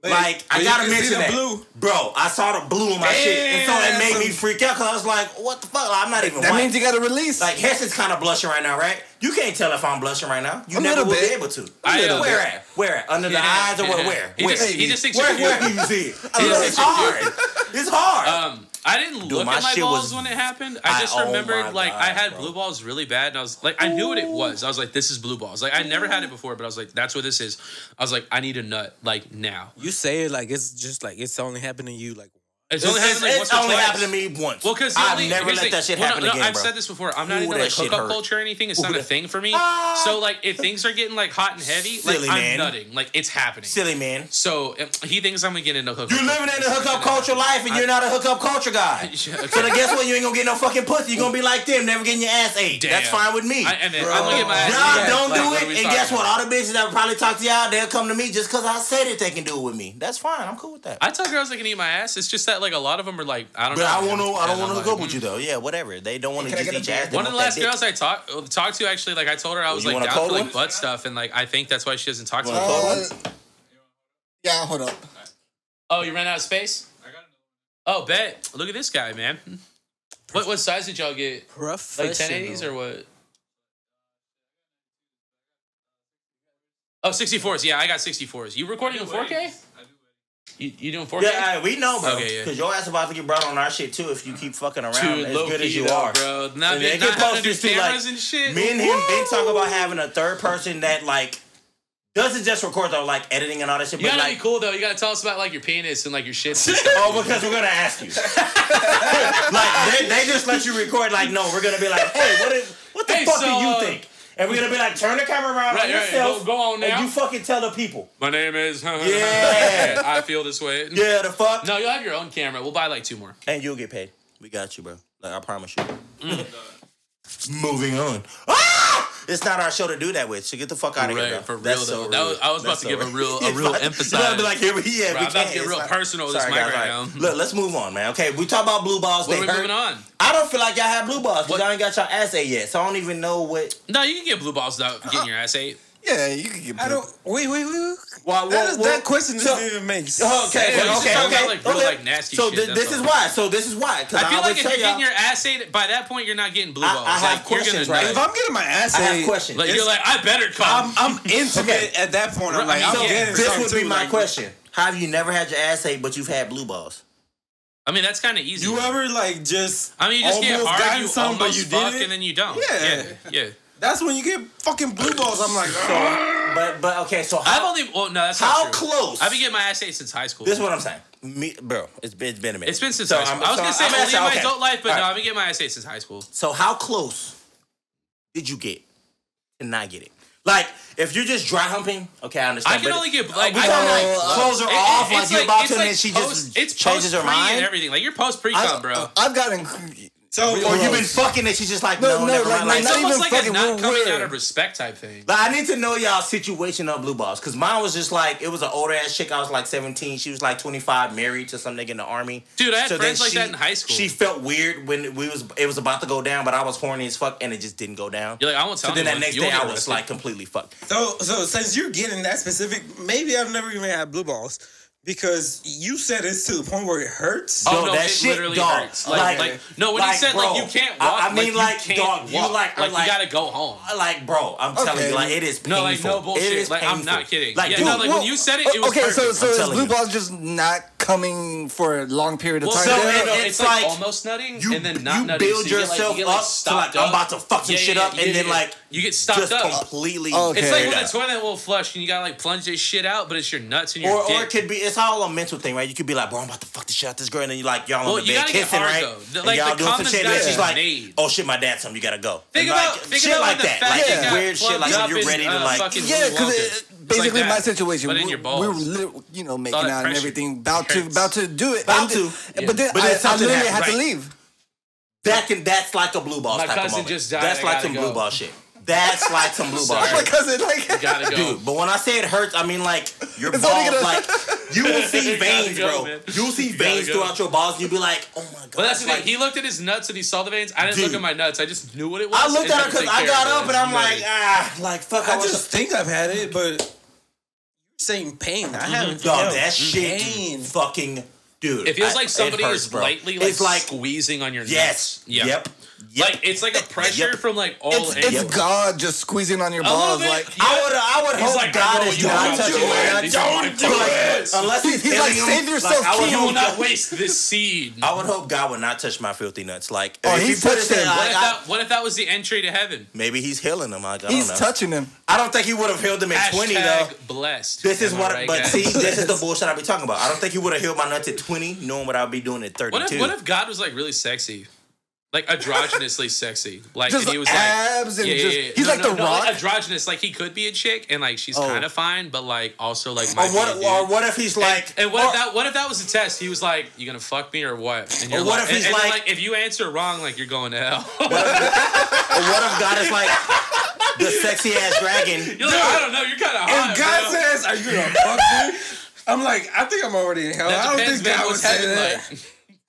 [SPEAKER 3] but-
[SPEAKER 1] Like
[SPEAKER 3] but
[SPEAKER 1] I
[SPEAKER 3] you
[SPEAKER 1] gotta
[SPEAKER 3] can
[SPEAKER 1] mention
[SPEAKER 3] see the
[SPEAKER 1] that,
[SPEAKER 3] blue.
[SPEAKER 1] bro. I saw the blue in my shit, and so it
[SPEAKER 3] Damn,
[SPEAKER 1] made me
[SPEAKER 3] son.
[SPEAKER 1] freak out. Cause I was like, "What the fuck? Like, I'm not even
[SPEAKER 4] That
[SPEAKER 1] white."
[SPEAKER 4] means you got to release.
[SPEAKER 1] like Heston's kind of blushing right now, right? You can't tell if I'm blushing right now. You
[SPEAKER 4] A
[SPEAKER 1] never
[SPEAKER 4] little
[SPEAKER 1] will be
[SPEAKER 4] bit.
[SPEAKER 1] able to.
[SPEAKER 2] I, uh,
[SPEAKER 1] where at? Where at? Under the
[SPEAKER 2] Yeah,
[SPEAKER 1] eyes or
[SPEAKER 2] yeah.
[SPEAKER 1] what? Where?
[SPEAKER 2] He
[SPEAKER 1] Where?
[SPEAKER 2] just, he just thinks
[SPEAKER 1] where?
[SPEAKER 2] you're
[SPEAKER 1] Where
[SPEAKER 2] cute.
[SPEAKER 1] do you see it?
[SPEAKER 2] He just
[SPEAKER 1] It's
[SPEAKER 2] thinks you're
[SPEAKER 1] hard. It's hard.
[SPEAKER 2] Um, I didn't look
[SPEAKER 1] my
[SPEAKER 2] at my
[SPEAKER 1] shit
[SPEAKER 2] balls
[SPEAKER 1] was-
[SPEAKER 2] when it happened. I
[SPEAKER 1] I-
[SPEAKER 2] just
[SPEAKER 1] oh
[SPEAKER 2] remembered
[SPEAKER 1] my
[SPEAKER 2] like
[SPEAKER 1] God,
[SPEAKER 2] I had
[SPEAKER 1] bro.
[SPEAKER 2] blue balls really bad, and I was like, I knew what it was. I was like, this is blue balls. Like I never had it before, but I was like, that's what this is. I was like, I need a nut like now.
[SPEAKER 3] You say it like it's just like it's only happened to you. Like
[SPEAKER 2] It's,
[SPEAKER 1] It's-
[SPEAKER 2] only happened like once
[SPEAKER 1] it's
[SPEAKER 2] or
[SPEAKER 1] only
[SPEAKER 2] twice.
[SPEAKER 1] happened to me once.
[SPEAKER 2] Well, because
[SPEAKER 1] I've never let that shit happen
[SPEAKER 2] no,
[SPEAKER 1] again,
[SPEAKER 2] I've
[SPEAKER 1] bro.
[SPEAKER 2] said this before. I'm not
[SPEAKER 1] Ooh,
[SPEAKER 2] into
[SPEAKER 1] that
[SPEAKER 2] like
[SPEAKER 1] shit
[SPEAKER 2] hookup
[SPEAKER 1] hurt.
[SPEAKER 2] culture or anything. It's not a
[SPEAKER 1] that-
[SPEAKER 2] thing for me.
[SPEAKER 1] Ah!
[SPEAKER 2] So like, if things are getting like hot and heavy, like
[SPEAKER 1] Silly man.
[SPEAKER 2] I'm nutting. Like it's happening.
[SPEAKER 1] Silly man.
[SPEAKER 2] So uh, he thinks I'm gonna get into hookup.
[SPEAKER 1] You're living in a hookup culture life, and you're not a hookup culture guy.
[SPEAKER 2] Yeah, okay.
[SPEAKER 1] So then guess what? You ain't gonna get no fucking pussy. You're gonna be like them, never getting your ass ate.
[SPEAKER 2] Damn.
[SPEAKER 1] That's fine with me.
[SPEAKER 2] I, and then I'm gonna get my ass.
[SPEAKER 1] Y'all
[SPEAKER 2] beat.
[SPEAKER 1] don't
[SPEAKER 2] Like,
[SPEAKER 1] do
[SPEAKER 2] what
[SPEAKER 1] it,
[SPEAKER 2] are we
[SPEAKER 1] and
[SPEAKER 2] talking
[SPEAKER 1] guess what? All
[SPEAKER 2] about?
[SPEAKER 1] the bitches that probably talk to y'all, they'll come to me just because I said it. They can do it with me. That's fine. I'm cool with that.
[SPEAKER 2] I tell girls they can eat my ass. It's just that like a lot of them are like, I don't
[SPEAKER 1] but I
[SPEAKER 2] know.
[SPEAKER 1] want to. I don't want
[SPEAKER 2] And I'm
[SPEAKER 1] to
[SPEAKER 2] like,
[SPEAKER 1] hook up with you though. Yeah, whatever. They don't want to
[SPEAKER 3] Can
[SPEAKER 1] just
[SPEAKER 3] I get a
[SPEAKER 1] eat
[SPEAKER 3] beer?
[SPEAKER 1] your ass. They
[SPEAKER 2] One of
[SPEAKER 1] want
[SPEAKER 2] the
[SPEAKER 1] that
[SPEAKER 2] last
[SPEAKER 1] dick.
[SPEAKER 2] girls I talked uh, talked to actually, like I told her I was
[SPEAKER 1] you
[SPEAKER 2] like
[SPEAKER 1] want a
[SPEAKER 2] down
[SPEAKER 1] cold
[SPEAKER 2] for like
[SPEAKER 1] one?
[SPEAKER 2] butt stuff, and like I think that's why she doesn't talk to
[SPEAKER 1] Want a
[SPEAKER 2] me.
[SPEAKER 1] cold
[SPEAKER 4] Uh, yeah, hold up.
[SPEAKER 2] Oh, you ran out of space. Oh, bet. Look at this guy, man. What what size did y'all get?
[SPEAKER 3] professional.
[SPEAKER 2] Like 1080s or what? Oh, 64s. Yeah, I got 64s. You recording in 4K? You, you doing 4K?
[SPEAKER 1] Yeah, aye, we know, bro. Because
[SPEAKER 2] Okay, yeah.
[SPEAKER 1] your ass about to get brought on our shit too if you keep fucking around
[SPEAKER 2] Dude,
[SPEAKER 1] as
[SPEAKER 2] low
[SPEAKER 1] good
[SPEAKER 2] key
[SPEAKER 1] as you
[SPEAKER 2] though,
[SPEAKER 1] are.
[SPEAKER 2] bro. Not,
[SPEAKER 1] And they
[SPEAKER 2] being,
[SPEAKER 1] can
[SPEAKER 2] not having
[SPEAKER 1] post
[SPEAKER 2] to do
[SPEAKER 1] this too, like,
[SPEAKER 2] cameras and shit.
[SPEAKER 1] Me and him been talking about having a third person that like doesn't just record though, like editing and all that shit,
[SPEAKER 2] you
[SPEAKER 1] but
[SPEAKER 2] gotta
[SPEAKER 1] like
[SPEAKER 2] be cool though. You gotta tell us about like your penis and like your shit. system.
[SPEAKER 1] Oh, because we're gonna ask you. like they, they just let you record. Like no, we're gonna be like, hey, what is what the
[SPEAKER 2] Hey,
[SPEAKER 1] fuck
[SPEAKER 2] so,
[SPEAKER 1] do you
[SPEAKER 2] uh,
[SPEAKER 1] think? And we're gonna be like, turn the camera around
[SPEAKER 2] Right,
[SPEAKER 1] on
[SPEAKER 2] right,
[SPEAKER 1] yourself.
[SPEAKER 2] go- go on now.
[SPEAKER 1] And you fucking tell the people.
[SPEAKER 2] My name is.
[SPEAKER 1] Yeah.
[SPEAKER 2] I feel this way.
[SPEAKER 1] Yeah, the fuck.
[SPEAKER 2] No, you'll have your own camera. We'll buy like two more.
[SPEAKER 1] And you'll get paid. We got you, bro. Like I promise you.
[SPEAKER 2] Mm.
[SPEAKER 1] Moving on. Ah! It's not our show to do that with. So get the fuck out of
[SPEAKER 2] Right,
[SPEAKER 1] here. Bro.
[SPEAKER 2] for real
[SPEAKER 1] That's
[SPEAKER 2] though.
[SPEAKER 1] So
[SPEAKER 2] That was-
[SPEAKER 1] rude.
[SPEAKER 2] I was about
[SPEAKER 1] That's
[SPEAKER 2] to give a
[SPEAKER 1] rude.
[SPEAKER 2] real- a
[SPEAKER 1] It's
[SPEAKER 2] real
[SPEAKER 1] like-
[SPEAKER 2] emphasis.
[SPEAKER 1] I'd be like, here we yeah,
[SPEAKER 2] Bro,
[SPEAKER 1] we
[SPEAKER 2] I'm about to
[SPEAKER 1] can't.
[SPEAKER 2] get
[SPEAKER 1] It's
[SPEAKER 2] real
[SPEAKER 1] like-
[SPEAKER 2] personal with this
[SPEAKER 1] Sorry,
[SPEAKER 2] mic
[SPEAKER 1] guys,
[SPEAKER 2] right
[SPEAKER 1] all right.
[SPEAKER 2] now.
[SPEAKER 1] Look, let's move on, man. Okay, we talk about blue balls.
[SPEAKER 2] What
[SPEAKER 1] they
[SPEAKER 2] are we
[SPEAKER 1] hurt.
[SPEAKER 2] moving on?
[SPEAKER 1] I don't feel like y'all had blue balls because I ain't got y'all ass ate yet, so I don't even know what.
[SPEAKER 2] No, you can get blue balls without getting your ass ate.
[SPEAKER 4] Yeah, you can get.
[SPEAKER 3] I don't. Wait, wait, wait. wait.
[SPEAKER 1] Why?
[SPEAKER 3] How does that question doesn't even make
[SPEAKER 4] uh,
[SPEAKER 3] sense.
[SPEAKER 1] Okay,
[SPEAKER 2] Well, you
[SPEAKER 1] okay,
[SPEAKER 2] just
[SPEAKER 1] okay.
[SPEAKER 2] talking about, like, real,
[SPEAKER 1] okay.
[SPEAKER 2] like, nasty
[SPEAKER 1] so
[SPEAKER 2] shit,
[SPEAKER 1] thi-
[SPEAKER 2] that's
[SPEAKER 1] this is
[SPEAKER 2] all.
[SPEAKER 1] why. So this is why. 'cause
[SPEAKER 2] I feel
[SPEAKER 1] always
[SPEAKER 2] like if
[SPEAKER 1] tell
[SPEAKER 2] you're
[SPEAKER 1] y'all-
[SPEAKER 2] getting your ass ate, by that point you're not getting blue
[SPEAKER 1] I- I
[SPEAKER 2] balls.
[SPEAKER 1] have
[SPEAKER 2] like you're gonna
[SPEAKER 1] questions, right?
[SPEAKER 2] nut.
[SPEAKER 3] If I'm getting my ass
[SPEAKER 1] I have
[SPEAKER 3] ate,
[SPEAKER 1] questions.
[SPEAKER 2] Like
[SPEAKER 3] it's-
[SPEAKER 2] you're like, I better
[SPEAKER 3] I'm
[SPEAKER 2] come.
[SPEAKER 3] I'm intimate
[SPEAKER 1] Okay.
[SPEAKER 3] at that point. I'm
[SPEAKER 2] Right,
[SPEAKER 3] like,
[SPEAKER 2] I
[SPEAKER 3] I'm
[SPEAKER 2] mean, yeah.
[SPEAKER 3] getting
[SPEAKER 1] this
[SPEAKER 3] something
[SPEAKER 1] would be
[SPEAKER 3] too,
[SPEAKER 1] my
[SPEAKER 3] like-
[SPEAKER 1] question. Have you never had your ass ate, but you've had blue balls?
[SPEAKER 2] i mean, that's kind of easy.
[SPEAKER 3] You ever like just?
[SPEAKER 2] I mean, you just get
[SPEAKER 3] almost
[SPEAKER 2] hard,
[SPEAKER 3] gotten
[SPEAKER 2] you
[SPEAKER 3] some,
[SPEAKER 2] almost fuck,
[SPEAKER 3] didn't?
[SPEAKER 2] and then you don't.
[SPEAKER 3] Yeah.
[SPEAKER 2] yeah. yeah.
[SPEAKER 3] That's when you get fucking blue balls. I'm like,
[SPEAKER 1] But but okay, so
[SPEAKER 2] I've
[SPEAKER 1] how,
[SPEAKER 2] only. Well, no, that's
[SPEAKER 1] how
[SPEAKER 2] not true.
[SPEAKER 1] close?
[SPEAKER 2] I've been getting my ass ate since high school.
[SPEAKER 1] this is what I'm saying, Me, bro. It's been it's been a minute.
[SPEAKER 2] it's been since
[SPEAKER 1] So
[SPEAKER 2] high
[SPEAKER 1] I'm-
[SPEAKER 2] school. i was
[SPEAKER 1] so
[SPEAKER 2] gonna say
[SPEAKER 1] I'm
[SPEAKER 2] only
[SPEAKER 1] asking-
[SPEAKER 2] in my
[SPEAKER 1] okay.
[SPEAKER 2] adult life, but
[SPEAKER 1] All
[SPEAKER 2] no,
[SPEAKER 1] right.
[SPEAKER 2] I've been getting my ass ate since high school.
[SPEAKER 1] So how close did you get to not get it? Like, if you're just dry humping, okay, I understand.
[SPEAKER 2] I can
[SPEAKER 1] but-
[SPEAKER 2] only get like
[SPEAKER 1] we
[SPEAKER 2] I
[SPEAKER 1] talking
[SPEAKER 2] can
[SPEAKER 1] like clothes are off, like
[SPEAKER 2] it's
[SPEAKER 1] you're about
[SPEAKER 2] it's
[SPEAKER 1] to, and then she just
[SPEAKER 2] post- it's
[SPEAKER 1] changes her
[SPEAKER 2] post-pre and
[SPEAKER 1] mind?
[SPEAKER 2] everything. Like you're post pre
[SPEAKER 4] I-
[SPEAKER 2] cum, bro.
[SPEAKER 4] uh, I've gotten
[SPEAKER 3] So
[SPEAKER 1] Or you've been
[SPEAKER 3] gross.
[SPEAKER 1] fucking and she's just like,
[SPEAKER 4] No,
[SPEAKER 1] no,
[SPEAKER 4] no,
[SPEAKER 1] never
[SPEAKER 4] like,
[SPEAKER 1] mind. Like,
[SPEAKER 2] It's
[SPEAKER 4] not
[SPEAKER 1] so-
[SPEAKER 2] almost
[SPEAKER 4] even
[SPEAKER 2] like a
[SPEAKER 4] fucking
[SPEAKER 2] not coming
[SPEAKER 4] weird.
[SPEAKER 2] out of respect type thing.
[SPEAKER 1] But I need to know y'all situation on Blue Balls. Cause mine was just like it was an older ass chick. I was like 17. She was like 25, married to some nigga in the army.
[SPEAKER 2] Dude, I had
[SPEAKER 1] then
[SPEAKER 2] friends like that in high school.
[SPEAKER 1] She felt weird when we was it was about to go down, but I was horny as fuck and it just didn't go down.
[SPEAKER 2] You're like, I won't tell
[SPEAKER 1] so then that
[SPEAKER 2] anyone.
[SPEAKER 1] next
[SPEAKER 2] You
[SPEAKER 1] day
[SPEAKER 2] won't
[SPEAKER 1] I
[SPEAKER 2] get
[SPEAKER 1] was
[SPEAKER 2] arrested.
[SPEAKER 1] like completely fucked.
[SPEAKER 3] So, so since you're getting that specific, maybe I've never even had blue balls because you said it's to the point where it hurts.
[SPEAKER 2] Oh,
[SPEAKER 1] Yo,
[SPEAKER 2] no,
[SPEAKER 1] that
[SPEAKER 2] it
[SPEAKER 1] shit,
[SPEAKER 2] literally
[SPEAKER 1] dog.
[SPEAKER 2] hurts.
[SPEAKER 1] Like-
[SPEAKER 2] Like, like, no, when he
[SPEAKER 1] like,
[SPEAKER 2] said
[SPEAKER 1] bro,
[SPEAKER 2] like you can't
[SPEAKER 1] I-
[SPEAKER 2] walk,
[SPEAKER 1] I mean, like,
[SPEAKER 2] you can't
[SPEAKER 1] dog, you
[SPEAKER 2] walk.
[SPEAKER 1] like- I'm
[SPEAKER 2] like,
[SPEAKER 1] like-
[SPEAKER 2] you gotta go home.
[SPEAKER 1] Like, bro, I'm telling
[SPEAKER 4] Okay.
[SPEAKER 1] you, like it is painful.
[SPEAKER 2] No, like, no bullshit.
[SPEAKER 1] It is
[SPEAKER 2] Like, I'm
[SPEAKER 1] painful.
[SPEAKER 2] not kidding.
[SPEAKER 1] Like,
[SPEAKER 2] Yeah,
[SPEAKER 1] dude,
[SPEAKER 2] no, like, when you said it, it was
[SPEAKER 4] uh, okay. So,
[SPEAKER 2] perfect,
[SPEAKER 4] so
[SPEAKER 1] I'm
[SPEAKER 4] is
[SPEAKER 1] telling
[SPEAKER 4] blue
[SPEAKER 1] you.
[SPEAKER 4] balls just not coming for a long period of
[SPEAKER 2] Well,
[SPEAKER 4] time?
[SPEAKER 2] so,
[SPEAKER 1] So,
[SPEAKER 4] then?
[SPEAKER 1] and-
[SPEAKER 2] no,
[SPEAKER 1] and
[SPEAKER 2] it's,
[SPEAKER 1] it's
[SPEAKER 2] like,
[SPEAKER 1] like,
[SPEAKER 2] almost nutting,
[SPEAKER 1] you-
[SPEAKER 2] and then not
[SPEAKER 1] you
[SPEAKER 2] nutting.
[SPEAKER 1] build
[SPEAKER 2] so you get,
[SPEAKER 1] yourself
[SPEAKER 2] like, you get,
[SPEAKER 1] up
[SPEAKER 2] like,
[SPEAKER 1] to,
[SPEAKER 2] stopped
[SPEAKER 1] like, I'm
[SPEAKER 2] up.
[SPEAKER 1] about to fuck some
[SPEAKER 2] Yeah,
[SPEAKER 1] shit
[SPEAKER 2] yeah,
[SPEAKER 1] up,
[SPEAKER 2] yeah,
[SPEAKER 1] and then,
[SPEAKER 2] yeah.
[SPEAKER 1] like,
[SPEAKER 2] you get stopped
[SPEAKER 1] Just
[SPEAKER 2] up.
[SPEAKER 1] completely.
[SPEAKER 4] Okay.
[SPEAKER 2] It's like when
[SPEAKER 1] teared up.
[SPEAKER 2] the toilet will flush and you gotta like plunge this shit out, but it's your nuts and your
[SPEAKER 1] Or,
[SPEAKER 2] dick.
[SPEAKER 1] or it could be it's all a mental thing, right? You could be like, bro, I'm about to fuck the shit out this girl, and then you like y'all
[SPEAKER 2] Well,
[SPEAKER 1] on the
[SPEAKER 2] you
[SPEAKER 1] bed
[SPEAKER 2] gotta get
[SPEAKER 1] kissing,
[SPEAKER 2] hard,
[SPEAKER 1] right?
[SPEAKER 2] though. The-
[SPEAKER 1] And
[SPEAKER 2] like,
[SPEAKER 1] y'all
[SPEAKER 2] the
[SPEAKER 1] doing some
[SPEAKER 2] condoms
[SPEAKER 1] shit, and
[SPEAKER 2] gotta
[SPEAKER 1] then she's
[SPEAKER 2] be
[SPEAKER 1] like,
[SPEAKER 2] made.
[SPEAKER 1] oh shit, my dad's something, you gotta go.
[SPEAKER 2] Think
[SPEAKER 1] And,
[SPEAKER 2] about
[SPEAKER 1] like,
[SPEAKER 2] think
[SPEAKER 1] shit
[SPEAKER 2] about
[SPEAKER 1] like
[SPEAKER 2] when
[SPEAKER 1] that,
[SPEAKER 2] the
[SPEAKER 1] like
[SPEAKER 2] fat guy
[SPEAKER 1] it's
[SPEAKER 2] got
[SPEAKER 1] weird shit,
[SPEAKER 2] plugged
[SPEAKER 1] like
[SPEAKER 2] up
[SPEAKER 1] when you're
[SPEAKER 2] in,
[SPEAKER 1] ready to
[SPEAKER 2] uh,
[SPEAKER 1] like.
[SPEAKER 2] fucking
[SPEAKER 4] Yeah,
[SPEAKER 2] Willy Wonka.
[SPEAKER 4] because
[SPEAKER 2] It's like
[SPEAKER 4] basically
[SPEAKER 2] that,
[SPEAKER 4] my situation,
[SPEAKER 2] but in
[SPEAKER 4] we,
[SPEAKER 2] your
[SPEAKER 4] we were
[SPEAKER 2] balls.
[SPEAKER 4] lit- you know making
[SPEAKER 2] all that
[SPEAKER 4] out and
[SPEAKER 2] pressure.
[SPEAKER 4] everything, about to
[SPEAKER 2] Hurts.
[SPEAKER 4] about to do it,
[SPEAKER 1] About
[SPEAKER 4] And th-
[SPEAKER 1] to.
[SPEAKER 4] but then
[SPEAKER 1] But
[SPEAKER 4] I,
[SPEAKER 1] then
[SPEAKER 4] I
[SPEAKER 1] something
[SPEAKER 4] literally had
[SPEAKER 1] happened.
[SPEAKER 4] to
[SPEAKER 2] Right.
[SPEAKER 4] leave.
[SPEAKER 1] That can that's like a blue balls
[SPEAKER 2] My
[SPEAKER 1] type of
[SPEAKER 2] cousin
[SPEAKER 1] moment.
[SPEAKER 2] just died,
[SPEAKER 1] That's
[SPEAKER 2] I
[SPEAKER 1] like
[SPEAKER 2] gotta
[SPEAKER 1] some
[SPEAKER 2] go.
[SPEAKER 1] blue ball shit. That's like some blue ball
[SPEAKER 2] Sorry.
[SPEAKER 1] shit.
[SPEAKER 4] Because it like
[SPEAKER 2] gotta go.
[SPEAKER 1] Dude, but when I say it hurts, I mean like your balls,
[SPEAKER 4] only gonna-
[SPEAKER 1] like you will see
[SPEAKER 2] You gotta
[SPEAKER 1] veins, bro.
[SPEAKER 2] go, man.
[SPEAKER 1] You'll see
[SPEAKER 2] You gotta
[SPEAKER 1] veins
[SPEAKER 2] go.
[SPEAKER 1] throughout your balls, and you'll be like, oh my god.
[SPEAKER 2] But that's the
[SPEAKER 1] like,
[SPEAKER 2] thing. He looked at his nuts and he saw the veins. I didn't
[SPEAKER 1] Dude.
[SPEAKER 2] look at my nuts. I just knew what it was.
[SPEAKER 1] I looked
[SPEAKER 2] and
[SPEAKER 1] at
[SPEAKER 2] had
[SPEAKER 1] her
[SPEAKER 2] to
[SPEAKER 1] because
[SPEAKER 2] take
[SPEAKER 1] I
[SPEAKER 2] care of
[SPEAKER 1] got
[SPEAKER 2] it.
[SPEAKER 1] up and I'm
[SPEAKER 2] You know what I
[SPEAKER 1] like,
[SPEAKER 2] mean?
[SPEAKER 1] ah, like fuck.
[SPEAKER 3] I
[SPEAKER 1] wish
[SPEAKER 3] just think I've had it, but you're saying pain.
[SPEAKER 2] Mm-hmm.
[SPEAKER 3] I haven't.
[SPEAKER 1] Mm-hmm. Dog,
[SPEAKER 3] felt
[SPEAKER 1] that shit
[SPEAKER 3] pain.
[SPEAKER 1] fucking dude.
[SPEAKER 2] It feels
[SPEAKER 1] I-
[SPEAKER 2] like somebody
[SPEAKER 1] hurts,
[SPEAKER 2] is
[SPEAKER 1] bro.
[SPEAKER 2] lightly like,
[SPEAKER 1] it's like
[SPEAKER 2] squeezing on your
[SPEAKER 1] yes,
[SPEAKER 2] nuts. Yeah.
[SPEAKER 1] yep, yep.
[SPEAKER 2] Like it's like a pressure from like all
[SPEAKER 4] it's,
[SPEAKER 2] angles.
[SPEAKER 4] it's God just squeezing on your
[SPEAKER 2] little
[SPEAKER 4] balls,
[SPEAKER 2] bit.
[SPEAKER 4] like
[SPEAKER 1] I would, I would
[SPEAKER 2] He's
[SPEAKER 1] hope
[SPEAKER 2] like,
[SPEAKER 1] God
[SPEAKER 2] I know
[SPEAKER 1] is
[SPEAKER 2] you
[SPEAKER 1] not
[SPEAKER 2] won't
[SPEAKER 1] touching
[SPEAKER 2] do
[SPEAKER 1] my
[SPEAKER 2] it.
[SPEAKER 1] nuts.
[SPEAKER 2] These are my nuts.
[SPEAKER 1] Unless he's,
[SPEAKER 4] He's like,
[SPEAKER 1] helium,
[SPEAKER 4] "Save yourself,
[SPEAKER 1] I would
[SPEAKER 4] Keem."
[SPEAKER 2] You will
[SPEAKER 1] hope
[SPEAKER 2] not
[SPEAKER 1] God-
[SPEAKER 2] waste this seed.
[SPEAKER 1] I would hope God would not touch my filthy nuts. Like,
[SPEAKER 4] Oh,
[SPEAKER 1] if
[SPEAKER 4] he's
[SPEAKER 1] he put
[SPEAKER 4] touched
[SPEAKER 1] it there,
[SPEAKER 4] him.
[SPEAKER 2] What
[SPEAKER 1] like,
[SPEAKER 2] if,
[SPEAKER 1] I,
[SPEAKER 2] that, what if that was the entry to heaven?
[SPEAKER 1] maybe he's healing them. Like, I don't
[SPEAKER 4] he's
[SPEAKER 1] know.
[SPEAKER 4] touching him.
[SPEAKER 1] I don't think he would have healed them at twenty though.
[SPEAKER 2] Hashtag blessed.
[SPEAKER 1] This is
[SPEAKER 2] Am I
[SPEAKER 1] what,
[SPEAKER 2] right,
[SPEAKER 1] but
[SPEAKER 2] guys?
[SPEAKER 1] see, this is the bullshit I be talking about. I don't think he would have healed my nuts at twenty, knowing what I'd be doing at thirty-two.
[SPEAKER 2] What if what if God was like really sexy, like androgynously sexy, like
[SPEAKER 4] Just
[SPEAKER 2] and he was
[SPEAKER 4] abs
[SPEAKER 2] like,
[SPEAKER 4] and just- he's
[SPEAKER 2] No,
[SPEAKER 4] like
[SPEAKER 2] no,
[SPEAKER 4] The
[SPEAKER 2] no,
[SPEAKER 4] Rock.
[SPEAKER 2] androgynous, like he could be a chick and like she's
[SPEAKER 4] Oh.
[SPEAKER 2] kind of fine, but like also like
[SPEAKER 1] or
[SPEAKER 2] might
[SPEAKER 1] what,
[SPEAKER 2] be a dude.
[SPEAKER 1] or what if he's like,
[SPEAKER 2] and what
[SPEAKER 1] or-
[SPEAKER 2] if that? What if that was a test? He was like, "You gonna fuck me or what?" And you're
[SPEAKER 1] Or what
[SPEAKER 2] like,
[SPEAKER 1] if he's
[SPEAKER 2] and- and
[SPEAKER 1] like-
[SPEAKER 2] "If you answer wrong, like you're going to hell." you're like,
[SPEAKER 1] But what if God is like the sexy ass dragon?
[SPEAKER 2] "I don't know. You're kind of hot."
[SPEAKER 3] If God
[SPEAKER 2] bro."
[SPEAKER 3] says, "Are you gonna fuck me?" I'm like, I think I'm already in hell.
[SPEAKER 2] that
[SPEAKER 3] I don't
[SPEAKER 2] depends, man.
[SPEAKER 3] think God would
[SPEAKER 2] What's
[SPEAKER 3] say
[SPEAKER 2] heaven
[SPEAKER 3] that.
[SPEAKER 2] like?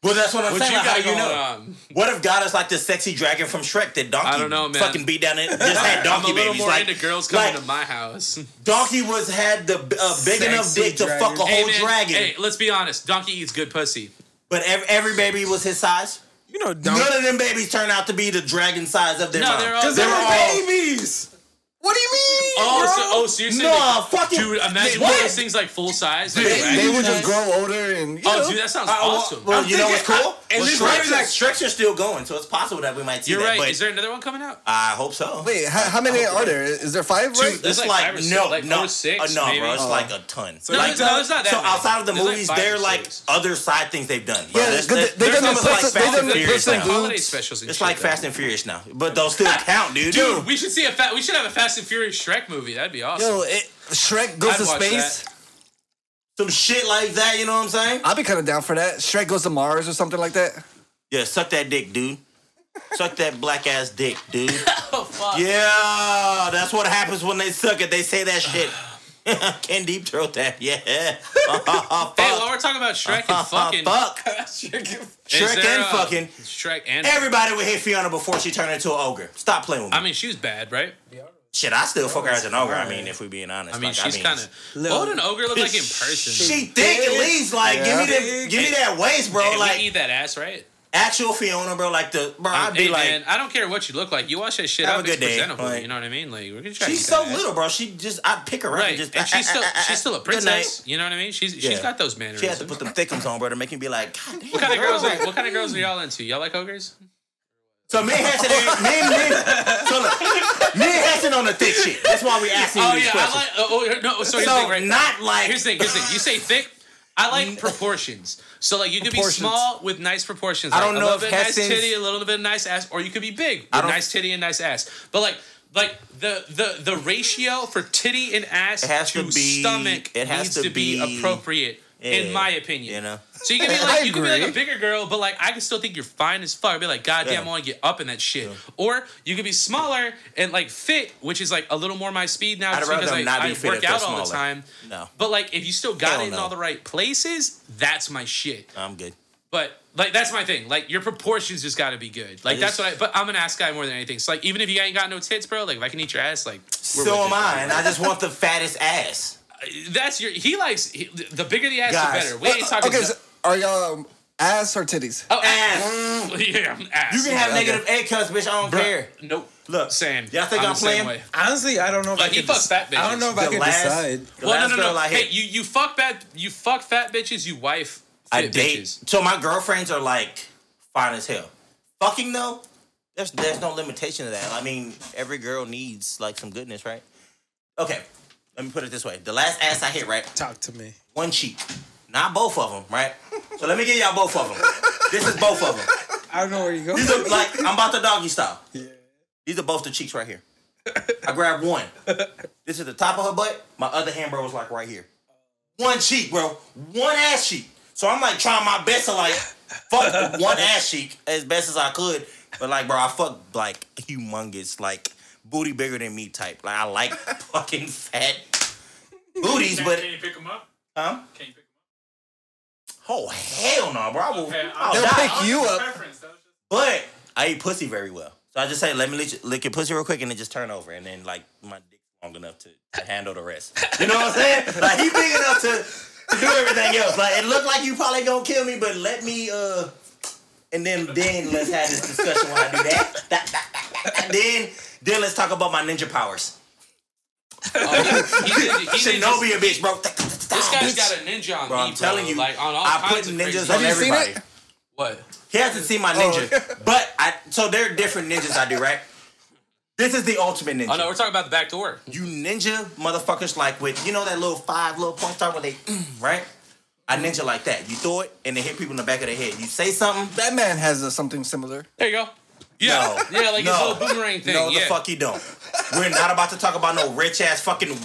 [SPEAKER 1] Well, that's what I'm
[SPEAKER 2] What
[SPEAKER 1] saying.
[SPEAKER 2] you
[SPEAKER 1] like, how
[SPEAKER 2] got
[SPEAKER 1] you
[SPEAKER 2] going um,
[SPEAKER 1] know?
[SPEAKER 2] on?
[SPEAKER 1] What if God is like the sexy dragon from Shrek that donkey
[SPEAKER 2] I don't know, man.
[SPEAKER 1] fucking beat down? It just had
[SPEAKER 2] I'm a
[SPEAKER 1] donkey
[SPEAKER 2] little
[SPEAKER 1] babies.
[SPEAKER 2] more
[SPEAKER 1] Like
[SPEAKER 2] into girls coming
[SPEAKER 1] like,
[SPEAKER 2] to my house.
[SPEAKER 1] donkey was had the uh, big enough
[SPEAKER 3] Sexy
[SPEAKER 1] dick to
[SPEAKER 3] dragon.
[SPEAKER 1] fuck a whole
[SPEAKER 2] Hey, man,
[SPEAKER 1] dragon,
[SPEAKER 2] Hey, let's be honest. Donkey eats good pussy.
[SPEAKER 1] but ev- every baby was his size.
[SPEAKER 3] You know,
[SPEAKER 1] None
[SPEAKER 3] don't.
[SPEAKER 1] of them babies turned out to be the dragon size of their
[SPEAKER 2] No,
[SPEAKER 1] mom.
[SPEAKER 2] they're all-
[SPEAKER 3] Because
[SPEAKER 2] they
[SPEAKER 3] they
[SPEAKER 2] were
[SPEAKER 3] were
[SPEAKER 1] all-
[SPEAKER 3] babies.
[SPEAKER 4] What do you mean?
[SPEAKER 2] Oh,
[SPEAKER 4] bro?
[SPEAKER 2] so, oh, so you're saying
[SPEAKER 1] No,
[SPEAKER 2] they-
[SPEAKER 1] fucking-
[SPEAKER 2] dude? Imagine
[SPEAKER 1] They-
[SPEAKER 2] one of
[SPEAKER 1] what?
[SPEAKER 2] those things like full size. Like,
[SPEAKER 4] they,
[SPEAKER 2] right?
[SPEAKER 4] they would just grow older and you
[SPEAKER 2] oh,
[SPEAKER 4] know.
[SPEAKER 2] dude, that sounds
[SPEAKER 1] Uh, well-
[SPEAKER 2] awesome.
[SPEAKER 1] Well, you know what's
[SPEAKER 3] thinking-
[SPEAKER 1] cool?
[SPEAKER 3] I- and
[SPEAKER 1] well,
[SPEAKER 3] this
[SPEAKER 1] Shrek's,
[SPEAKER 3] is like-
[SPEAKER 1] Shrek's are still going, so it's possible that we might see
[SPEAKER 2] you're
[SPEAKER 1] that.
[SPEAKER 2] right.
[SPEAKER 1] But
[SPEAKER 2] Is there another one coming out?
[SPEAKER 1] I hope so.
[SPEAKER 4] Wait, how, how many are there? Is there five? Right?
[SPEAKER 1] It's
[SPEAKER 2] like
[SPEAKER 1] like,
[SPEAKER 2] five or six-
[SPEAKER 1] no,
[SPEAKER 2] like four
[SPEAKER 1] no,
[SPEAKER 2] or six,
[SPEAKER 1] uh, no,
[SPEAKER 2] maybe.
[SPEAKER 1] bro. It's
[SPEAKER 2] Oh.
[SPEAKER 1] like a ton.
[SPEAKER 2] No,
[SPEAKER 1] like,
[SPEAKER 2] no, no, there's not that
[SPEAKER 1] So
[SPEAKER 2] many.
[SPEAKER 1] outside of the
[SPEAKER 2] There's like
[SPEAKER 1] movies,
[SPEAKER 2] five
[SPEAKER 1] there
[SPEAKER 2] or
[SPEAKER 1] are like
[SPEAKER 2] six.
[SPEAKER 1] other side things they've done. Bro,
[SPEAKER 4] Yeah,
[SPEAKER 1] there's-
[SPEAKER 4] good-
[SPEAKER 1] there's-
[SPEAKER 4] they
[SPEAKER 1] there's
[SPEAKER 4] done
[SPEAKER 1] almost
[SPEAKER 4] the
[SPEAKER 1] like
[SPEAKER 4] person- they
[SPEAKER 1] Fast
[SPEAKER 4] done
[SPEAKER 1] and
[SPEAKER 4] the
[SPEAKER 1] Furious
[SPEAKER 4] person
[SPEAKER 1] now.
[SPEAKER 4] glue-
[SPEAKER 2] Holiday specials. And
[SPEAKER 1] It's
[SPEAKER 2] shit,
[SPEAKER 1] like
[SPEAKER 2] though.
[SPEAKER 1] Fast and Furious now, but those still count, dude.
[SPEAKER 2] Dude, we should see a fat. We should have a Fast and Furious Shrek movie. That'd be awesome.
[SPEAKER 4] Yo, it, Shrek goes
[SPEAKER 2] I'd
[SPEAKER 4] to
[SPEAKER 2] watch
[SPEAKER 4] space.
[SPEAKER 2] that.
[SPEAKER 1] some shit like that. You know what I'm saying?
[SPEAKER 4] I'd be kind of down for that. Shrek goes to Mars or something like that.
[SPEAKER 1] Yeah, suck that dick, dude. Suck that black ass dick, dude.
[SPEAKER 2] Oh fuck.
[SPEAKER 1] Yeah, that's what happens when they suck it. They say that shit. Can deep throat that? Yeah.
[SPEAKER 2] Hey, while we're talking about Shrek and fucking,
[SPEAKER 1] Fuck.
[SPEAKER 2] is
[SPEAKER 1] Shrek
[SPEAKER 2] there,
[SPEAKER 1] and
[SPEAKER 2] uh,
[SPEAKER 1] fucking.
[SPEAKER 2] Shrek and.
[SPEAKER 1] Everybody would hit Fiona before she turned into an ogre. Stop playing with me.
[SPEAKER 2] I mean, she was bad, right?
[SPEAKER 1] Shit, I still fuck her as an ogre. I mean, if we being honest,
[SPEAKER 2] I mean,
[SPEAKER 1] like,
[SPEAKER 2] she's kind of. What
[SPEAKER 3] Little-
[SPEAKER 2] would an ogre look like in person?
[SPEAKER 1] She thick at least. Like,
[SPEAKER 4] Yeah.
[SPEAKER 1] give me that, give me that waist, bro.
[SPEAKER 2] Hey, we
[SPEAKER 1] like
[SPEAKER 2] eat that ass, right?
[SPEAKER 1] actual Fiona, bro. Like the bro, I'd be
[SPEAKER 2] hey,
[SPEAKER 1] like,
[SPEAKER 2] man, I don't care what you look like. You wash that shit
[SPEAKER 1] Have
[SPEAKER 2] up.
[SPEAKER 1] a good
[SPEAKER 2] it's
[SPEAKER 1] day.
[SPEAKER 2] presentable.
[SPEAKER 1] Like-
[SPEAKER 2] you know what I mean? Like we're gonna try. to
[SPEAKER 1] she's
[SPEAKER 2] eat
[SPEAKER 1] so
[SPEAKER 2] that ass.
[SPEAKER 1] little, bro. She just, I'd pick her up
[SPEAKER 2] Right,
[SPEAKER 1] and just,
[SPEAKER 2] and she's still
[SPEAKER 1] ah, ah, ah,
[SPEAKER 2] she's still a
[SPEAKER 1] good
[SPEAKER 2] princess. You know what I mean? She's she's
[SPEAKER 1] Yeah.
[SPEAKER 2] got those
[SPEAKER 1] night.
[SPEAKER 2] manners.
[SPEAKER 1] She had to put them thickums on, bro, to make him be like, God damn,
[SPEAKER 2] What kind of
[SPEAKER 1] bro.
[SPEAKER 2] girls? Are, what kind of girls are y'all into? Y'all like ogres?
[SPEAKER 1] So me and Hanson, ain't- me and me, and- so look, me and Hanson on the thick shit. That's why we asking you
[SPEAKER 2] Oh
[SPEAKER 1] these
[SPEAKER 2] yeah, I
[SPEAKER 1] questions.
[SPEAKER 2] like. Oh oh, no, so here's the
[SPEAKER 1] so
[SPEAKER 2] thing, right?
[SPEAKER 1] not like
[SPEAKER 2] Here's the thing. Here's the thing. You say thick. I like proportions. So like you could be
[SPEAKER 4] Proportions.
[SPEAKER 2] small with nice proportions.
[SPEAKER 1] I
[SPEAKER 2] like,
[SPEAKER 1] don't
[SPEAKER 2] a
[SPEAKER 1] know
[SPEAKER 2] little
[SPEAKER 1] if
[SPEAKER 2] bit nice
[SPEAKER 1] Hessen's-
[SPEAKER 2] titty, a little bit of nice ass, or you could be big with
[SPEAKER 1] I don't-
[SPEAKER 2] nice titty and nice ass. But like like the the the ratio for titty and ass
[SPEAKER 1] It has
[SPEAKER 2] to
[SPEAKER 1] to be-
[SPEAKER 2] stomach
[SPEAKER 1] it has
[SPEAKER 2] needs
[SPEAKER 1] to
[SPEAKER 2] to be,
[SPEAKER 1] be-
[SPEAKER 2] appropriate, in
[SPEAKER 1] Yeah,
[SPEAKER 2] my opinion.
[SPEAKER 1] you know?
[SPEAKER 2] So you can be
[SPEAKER 3] I
[SPEAKER 2] like, you can be like
[SPEAKER 3] agree.
[SPEAKER 2] a bigger girl, but like I can still think you're fine as fuck. I'd be like, God damn, I want to get up in that shit. Or you could be smaller and like fit, which is like a little more my speed now.
[SPEAKER 1] I'd
[SPEAKER 2] just
[SPEAKER 1] rather
[SPEAKER 2] because
[SPEAKER 1] them
[SPEAKER 2] like,
[SPEAKER 1] not be
[SPEAKER 2] I
[SPEAKER 1] fit
[SPEAKER 2] work
[SPEAKER 1] if they're
[SPEAKER 2] out all the
[SPEAKER 1] smaller.
[SPEAKER 2] time.
[SPEAKER 1] No.
[SPEAKER 2] But like if you still got
[SPEAKER 1] Hell
[SPEAKER 2] it in
[SPEAKER 1] no.
[SPEAKER 2] all the right places, that's my shit.
[SPEAKER 1] I'm good.
[SPEAKER 2] But like that's my thing. Like your proportions just got to be good. Like
[SPEAKER 1] I
[SPEAKER 2] that's
[SPEAKER 1] just-
[SPEAKER 2] what. I But I'm an ass guy more than anything. So like even if you ain't got no tits, bro, like if I can eat your ass, like we're
[SPEAKER 1] so
[SPEAKER 2] with
[SPEAKER 1] am
[SPEAKER 2] it.
[SPEAKER 1] I, and I just want the fattest ass.
[SPEAKER 2] That's your. He likes he, the bigger the ass,
[SPEAKER 1] Guys. uh,
[SPEAKER 2] the better. We ain't talking.
[SPEAKER 4] okay, so are y'all um, ass or titties?
[SPEAKER 2] oh,
[SPEAKER 1] Ass.
[SPEAKER 2] yeah, ass.
[SPEAKER 1] You can have
[SPEAKER 4] Okay.
[SPEAKER 1] negative egg cuts, bitch. I don't care.
[SPEAKER 2] Nope.
[SPEAKER 1] Look,
[SPEAKER 2] Same.
[SPEAKER 1] Y'all think I'm
[SPEAKER 2] the
[SPEAKER 1] playing?
[SPEAKER 2] same way.
[SPEAKER 3] Honestly, I don't know if
[SPEAKER 2] Like,
[SPEAKER 3] I
[SPEAKER 2] he
[SPEAKER 3] could.
[SPEAKER 2] fucks fat
[SPEAKER 3] I don't know if
[SPEAKER 2] bitches.
[SPEAKER 3] I
[SPEAKER 1] The
[SPEAKER 3] could
[SPEAKER 1] last-
[SPEAKER 3] decide.
[SPEAKER 1] the
[SPEAKER 2] Well,
[SPEAKER 1] last
[SPEAKER 2] no, no,
[SPEAKER 1] girl
[SPEAKER 2] no.
[SPEAKER 1] I
[SPEAKER 2] Hey,
[SPEAKER 1] hit,
[SPEAKER 2] you you fuck fat you fuck fat bitches. You wife.
[SPEAKER 1] I
[SPEAKER 2] fit
[SPEAKER 1] date.
[SPEAKER 2] Bitches.
[SPEAKER 1] So my girlfriends are like fine as hell. Fucking though, there's there's no limitation to that. I mean, every girl needs like some goodness, right? Okay, let me put it this way: the last ass I hit, right?
[SPEAKER 3] Talk to me.
[SPEAKER 1] One cheek, not both of them, right? So let me give y'all both of them. This is both of them.
[SPEAKER 3] I don't know where you go.
[SPEAKER 1] These are like I'm about to doggy style.
[SPEAKER 3] Yeah.
[SPEAKER 1] These are both the cheeks right here. I grabbed one. This is the top of her butt. My other hand, bro, was like right here. One cheek, bro. One ass cheek. So I'm like trying my best to like fuck with one ass cheek as best as I could. But like, bro, I fuck like humongous, like booty bigger than me type. Like I like fucking fat booties, but
[SPEAKER 5] can you pick them up?
[SPEAKER 1] huh?
[SPEAKER 5] Can you pick them
[SPEAKER 1] Oh hell no, bro. I will,
[SPEAKER 5] Okay,
[SPEAKER 1] I'll
[SPEAKER 5] They'll
[SPEAKER 1] die.
[SPEAKER 4] pick
[SPEAKER 5] up?
[SPEAKER 4] You
[SPEAKER 5] That was
[SPEAKER 4] up.
[SPEAKER 5] just a preference. That was just-
[SPEAKER 1] But I eat pussy very well. So I just say, let me lick, lick your pussy real quick and then just turn over. And then, like, my dick's long enough to, to handle the rest. You know what I'm saying? Like, he big enough to, to do everything else. Like, it looked like you probably gonna kill me, but let me, uh, and then, then let's have this discussion when I do that. that, that, that, that, that. Then, then let's talk about my ninja powers.
[SPEAKER 2] Oh, he, he, did- he, did just-
[SPEAKER 1] Shinobi a bitch, bro.
[SPEAKER 2] This guy's
[SPEAKER 1] Bitch.
[SPEAKER 2] got a ninja on
[SPEAKER 1] Bro,
[SPEAKER 2] me,
[SPEAKER 1] I'm telling you,
[SPEAKER 2] Like on all
[SPEAKER 1] I put
[SPEAKER 2] kinds of
[SPEAKER 1] ninjas
[SPEAKER 2] crazy-
[SPEAKER 1] on
[SPEAKER 4] Have you seen
[SPEAKER 1] everybody.
[SPEAKER 4] it?
[SPEAKER 2] What?
[SPEAKER 1] He hasn't seen my ninja,
[SPEAKER 3] Oh.
[SPEAKER 1] but I. So there are different ninjas I do, right? This is the ultimate ninja.
[SPEAKER 2] Oh no, we're talking about the back door.
[SPEAKER 1] You ninja motherfuckers like with you know that little five little point star where they mm, right? I ninja like that. You throw it and it hit people in the back of the head. You say something.
[SPEAKER 4] That man has uh, something similar.
[SPEAKER 2] There you go. Yeah,
[SPEAKER 1] No.
[SPEAKER 2] yeah, like
[SPEAKER 1] No.
[SPEAKER 2] his little boomerang thing.
[SPEAKER 1] No,
[SPEAKER 2] yeah.
[SPEAKER 1] the fuck you don't. We're not about to talk about no rich ass fucking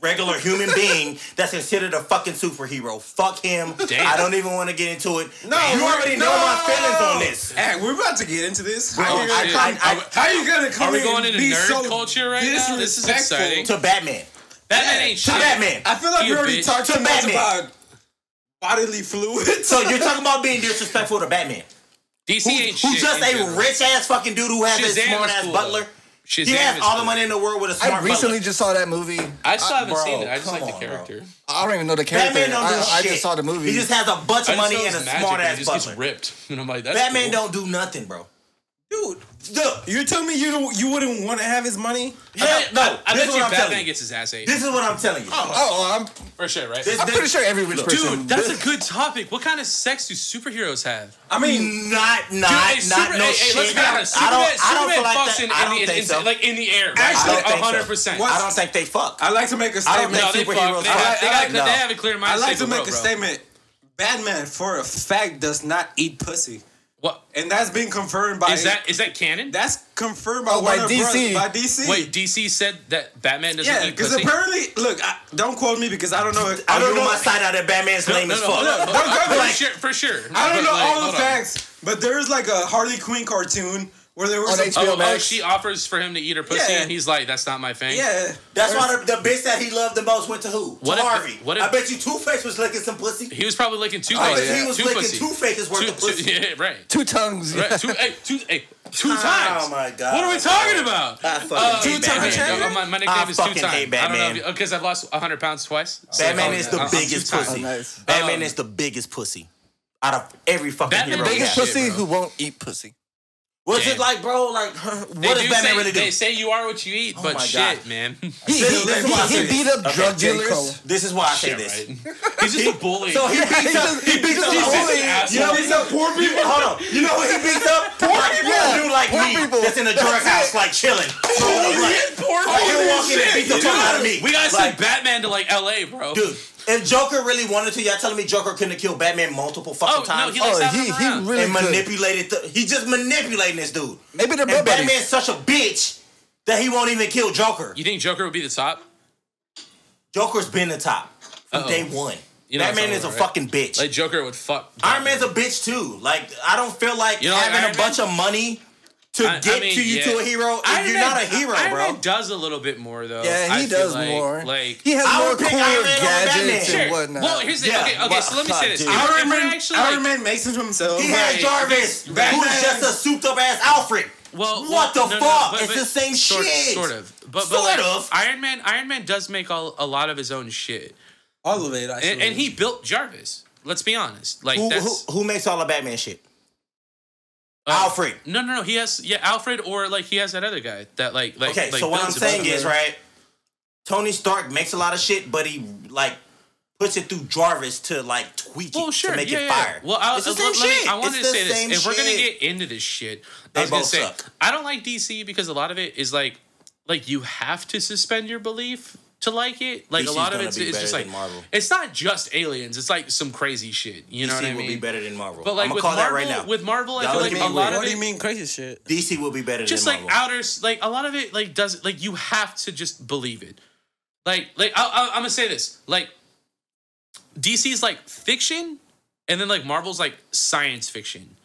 [SPEAKER 1] regular human being that's considered a fucking superhero. Fuck him.
[SPEAKER 2] Damn.
[SPEAKER 1] I don't even want to get into it.
[SPEAKER 3] No,
[SPEAKER 1] you already know my
[SPEAKER 3] no.
[SPEAKER 1] feelings on this.
[SPEAKER 3] Hey, we're about to get into this. How
[SPEAKER 1] I-
[SPEAKER 3] you gonna
[SPEAKER 1] I-
[SPEAKER 3] come-
[SPEAKER 1] I-
[SPEAKER 3] how you gonna come
[SPEAKER 2] Are we
[SPEAKER 3] in
[SPEAKER 2] going
[SPEAKER 3] and
[SPEAKER 2] into
[SPEAKER 3] be
[SPEAKER 2] nerd
[SPEAKER 3] so
[SPEAKER 2] culture right now? This is
[SPEAKER 3] disrespectful?
[SPEAKER 2] exciting.
[SPEAKER 1] To Batman.
[SPEAKER 2] Batman ain't
[SPEAKER 1] To
[SPEAKER 2] shit.
[SPEAKER 1] Batman.
[SPEAKER 3] I feel like
[SPEAKER 2] You
[SPEAKER 3] we already
[SPEAKER 2] bitch.
[SPEAKER 3] talked
[SPEAKER 1] To
[SPEAKER 3] too much
[SPEAKER 1] Batman.
[SPEAKER 3] about bodily fluids.
[SPEAKER 1] So you're talking about being disrespectful to Batman,
[SPEAKER 2] DC ain't shit.
[SPEAKER 1] who's just
[SPEAKER 2] in
[SPEAKER 1] a
[SPEAKER 2] general.
[SPEAKER 1] rich ass fucking dude who has a
[SPEAKER 2] Shazam
[SPEAKER 1] smart
[SPEAKER 2] is
[SPEAKER 1] ass
[SPEAKER 2] cool,
[SPEAKER 1] butler.
[SPEAKER 2] Shazam
[SPEAKER 1] he has
[SPEAKER 2] is
[SPEAKER 1] all the
[SPEAKER 2] cool.
[SPEAKER 1] money in the world with a smart
[SPEAKER 4] I recently
[SPEAKER 1] butler.
[SPEAKER 4] just saw that movie.
[SPEAKER 2] I still haven't
[SPEAKER 1] Bro,
[SPEAKER 2] seen it. I just
[SPEAKER 1] come
[SPEAKER 2] like the
[SPEAKER 1] on, bro.
[SPEAKER 2] character.
[SPEAKER 4] I don't even know the character.
[SPEAKER 1] Batman don't do
[SPEAKER 4] I, I
[SPEAKER 1] shit.
[SPEAKER 4] just saw the movie.
[SPEAKER 1] He just has a bunch
[SPEAKER 2] I
[SPEAKER 1] of
[SPEAKER 2] just
[SPEAKER 1] money
[SPEAKER 2] know
[SPEAKER 1] and
[SPEAKER 2] it's
[SPEAKER 1] a
[SPEAKER 2] magic
[SPEAKER 1] smart
[SPEAKER 2] and
[SPEAKER 1] ass
[SPEAKER 2] He just
[SPEAKER 1] butler.
[SPEAKER 2] gets ripped, and I'm like, that's
[SPEAKER 1] Batman
[SPEAKER 2] cool.
[SPEAKER 1] don't do nothing, bro.
[SPEAKER 3] Dude,
[SPEAKER 1] Look,
[SPEAKER 3] you tell me you you wouldn't want to have his money?
[SPEAKER 1] yeah, no.
[SPEAKER 2] I, I
[SPEAKER 1] this
[SPEAKER 2] bet
[SPEAKER 1] is
[SPEAKER 2] you
[SPEAKER 1] what I'm telling
[SPEAKER 2] Batman
[SPEAKER 1] you.
[SPEAKER 2] gets his ass ate
[SPEAKER 1] This is what I'm telling you.
[SPEAKER 4] oh, I'm,
[SPEAKER 2] for sure, right?
[SPEAKER 1] This-
[SPEAKER 4] I'm pretty sure every rich person.
[SPEAKER 2] Dude, that's a good topic. What kind of sex do superheroes have?
[SPEAKER 3] I mean,
[SPEAKER 1] not, not,
[SPEAKER 2] Dude,
[SPEAKER 1] not,
[SPEAKER 2] hey,
[SPEAKER 1] not
[SPEAKER 2] Super-
[SPEAKER 1] no
[SPEAKER 2] hey, hey,
[SPEAKER 1] shit.
[SPEAKER 2] let's be honest. Superman,
[SPEAKER 1] I don't, I don't
[SPEAKER 2] Superman
[SPEAKER 1] feel like
[SPEAKER 2] fucks
[SPEAKER 1] that.
[SPEAKER 2] in,
[SPEAKER 1] I
[SPEAKER 2] in
[SPEAKER 1] don't
[SPEAKER 2] the,
[SPEAKER 1] think
[SPEAKER 2] in,
[SPEAKER 1] so.
[SPEAKER 2] like in the air. Right?
[SPEAKER 3] Actually,
[SPEAKER 2] Like,
[SPEAKER 1] I don't think so.
[SPEAKER 2] 100%.
[SPEAKER 1] I don't think they fuck.
[SPEAKER 3] I like to make a
[SPEAKER 1] I
[SPEAKER 3] statement.
[SPEAKER 1] don't
[SPEAKER 2] no, they
[SPEAKER 1] think
[SPEAKER 2] fuck.
[SPEAKER 1] superheroes
[SPEAKER 2] They,
[SPEAKER 1] are-
[SPEAKER 2] got, they,
[SPEAKER 3] I
[SPEAKER 2] got,
[SPEAKER 3] like-
[SPEAKER 2] they have a clear mindset.
[SPEAKER 3] I like to
[SPEAKER 2] bro,
[SPEAKER 3] make a
[SPEAKER 2] bro.
[SPEAKER 3] statement. Batman, for a fact, does not eat pussy,
[SPEAKER 2] What
[SPEAKER 3] and that's been confirmed by
[SPEAKER 2] is that? Is that canon?
[SPEAKER 3] That's confirmed by,
[SPEAKER 4] Oh, by
[SPEAKER 3] Warner
[SPEAKER 4] DC.
[SPEAKER 3] Brothers, by DC.
[SPEAKER 2] Wait, DC said that Batman doesn't
[SPEAKER 3] yeah,
[SPEAKER 2] eat
[SPEAKER 3] because
[SPEAKER 2] pussy.
[SPEAKER 3] apparently, look, I, don't quote me because I don't know. if-
[SPEAKER 1] I don't know
[SPEAKER 3] know
[SPEAKER 1] my side out that Batman's lame
[SPEAKER 2] no,
[SPEAKER 1] as
[SPEAKER 2] no, no,
[SPEAKER 1] fuck.
[SPEAKER 2] no,
[SPEAKER 3] Don't
[SPEAKER 2] I-
[SPEAKER 3] go
[SPEAKER 2] for
[SPEAKER 3] like-
[SPEAKER 2] sure, for sure.
[SPEAKER 3] I don't
[SPEAKER 2] But,
[SPEAKER 3] know
[SPEAKER 2] like,
[SPEAKER 3] all
[SPEAKER 2] hold
[SPEAKER 3] the
[SPEAKER 2] on.
[SPEAKER 3] facts, but there's like a Harley Quinn cartoon where there was
[SPEAKER 4] On
[SPEAKER 3] a
[SPEAKER 4] HBO.
[SPEAKER 2] Oh, oh,
[SPEAKER 4] Max.
[SPEAKER 2] she offers for him to eat her pussy,
[SPEAKER 3] Yeah.
[SPEAKER 2] and he's like, "That's not my thing."
[SPEAKER 3] yeah.
[SPEAKER 1] That's why the, the bitch that he loved the most went to who? To
[SPEAKER 2] What if-
[SPEAKER 1] Harvey.
[SPEAKER 2] what if-
[SPEAKER 1] I bet you Two Face was licking some pussy.
[SPEAKER 2] He was probably licking two.
[SPEAKER 1] I bet
[SPEAKER 2] pussy.
[SPEAKER 1] he was
[SPEAKER 2] two
[SPEAKER 1] licking
[SPEAKER 2] Oh, pussy.
[SPEAKER 1] Two Faces worth
[SPEAKER 2] Two-
[SPEAKER 1] of pussy.
[SPEAKER 2] two- yeah, right.
[SPEAKER 4] two tongues.
[SPEAKER 2] Right. Two, hey, two, hey, two
[SPEAKER 1] Oh
[SPEAKER 2] times.
[SPEAKER 1] my God.
[SPEAKER 2] What are we talking about?
[SPEAKER 1] I fucking
[SPEAKER 2] Uh,
[SPEAKER 1] hate
[SPEAKER 2] two
[SPEAKER 1] Batman,
[SPEAKER 2] times.
[SPEAKER 1] dude.
[SPEAKER 2] Yo, my, my nickname
[SPEAKER 1] I
[SPEAKER 2] is two
[SPEAKER 1] fucking
[SPEAKER 2] times.
[SPEAKER 1] hate
[SPEAKER 2] I don't
[SPEAKER 1] Batman.
[SPEAKER 2] know because I've lost 100 pounds twice. So,
[SPEAKER 1] Batman
[SPEAKER 2] oh,
[SPEAKER 1] is
[SPEAKER 2] yeah,
[SPEAKER 1] the
[SPEAKER 2] I'm- I'm
[SPEAKER 1] biggest
[SPEAKER 2] two times.
[SPEAKER 1] pussy.
[SPEAKER 4] Oh, nice.
[SPEAKER 1] Batman
[SPEAKER 2] Um,
[SPEAKER 1] is the biggest pussy out of every fucking
[SPEAKER 2] Batman
[SPEAKER 1] hero.
[SPEAKER 2] bro,
[SPEAKER 4] Biggest
[SPEAKER 2] yeah.
[SPEAKER 4] pussy
[SPEAKER 2] Shit, bro.
[SPEAKER 4] who won't eat pussy.
[SPEAKER 1] Was
[SPEAKER 2] Damn.
[SPEAKER 1] it like, bro? Like, what
[SPEAKER 2] They
[SPEAKER 1] does
[SPEAKER 2] do
[SPEAKER 1] Batman
[SPEAKER 2] say-
[SPEAKER 1] really do? Oh
[SPEAKER 2] They say you are what you eat, but
[SPEAKER 1] my
[SPEAKER 2] shit,
[SPEAKER 1] God.
[SPEAKER 2] man.
[SPEAKER 4] He, he,
[SPEAKER 1] This is why I
[SPEAKER 4] he-
[SPEAKER 1] say
[SPEAKER 4] he beat up drug
[SPEAKER 3] J.
[SPEAKER 4] dealers.
[SPEAKER 1] This is why I say
[SPEAKER 2] Shit,
[SPEAKER 1] this.
[SPEAKER 2] right? He's just a bully.
[SPEAKER 1] So he beats up. He beats up.
[SPEAKER 2] just
[SPEAKER 1] all
[SPEAKER 2] an
[SPEAKER 1] the-
[SPEAKER 2] asshole.
[SPEAKER 1] You know, he's up poor people. Hold on. You know who he beats up? Poor people.
[SPEAKER 4] people.
[SPEAKER 1] dude like
[SPEAKER 4] Poor
[SPEAKER 1] me
[SPEAKER 4] people.
[SPEAKER 1] that's in a drug house, like chilling. So he's like,
[SPEAKER 2] Poor
[SPEAKER 1] oh, he'll walk in and beat
[SPEAKER 2] shit.
[SPEAKER 1] the fuck out of me.
[SPEAKER 2] We gotta
[SPEAKER 1] like,
[SPEAKER 2] send Batman to like L.A., bro.
[SPEAKER 1] dude. If Joker really wanted to, y'all telling me Joker couldn't have killed Batman multiple fucking
[SPEAKER 2] Oh, no,
[SPEAKER 1] times
[SPEAKER 2] he
[SPEAKER 4] Oh,
[SPEAKER 2] likes having
[SPEAKER 4] he,
[SPEAKER 2] him
[SPEAKER 4] he
[SPEAKER 2] around.
[SPEAKER 4] really
[SPEAKER 1] and
[SPEAKER 4] could.
[SPEAKER 1] manipulated. The, he just manipulating this dude.
[SPEAKER 4] Maybe they're
[SPEAKER 1] And
[SPEAKER 4] blood buddies.
[SPEAKER 1] Batman's such a bitch that he won't even kill Joker.
[SPEAKER 2] You think Joker would be the top?
[SPEAKER 1] Joker's been the top from
[SPEAKER 2] Uh-oh.
[SPEAKER 1] day one.
[SPEAKER 2] You know what I'm
[SPEAKER 1] Batman is a
[SPEAKER 2] talking about, right?
[SPEAKER 1] fucking bitch.
[SPEAKER 2] Like Joker would fuck.
[SPEAKER 1] Iron Man's a bitch too. Like I don't feel like
[SPEAKER 2] You don't like
[SPEAKER 1] having
[SPEAKER 2] Iron
[SPEAKER 1] a bunch of money to
[SPEAKER 2] I- I
[SPEAKER 1] get
[SPEAKER 2] mean,
[SPEAKER 1] to you
[SPEAKER 2] yeah.
[SPEAKER 1] to a hero. If
[SPEAKER 2] Iron
[SPEAKER 1] you're
[SPEAKER 2] Man-
[SPEAKER 1] not a hero,
[SPEAKER 2] Iron
[SPEAKER 1] bro.
[SPEAKER 2] Man does a little bit more though.
[SPEAKER 4] Yeah, he
[SPEAKER 2] I feel
[SPEAKER 4] does
[SPEAKER 2] like-
[SPEAKER 4] more.
[SPEAKER 2] Like
[SPEAKER 4] he has
[SPEAKER 1] I
[SPEAKER 4] more
[SPEAKER 1] would pick
[SPEAKER 4] cool
[SPEAKER 1] Iron Man over
[SPEAKER 4] gadgets
[SPEAKER 1] Batman.
[SPEAKER 4] and
[SPEAKER 2] Sure.
[SPEAKER 4] whatnot.
[SPEAKER 2] Well, here's the
[SPEAKER 1] Yeah,
[SPEAKER 2] thing. Okay, okay
[SPEAKER 1] but
[SPEAKER 2] so let me say this.
[SPEAKER 4] dude.
[SPEAKER 2] If we're
[SPEAKER 3] Iron Man,
[SPEAKER 2] actually, like-
[SPEAKER 3] Iron Man makes him himself.
[SPEAKER 1] he
[SPEAKER 2] has
[SPEAKER 1] has
[SPEAKER 2] Right.
[SPEAKER 1] Jarvis,
[SPEAKER 2] Right.
[SPEAKER 1] who's just a souped-up ass Alfred.
[SPEAKER 2] Well,
[SPEAKER 1] what
[SPEAKER 2] well,
[SPEAKER 1] the
[SPEAKER 2] no, no,
[SPEAKER 1] fuck?
[SPEAKER 2] but-
[SPEAKER 1] it's
[SPEAKER 2] but
[SPEAKER 1] the same
[SPEAKER 2] sort,
[SPEAKER 1] shit.
[SPEAKER 2] Sort of. But, but
[SPEAKER 1] Sort
[SPEAKER 2] like,
[SPEAKER 1] of.
[SPEAKER 2] Iron Man. Iron Man does make all, a lot of his own shit,
[SPEAKER 3] All of it, actually.
[SPEAKER 2] and, and he built Jarvis. Let's be honest. Like
[SPEAKER 1] Who, who,
[SPEAKER 2] that's
[SPEAKER 1] who makes all the Batman shit?
[SPEAKER 2] uh,
[SPEAKER 1] Alfred.
[SPEAKER 2] No, no, no. He has yeah, Alfred, or like he has that other guy that like like.
[SPEAKER 1] Okay,
[SPEAKER 2] like,
[SPEAKER 1] so what I'm
[SPEAKER 2] builds him.
[SPEAKER 1] saying is, right? Tony Stark makes a lot of shit, but he like puts it through Jarvis to like tweak
[SPEAKER 2] Well,
[SPEAKER 1] it
[SPEAKER 2] sure.
[SPEAKER 1] to make
[SPEAKER 2] yeah,
[SPEAKER 1] it
[SPEAKER 2] yeah.
[SPEAKER 1] fire.
[SPEAKER 2] Well, I,
[SPEAKER 1] it's the
[SPEAKER 2] uh,
[SPEAKER 1] same
[SPEAKER 2] let- let me-
[SPEAKER 1] shit.
[SPEAKER 2] I wanted
[SPEAKER 1] It's
[SPEAKER 2] to
[SPEAKER 1] the
[SPEAKER 2] say this.
[SPEAKER 1] same
[SPEAKER 2] If we're gonna
[SPEAKER 1] shit.
[SPEAKER 2] get into this shit,
[SPEAKER 1] They
[SPEAKER 2] I was gonna
[SPEAKER 1] both
[SPEAKER 2] say
[SPEAKER 1] suck.
[SPEAKER 2] I don't like DC because a lot of it is like, like you have to suspend your belief to like it. Like a
[SPEAKER 1] DC's
[SPEAKER 2] lot of
[SPEAKER 1] gonna
[SPEAKER 2] it's
[SPEAKER 1] be
[SPEAKER 2] it's just
[SPEAKER 1] better
[SPEAKER 2] like
[SPEAKER 1] than Marvel.
[SPEAKER 2] it's not just aliens. It's like some crazy shit. You know
[SPEAKER 1] DC
[SPEAKER 2] what I
[SPEAKER 1] will
[SPEAKER 2] mean?
[SPEAKER 1] be better than Marvel.
[SPEAKER 2] But like
[SPEAKER 1] I'm gonna
[SPEAKER 2] with
[SPEAKER 1] call
[SPEAKER 2] Marvel,
[SPEAKER 1] that right now.
[SPEAKER 2] with Marvel, I
[SPEAKER 1] Y'all
[SPEAKER 2] feel
[SPEAKER 1] look
[SPEAKER 2] like
[SPEAKER 1] at
[SPEAKER 2] a
[SPEAKER 1] me
[SPEAKER 2] lot
[SPEAKER 1] weird.
[SPEAKER 2] of
[SPEAKER 3] what do
[SPEAKER 2] it,
[SPEAKER 3] you mean crazy shit?
[SPEAKER 1] DC will be better
[SPEAKER 2] just
[SPEAKER 1] than
[SPEAKER 2] like
[SPEAKER 1] Marvel.
[SPEAKER 2] outer, s- like a lot of it, like does like you have to just believe it. Like, like I, I, I'm gonna say this, like DC's like fiction, and then like Marvel's like science fiction.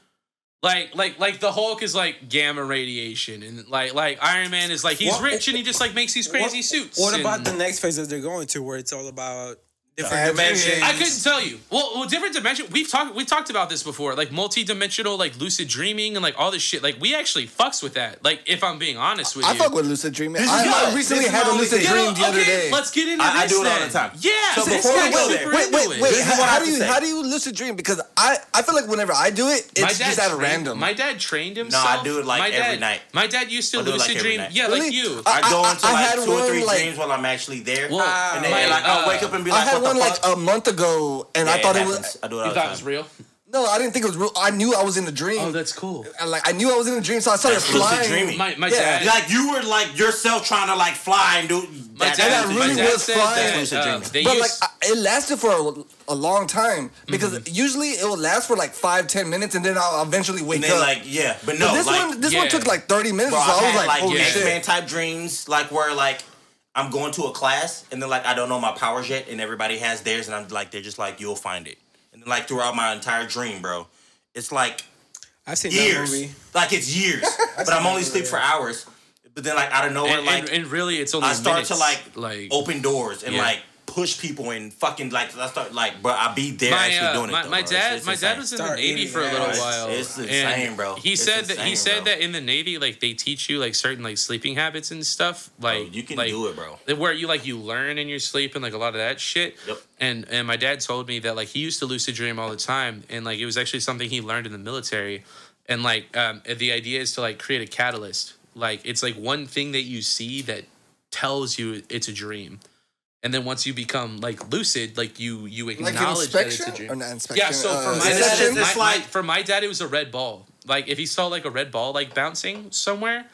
[SPEAKER 2] Like, like, like the Hulk is like gamma radiation, and like, like Iron Man is like he's
[SPEAKER 3] What-
[SPEAKER 2] rich and he just like makes these crazy
[SPEAKER 3] what,
[SPEAKER 2] suits.
[SPEAKER 3] What
[SPEAKER 2] and-
[SPEAKER 3] about the next phase that they're going to, where it's all about different
[SPEAKER 4] Iron Man
[SPEAKER 3] dimensions?
[SPEAKER 2] I couldn't tell you. Well, well, different dimension. We've talked. We talked about this before, like multi-dimensional, like lucid dreaming, and like all this shit. Like we actually fucks with that. Like if I'm being honest with
[SPEAKER 4] I
[SPEAKER 2] you,
[SPEAKER 4] fuck with lucid dreaming.
[SPEAKER 1] This is
[SPEAKER 4] I, I
[SPEAKER 1] good.
[SPEAKER 4] recently
[SPEAKER 1] This is
[SPEAKER 4] had
[SPEAKER 1] my
[SPEAKER 4] a
[SPEAKER 1] only
[SPEAKER 4] lucid
[SPEAKER 1] thing.
[SPEAKER 4] dream
[SPEAKER 2] Get
[SPEAKER 4] the
[SPEAKER 2] on-
[SPEAKER 4] other
[SPEAKER 2] okay,
[SPEAKER 4] day.
[SPEAKER 2] Let's get into
[SPEAKER 1] I- I
[SPEAKER 2] this.
[SPEAKER 1] do it all
[SPEAKER 2] then.
[SPEAKER 1] the time.
[SPEAKER 2] Yeah.
[SPEAKER 1] So
[SPEAKER 2] this
[SPEAKER 1] before we
[SPEAKER 2] guy's
[SPEAKER 1] go
[SPEAKER 2] super
[SPEAKER 1] there-
[SPEAKER 4] Wait,
[SPEAKER 2] into
[SPEAKER 4] wait,
[SPEAKER 2] it.
[SPEAKER 4] wait.
[SPEAKER 1] This is
[SPEAKER 4] How,
[SPEAKER 1] what I
[SPEAKER 4] how
[SPEAKER 1] have
[SPEAKER 4] do
[SPEAKER 1] to
[SPEAKER 4] you
[SPEAKER 1] say.
[SPEAKER 4] how do you lucid dream? Because I I feel like whenever I do it,
[SPEAKER 2] My
[SPEAKER 4] it's
[SPEAKER 2] dad
[SPEAKER 4] just at
[SPEAKER 2] trained-
[SPEAKER 4] random.
[SPEAKER 2] My dad trained himself.
[SPEAKER 1] I do it, like,
[SPEAKER 2] my dad,
[SPEAKER 1] every night.
[SPEAKER 2] My dad used to
[SPEAKER 1] I do it, like,
[SPEAKER 2] lucid
[SPEAKER 1] every
[SPEAKER 2] dream.
[SPEAKER 1] night.
[SPEAKER 2] Yeah,
[SPEAKER 4] Really?
[SPEAKER 2] like you.
[SPEAKER 4] I-
[SPEAKER 1] I go
[SPEAKER 4] I-
[SPEAKER 1] into
[SPEAKER 4] I
[SPEAKER 1] like
[SPEAKER 4] had
[SPEAKER 1] two or three
[SPEAKER 4] one, like-
[SPEAKER 1] dreams while I'm actually there,
[SPEAKER 2] Whoa.
[SPEAKER 1] Ah, and then
[SPEAKER 2] My,
[SPEAKER 1] like I'll
[SPEAKER 2] uh,
[SPEAKER 1] wake up and be
[SPEAKER 4] I
[SPEAKER 1] like,
[SPEAKER 4] had
[SPEAKER 1] "What
[SPEAKER 4] one
[SPEAKER 1] the
[SPEAKER 4] like
[SPEAKER 1] fuck?"
[SPEAKER 4] a month ago, and I
[SPEAKER 1] Yeah,
[SPEAKER 4] thought
[SPEAKER 1] it
[SPEAKER 4] it was
[SPEAKER 1] happens. I do it
[SPEAKER 2] You
[SPEAKER 1] all the
[SPEAKER 2] oh, thought it was
[SPEAKER 1] time.
[SPEAKER 2] real?
[SPEAKER 4] no, I didn't think it was real. I knew I was in a dream.
[SPEAKER 2] Oh, that's cool.
[SPEAKER 4] I, like I knew I was in a dream, so I started
[SPEAKER 1] That's lucid
[SPEAKER 4] flying.
[SPEAKER 1] dreaming.
[SPEAKER 2] My my
[SPEAKER 4] Yeah.
[SPEAKER 2] dad.
[SPEAKER 1] Like you were like yourself trying to like fly and do.
[SPEAKER 2] my
[SPEAKER 1] that-
[SPEAKER 2] dad,
[SPEAKER 1] that's
[SPEAKER 4] I
[SPEAKER 1] lucid
[SPEAKER 4] really
[SPEAKER 2] my
[SPEAKER 1] dreaming.
[SPEAKER 2] dad
[SPEAKER 4] was
[SPEAKER 2] said
[SPEAKER 4] flying.
[SPEAKER 2] that,
[SPEAKER 1] Lucid
[SPEAKER 2] uh,
[SPEAKER 1] dreaming.
[SPEAKER 2] they
[SPEAKER 4] But like
[SPEAKER 2] used-
[SPEAKER 4] I, it lasted for a, a long time because usually it will last for like five ten minutes and then I'll eventually wake
[SPEAKER 1] Mm-hmm. And then
[SPEAKER 4] up.
[SPEAKER 1] like yeah, but no,
[SPEAKER 4] this
[SPEAKER 1] like
[SPEAKER 4] one this
[SPEAKER 2] yeah.
[SPEAKER 4] one took like thirty minutes.
[SPEAKER 1] bro,
[SPEAKER 4] so I
[SPEAKER 1] I've
[SPEAKER 4] was
[SPEAKER 1] had
[SPEAKER 4] like,
[SPEAKER 1] like,
[SPEAKER 4] holy
[SPEAKER 2] yeah.
[SPEAKER 1] X
[SPEAKER 4] shit.
[SPEAKER 1] Men type dreams, like where like I'm going to a class and then like I don't know my powers yet, and everybody has theirs, and I'm like they're just like you'll find it, and then like throughout my entire dream, bro, it's like
[SPEAKER 3] I've seen that
[SPEAKER 1] years,
[SPEAKER 3] movie.
[SPEAKER 1] like it's years, but I'm only asleep for hours, but then like out of nowhere,
[SPEAKER 2] and,
[SPEAKER 1] like
[SPEAKER 2] and, and really, it's only
[SPEAKER 1] I start to like,
[SPEAKER 2] minutes. like
[SPEAKER 1] open doors and
[SPEAKER 2] Yeah.
[SPEAKER 1] like push people and fucking like I start like bro I be there
[SPEAKER 2] my,
[SPEAKER 1] actually
[SPEAKER 2] uh,
[SPEAKER 1] doing
[SPEAKER 2] my,
[SPEAKER 1] it. Though,
[SPEAKER 2] my
[SPEAKER 1] bro.
[SPEAKER 2] dad,
[SPEAKER 1] It's- it's
[SPEAKER 2] my
[SPEAKER 1] insane.
[SPEAKER 2] dad was in the
[SPEAKER 3] Start
[SPEAKER 2] navy
[SPEAKER 3] eating
[SPEAKER 2] for a
[SPEAKER 3] ass.
[SPEAKER 2] little
[SPEAKER 3] It's-
[SPEAKER 2] while.
[SPEAKER 1] it's
[SPEAKER 2] and
[SPEAKER 1] insane, bro.
[SPEAKER 2] He
[SPEAKER 1] It's
[SPEAKER 2] said that he
[SPEAKER 1] insane,
[SPEAKER 2] said
[SPEAKER 1] bro.
[SPEAKER 2] that in the navy, like they teach you like certain like sleeping habits and stuff. Like
[SPEAKER 1] you can
[SPEAKER 2] like,
[SPEAKER 1] do it, bro.
[SPEAKER 2] Where you like you learn in your sleep and like a lot of that shit.
[SPEAKER 1] Yep.
[SPEAKER 2] And and my dad told me that like he used to lucid dream all the time, and like it was actually something he learned in the military. And like um, the idea is to like create a catalyst. Like it's like one thing that you see that tells you it's a dream. And then once you become like lucid, like you you
[SPEAKER 4] Like
[SPEAKER 2] acknowledge that it's a
[SPEAKER 4] inspection
[SPEAKER 2] dream.
[SPEAKER 4] or not inspection?
[SPEAKER 2] Yeah, so for
[SPEAKER 4] uh,
[SPEAKER 2] my dad,
[SPEAKER 4] session?
[SPEAKER 1] it's-
[SPEAKER 2] my-
[SPEAKER 1] it's like-
[SPEAKER 2] my- for my dad, it was a red ball. Like if he saw like a red ball like bouncing somewhere,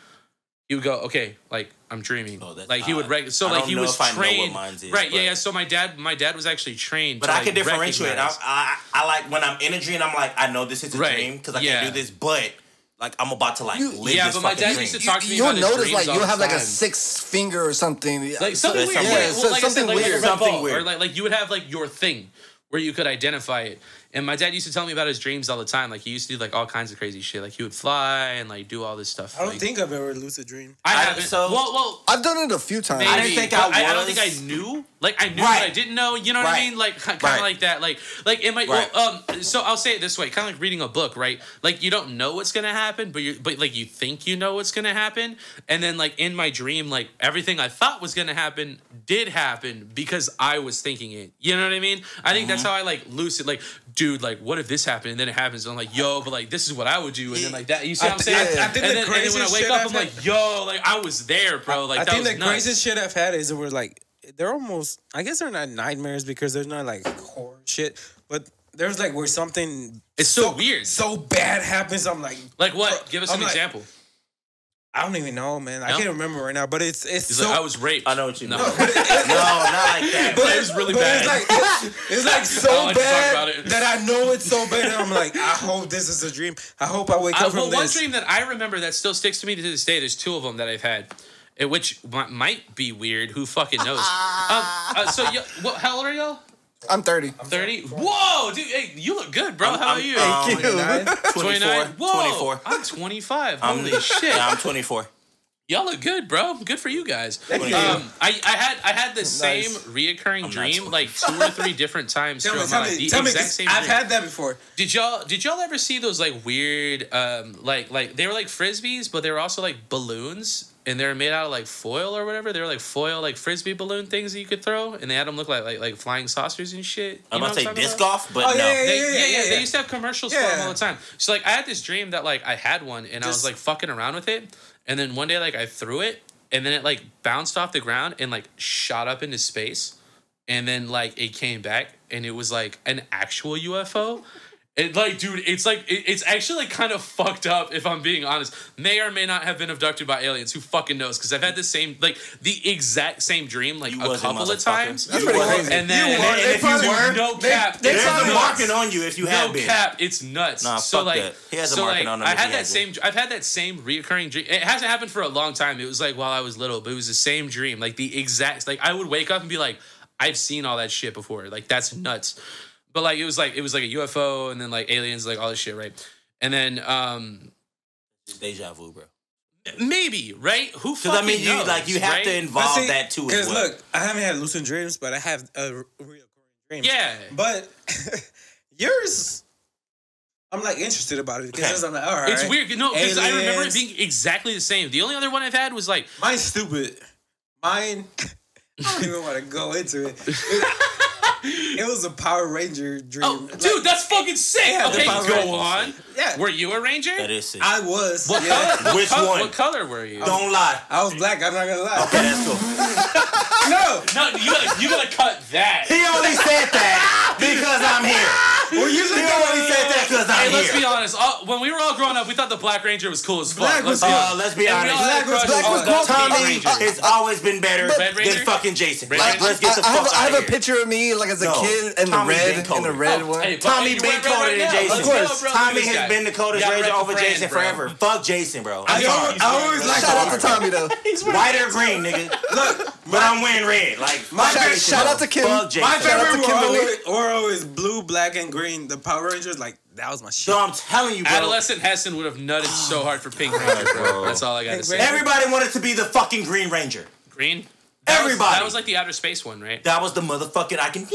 [SPEAKER 2] he would go, "Okay, like I'm dreaming."
[SPEAKER 1] Oh, that's
[SPEAKER 2] like he would
[SPEAKER 1] odd.
[SPEAKER 2] reg- so
[SPEAKER 1] I
[SPEAKER 2] like
[SPEAKER 1] don't
[SPEAKER 2] he
[SPEAKER 1] know
[SPEAKER 2] was
[SPEAKER 1] if I know what
[SPEAKER 2] trained,
[SPEAKER 1] mine's is,
[SPEAKER 2] right? Yeah,
[SPEAKER 1] but-
[SPEAKER 2] yeah. So my dad, my dad was actually trained.
[SPEAKER 1] But
[SPEAKER 2] to,
[SPEAKER 1] I
[SPEAKER 2] like,
[SPEAKER 1] can differentiate. I,
[SPEAKER 2] recognize-
[SPEAKER 1] I I like when I'm in a dream, I'm like I know this is a
[SPEAKER 2] Right.
[SPEAKER 1] dream because I
[SPEAKER 2] Yeah.
[SPEAKER 1] can't do this, but like I'm about to like
[SPEAKER 4] You-
[SPEAKER 1] live
[SPEAKER 2] Yeah,
[SPEAKER 1] this
[SPEAKER 2] but my
[SPEAKER 1] fucking
[SPEAKER 2] dad
[SPEAKER 1] dream.
[SPEAKER 2] used to talk to me
[SPEAKER 4] You'll
[SPEAKER 2] about his
[SPEAKER 4] notice
[SPEAKER 2] dreams
[SPEAKER 4] like
[SPEAKER 2] all
[SPEAKER 4] you'll
[SPEAKER 2] the
[SPEAKER 4] have like a
[SPEAKER 2] time.
[SPEAKER 4] six finger or something.
[SPEAKER 2] like something
[SPEAKER 1] that's something
[SPEAKER 2] weird. Yeah,
[SPEAKER 1] weird.
[SPEAKER 2] well, like
[SPEAKER 4] Something
[SPEAKER 2] I said, like,
[SPEAKER 4] weird.
[SPEAKER 2] Like a red ball,
[SPEAKER 1] Something weird.
[SPEAKER 2] or like like you would have like your thing where you could identify it. And my dad used to tell me about his dreams all the time. Like he used to do like all kinds of crazy shit. Like he would fly and like do all this stuff.
[SPEAKER 3] I don't
[SPEAKER 2] Like,
[SPEAKER 3] think I've ever lucid dream.
[SPEAKER 2] I
[SPEAKER 1] I-
[SPEAKER 2] haven't.
[SPEAKER 1] so-
[SPEAKER 2] well, well,
[SPEAKER 4] I've done it a few times.
[SPEAKER 1] didn't
[SPEAKER 2] maybe,
[SPEAKER 1] think
[SPEAKER 2] but
[SPEAKER 1] I
[SPEAKER 2] I don't
[SPEAKER 1] was.
[SPEAKER 2] think I knew. Like I knew,
[SPEAKER 1] Right.
[SPEAKER 2] but I didn't know. You know what I
[SPEAKER 1] Right.
[SPEAKER 2] mean? Like kind of
[SPEAKER 1] Right.
[SPEAKER 2] like that. Like like it might.
[SPEAKER 1] Right.
[SPEAKER 2] Well, um. So I'll say it this way. Kind of like reading a book, right? Like you don't know what's gonna happen, but you but like you think you know what's gonna happen, and then like in my dream, like everything I thought was gonna happen did happen because I was thinking it. You know what I mean? I think that's how I like lucid. Like, dude, like what if this happened? And then it happens. And I'm like, yo, but like this is what I would do, and then like that. You see what
[SPEAKER 3] I
[SPEAKER 2] I'm
[SPEAKER 3] think-
[SPEAKER 2] saying?
[SPEAKER 4] I- I
[SPEAKER 3] think the
[SPEAKER 2] and, then, and then when I
[SPEAKER 3] craziest
[SPEAKER 2] wake
[SPEAKER 3] shit
[SPEAKER 2] up,
[SPEAKER 3] I've
[SPEAKER 2] I'm
[SPEAKER 3] had-
[SPEAKER 2] like, yo, like I was there, bro. Oh, Like
[SPEAKER 3] I
[SPEAKER 2] that
[SPEAKER 3] think
[SPEAKER 2] was
[SPEAKER 3] the
[SPEAKER 2] nuts.
[SPEAKER 3] craziest shit I've had is where like they're almost I guess they're not nightmares because there's not like horror shit, but there's like where something
[SPEAKER 2] It's so weird.
[SPEAKER 3] so bad happens. I'm like
[SPEAKER 2] Like what? Give us
[SPEAKER 3] I'm
[SPEAKER 2] an
[SPEAKER 3] like-
[SPEAKER 2] example.
[SPEAKER 3] I don't even know, man. I
[SPEAKER 2] No?
[SPEAKER 3] can't remember right now, but it's it's
[SPEAKER 2] He's
[SPEAKER 3] so.
[SPEAKER 2] like, I was raped.
[SPEAKER 1] I know what you
[SPEAKER 2] No.
[SPEAKER 1] mean. no, not like that.
[SPEAKER 3] but
[SPEAKER 2] it was really
[SPEAKER 3] but
[SPEAKER 2] bad.
[SPEAKER 3] It's like, it's, it's like
[SPEAKER 2] I
[SPEAKER 3] so
[SPEAKER 2] don't like to talk about
[SPEAKER 3] bad
[SPEAKER 2] it.
[SPEAKER 3] that I know it's so bad. And I'm like, I hope this is a dream. I hope I wake
[SPEAKER 2] I,
[SPEAKER 3] up
[SPEAKER 2] Uh, well,
[SPEAKER 3] from
[SPEAKER 2] one
[SPEAKER 3] this.
[SPEAKER 2] dream that I remember that still sticks to me to this day. There's two of them that I've had, eh, which mi- might be weird. Who fucking knows? um, uh, so, y- what, how old are y'all?
[SPEAKER 4] I'm 30.
[SPEAKER 2] 30? Whoa, dude, hey, you look good, bro. How are you?
[SPEAKER 1] um,
[SPEAKER 4] Thank you.
[SPEAKER 1] 24.
[SPEAKER 2] 29? Whoa,
[SPEAKER 1] 24.
[SPEAKER 2] I'm 25.
[SPEAKER 1] I'm-
[SPEAKER 2] Holy shit.
[SPEAKER 1] Yeah, I'm 24.
[SPEAKER 2] Y'all look good, bro. Good for you guys.
[SPEAKER 1] you.
[SPEAKER 2] Um, I, I had I had the same
[SPEAKER 4] Nice.
[SPEAKER 2] reoccurring dream
[SPEAKER 1] not-
[SPEAKER 2] like two or three different times
[SPEAKER 3] Tell me,
[SPEAKER 2] throughout
[SPEAKER 3] tell
[SPEAKER 2] my life.
[SPEAKER 3] me,
[SPEAKER 2] The
[SPEAKER 3] tell me.
[SPEAKER 2] exact
[SPEAKER 3] 'cause
[SPEAKER 2] same
[SPEAKER 3] I've
[SPEAKER 2] dream.
[SPEAKER 3] had that before.
[SPEAKER 2] Did y'all did y'all ever see those like weird um like like they were like frisbees but they were also like balloons and they were made out of like foil or whatever they were like foil like frisbee balloon things that you could throw and they had them look like like like flying saucers and shit. You
[SPEAKER 1] I'm
[SPEAKER 2] know
[SPEAKER 1] about to
[SPEAKER 2] what
[SPEAKER 1] say
[SPEAKER 2] talking
[SPEAKER 1] disc
[SPEAKER 2] about?
[SPEAKER 1] golf, but no.
[SPEAKER 3] Oh, yeah,
[SPEAKER 2] They, yeah, yeah, They used to have commercials for 'em
[SPEAKER 3] Yeah.
[SPEAKER 2] all the time. So like, I had this dream that like I had one, and I was
[SPEAKER 3] Just-
[SPEAKER 2] like fucking around with it, and then one day like I threw it, and then it like bounced off the ground and like shot up into space, and then like it came back, and it was like an actual UFO. It like, dude, it's like it- it's actually like kind of fucked up. If I'm being honest, may or may not have been abducted by aliens. Who fucking knows? Because I've had the same, like, the exact same dream, like
[SPEAKER 1] You
[SPEAKER 2] a
[SPEAKER 1] wasn't,
[SPEAKER 2] couple of
[SPEAKER 1] motherfucker.
[SPEAKER 2] times.
[SPEAKER 1] That's
[SPEAKER 4] pretty
[SPEAKER 3] You were-
[SPEAKER 4] crazy.
[SPEAKER 2] And then,
[SPEAKER 3] you were-
[SPEAKER 1] and
[SPEAKER 3] they
[SPEAKER 1] if you
[SPEAKER 3] probably-
[SPEAKER 1] were-
[SPEAKER 2] no
[SPEAKER 3] they-
[SPEAKER 2] cap.
[SPEAKER 3] they
[SPEAKER 1] There's
[SPEAKER 3] probably-
[SPEAKER 1] a marking on you if you
[SPEAKER 2] No
[SPEAKER 1] have been.
[SPEAKER 2] cap, it's nuts.
[SPEAKER 1] Nah,
[SPEAKER 2] so
[SPEAKER 1] fuck
[SPEAKER 2] like,
[SPEAKER 1] that. He has a
[SPEAKER 2] so
[SPEAKER 1] market
[SPEAKER 2] like,
[SPEAKER 1] on him
[SPEAKER 2] I
[SPEAKER 1] if
[SPEAKER 2] had
[SPEAKER 1] he
[SPEAKER 2] that
[SPEAKER 1] has
[SPEAKER 2] same. I've had that same reoccurring dream. It hasn't happened for a long time. It was like while I was little, but it was the same dream, like the exact. Like I would wake up and be like, I've seen all that shit before. Like that's nuts. But like it was like it was like a UFO and then like aliens, like all this shit, right? And then um
[SPEAKER 1] Deja vu, bro.
[SPEAKER 2] maybe right? Who fucking
[SPEAKER 1] Because I mean, you
[SPEAKER 2] knows,
[SPEAKER 1] like you have
[SPEAKER 2] right?
[SPEAKER 1] to
[SPEAKER 3] But
[SPEAKER 1] involve
[SPEAKER 3] see,
[SPEAKER 1] that too.
[SPEAKER 3] Because
[SPEAKER 1] As well.
[SPEAKER 3] look, I haven't had lucid dreams, but I have a re- reoccurring dream.
[SPEAKER 2] Yeah.
[SPEAKER 3] But yours, I'm like interested about it because
[SPEAKER 1] Okay.
[SPEAKER 3] I'm like, all right.
[SPEAKER 2] It's weird, you know, because I remember it
[SPEAKER 3] Aliens.
[SPEAKER 2] being exactly the same. The only other one I've had was like
[SPEAKER 3] Mine's stupid. Mine. I don't even want to go into it. It, it was a Power Ranger dream.
[SPEAKER 2] Oh,
[SPEAKER 3] Like,
[SPEAKER 2] dude, that's fucking sick.
[SPEAKER 3] Yeah, the
[SPEAKER 2] okay,
[SPEAKER 3] Power
[SPEAKER 2] go
[SPEAKER 3] Rangers.
[SPEAKER 2] on.
[SPEAKER 3] Yeah.
[SPEAKER 2] Were you a ranger?
[SPEAKER 1] that is sick.
[SPEAKER 3] I was.
[SPEAKER 2] What
[SPEAKER 3] Yeah.
[SPEAKER 2] color?
[SPEAKER 1] Which
[SPEAKER 2] what col-
[SPEAKER 1] one?
[SPEAKER 2] What color were you?
[SPEAKER 1] Don't lie.
[SPEAKER 3] I was black. I'm not gonna lie.
[SPEAKER 1] Okay, that's cool.
[SPEAKER 3] No.
[SPEAKER 2] No, you gotta, you gotta cut that.
[SPEAKER 1] He only said that because I'm here.
[SPEAKER 3] Well, usually
[SPEAKER 1] He only said that because I'm
[SPEAKER 2] Hey,
[SPEAKER 1] here.
[SPEAKER 2] let's be honest. All, when we were all growing up, we thought the Black Ranger was cool as fuck.
[SPEAKER 3] Black
[SPEAKER 2] let's
[SPEAKER 3] was
[SPEAKER 2] be
[SPEAKER 3] cool.
[SPEAKER 1] Uh,
[SPEAKER 2] honest.
[SPEAKER 1] let's be
[SPEAKER 2] And we
[SPEAKER 1] honest.
[SPEAKER 2] all had
[SPEAKER 3] Black was-
[SPEAKER 2] crushes
[SPEAKER 3] Black
[SPEAKER 2] on
[SPEAKER 3] was
[SPEAKER 2] the
[SPEAKER 3] cool.
[SPEAKER 2] Pink
[SPEAKER 1] Tommy
[SPEAKER 2] Ranger.
[SPEAKER 1] has always been better
[SPEAKER 2] Red
[SPEAKER 1] than
[SPEAKER 2] Ranger?
[SPEAKER 1] fucking Jason.
[SPEAKER 2] Red
[SPEAKER 1] like,
[SPEAKER 2] Ranger?
[SPEAKER 1] let's get the
[SPEAKER 4] I have,
[SPEAKER 1] fuck
[SPEAKER 4] a, I
[SPEAKER 1] out
[SPEAKER 4] have a
[SPEAKER 1] here.
[SPEAKER 4] picture of me like as a
[SPEAKER 1] No.
[SPEAKER 4] kid and the
[SPEAKER 1] Tommy
[SPEAKER 4] red
[SPEAKER 1] Bencooler.
[SPEAKER 4] and the red
[SPEAKER 2] Oh,
[SPEAKER 4] one.
[SPEAKER 2] hey, but
[SPEAKER 1] Tommy
[SPEAKER 2] you
[SPEAKER 1] been
[SPEAKER 2] wear red
[SPEAKER 1] colder
[SPEAKER 2] right
[SPEAKER 1] than
[SPEAKER 2] now.
[SPEAKER 1] Jason.
[SPEAKER 2] Let's
[SPEAKER 4] Of course.
[SPEAKER 2] go, bro. Look at
[SPEAKER 1] Tommy
[SPEAKER 2] this
[SPEAKER 1] has
[SPEAKER 2] guy.
[SPEAKER 1] been the coldest
[SPEAKER 2] Y'all
[SPEAKER 1] Ranger
[SPEAKER 2] rep the
[SPEAKER 1] over
[SPEAKER 2] brand,
[SPEAKER 1] Jason
[SPEAKER 2] bro.
[SPEAKER 1] forever. Fuck Jason, bro. I'm
[SPEAKER 3] I
[SPEAKER 1] sorry.
[SPEAKER 3] always, I always like
[SPEAKER 4] Shout out to Tommy though.
[SPEAKER 1] White or green, nigga. Look, but I'm wearing red. Like,
[SPEAKER 3] My
[SPEAKER 1] fuck
[SPEAKER 3] favorite-
[SPEAKER 1] Jason,
[SPEAKER 4] shout
[SPEAKER 1] bro.
[SPEAKER 4] out to Kim.
[SPEAKER 1] Fuck Jason.
[SPEAKER 3] My
[SPEAKER 4] Shout out
[SPEAKER 3] favorite
[SPEAKER 4] to
[SPEAKER 3] were
[SPEAKER 4] Kimberly.
[SPEAKER 3] always, were always blue, black, and green. The Power Rangers, like that was my shit.
[SPEAKER 1] So I'm telling you, bro.
[SPEAKER 2] Adolescent Heston would have nutted so hard for Pink Ranger, Oh, bro. That's all I gotta say.
[SPEAKER 1] Everybody wanted to be the fucking Green Ranger.
[SPEAKER 2] Green. That was-
[SPEAKER 1] Everybody.
[SPEAKER 2] that was like the outer space one, right?
[SPEAKER 1] That was the motherfucking I can.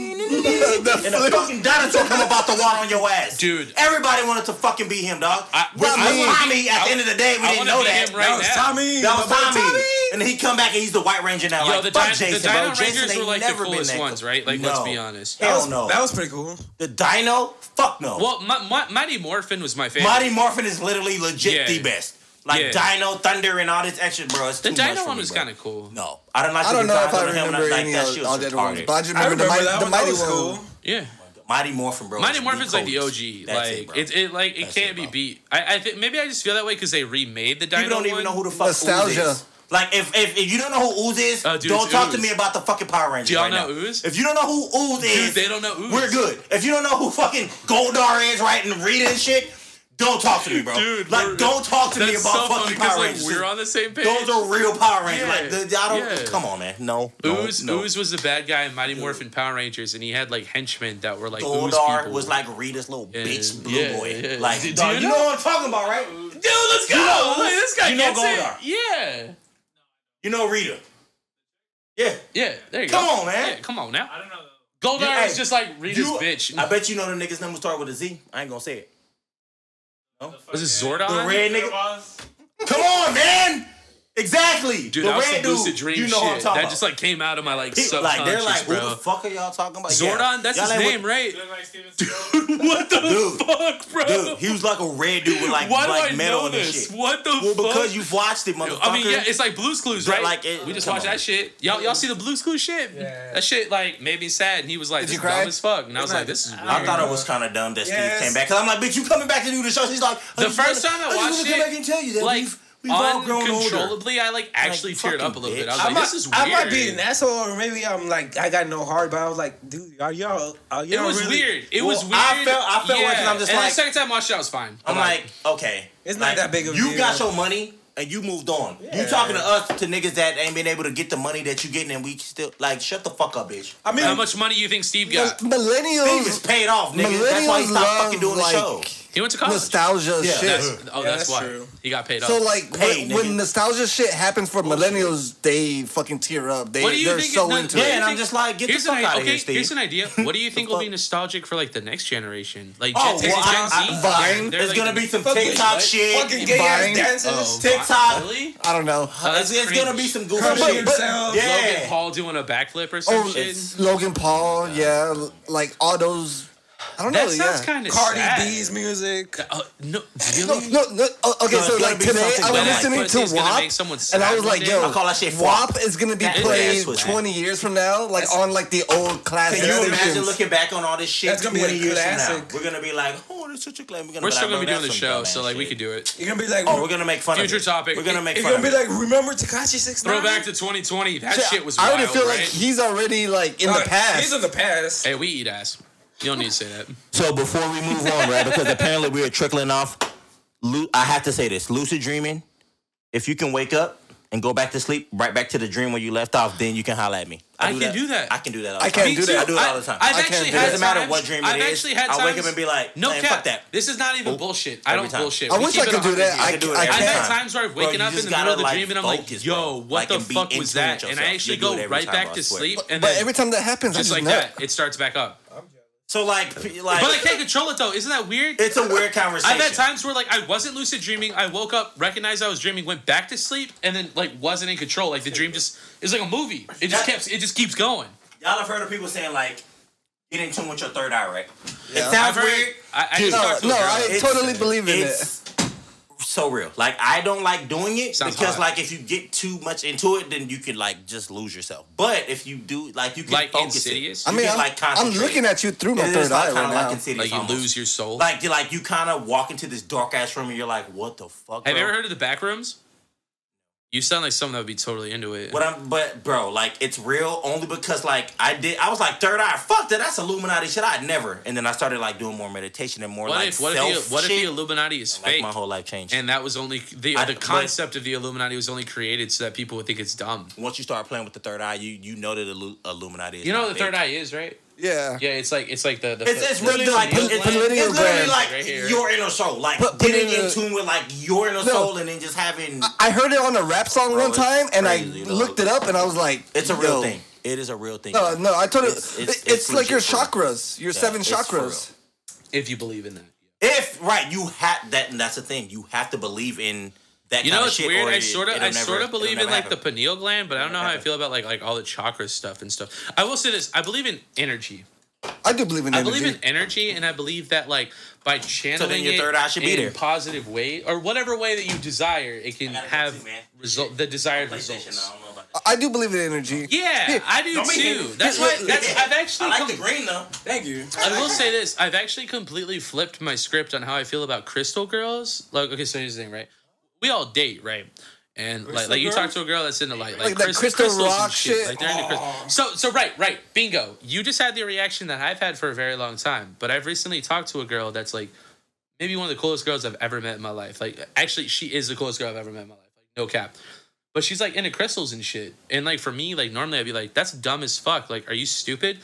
[SPEAKER 1] and a fucking dinosaur come about the water on your ass,
[SPEAKER 2] Dude.
[SPEAKER 1] Everybody wanted to fucking be him, dog.
[SPEAKER 2] I-
[SPEAKER 1] With
[SPEAKER 4] I
[SPEAKER 1] me,
[SPEAKER 4] wanna-
[SPEAKER 1] Tommy, at the end of the day, we
[SPEAKER 2] I
[SPEAKER 1] didn't
[SPEAKER 2] wanna
[SPEAKER 1] know
[SPEAKER 2] be
[SPEAKER 1] that.
[SPEAKER 2] him right
[SPEAKER 3] that was
[SPEAKER 2] now.
[SPEAKER 3] Tommy.
[SPEAKER 1] That was
[SPEAKER 3] my boy
[SPEAKER 1] Tommy. and then he come back and he's the White Ranger now.
[SPEAKER 2] Yo,
[SPEAKER 1] like,
[SPEAKER 2] the,
[SPEAKER 1] fuck
[SPEAKER 2] Dino-
[SPEAKER 1] Jason,
[SPEAKER 2] the Dino
[SPEAKER 1] bro. Jason
[SPEAKER 2] Rangers
[SPEAKER 1] ain't
[SPEAKER 2] were like the
[SPEAKER 1] never been
[SPEAKER 2] coolest
[SPEAKER 1] that
[SPEAKER 2] ones,
[SPEAKER 1] cool.
[SPEAKER 2] right? Like,
[SPEAKER 1] no.
[SPEAKER 2] let's be honest.
[SPEAKER 1] Hell no.
[SPEAKER 3] That was pretty cool.
[SPEAKER 1] the Dino. Fuck no.
[SPEAKER 2] Well, my, my, Mighty Morphin was my favorite.
[SPEAKER 1] Mighty Morphin is literally legit
[SPEAKER 2] Yeah.
[SPEAKER 1] the best. Like
[SPEAKER 2] Yeah.
[SPEAKER 1] Dino, Thunder, and all this extra, bro. It's
[SPEAKER 2] the
[SPEAKER 1] too much
[SPEAKER 2] Dino
[SPEAKER 1] for
[SPEAKER 2] one
[SPEAKER 1] me,
[SPEAKER 2] was
[SPEAKER 1] bro.
[SPEAKER 2] kind of cool.
[SPEAKER 1] No, I don't like
[SPEAKER 4] I
[SPEAKER 1] the
[SPEAKER 4] don't know if
[SPEAKER 1] designs
[SPEAKER 4] I
[SPEAKER 1] on him, and
[SPEAKER 4] remember
[SPEAKER 1] like
[SPEAKER 4] any
[SPEAKER 1] that
[SPEAKER 4] of
[SPEAKER 1] shit
[SPEAKER 4] all
[SPEAKER 1] was
[SPEAKER 4] the other ones,
[SPEAKER 1] retarded.
[SPEAKER 4] but I just
[SPEAKER 3] I
[SPEAKER 4] remember,
[SPEAKER 3] remember
[SPEAKER 4] the,
[SPEAKER 3] that one.
[SPEAKER 4] mighty, the mighty
[SPEAKER 3] that was
[SPEAKER 4] one.
[SPEAKER 3] cool.
[SPEAKER 2] Yeah.
[SPEAKER 1] Mighty Morphin, bro.
[SPEAKER 2] Mighty
[SPEAKER 1] is
[SPEAKER 2] Morphin's like the
[SPEAKER 1] coldest.
[SPEAKER 2] OG.
[SPEAKER 1] That's
[SPEAKER 2] like
[SPEAKER 1] it,
[SPEAKER 2] it,
[SPEAKER 1] bro.
[SPEAKER 2] it, like it
[SPEAKER 1] That's it,
[SPEAKER 2] can't be
[SPEAKER 1] bro.
[SPEAKER 2] beat. I, I think maybe I just feel that way because they remade the Dino.
[SPEAKER 1] People don't even
[SPEAKER 2] one.
[SPEAKER 1] know who the fuck
[SPEAKER 4] Nostalgia.
[SPEAKER 1] Ooze is. Like if, if if you don't know who Ooze is,
[SPEAKER 2] Oh, dude,
[SPEAKER 1] don't
[SPEAKER 2] it's
[SPEAKER 1] talk to
[SPEAKER 2] Ooze.
[SPEAKER 1] me about the fucking Power Rangers.
[SPEAKER 2] Do y'all
[SPEAKER 1] right
[SPEAKER 2] know
[SPEAKER 1] now.
[SPEAKER 2] Ooze?
[SPEAKER 1] If you don't know who Ooze
[SPEAKER 2] Dude,
[SPEAKER 1] is,
[SPEAKER 2] they don't know Ooze.
[SPEAKER 1] We're good. If you don't know who fucking Goldar is, right, and Rita and shit, don't talk to me, bro.
[SPEAKER 2] Dude,
[SPEAKER 1] like
[SPEAKER 2] we're-
[SPEAKER 1] don't talk to me
[SPEAKER 2] That's so
[SPEAKER 1] about
[SPEAKER 2] funny
[SPEAKER 1] fucking Power
[SPEAKER 2] like
[SPEAKER 1] Rangers.
[SPEAKER 2] we're on the same page.
[SPEAKER 1] Those are real Power Rangers.
[SPEAKER 2] Yeah.
[SPEAKER 1] Like the, I don't.
[SPEAKER 2] Yeah.
[SPEAKER 1] Come on, man. No. no,
[SPEAKER 2] Ooze,
[SPEAKER 1] no.
[SPEAKER 2] Ooze was the bad guy in Mighty Morphin Power Rangers, and he had like henchmen that were like Ooze
[SPEAKER 1] Goldar
[SPEAKER 2] people.
[SPEAKER 1] was like Rita's little bitch blue
[SPEAKER 2] yeah,
[SPEAKER 1] boy.
[SPEAKER 2] yeah.
[SPEAKER 1] Like,
[SPEAKER 2] Do
[SPEAKER 1] dog,
[SPEAKER 2] you
[SPEAKER 1] you,
[SPEAKER 2] know-
[SPEAKER 1] know what I'm talking about, right?
[SPEAKER 2] dude, let's go.
[SPEAKER 1] know-
[SPEAKER 2] Like, this guy
[SPEAKER 1] you know
[SPEAKER 2] gets
[SPEAKER 1] Goldar.
[SPEAKER 2] it. Yeah,
[SPEAKER 1] You know Rita. Yeah.
[SPEAKER 2] yeah. There you
[SPEAKER 1] Come
[SPEAKER 2] go.
[SPEAKER 1] on, man.
[SPEAKER 2] Yeah, come on now. I don't know. Goldar
[SPEAKER 1] Yeah,
[SPEAKER 2] is
[SPEAKER 1] hey,
[SPEAKER 2] just like Rita's
[SPEAKER 1] You-
[SPEAKER 2] bitch.
[SPEAKER 1] I bet you know the niggas number start with a Z. I ain't gonna say it.
[SPEAKER 2] was it Zordon?
[SPEAKER 1] The red
[SPEAKER 5] It
[SPEAKER 1] nigga.
[SPEAKER 5] was.
[SPEAKER 1] Come on, man. Exactly.
[SPEAKER 2] Dude,
[SPEAKER 1] the
[SPEAKER 2] that was
[SPEAKER 1] red
[SPEAKER 2] some
[SPEAKER 1] dude.
[SPEAKER 2] lucid dream
[SPEAKER 1] you know
[SPEAKER 2] shit.
[SPEAKER 1] what I'm talking
[SPEAKER 2] that
[SPEAKER 1] about.
[SPEAKER 2] just like came out of my like
[SPEAKER 1] People-
[SPEAKER 2] subconscious,
[SPEAKER 1] like they're like,
[SPEAKER 2] bro.
[SPEAKER 1] who the fuck are y'all talking about? Yeah.
[SPEAKER 2] Zordon, that's
[SPEAKER 1] Y'all
[SPEAKER 2] his
[SPEAKER 1] ain't
[SPEAKER 2] name, right?
[SPEAKER 5] Looked like Steven
[SPEAKER 2] Dude,
[SPEAKER 5] Seagal.
[SPEAKER 2] what the
[SPEAKER 1] Dude.
[SPEAKER 2] fuck, bro?
[SPEAKER 1] Dude, he was like a red dude with like
[SPEAKER 2] Why do
[SPEAKER 1] like
[SPEAKER 2] I
[SPEAKER 1] metal
[SPEAKER 2] know
[SPEAKER 1] and
[SPEAKER 2] this?
[SPEAKER 1] shit.
[SPEAKER 2] What the
[SPEAKER 1] Well,
[SPEAKER 2] fuck?
[SPEAKER 1] because you've watched it, motherfucker.
[SPEAKER 2] I mean, yeah, it's like Blue's Clues,
[SPEAKER 1] They're
[SPEAKER 2] right?
[SPEAKER 1] like, it-
[SPEAKER 2] we just
[SPEAKER 1] come
[SPEAKER 2] watched
[SPEAKER 1] on.
[SPEAKER 2] that shit. Y'all, y'all see the Blue's Clues shit?
[SPEAKER 3] Yeah.
[SPEAKER 2] That shit like made me sad, and he was like, "This
[SPEAKER 4] you
[SPEAKER 2] is
[SPEAKER 4] cry?
[SPEAKER 2] dumb as fuck," and I was like, "This is."
[SPEAKER 1] I
[SPEAKER 2] Weird.
[SPEAKER 1] thought it was kind of dumb that Steve
[SPEAKER 3] Yes.
[SPEAKER 1] came back because I'm like, bitch, you coming back to do the show? She's like, I
[SPEAKER 2] The
[SPEAKER 1] just
[SPEAKER 2] first
[SPEAKER 1] wanna-
[SPEAKER 2] time I
[SPEAKER 1] I just
[SPEAKER 2] watched
[SPEAKER 1] wanna
[SPEAKER 2] it,
[SPEAKER 1] come back and tell you that
[SPEAKER 2] like
[SPEAKER 1] we've, we've all grown older.
[SPEAKER 2] uncontrollably, I like actually teared up a
[SPEAKER 1] fucking
[SPEAKER 2] little bit. I
[SPEAKER 1] bitch.
[SPEAKER 2] was
[SPEAKER 1] I
[SPEAKER 2] like,
[SPEAKER 3] might-
[SPEAKER 2] "This is weird."
[SPEAKER 3] I might be an asshole, or maybe I'm like I got no heart, but I was like, dude, are y'all? Are
[SPEAKER 2] It
[SPEAKER 3] y'all
[SPEAKER 2] was
[SPEAKER 3] really-
[SPEAKER 2] weird. It was weird.
[SPEAKER 1] Well, I felt- I felt
[SPEAKER 2] yeah.
[SPEAKER 1] like- and I'm just
[SPEAKER 2] and
[SPEAKER 1] like-
[SPEAKER 2] the second time I watched it, I was fine.
[SPEAKER 1] I'm like, okay,
[SPEAKER 3] It's not
[SPEAKER 1] Like,
[SPEAKER 3] that big of a
[SPEAKER 1] You
[SPEAKER 3] deal.
[SPEAKER 1] got your money. and you moved on. You talking to us to niggas that ain't been able to get the money that you getting, and we still like shut the fuck up, bitch.
[SPEAKER 3] I mean,
[SPEAKER 2] How much money you think Steve got?
[SPEAKER 1] Steve is
[SPEAKER 4] Millennials,
[SPEAKER 1] paid off, nigga. That's why he stopped
[SPEAKER 4] millennials love
[SPEAKER 1] fucking doing
[SPEAKER 4] like
[SPEAKER 1] the show.
[SPEAKER 2] He went to college.
[SPEAKER 4] nostalgia shit.
[SPEAKER 2] That's, oh,
[SPEAKER 3] Yeah,
[SPEAKER 2] that's,
[SPEAKER 3] that's
[SPEAKER 2] why
[SPEAKER 3] true.
[SPEAKER 2] he got paid off.
[SPEAKER 4] So like
[SPEAKER 1] Hey,
[SPEAKER 4] when, when
[SPEAKER 1] nigga.
[SPEAKER 4] nostalgia shit happens for millennials, they fucking tear up. They
[SPEAKER 2] What do you
[SPEAKER 4] they're
[SPEAKER 2] think
[SPEAKER 4] so
[SPEAKER 2] is not-
[SPEAKER 4] into
[SPEAKER 1] Yeah,
[SPEAKER 4] it.
[SPEAKER 1] and I'm just like, get the
[SPEAKER 2] Here's an,
[SPEAKER 1] fuck
[SPEAKER 2] idea-
[SPEAKER 1] out of
[SPEAKER 2] okay,
[SPEAKER 1] here,
[SPEAKER 2] here's
[SPEAKER 1] Steve.
[SPEAKER 2] an idea. What do you think will be
[SPEAKER 4] fuck?
[SPEAKER 2] nostalgic for like the next generation? Like
[SPEAKER 1] Oh,
[SPEAKER 2] Gen, is it
[SPEAKER 1] well,
[SPEAKER 2] Gen
[SPEAKER 1] I-
[SPEAKER 2] Z?
[SPEAKER 1] I-
[SPEAKER 4] Vine.
[SPEAKER 2] They're
[SPEAKER 1] There's
[SPEAKER 2] like-
[SPEAKER 1] gonna be some
[SPEAKER 3] fucking-
[SPEAKER 1] TikTok
[SPEAKER 3] fucking
[SPEAKER 1] shit.
[SPEAKER 3] gay
[SPEAKER 4] Vine.
[SPEAKER 3] ass
[SPEAKER 2] Oh,
[SPEAKER 3] dancers.
[SPEAKER 1] TikTok.
[SPEAKER 2] Really?
[SPEAKER 4] I don't know.
[SPEAKER 2] Oh, that's
[SPEAKER 1] It's gonna be
[SPEAKER 2] cringe.
[SPEAKER 1] some goofy
[SPEAKER 3] Crushing
[SPEAKER 1] shit.
[SPEAKER 4] but-
[SPEAKER 3] themselves.
[SPEAKER 2] Logan
[SPEAKER 1] Yeah.
[SPEAKER 2] Paul doing a backflip or some
[SPEAKER 4] Oh,
[SPEAKER 2] shit.
[SPEAKER 4] Logan Paul, yeah, l- like all those. I don't
[SPEAKER 2] That
[SPEAKER 4] know.
[SPEAKER 2] sounds
[SPEAKER 4] yeah.
[SPEAKER 2] kind of
[SPEAKER 3] Cardi
[SPEAKER 2] sad.
[SPEAKER 3] B's music.
[SPEAKER 2] Uh, no,
[SPEAKER 4] No,
[SPEAKER 2] really?
[SPEAKER 4] no, no. oh, okay,
[SPEAKER 1] No,
[SPEAKER 4] so
[SPEAKER 1] it's gotta
[SPEAKER 4] like
[SPEAKER 1] be something
[SPEAKER 4] today, I
[SPEAKER 1] like-
[SPEAKER 4] was
[SPEAKER 2] but
[SPEAKER 4] listening
[SPEAKER 2] it's
[SPEAKER 4] to
[SPEAKER 2] gonna
[SPEAKER 4] WAP,
[SPEAKER 2] make someone
[SPEAKER 4] and I
[SPEAKER 2] sad
[SPEAKER 4] was
[SPEAKER 2] one
[SPEAKER 4] like,
[SPEAKER 2] day.
[SPEAKER 4] "Yo,
[SPEAKER 1] I call that shit
[SPEAKER 4] WAP is gonna be
[SPEAKER 1] That is
[SPEAKER 4] played
[SPEAKER 1] ass was that.
[SPEAKER 4] 20 years from now, like on like the old classic."
[SPEAKER 1] Can you imagine
[SPEAKER 4] versions.
[SPEAKER 1] looking back on all this shit
[SPEAKER 3] That's gonna be a
[SPEAKER 1] 20 years from now?
[SPEAKER 3] classic.
[SPEAKER 1] We're gonna be like, oh, this is such a claim. We're, gonna
[SPEAKER 2] We're
[SPEAKER 1] be
[SPEAKER 2] still
[SPEAKER 1] like,
[SPEAKER 2] gonna be
[SPEAKER 1] bro,
[SPEAKER 2] doing the
[SPEAKER 1] that's some
[SPEAKER 2] show, so like we
[SPEAKER 1] dumbass
[SPEAKER 2] could
[SPEAKER 1] shit. Oh,
[SPEAKER 2] do it.
[SPEAKER 3] You're gonna be like,
[SPEAKER 2] Oh,
[SPEAKER 1] We're gonna make fun
[SPEAKER 2] Future
[SPEAKER 1] of it.
[SPEAKER 2] topic.
[SPEAKER 1] We're gonna make
[SPEAKER 3] It's
[SPEAKER 1] fun
[SPEAKER 3] gonna
[SPEAKER 1] of
[SPEAKER 3] be
[SPEAKER 1] it.
[SPEAKER 3] like, remember Takashi Six Nine?
[SPEAKER 2] Throw back to 2020. That shit was
[SPEAKER 4] I
[SPEAKER 2] wild,
[SPEAKER 4] already feel
[SPEAKER 2] right?
[SPEAKER 4] like he's already like in the
[SPEAKER 3] He's
[SPEAKER 4] past.
[SPEAKER 3] in the past.
[SPEAKER 2] hey, we eat ass. You don't need to say that.
[SPEAKER 1] So before we move on, right? Because apparently we are trickling off. Lu- I have to say this: lucid dreaming. If you can wake up and go back to sleep, right back to the dream where you left off, then you can holler at me.
[SPEAKER 2] I can do that.
[SPEAKER 1] I can do that. All the
[SPEAKER 4] I
[SPEAKER 1] time.
[SPEAKER 4] can't do that.
[SPEAKER 1] I do it all the time.
[SPEAKER 2] I've
[SPEAKER 4] I can't
[SPEAKER 2] actually
[SPEAKER 4] do
[SPEAKER 2] had
[SPEAKER 4] that.
[SPEAKER 1] it doesn't matter
[SPEAKER 2] times-
[SPEAKER 1] what dream it
[SPEAKER 2] I've
[SPEAKER 1] is,
[SPEAKER 2] actually had
[SPEAKER 1] I'll wake
[SPEAKER 2] times-
[SPEAKER 1] up and be like,
[SPEAKER 2] no
[SPEAKER 1] man,
[SPEAKER 2] cap.
[SPEAKER 1] fuck that.
[SPEAKER 2] This is not even bullshit. I
[SPEAKER 1] Every
[SPEAKER 2] don't
[SPEAKER 1] time.
[SPEAKER 2] bullshit.
[SPEAKER 4] I
[SPEAKER 2] We
[SPEAKER 4] wish
[SPEAKER 2] keep
[SPEAKER 4] I
[SPEAKER 2] it
[SPEAKER 4] could do
[SPEAKER 2] 100
[SPEAKER 4] that.
[SPEAKER 2] here.
[SPEAKER 4] I,
[SPEAKER 1] You can do it
[SPEAKER 4] I
[SPEAKER 1] every
[SPEAKER 2] I've had
[SPEAKER 1] time.
[SPEAKER 4] can't.
[SPEAKER 2] times where I've
[SPEAKER 1] Bro,
[SPEAKER 2] waken
[SPEAKER 1] you
[SPEAKER 2] up in
[SPEAKER 1] just
[SPEAKER 2] the middle of the
[SPEAKER 1] gotta,
[SPEAKER 2] dream
[SPEAKER 1] like,
[SPEAKER 2] and I'm like,
[SPEAKER 1] focus,
[SPEAKER 2] yo,
[SPEAKER 1] bro.
[SPEAKER 2] what
[SPEAKER 1] Like,
[SPEAKER 2] the
[SPEAKER 1] and be
[SPEAKER 2] fuck was
[SPEAKER 1] into it
[SPEAKER 2] that?
[SPEAKER 1] yourself.
[SPEAKER 2] And I
[SPEAKER 1] You'll
[SPEAKER 2] actually
[SPEAKER 1] do
[SPEAKER 2] go
[SPEAKER 1] it every
[SPEAKER 2] right
[SPEAKER 1] time,
[SPEAKER 2] back
[SPEAKER 1] bro, I
[SPEAKER 2] to
[SPEAKER 1] swear.
[SPEAKER 2] sleep and
[SPEAKER 4] But
[SPEAKER 2] then
[SPEAKER 4] every time that happens,
[SPEAKER 2] just
[SPEAKER 4] I
[SPEAKER 2] like
[SPEAKER 4] just
[SPEAKER 2] that, it starts back up.
[SPEAKER 1] So like, p- like,
[SPEAKER 2] But I can't control it though. Isn't that weird?
[SPEAKER 1] it's a weird conversation.
[SPEAKER 2] I've had times where like I wasn't lucid dreaming. I woke up, recognized I was dreaming, went back to sleep, and then like wasn't in control. Like the dream just is like a movie. It just keeps it just keeps going.
[SPEAKER 1] Y'all have heard of people saying like, get in tune with your third eye, right? It
[SPEAKER 2] I've
[SPEAKER 1] sounds
[SPEAKER 2] heard.
[SPEAKER 1] weird.
[SPEAKER 2] I, I
[SPEAKER 1] Dude,
[SPEAKER 2] just talked to
[SPEAKER 4] No,
[SPEAKER 2] a
[SPEAKER 4] no,
[SPEAKER 2] girl.
[SPEAKER 4] I
[SPEAKER 1] It's-
[SPEAKER 4] totally believe in it.
[SPEAKER 1] It's so real. Like I don't like doing it
[SPEAKER 2] Sounds
[SPEAKER 1] because
[SPEAKER 2] hot.
[SPEAKER 1] like if you get too much into it, then you can like just lose yourself. But if you do like you can
[SPEAKER 2] Like
[SPEAKER 1] focus
[SPEAKER 2] Insidious?
[SPEAKER 1] It.
[SPEAKER 4] I
[SPEAKER 1] You
[SPEAKER 4] mean,
[SPEAKER 1] can,
[SPEAKER 4] I'm,
[SPEAKER 1] like
[SPEAKER 4] I'm looking at you through my
[SPEAKER 1] It is
[SPEAKER 4] third
[SPEAKER 1] like,
[SPEAKER 4] eye
[SPEAKER 1] kinda
[SPEAKER 4] right
[SPEAKER 1] like
[SPEAKER 4] now.
[SPEAKER 1] Insidious
[SPEAKER 2] like you
[SPEAKER 1] almost.
[SPEAKER 2] lose your soul.
[SPEAKER 1] Like you like you kind of walk into this dark ass room and you're like, what the fuck?
[SPEAKER 2] Have you
[SPEAKER 1] bro?
[SPEAKER 2] ever heard of the back rooms? You sound like someone that would be totally into it.
[SPEAKER 1] But I'm, but bro, like it's real only because like I did. I was like third eye, fuck that. That's Illuminati shit. I never. And then I started like doing more meditation and more
[SPEAKER 2] what
[SPEAKER 1] like
[SPEAKER 2] if what if,
[SPEAKER 1] self
[SPEAKER 2] the, what if
[SPEAKER 1] shit.
[SPEAKER 2] the Illuminati is
[SPEAKER 1] like
[SPEAKER 2] fake?
[SPEAKER 1] my whole life changed. And
[SPEAKER 2] and that was only the
[SPEAKER 1] I-
[SPEAKER 2] the
[SPEAKER 1] but-
[SPEAKER 2] concept of the Illuminati was only created so that people would think it's dumb.
[SPEAKER 1] once you start playing with the third eye, you you know that Illu- Illuminati. Is
[SPEAKER 2] You know
[SPEAKER 1] not
[SPEAKER 2] what the third
[SPEAKER 1] fake.
[SPEAKER 2] eye is, right?
[SPEAKER 4] Yeah.
[SPEAKER 2] Yeah, it's like it's like the, the
[SPEAKER 1] It's, it's
[SPEAKER 2] the-
[SPEAKER 1] really
[SPEAKER 2] the-
[SPEAKER 1] like
[SPEAKER 2] the-
[SPEAKER 1] it's, it's,
[SPEAKER 4] Palladium
[SPEAKER 1] it's literally
[SPEAKER 4] brand.
[SPEAKER 1] like
[SPEAKER 2] Right here.
[SPEAKER 1] your inner soul, like
[SPEAKER 4] But- but
[SPEAKER 1] getting
[SPEAKER 4] in
[SPEAKER 1] in
[SPEAKER 4] a-
[SPEAKER 1] tune with like your inner
[SPEAKER 4] No. Uh,
[SPEAKER 1] soul, and then just having.
[SPEAKER 4] I heard it on a rap song
[SPEAKER 1] Bro,
[SPEAKER 4] one
[SPEAKER 1] it's
[SPEAKER 4] time, and I
[SPEAKER 1] crazy, dog.
[SPEAKER 4] looked it up, and I was like,
[SPEAKER 1] It's a real
[SPEAKER 4] yo.
[SPEAKER 1] thing. It is a real thing.
[SPEAKER 4] No, no, I told
[SPEAKER 1] It's-
[SPEAKER 4] it's, it.
[SPEAKER 1] it's-
[SPEAKER 4] It's,
[SPEAKER 1] it's
[SPEAKER 4] like your
[SPEAKER 1] legit for
[SPEAKER 4] chakras, your
[SPEAKER 1] Yeah,
[SPEAKER 4] seven
[SPEAKER 1] it's for
[SPEAKER 4] chakras.
[SPEAKER 2] if you believe in that.
[SPEAKER 1] If right, you have that, and that's the thing. You have to believe in that.
[SPEAKER 2] You
[SPEAKER 1] kind
[SPEAKER 2] know,
[SPEAKER 1] of
[SPEAKER 2] it's
[SPEAKER 1] shit,
[SPEAKER 2] weird.
[SPEAKER 1] or
[SPEAKER 2] I
[SPEAKER 1] it-
[SPEAKER 2] sort of,
[SPEAKER 1] it'll
[SPEAKER 2] I
[SPEAKER 1] never-
[SPEAKER 2] sort of
[SPEAKER 1] it'll
[SPEAKER 2] believe in
[SPEAKER 1] never
[SPEAKER 2] like
[SPEAKER 1] happen.
[SPEAKER 2] the pineal gland, but I don't know how I
[SPEAKER 1] happen.
[SPEAKER 2] feel about like like all the chakra stuff and stuff. I will say this: I believe in energy.
[SPEAKER 4] I do believe in
[SPEAKER 2] I
[SPEAKER 4] energy.
[SPEAKER 2] believe in energy, and I believe that like by channeling
[SPEAKER 1] your
[SPEAKER 2] it
[SPEAKER 1] third eye should
[SPEAKER 2] in
[SPEAKER 1] be there.
[SPEAKER 2] positive way or whatever way that you desire, it can
[SPEAKER 1] gotta go
[SPEAKER 2] have
[SPEAKER 1] too, man.
[SPEAKER 2] result the desired
[SPEAKER 1] PlayStation,
[SPEAKER 2] results.
[SPEAKER 1] I don't know about that.
[SPEAKER 4] I do believe in energy.
[SPEAKER 2] Yeah, I do
[SPEAKER 1] Don't be
[SPEAKER 2] too.
[SPEAKER 1] hating.
[SPEAKER 2] That's why. That's I've actually.
[SPEAKER 1] I like
[SPEAKER 2] com-
[SPEAKER 1] the green though.
[SPEAKER 3] Thank you.
[SPEAKER 2] I will say this: I've actually completely flipped my script on how I feel about crystal girls. Like, okay, so here's the thing, right? We all date, right? And like, like you
[SPEAKER 3] girls?
[SPEAKER 2] talk to a girl that's into like, like,
[SPEAKER 4] Like that
[SPEAKER 2] crys-
[SPEAKER 4] crystal
[SPEAKER 2] crystals and
[SPEAKER 4] rock shit?
[SPEAKER 2] Like they're into crystals. So, so right, right, bingo. You just had the reaction that I've had for a very long time. But I've recently talked to a girl that's like maybe one of the coolest girls I've ever met in my life. Like, actually, she is the coolest girl I've ever met in my life. Like, no cap. But she's like into crystals and shit. And like for me, like normally I'd be like, that's dumb as fuck. Like, are you stupid?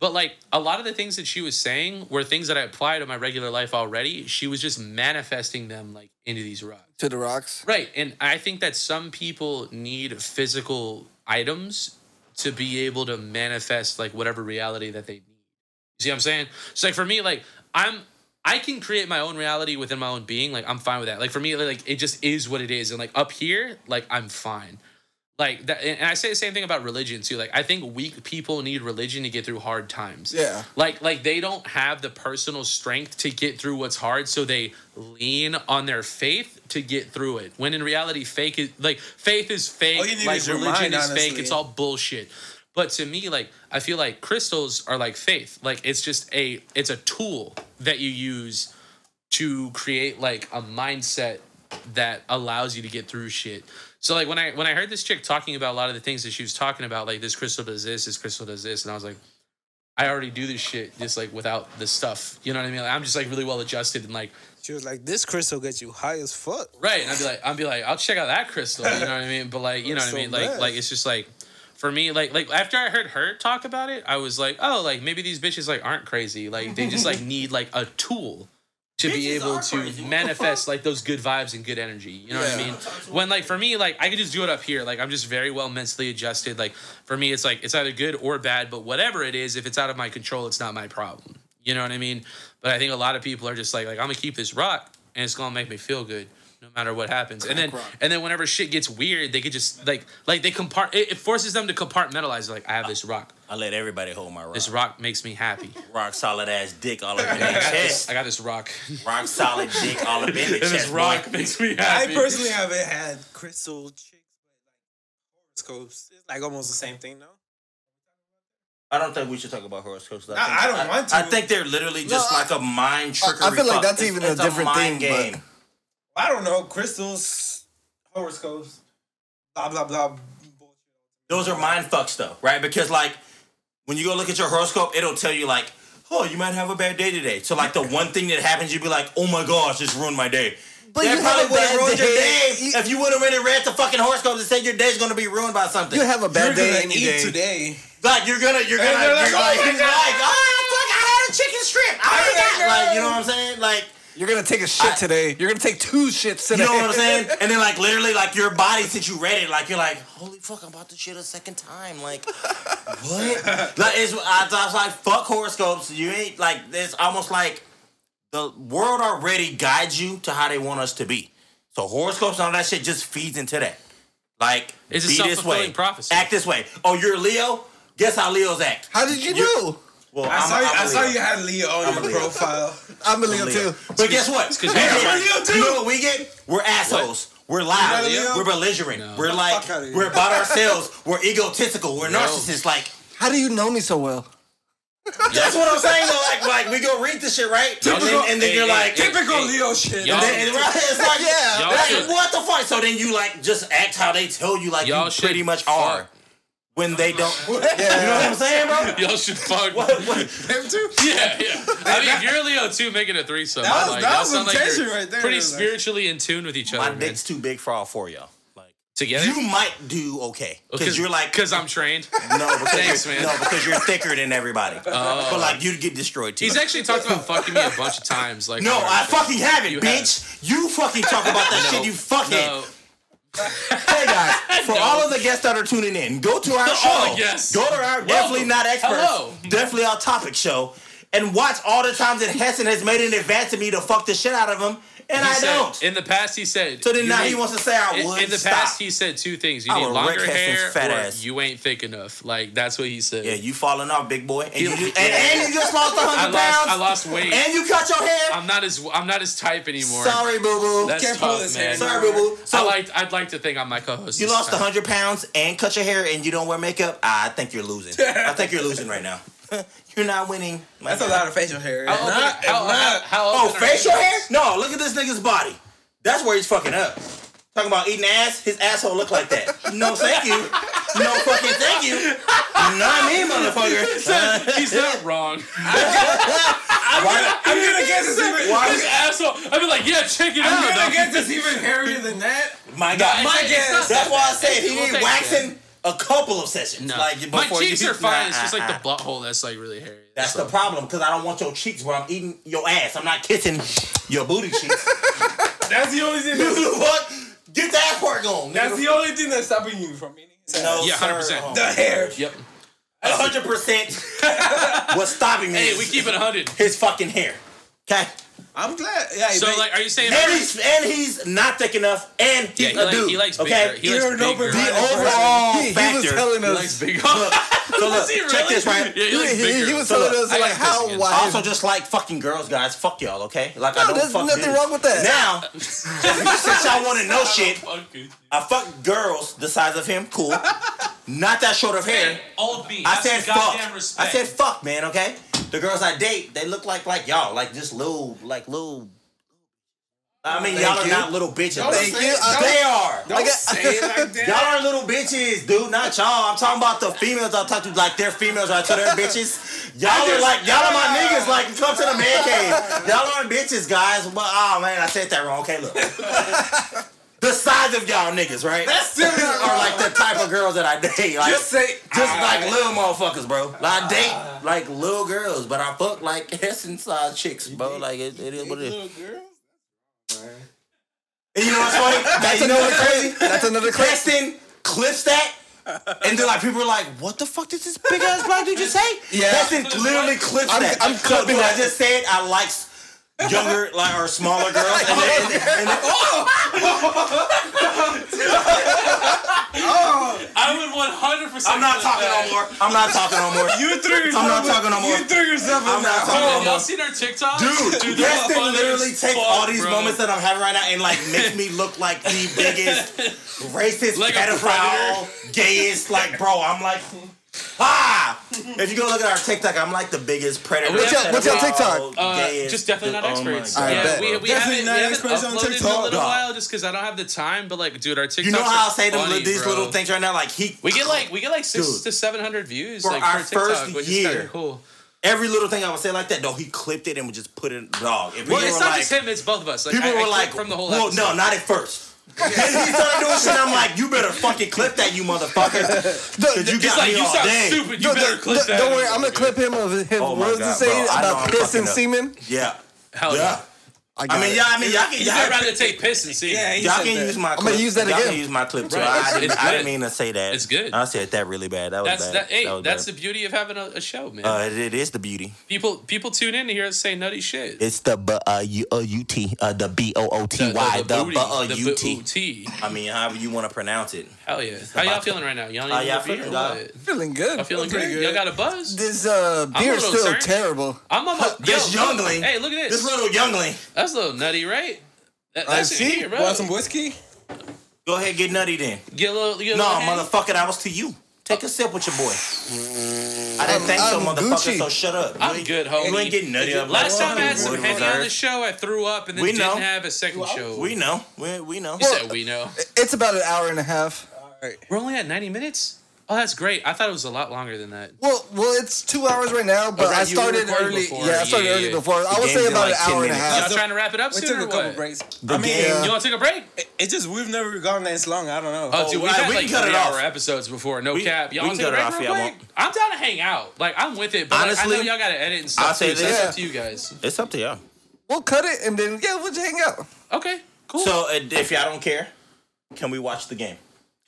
[SPEAKER 2] But like a lot of the things that she was saying were things that I apply to my regular life already. She was just manifesting them like into these rocks.
[SPEAKER 4] To the rocks.
[SPEAKER 2] Right. And I think that some people need physical items to be able to manifest like whatever reality that they need. You see what I'm saying? So like for me, like I'm I can create my own reality within my own being. Like I'm fine with that. Like for me, like it just is what it is. And like up here, like I'm fine. Like that and and I say the same thing about religion too. Like I think weak people need religion to get through hard times.
[SPEAKER 4] Yeah.
[SPEAKER 2] Like like they don't have the personal strength to get through what's hard, so they lean on their faith to get through it. When in reality, fake is like faith is fake.
[SPEAKER 3] All you need
[SPEAKER 2] like
[SPEAKER 3] is your
[SPEAKER 2] religion
[SPEAKER 3] mind,
[SPEAKER 2] is fake.
[SPEAKER 3] honestly.
[SPEAKER 2] It's all bullshit. But to me, like I feel like crystals are like faith. Like it's just a it's a tool that you use to create like a mindset that allows you to get through shit. So like when I when I heard this chick talking about a lot of the things that she was talking about, like this crystal does this, this crystal does this, and I was like, I already do this shit just like without this stuff. You know what I mean? Like, I'm just like really well adjusted and like
[SPEAKER 5] She was like, "This crystal gets you high as fuck."
[SPEAKER 2] Right, and I'd be like, I'd be like, I'll check out that crystal. You know what I mean? But like, you know what I
[SPEAKER 5] So
[SPEAKER 2] mean? Like,
[SPEAKER 5] bad.
[SPEAKER 2] like it's just like, for me, like, like after I heard her talk about it, I was like, oh, like maybe these bitches like aren't crazy. Like they just like need like a tool to be
[SPEAKER 1] Bitches
[SPEAKER 2] able
[SPEAKER 1] are
[SPEAKER 2] to
[SPEAKER 1] crazy. What the
[SPEAKER 2] manifest like those good vibes and good energy. You know what I
[SPEAKER 5] Yeah.
[SPEAKER 2] mean? When like for me, like I could just do it up here. Like I'm just very well mentally adjusted. Like for me, it's like it's either good or bad. But whatever it is, if it's out of my control, it's not my problem. You know what I mean? But I think a lot of people are just like, like I'm gonna keep this rock, and it's gonna make me feel good no matter what happens. And then and then whenever shit gets weird, they could just like like they compart. It, it forces them to compartmentalize. Like I have this rock.
[SPEAKER 1] I let everybody hold my rock.
[SPEAKER 2] This rock makes me happy.
[SPEAKER 1] rock solid ass dick all up in their chest.
[SPEAKER 2] I got this rock. and
[SPEAKER 1] Rock solid dick all up in their chest.
[SPEAKER 2] this
[SPEAKER 1] boy.
[SPEAKER 2] rock makes me
[SPEAKER 5] I
[SPEAKER 2] happy.
[SPEAKER 5] personally haven't had crystal chicks, but like horoscopes, it's like almost the same thing, no?
[SPEAKER 1] I don't think we should talk about horoscopes.
[SPEAKER 5] I-
[SPEAKER 1] think-
[SPEAKER 5] I don't want to.
[SPEAKER 1] I think they're literally just
[SPEAKER 4] No, I-
[SPEAKER 1] like a mind trickery.
[SPEAKER 4] I feel like
[SPEAKER 1] fuck.
[SPEAKER 4] that's
[SPEAKER 1] It's-
[SPEAKER 4] even a
[SPEAKER 1] it's
[SPEAKER 4] different
[SPEAKER 1] mind
[SPEAKER 4] thing,
[SPEAKER 1] Game.
[SPEAKER 4] but-
[SPEAKER 5] I don't know crystals, horoscopes, blah blah blah. bullshit.
[SPEAKER 1] Those are mind fucks though, right? Because like when you go look at your horoscope, it'll tell you like, oh, you might have a bad day today. So like the one thing that happens, you'd be like, oh my gosh, this ruined my day.
[SPEAKER 4] But
[SPEAKER 1] that
[SPEAKER 4] you
[SPEAKER 1] probably
[SPEAKER 4] have a
[SPEAKER 1] would have
[SPEAKER 4] bad
[SPEAKER 1] ruined your day
[SPEAKER 4] day. You-
[SPEAKER 1] if you would have really read the fucking horoscope and said your day's gonna be ruined by something.
[SPEAKER 4] You have a bad
[SPEAKER 5] You're gonna
[SPEAKER 4] day any
[SPEAKER 5] eat
[SPEAKER 4] day.
[SPEAKER 5] today.
[SPEAKER 1] like you're gonna you're gonna
[SPEAKER 5] they're like,
[SPEAKER 1] you're like,
[SPEAKER 5] "Oh my
[SPEAKER 1] you're like, oh fuck, I had a chicken strip. I forgot. Like you know what I'm saying? Like
[SPEAKER 4] You're gonna take a shit
[SPEAKER 1] I-
[SPEAKER 4] today. You're gonna take two shits today.
[SPEAKER 1] You know what I'm saying? And then like literally like your body since you read it, like you're like, holy fuck, I'm about to shit a second time. Like what? like it's I, I was like, fuck horoscopes. You ain't like it's almost like the world already guides you to how they want us to be. So horoscopes and all that shit just feeds into that. Like
[SPEAKER 2] It's a
[SPEAKER 1] be this way,
[SPEAKER 2] self-fulfilling prophecy.
[SPEAKER 1] act this way. Oh, you're a Leo. Guess how Leos act.
[SPEAKER 4] How did you
[SPEAKER 1] You-
[SPEAKER 4] do?
[SPEAKER 1] Well,
[SPEAKER 5] I
[SPEAKER 1] I'm a-
[SPEAKER 5] saw you,
[SPEAKER 1] I'm a
[SPEAKER 5] I saw
[SPEAKER 1] Leo.
[SPEAKER 5] you had Leo on
[SPEAKER 1] a
[SPEAKER 5] your
[SPEAKER 1] Leo.
[SPEAKER 5] profile.
[SPEAKER 4] I'm a Leo,
[SPEAKER 1] Leo.
[SPEAKER 4] too.
[SPEAKER 1] But guess what?
[SPEAKER 2] 'cause you're
[SPEAKER 1] Hey,
[SPEAKER 2] a
[SPEAKER 5] Leo, too.
[SPEAKER 1] You know what we get? We're assholes. We're loud.
[SPEAKER 5] You're not a Leo?
[SPEAKER 1] We're belligerent. We're like
[SPEAKER 5] fuck outta here.
[SPEAKER 1] we're about ourselves. We're egotistical. We're narcissists. Like
[SPEAKER 4] How do you know me so well?
[SPEAKER 1] that's what I'm saying. Though. Like like we go read the shit right, and
[SPEAKER 2] Y'all-
[SPEAKER 1] then, and then
[SPEAKER 2] hey,
[SPEAKER 1] you're
[SPEAKER 2] hey,
[SPEAKER 1] like.
[SPEAKER 2] hey,
[SPEAKER 5] Typical
[SPEAKER 2] hey,
[SPEAKER 5] Leo shit.
[SPEAKER 2] y'all-
[SPEAKER 1] and- and right, it's like,
[SPEAKER 4] Yeah.
[SPEAKER 1] like,
[SPEAKER 2] Y'all should-
[SPEAKER 1] what the fuck? So then you like just act how they tell you, like
[SPEAKER 2] Y'all
[SPEAKER 1] you
[SPEAKER 2] should
[SPEAKER 1] pretty much
[SPEAKER 2] fuck.
[SPEAKER 1] are when they don't. You know what I'm saying, bro?
[SPEAKER 2] Y'all should fuck.
[SPEAKER 5] Him too?
[SPEAKER 2] Yeah, yeah. I mean, if you're a Leo too, making a threesome.
[SPEAKER 5] That was-
[SPEAKER 2] like,
[SPEAKER 5] that
[SPEAKER 2] y'all
[SPEAKER 5] was
[SPEAKER 2] sound like
[SPEAKER 5] intention
[SPEAKER 2] you're
[SPEAKER 5] right there,
[SPEAKER 2] Pretty
[SPEAKER 5] like-
[SPEAKER 2] spiritually in tune with each
[SPEAKER 1] My
[SPEAKER 2] other, man.
[SPEAKER 1] dick's too big for all four of y'all. Like
[SPEAKER 2] Together,
[SPEAKER 1] you might do okay because you're like
[SPEAKER 2] because I'm trained.
[SPEAKER 1] No, because
[SPEAKER 2] Thanks,
[SPEAKER 1] you're,
[SPEAKER 2] man. Oh.
[SPEAKER 1] No, because you're thicker than everybody. But like you'd get destroyed too.
[SPEAKER 2] He's actually talked about fucking me a bunch of times. Like
[SPEAKER 1] no,
[SPEAKER 2] on our
[SPEAKER 1] I
[SPEAKER 2] show.
[SPEAKER 1] fucking haven't,
[SPEAKER 2] You
[SPEAKER 1] bitch. You fucking talk about that
[SPEAKER 2] No,
[SPEAKER 1] shit. You fucking.
[SPEAKER 2] no.
[SPEAKER 1] Hey guys, for
[SPEAKER 2] No.
[SPEAKER 1] all of the guests that are tuning in, go to our show.
[SPEAKER 2] Oh, yes.
[SPEAKER 1] Go to our definitely not experts.
[SPEAKER 2] Hello.
[SPEAKER 1] Definitely our topic show, and watch all the times that Hessen has made an advance to me to fuck the shit out of him, and
[SPEAKER 2] He
[SPEAKER 1] I
[SPEAKER 2] said-
[SPEAKER 1] don't.
[SPEAKER 2] In the past, he said.
[SPEAKER 1] so then
[SPEAKER 2] you
[SPEAKER 1] now
[SPEAKER 2] need-
[SPEAKER 1] he wants to say I
[SPEAKER 2] In,
[SPEAKER 1] would
[SPEAKER 2] in the
[SPEAKER 1] stop.
[SPEAKER 2] past, he said two things: you
[SPEAKER 1] I
[SPEAKER 2] need
[SPEAKER 1] would
[SPEAKER 2] longer
[SPEAKER 1] wreck Heston's
[SPEAKER 2] hair,
[SPEAKER 1] fat
[SPEAKER 2] or
[SPEAKER 1] ass.
[SPEAKER 2] you ain't thick enough. Like that's what he said.
[SPEAKER 1] yeah, you falling off, big boy, and you
[SPEAKER 2] He-
[SPEAKER 1] and, and you just lost
[SPEAKER 2] I
[SPEAKER 1] hundred
[SPEAKER 2] lost.
[SPEAKER 1] pounds,
[SPEAKER 2] I lost weight.
[SPEAKER 1] and you cut your hair.
[SPEAKER 2] I'm not as. I'm not as type anymore.
[SPEAKER 1] Sorry, boo boo.
[SPEAKER 2] that's
[SPEAKER 5] Can't pull
[SPEAKER 2] tough,
[SPEAKER 5] his
[SPEAKER 2] man.
[SPEAKER 5] hair.
[SPEAKER 1] Sorry, boo boo. So
[SPEAKER 2] I like. I'd like to think I'm my co-host.
[SPEAKER 1] You
[SPEAKER 2] this
[SPEAKER 1] lost
[SPEAKER 2] time.
[SPEAKER 1] 100 pounds and cut your hair and you don't wear makeup. Ah, I think you're losing. I think you're losing right now. you're not winning. my
[SPEAKER 5] That's a
[SPEAKER 1] guy.
[SPEAKER 5] lot of facial hair.
[SPEAKER 2] How open-
[SPEAKER 5] Not-
[SPEAKER 2] how- how-
[SPEAKER 5] not-
[SPEAKER 2] how
[SPEAKER 1] Oh,
[SPEAKER 2] open are
[SPEAKER 1] facial
[SPEAKER 2] you?
[SPEAKER 1] hair? No, look at this nigga's body. That's where he's fucking up. Talking about eating ass, his asshole look like that. No, thank you. No fucking thank you. Not me, motherfucker.
[SPEAKER 2] He's not wrong.
[SPEAKER 1] Why-
[SPEAKER 5] I'm gonna guess it's even.
[SPEAKER 1] Why-
[SPEAKER 2] This asshole. I'd be like, yeah, check it
[SPEAKER 5] I'm
[SPEAKER 2] out.
[SPEAKER 5] gonna
[SPEAKER 2] dog.
[SPEAKER 5] guess it's even hairier than that.
[SPEAKER 1] My God.
[SPEAKER 2] it's-
[SPEAKER 1] My
[SPEAKER 2] it's
[SPEAKER 1] guess.
[SPEAKER 2] not
[SPEAKER 1] That's
[SPEAKER 2] that
[SPEAKER 1] why I
[SPEAKER 2] bad.
[SPEAKER 1] said he
[SPEAKER 2] We'll
[SPEAKER 1] need
[SPEAKER 2] take
[SPEAKER 1] waxing a couple of sessions.
[SPEAKER 2] No.
[SPEAKER 1] Like,
[SPEAKER 2] my
[SPEAKER 1] before
[SPEAKER 2] cheeks
[SPEAKER 1] you-
[SPEAKER 2] are fine.
[SPEAKER 1] Nah,
[SPEAKER 2] it's just
[SPEAKER 1] uh,
[SPEAKER 2] like
[SPEAKER 1] uh.
[SPEAKER 2] the butthole that's like really hairy.
[SPEAKER 1] That's the problem because I don't want your cheeks where I'm eating your ass. I'm not kissing your booty cheeks.
[SPEAKER 5] That's the only thing. That's,
[SPEAKER 1] what? Get that part going.
[SPEAKER 5] that's the only thing that's stopping you from eating. his hair.
[SPEAKER 1] no,
[SPEAKER 2] Yeah, 100%.
[SPEAKER 5] The hair.
[SPEAKER 2] Yep.
[SPEAKER 1] hundred percent. What's stopping me?
[SPEAKER 2] Hey,
[SPEAKER 1] is
[SPEAKER 2] we keep it 100.
[SPEAKER 1] his fucking hair. Okay,
[SPEAKER 5] I'm glad. Yeah.
[SPEAKER 2] So, like, are you saying.
[SPEAKER 1] and he's and he's not thick enough, and he's
[SPEAKER 2] yeah, he,
[SPEAKER 1] a
[SPEAKER 2] like,
[SPEAKER 1] dude.
[SPEAKER 2] he likes
[SPEAKER 1] okay,
[SPEAKER 2] bigger. He
[SPEAKER 5] You
[SPEAKER 2] likes
[SPEAKER 5] don't know,
[SPEAKER 2] bigger.
[SPEAKER 5] but
[SPEAKER 4] The
[SPEAKER 5] Right,
[SPEAKER 4] overall
[SPEAKER 1] he- he was
[SPEAKER 4] factor.
[SPEAKER 1] telling
[SPEAKER 2] He likes bigger.
[SPEAKER 1] so look,
[SPEAKER 2] Is he
[SPEAKER 1] check
[SPEAKER 2] really?
[SPEAKER 1] this right.
[SPEAKER 2] Yeah, he likes
[SPEAKER 4] he, he-
[SPEAKER 2] bigger.
[SPEAKER 4] he was
[SPEAKER 1] So
[SPEAKER 4] telling
[SPEAKER 1] look,
[SPEAKER 4] us
[SPEAKER 2] I
[SPEAKER 4] like
[SPEAKER 2] gotta piss
[SPEAKER 4] how
[SPEAKER 2] again.
[SPEAKER 4] wide.
[SPEAKER 1] Also, just like fucking girls, guys. Fuck y'all, okay? Like I
[SPEAKER 4] no,
[SPEAKER 1] don't
[SPEAKER 4] there's
[SPEAKER 1] fuck
[SPEAKER 4] nothing
[SPEAKER 1] dudes.
[SPEAKER 4] wrong with that.
[SPEAKER 1] Now, since y'all want to know shit,
[SPEAKER 2] Fucking-
[SPEAKER 1] I fuck girls the size of him. Cool. Not that short of hair.
[SPEAKER 2] Old me.
[SPEAKER 1] I
[SPEAKER 2] Have
[SPEAKER 1] said
[SPEAKER 2] some goddamn
[SPEAKER 1] fuck.
[SPEAKER 2] respect.
[SPEAKER 1] I said fuck, man. Okay. The girls I date, they look like like y'all, like just little, like little. I mean,
[SPEAKER 4] Thank
[SPEAKER 1] y'all are
[SPEAKER 4] you.
[SPEAKER 1] not little bitches.
[SPEAKER 5] Don't
[SPEAKER 1] They,
[SPEAKER 5] say it.
[SPEAKER 4] I
[SPEAKER 5] Don't-
[SPEAKER 1] they are.
[SPEAKER 5] Don't
[SPEAKER 4] I got-
[SPEAKER 5] say it like that.
[SPEAKER 1] Y'all are little bitches, dude. Not y'all. I'm talking about the females I talk to. Like they're females, right? So they're bitches. Y'all are like y'all are my niggas. Like come to the man cave. Y'all aren't bitches, guys. But oh man, I said that wrong. Okay, look. the size of y'all niggas, right?
[SPEAKER 5] That's still not
[SPEAKER 1] are like the type of girls that I date. Like,
[SPEAKER 5] Just say
[SPEAKER 1] just like Ah. little motherfuckers, bro. Like, I date like little girls, but I fuck like Hessen size chicks, bro. Like it, it is what it is.
[SPEAKER 5] Little girls.
[SPEAKER 1] And you know what's funny? That's you know what's crazy?
[SPEAKER 4] That's another clip.
[SPEAKER 1] Preston clips that. And then like people are like, what the fuck did this big ass black dude just say?
[SPEAKER 4] Yeah.
[SPEAKER 1] Preston literally clips
[SPEAKER 4] I'm-
[SPEAKER 1] that.
[SPEAKER 4] I'm
[SPEAKER 1] So
[SPEAKER 4] clipping
[SPEAKER 1] what
[SPEAKER 4] that.
[SPEAKER 1] I just said I like s- younger like or smaller girls. And then, and then,
[SPEAKER 2] I would 100. percent
[SPEAKER 1] I'm not talking no more. I'm not talking no more.
[SPEAKER 5] You threw yourself.
[SPEAKER 1] I'm not talking no more.
[SPEAKER 5] You threw yourself
[SPEAKER 1] I'm
[SPEAKER 5] in
[SPEAKER 1] not
[SPEAKER 5] that
[SPEAKER 1] talking
[SPEAKER 5] hole.
[SPEAKER 1] no
[SPEAKER 2] Have
[SPEAKER 1] more.
[SPEAKER 2] y'all seen our TikToks?
[SPEAKER 1] Dude,
[SPEAKER 2] Dude, they're
[SPEAKER 1] Preston
[SPEAKER 2] funny
[SPEAKER 1] literally
[SPEAKER 2] as
[SPEAKER 1] takes
[SPEAKER 2] fuck,
[SPEAKER 1] all these
[SPEAKER 2] bro.
[SPEAKER 1] moments that I'm having right now and like makes me look like the biggest racist,
[SPEAKER 2] Like a
[SPEAKER 1] pedophile, gayest. Like, bro, I'm like, ah! If you go look at our TikTok, I'm like the biggest predator.
[SPEAKER 2] What's your- what's your
[SPEAKER 1] pedophile,
[SPEAKER 4] TikTok?
[SPEAKER 2] Uh,
[SPEAKER 1] gayest-
[SPEAKER 2] just definitely not
[SPEAKER 1] oh my
[SPEAKER 2] experts.
[SPEAKER 1] God.
[SPEAKER 4] I
[SPEAKER 2] yeah,
[SPEAKER 4] bet.
[SPEAKER 2] we, we
[SPEAKER 5] Definitely
[SPEAKER 2] haven't,
[SPEAKER 5] not
[SPEAKER 2] we haven't
[SPEAKER 5] experts on
[SPEAKER 2] uploaded in a
[SPEAKER 5] TikTok,
[SPEAKER 2] little
[SPEAKER 1] dog.
[SPEAKER 2] while just because I don't have the time. But like, dude, our TikToks.
[SPEAKER 1] You know how I say them,
[SPEAKER 2] them
[SPEAKER 1] these little things right now? Like, he,
[SPEAKER 2] We get like we get like six
[SPEAKER 1] Dude.
[SPEAKER 2] to seven hundred views
[SPEAKER 1] For
[SPEAKER 2] like,
[SPEAKER 1] our
[SPEAKER 2] per TikTok,
[SPEAKER 1] first
[SPEAKER 2] which is kind
[SPEAKER 1] year.
[SPEAKER 2] of cool.
[SPEAKER 1] every little thing I would say like that, though, he clipped it and would just put it, dog. If
[SPEAKER 2] Well,
[SPEAKER 1] you
[SPEAKER 2] it's
[SPEAKER 1] were
[SPEAKER 2] not
[SPEAKER 1] like-
[SPEAKER 2] just him; it's both of us. Like,
[SPEAKER 1] People
[SPEAKER 2] I- I
[SPEAKER 1] were like,
[SPEAKER 2] clip from the whole.
[SPEAKER 1] well,
[SPEAKER 2] episode.
[SPEAKER 1] no, not at first. then he started doing shit. I'm like, you better fucking clip that, you motherfucker. Because you
[SPEAKER 2] He's
[SPEAKER 1] got
[SPEAKER 2] like,
[SPEAKER 1] me
[SPEAKER 2] you
[SPEAKER 1] all
[SPEAKER 2] sound
[SPEAKER 1] day.
[SPEAKER 2] stupid. You
[SPEAKER 4] Yo,
[SPEAKER 2] better
[SPEAKER 4] don't-
[SPEAKER 2] clip
[SPEAKER 4] don't-
[SPEAKER 2] that.
[SPEAKER 4] Don't worry, I'm gonna clip him of him.
[SPEAKER 1] Oh my
[SPEAKER 4] what was
[SPEAKER 1] God,
[SPEAKER 4] it saying
[SPEAKER 1] bro. I know
[SPEAKER 4] about
[SPEAKER 1] I'm
[SPEAKER 4] piss
[SPEAKER 1] fucking
[SPEAKER 4] and
[SPEAKER 1] up.
[SPEAKER 4] semen?
[SPEAKER 1] Yeah.
[SPEAKER 2] Hell
[SPEAKER 1] Yeah.
[SPEAKER 2] Oh, yeah.
[SPEAKER 1] I mean, yeah, I mean, y'all can,
[SPEAKER 2] He's
[SPEAKER 1] y'all,
[SPEAKER 2] I'd rather take piss and see.
[SPEAKER 5] Yeah, he
[SPEAKER 1] y'all
[SPEAKER 5] said
[SPEAKER 1] can
[SPEAKER 5] that.
[SPEAKER 1] use my.
[SPEAKER 4] gonna
[SPEAKER 1] Clip.
[SPEAKER 4] use that
[SPEAKER 1] Y'all
[SPEAKER 4] again.
[SPEAKER 1] can use my clip. So
[SPEAKER 2] Right. It's-
[SPEAKER 1] I, didn't,
[SPEAKER 2] it's
[SPEAKER 1] I didn't
[SPEAKER 2] good.
[SPEAKER 1] mean to say that.
[SPEAKER 2] It's good.
[SPEAKER 1] I said that really bad. That was
[SPEAKER 2] That's
[SPEAKER 1] bad.
[SPEAKER 2] that. Hey,
[SPEAKER 1] That was
[SPEAKER 2] that's
[SPEAKER 1] bad.
[SPEAKER 2] the beauty of having a, a show, man.
[SPEAKER 1] Uh, it- it is the beauty.
[SPEAKER 2] people people tune in to hear us say nutty shit.
[SPEAKER 1] It's the b uh, u uh, u t uh, the b o o t y the b
[SPEAKER 2] booty,
[SPEAKER 1] uh,
[SPEAKER 2] the
[SPEAKER 1] u t.
[SPEAKER 2] booty.
[SPEAKER 1] I mean, however you want to pronounce it.
[SPEAKER 2] Hell yeah. How y'all feeling right now? Y'all
[SPEAKER 1] How
[SPEAKER 2] need
[SPEAKER 1] y'all
[SPEAKER 2] a beer
[SPEAKER 1] feeling,
[SPEAKER 2] or
[SPEAKER 1] dog?
[SPEAKER 2] what?
[SPEAKER 4] Feeling good.
[SPEAKER 2] I'm feeling
[SPEAKER 4] Pretty
[SPEAKER 2] great. Y'all got a buzz?
[SPEAKER 4] This uh, beer's
[SPEAKER 2] little
[SPEAKER 4] still
[SPEAKER 2] turned.
[SPEAKER 4] terrible.
[SPEAKER 2] I'm almost.
[SPEAKER 1] This
[SPEAKER 2] yo, look-
[SPEAKER 1] youngling.
[SPEAKER 2] Hey, look at
[SPEAKER 1] This
[SPEAKER 2] this.
[SPEAKER 1] little youngling.
[SPEAKER 2] That's a little nutty, right? That,
[SPEAKER 3] I
[SPEAKER 2] that's in
[SPEAKER 3] see.
[SPEAKER 2] here, bro.
[SPEAKER 3] Want some whiskey?
[SPEAKER 1] Go ahead, get nutty then.
[SPEAKER 2] Get a little. Get a
[SPEAKER 1] No,
[SPEAKER 2] little hand.
[SPEAKER 1] motherfucker, that was to you. Take a sip with your boy. I didn't think so,
[SPEAKER 4] I'm
[SPEAKER 1] motherfucker.
[SPEAKER 4] Gucci.
[SPEAKER 1] So shut up. You
[SPEAKER 2] I'm
[SPEAKER 1] ain't-
[SPEAKER 2] good, homie.
[SPEAKER 1] You ain't getting nutty up.
[SPEAKER 2] Last
[SPEAKER 1] there.
[SPEAKER 2] time I had some
[SPEAKER 1] Wood
[SPEAKER 2] heavy on the
[SPEAKER 1] reserve.
[SPEAKER 2] show, I threw up and then
[SPEAKER 1] We
[SPEAKER 2] didn't
[SPEAKER 1] know.
[SPEAKER 2] have a second show.
[SPEAKER 1] We know. We we know.
[SPEAKER 2] you said we know.
[SPEAKER 4] It's about an hour and a half.
[SPEAKER 2] We're only at 90 minutes? Oh, that's great. I thought it was a lot longer than that.
[SPEAKER 4] Well, well, it's two hours right now, but
[SPEAKER 2] right,
[SPEAKER 4] I
[SPEAKER 2] you were
[SPEAKER 4] started
[SPEAKER 2] recording
[SPEAKER 4] early.
[SPEAKER 2] before.
[SPEAKER 4] Yeah, I
[SPEAKER 2] Yeah,
[SPEAKER 4] started
[SPEAKER 2] yeah,
[SPEAKER 4] early
[SPEAKER 2] yeah.
[SPEAKER 4] before. I would
[SPEAKER 1] game's
[SPEAKER 4] say
[SPEAKER 1] in
[SPEAKER 4] about
[SPEAKER 1] like
[SPEAKER 4] an
[SPEAKER 1] 10
[SPEAKER 4] hour and a
[SPEAKER 1] minutes.
[SPEAKER 2] Y'all
[SPEAKER 4] half.
[SPEAKER 3] so-
[SPEAKER 2] trying to wrap it up
[SPEAKER 3] We
[SPEAKER 2] soon
[SPEAKER 3] took
[SPEAKER 2] or
[SPEAKER 3] a couple
[SPEAKER 2] what?
[SPEAKER 3] breaks.
[SPEAKER 1] The
[SPEAKER 3] I mean,
[SPEAKER 1] game.
[SPEAKER 2] You want to take a break?
[SPEAKER 3] it- it's just we've never gone this long. I don't know.
[SPEAKER 2] Oh, dude,
[SPEAKER 1] Oh,
[SPEAKER 2] we've
[SPEAKER 1] well,
[SPEAKER 2] had
[SPEAKER 1] we
[SPEAKER 2] like
[SPEAKER 1] can cut it
[SPEAKER 2] three hour
[SPEAKER 1] off.
[SPEAKER 2] episodes before. No
[SPEAKER 1] We-
[SPEAKER 2] cap. Y'all
[SPEAKER 1] we
[SPEAKER 2] want to
[SPEAKER 1] can
[SPEAKER 2] take a
[SPEAKER 1] cut it
[SPEAKER 2] break
[SPEAKER 1] off,
[SPEAKER 2] real
[SPEAKER 1] y'all
[SPEAKER 2] quick? I'm down to hang out. Like, I'm with it, but like,
[SPEAKER 1] Honestly,
[SPEAKER 2] I know y'all got to edit and stuff.
[SPEAKER 1] I'll say
[SPEAKER 2] too, so that's
[SPEAKER 4] this.
[SPEAKER 2] up to you guys.
[SPEAKER 1] It's up to y'all.
[SPEAKER 4] We'll cut it and then yeah, we'll just hang out.
[SPEAKER 2] Okay, cool.
[SPEAKER 1] So uh, if y'all don't care, can we watch the game?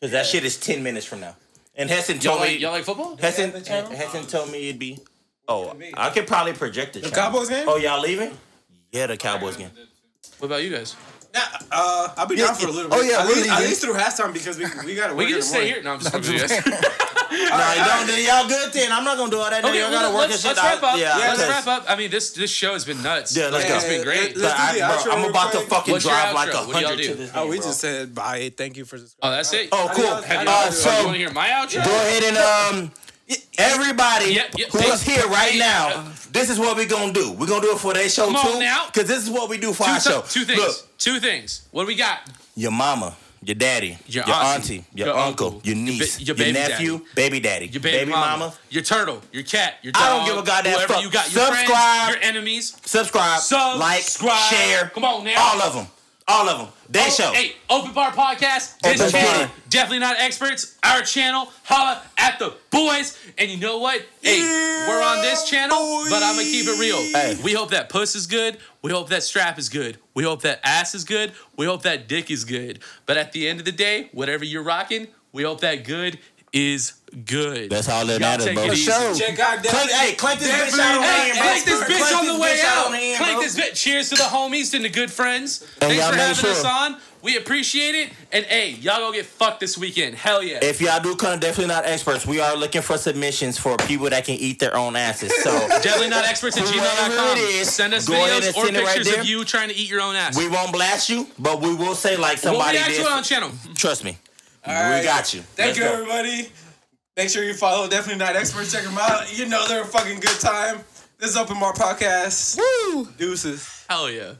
[SPEAKER 1] Because that shit is ten minutes from now. And Hessen
[SPEAKER 2] y'all,
[SPEAKER 1] told
[SPEAKER 2] like,
[SPEAKER 1] me.
[SPEAKER 2] y'all like football?
[SPEAKER 1] Hessen,
[SPEAKER 5] the channel?
[SPEAKER 1] Hessen told me it'd be. Oh, I could probably project it. The
[SPEAKER 3] Cowboys game?
[SPEAKER 1] Oh, y'all leaving? Yeah, the Cowboys game.
[SPEAKER 2] What about you guys?
[SPEAKER 5] Nah, uh, I'll be down for a little bit.
[SPEAKER 4] Oh, yeah,
[SPEAKER 5] at
[SPEAKER 4] we're
[SPEAKER 5] least, at
[SPEAKER 4] leaving.
[SPEAKER 5] least through halftime because we we got to
[SPEAKER 2] We can just stay here. No, I'm just fucking with you guys.
[SPEAKER 1] Nah, you don't, then y'all good then. I'm not gonna do all that.
[SPEAKER 2] Okay,
[SPEAKER 1] y'all
[SPEAKER 2] well,
[SPEAKER 1] gotta work
[SPEAKER 2] let's,
[SPEAKER 1] and shit.
[SPEAKER 2] let's wrap
[SPEAKER 1] I-
[SPEAKER 2] up.
[SPEAKER 1] Yeah,
[SPEAKER 2] let's
[SPEAKER 1] okay.
[SPEAKER 2] wrap up. I mean, this this show has been nuts.
[SPEAKER 1] Yeah, let's
[SPEAKER 2] Like,
[SPEAKER 1] go.
[SPEAKER 2] It's been great.
[SPEAKER 1] But I,
[SPEAKER 5] Let's do
[SPEAKER 1] bro,
[SPEAKER 5] the outro
[SPEAKER 1] I'm
[SPEAKER 5] real
[SPEAKER 1] about to
[SPEAKER 5] quick.
[SPEAKER 1] fucking
[SPEAKER 2] What's your
[SPEAKER 1] drive
[SPEAKER 2] outro?
[SPEAKER 1] like a
[SPEAKER 2] What do y'all
[SPEAKER 1] hundred
[SPEAKER 2] do?
[SPEAKER 1] to this.
[SPEAKER 3] Oh, we
[SPEAKER 1] bro.
[SPEAKER 3] just said bye. Thank you for subscribing.
[SPEAKER 2] Oh, that's it.
[SPEAKER 1] Oh, cool.
[SPEAKER 5] Adios,
[SPEAKER 2] Have
[SPEAKER 1] Have
[SPEAKER 2] you,
[SPEAKER 1] uh,
[SPEAKER 2] so, you
[SPEAKER 1] so
[SPEAKER 2] want to hear my outro?
[SPEAKER 1] Go ahead and um, everybody
[SPEAKER 2] Yep, yep.
[SPEAKER 1] who's
[SPEAKER 2] Hey,
[SPEAKER 1] here right
[SPEAKER 2] hey, uh,
[SPEAKER 1] now, this is what we gonna do. We're gonna do it for their show
[SPEAKER 2] Come on
[SPEAKER 1] too,
[SPEAKER 2] now.
[SPEAKER 1] because this is what we do for
[SPEAKER 2] Two,
[SPEAKER 1] our show.
[SPEAKER 2] thi- two things.
[SPEAKER 1] Look,
[SPEAKER 2] Two things. What do we got?
[SPEAKER 1] your mama, your daddy,
[SPEAKER 2] Your
[SPEAKER 1] your,
[SPEAKER 2] auntie,
[SPEAKER 1] auntie, your,
[SPEAKER 2] your
[SPEAKER 1] uncle,
[SPEAKER 2] uncle,
[SPEAKER 1] your
[SPEAKER 2] your ba-
[SPEAKER 1] niece,
[SPEAKER 2] your
[SPEAKER 1] your,
[SPEAKER 2] baby
[SPEAKER 1] nephew, baby daddy,
[SPEAKER 2] Your baby, mama, your turtle, your cat, your dog.
[SPEAKER 1] I don't give a goddamn
[SPEAKER 2] whoever
[SPEAKER 1] fuck.
[SPEAKER 2] you got, your
[SPEAKER 1] Subscribe.
[SPEAKER 2] friends, your enemies.
[SPEAKER 1] Subscribe, like,
[SPEAKER 2] Subscribe.
[SPEAKER 1] share.
[SPEAKER 2] Come on now. Oh,
[SPEAKER 1] all of them, all of them. Their show.
[SPEAKER 2] Hey, Open Bar Podcast, this
[SPEAKER 1] Open
[SPEAKER 2] channel,
[SPEAKER 1] Bar.
[SPEAKER 2] definitely not experts, our channel, holla at the boys. And you know what? Hey, we're on this channel, but I'm going to keep it real.
[SPEAKER 1] Hey.
[SPEAKER 2] We hope that puss is good. We hope that strap is good. We hope that ass is good. We hope that dick is good. But at the end of the day, whatever you're rocking, we hope that good is good.
[SPEAKER 1] That's all that
[SPEAKER 2] Y'all
[SPEAKER 1] matters,
[SPEAKER 2] take
[SPEAKER 1] bro.
[SPEAKER 2] it
[SPEAKER 1] For
[SPEAKER 2] easy.
[SPEAKER 4] Show.
[SPEAKER 5] Check out that.
[SPEAKER 1] Clank- hey, clank this bitch
[SPEAKER 5] Definitely
[SPEAKER 1] out on
[SPEAKER 5] not
[SPEAKER 1] hand, bro.
[SPEAKER 2] Hey, click this bitch on the way
[SPEAKER 1] out
[SPEAKER 2] out.
[SPEAKER 1] on hand,
[SPEAKER 2] Click
[SPEAKER 1] bro.
[SPEAKER 2] this bitch. Cheers to the homies and the good friends. Thanks
[SPEAKER 1] y'all
[SPEAKER 2] for
[SPEAKER 1] make
[SPEAKER 2] having
[SPEAKER 1] sure-
[SPEAKER 2] us on. We appreciate it. And hey, y'all gonna get fucked this weekend. Hell yeah.
[SPEAKER 1] If y'all do come, definitely not experts. We are looking for submissions for people that can eat their own asses. So
[SPEAKER 2] Definitely not experts at
[SPEAKER 1] Whoever it
[SPEAKER 2] gmail.com.
[SPEAKER 1] is,
[SPEAKER 2] Send us
[SPEAKER 1] go ahead
[SPEAKER 2] videos
[SPEAKER 1] and
[SPEAKER 2] or
[SPEAKER 1] send it right
[SPEAKER 2] pictures
[SPEAKER 1] there.
[SPEAKER 2] of you trying to eat your own ass.
[SPEAKER 1] we won't blast you, but we will say like
[SPEAKER 2] we'll
[SPEAKER 1] somebody
[SPEAKER 2] react to
[SPEAKER 1] did.
[SPEAKER 2] it on channel.
[SPEAKER 1] Trust me,
[SPEAKER 5] right.
[SPEAKER 1] we got you.
[SPEAKER 5] Thank
[SPEAKER 1] Let's
[SPEAKER 5] you,
[SPEAKER 1] go.
[SPEAKER 5] everybody. Make sure you follow Definitely Not Experts. Check them out. You know they're a fucking good time. This is Open Bar Podcast.
[SPEAKER 4] Woo!
[SPEAKER 5] Deuces.
[SPEAKER 2] Hell yeah.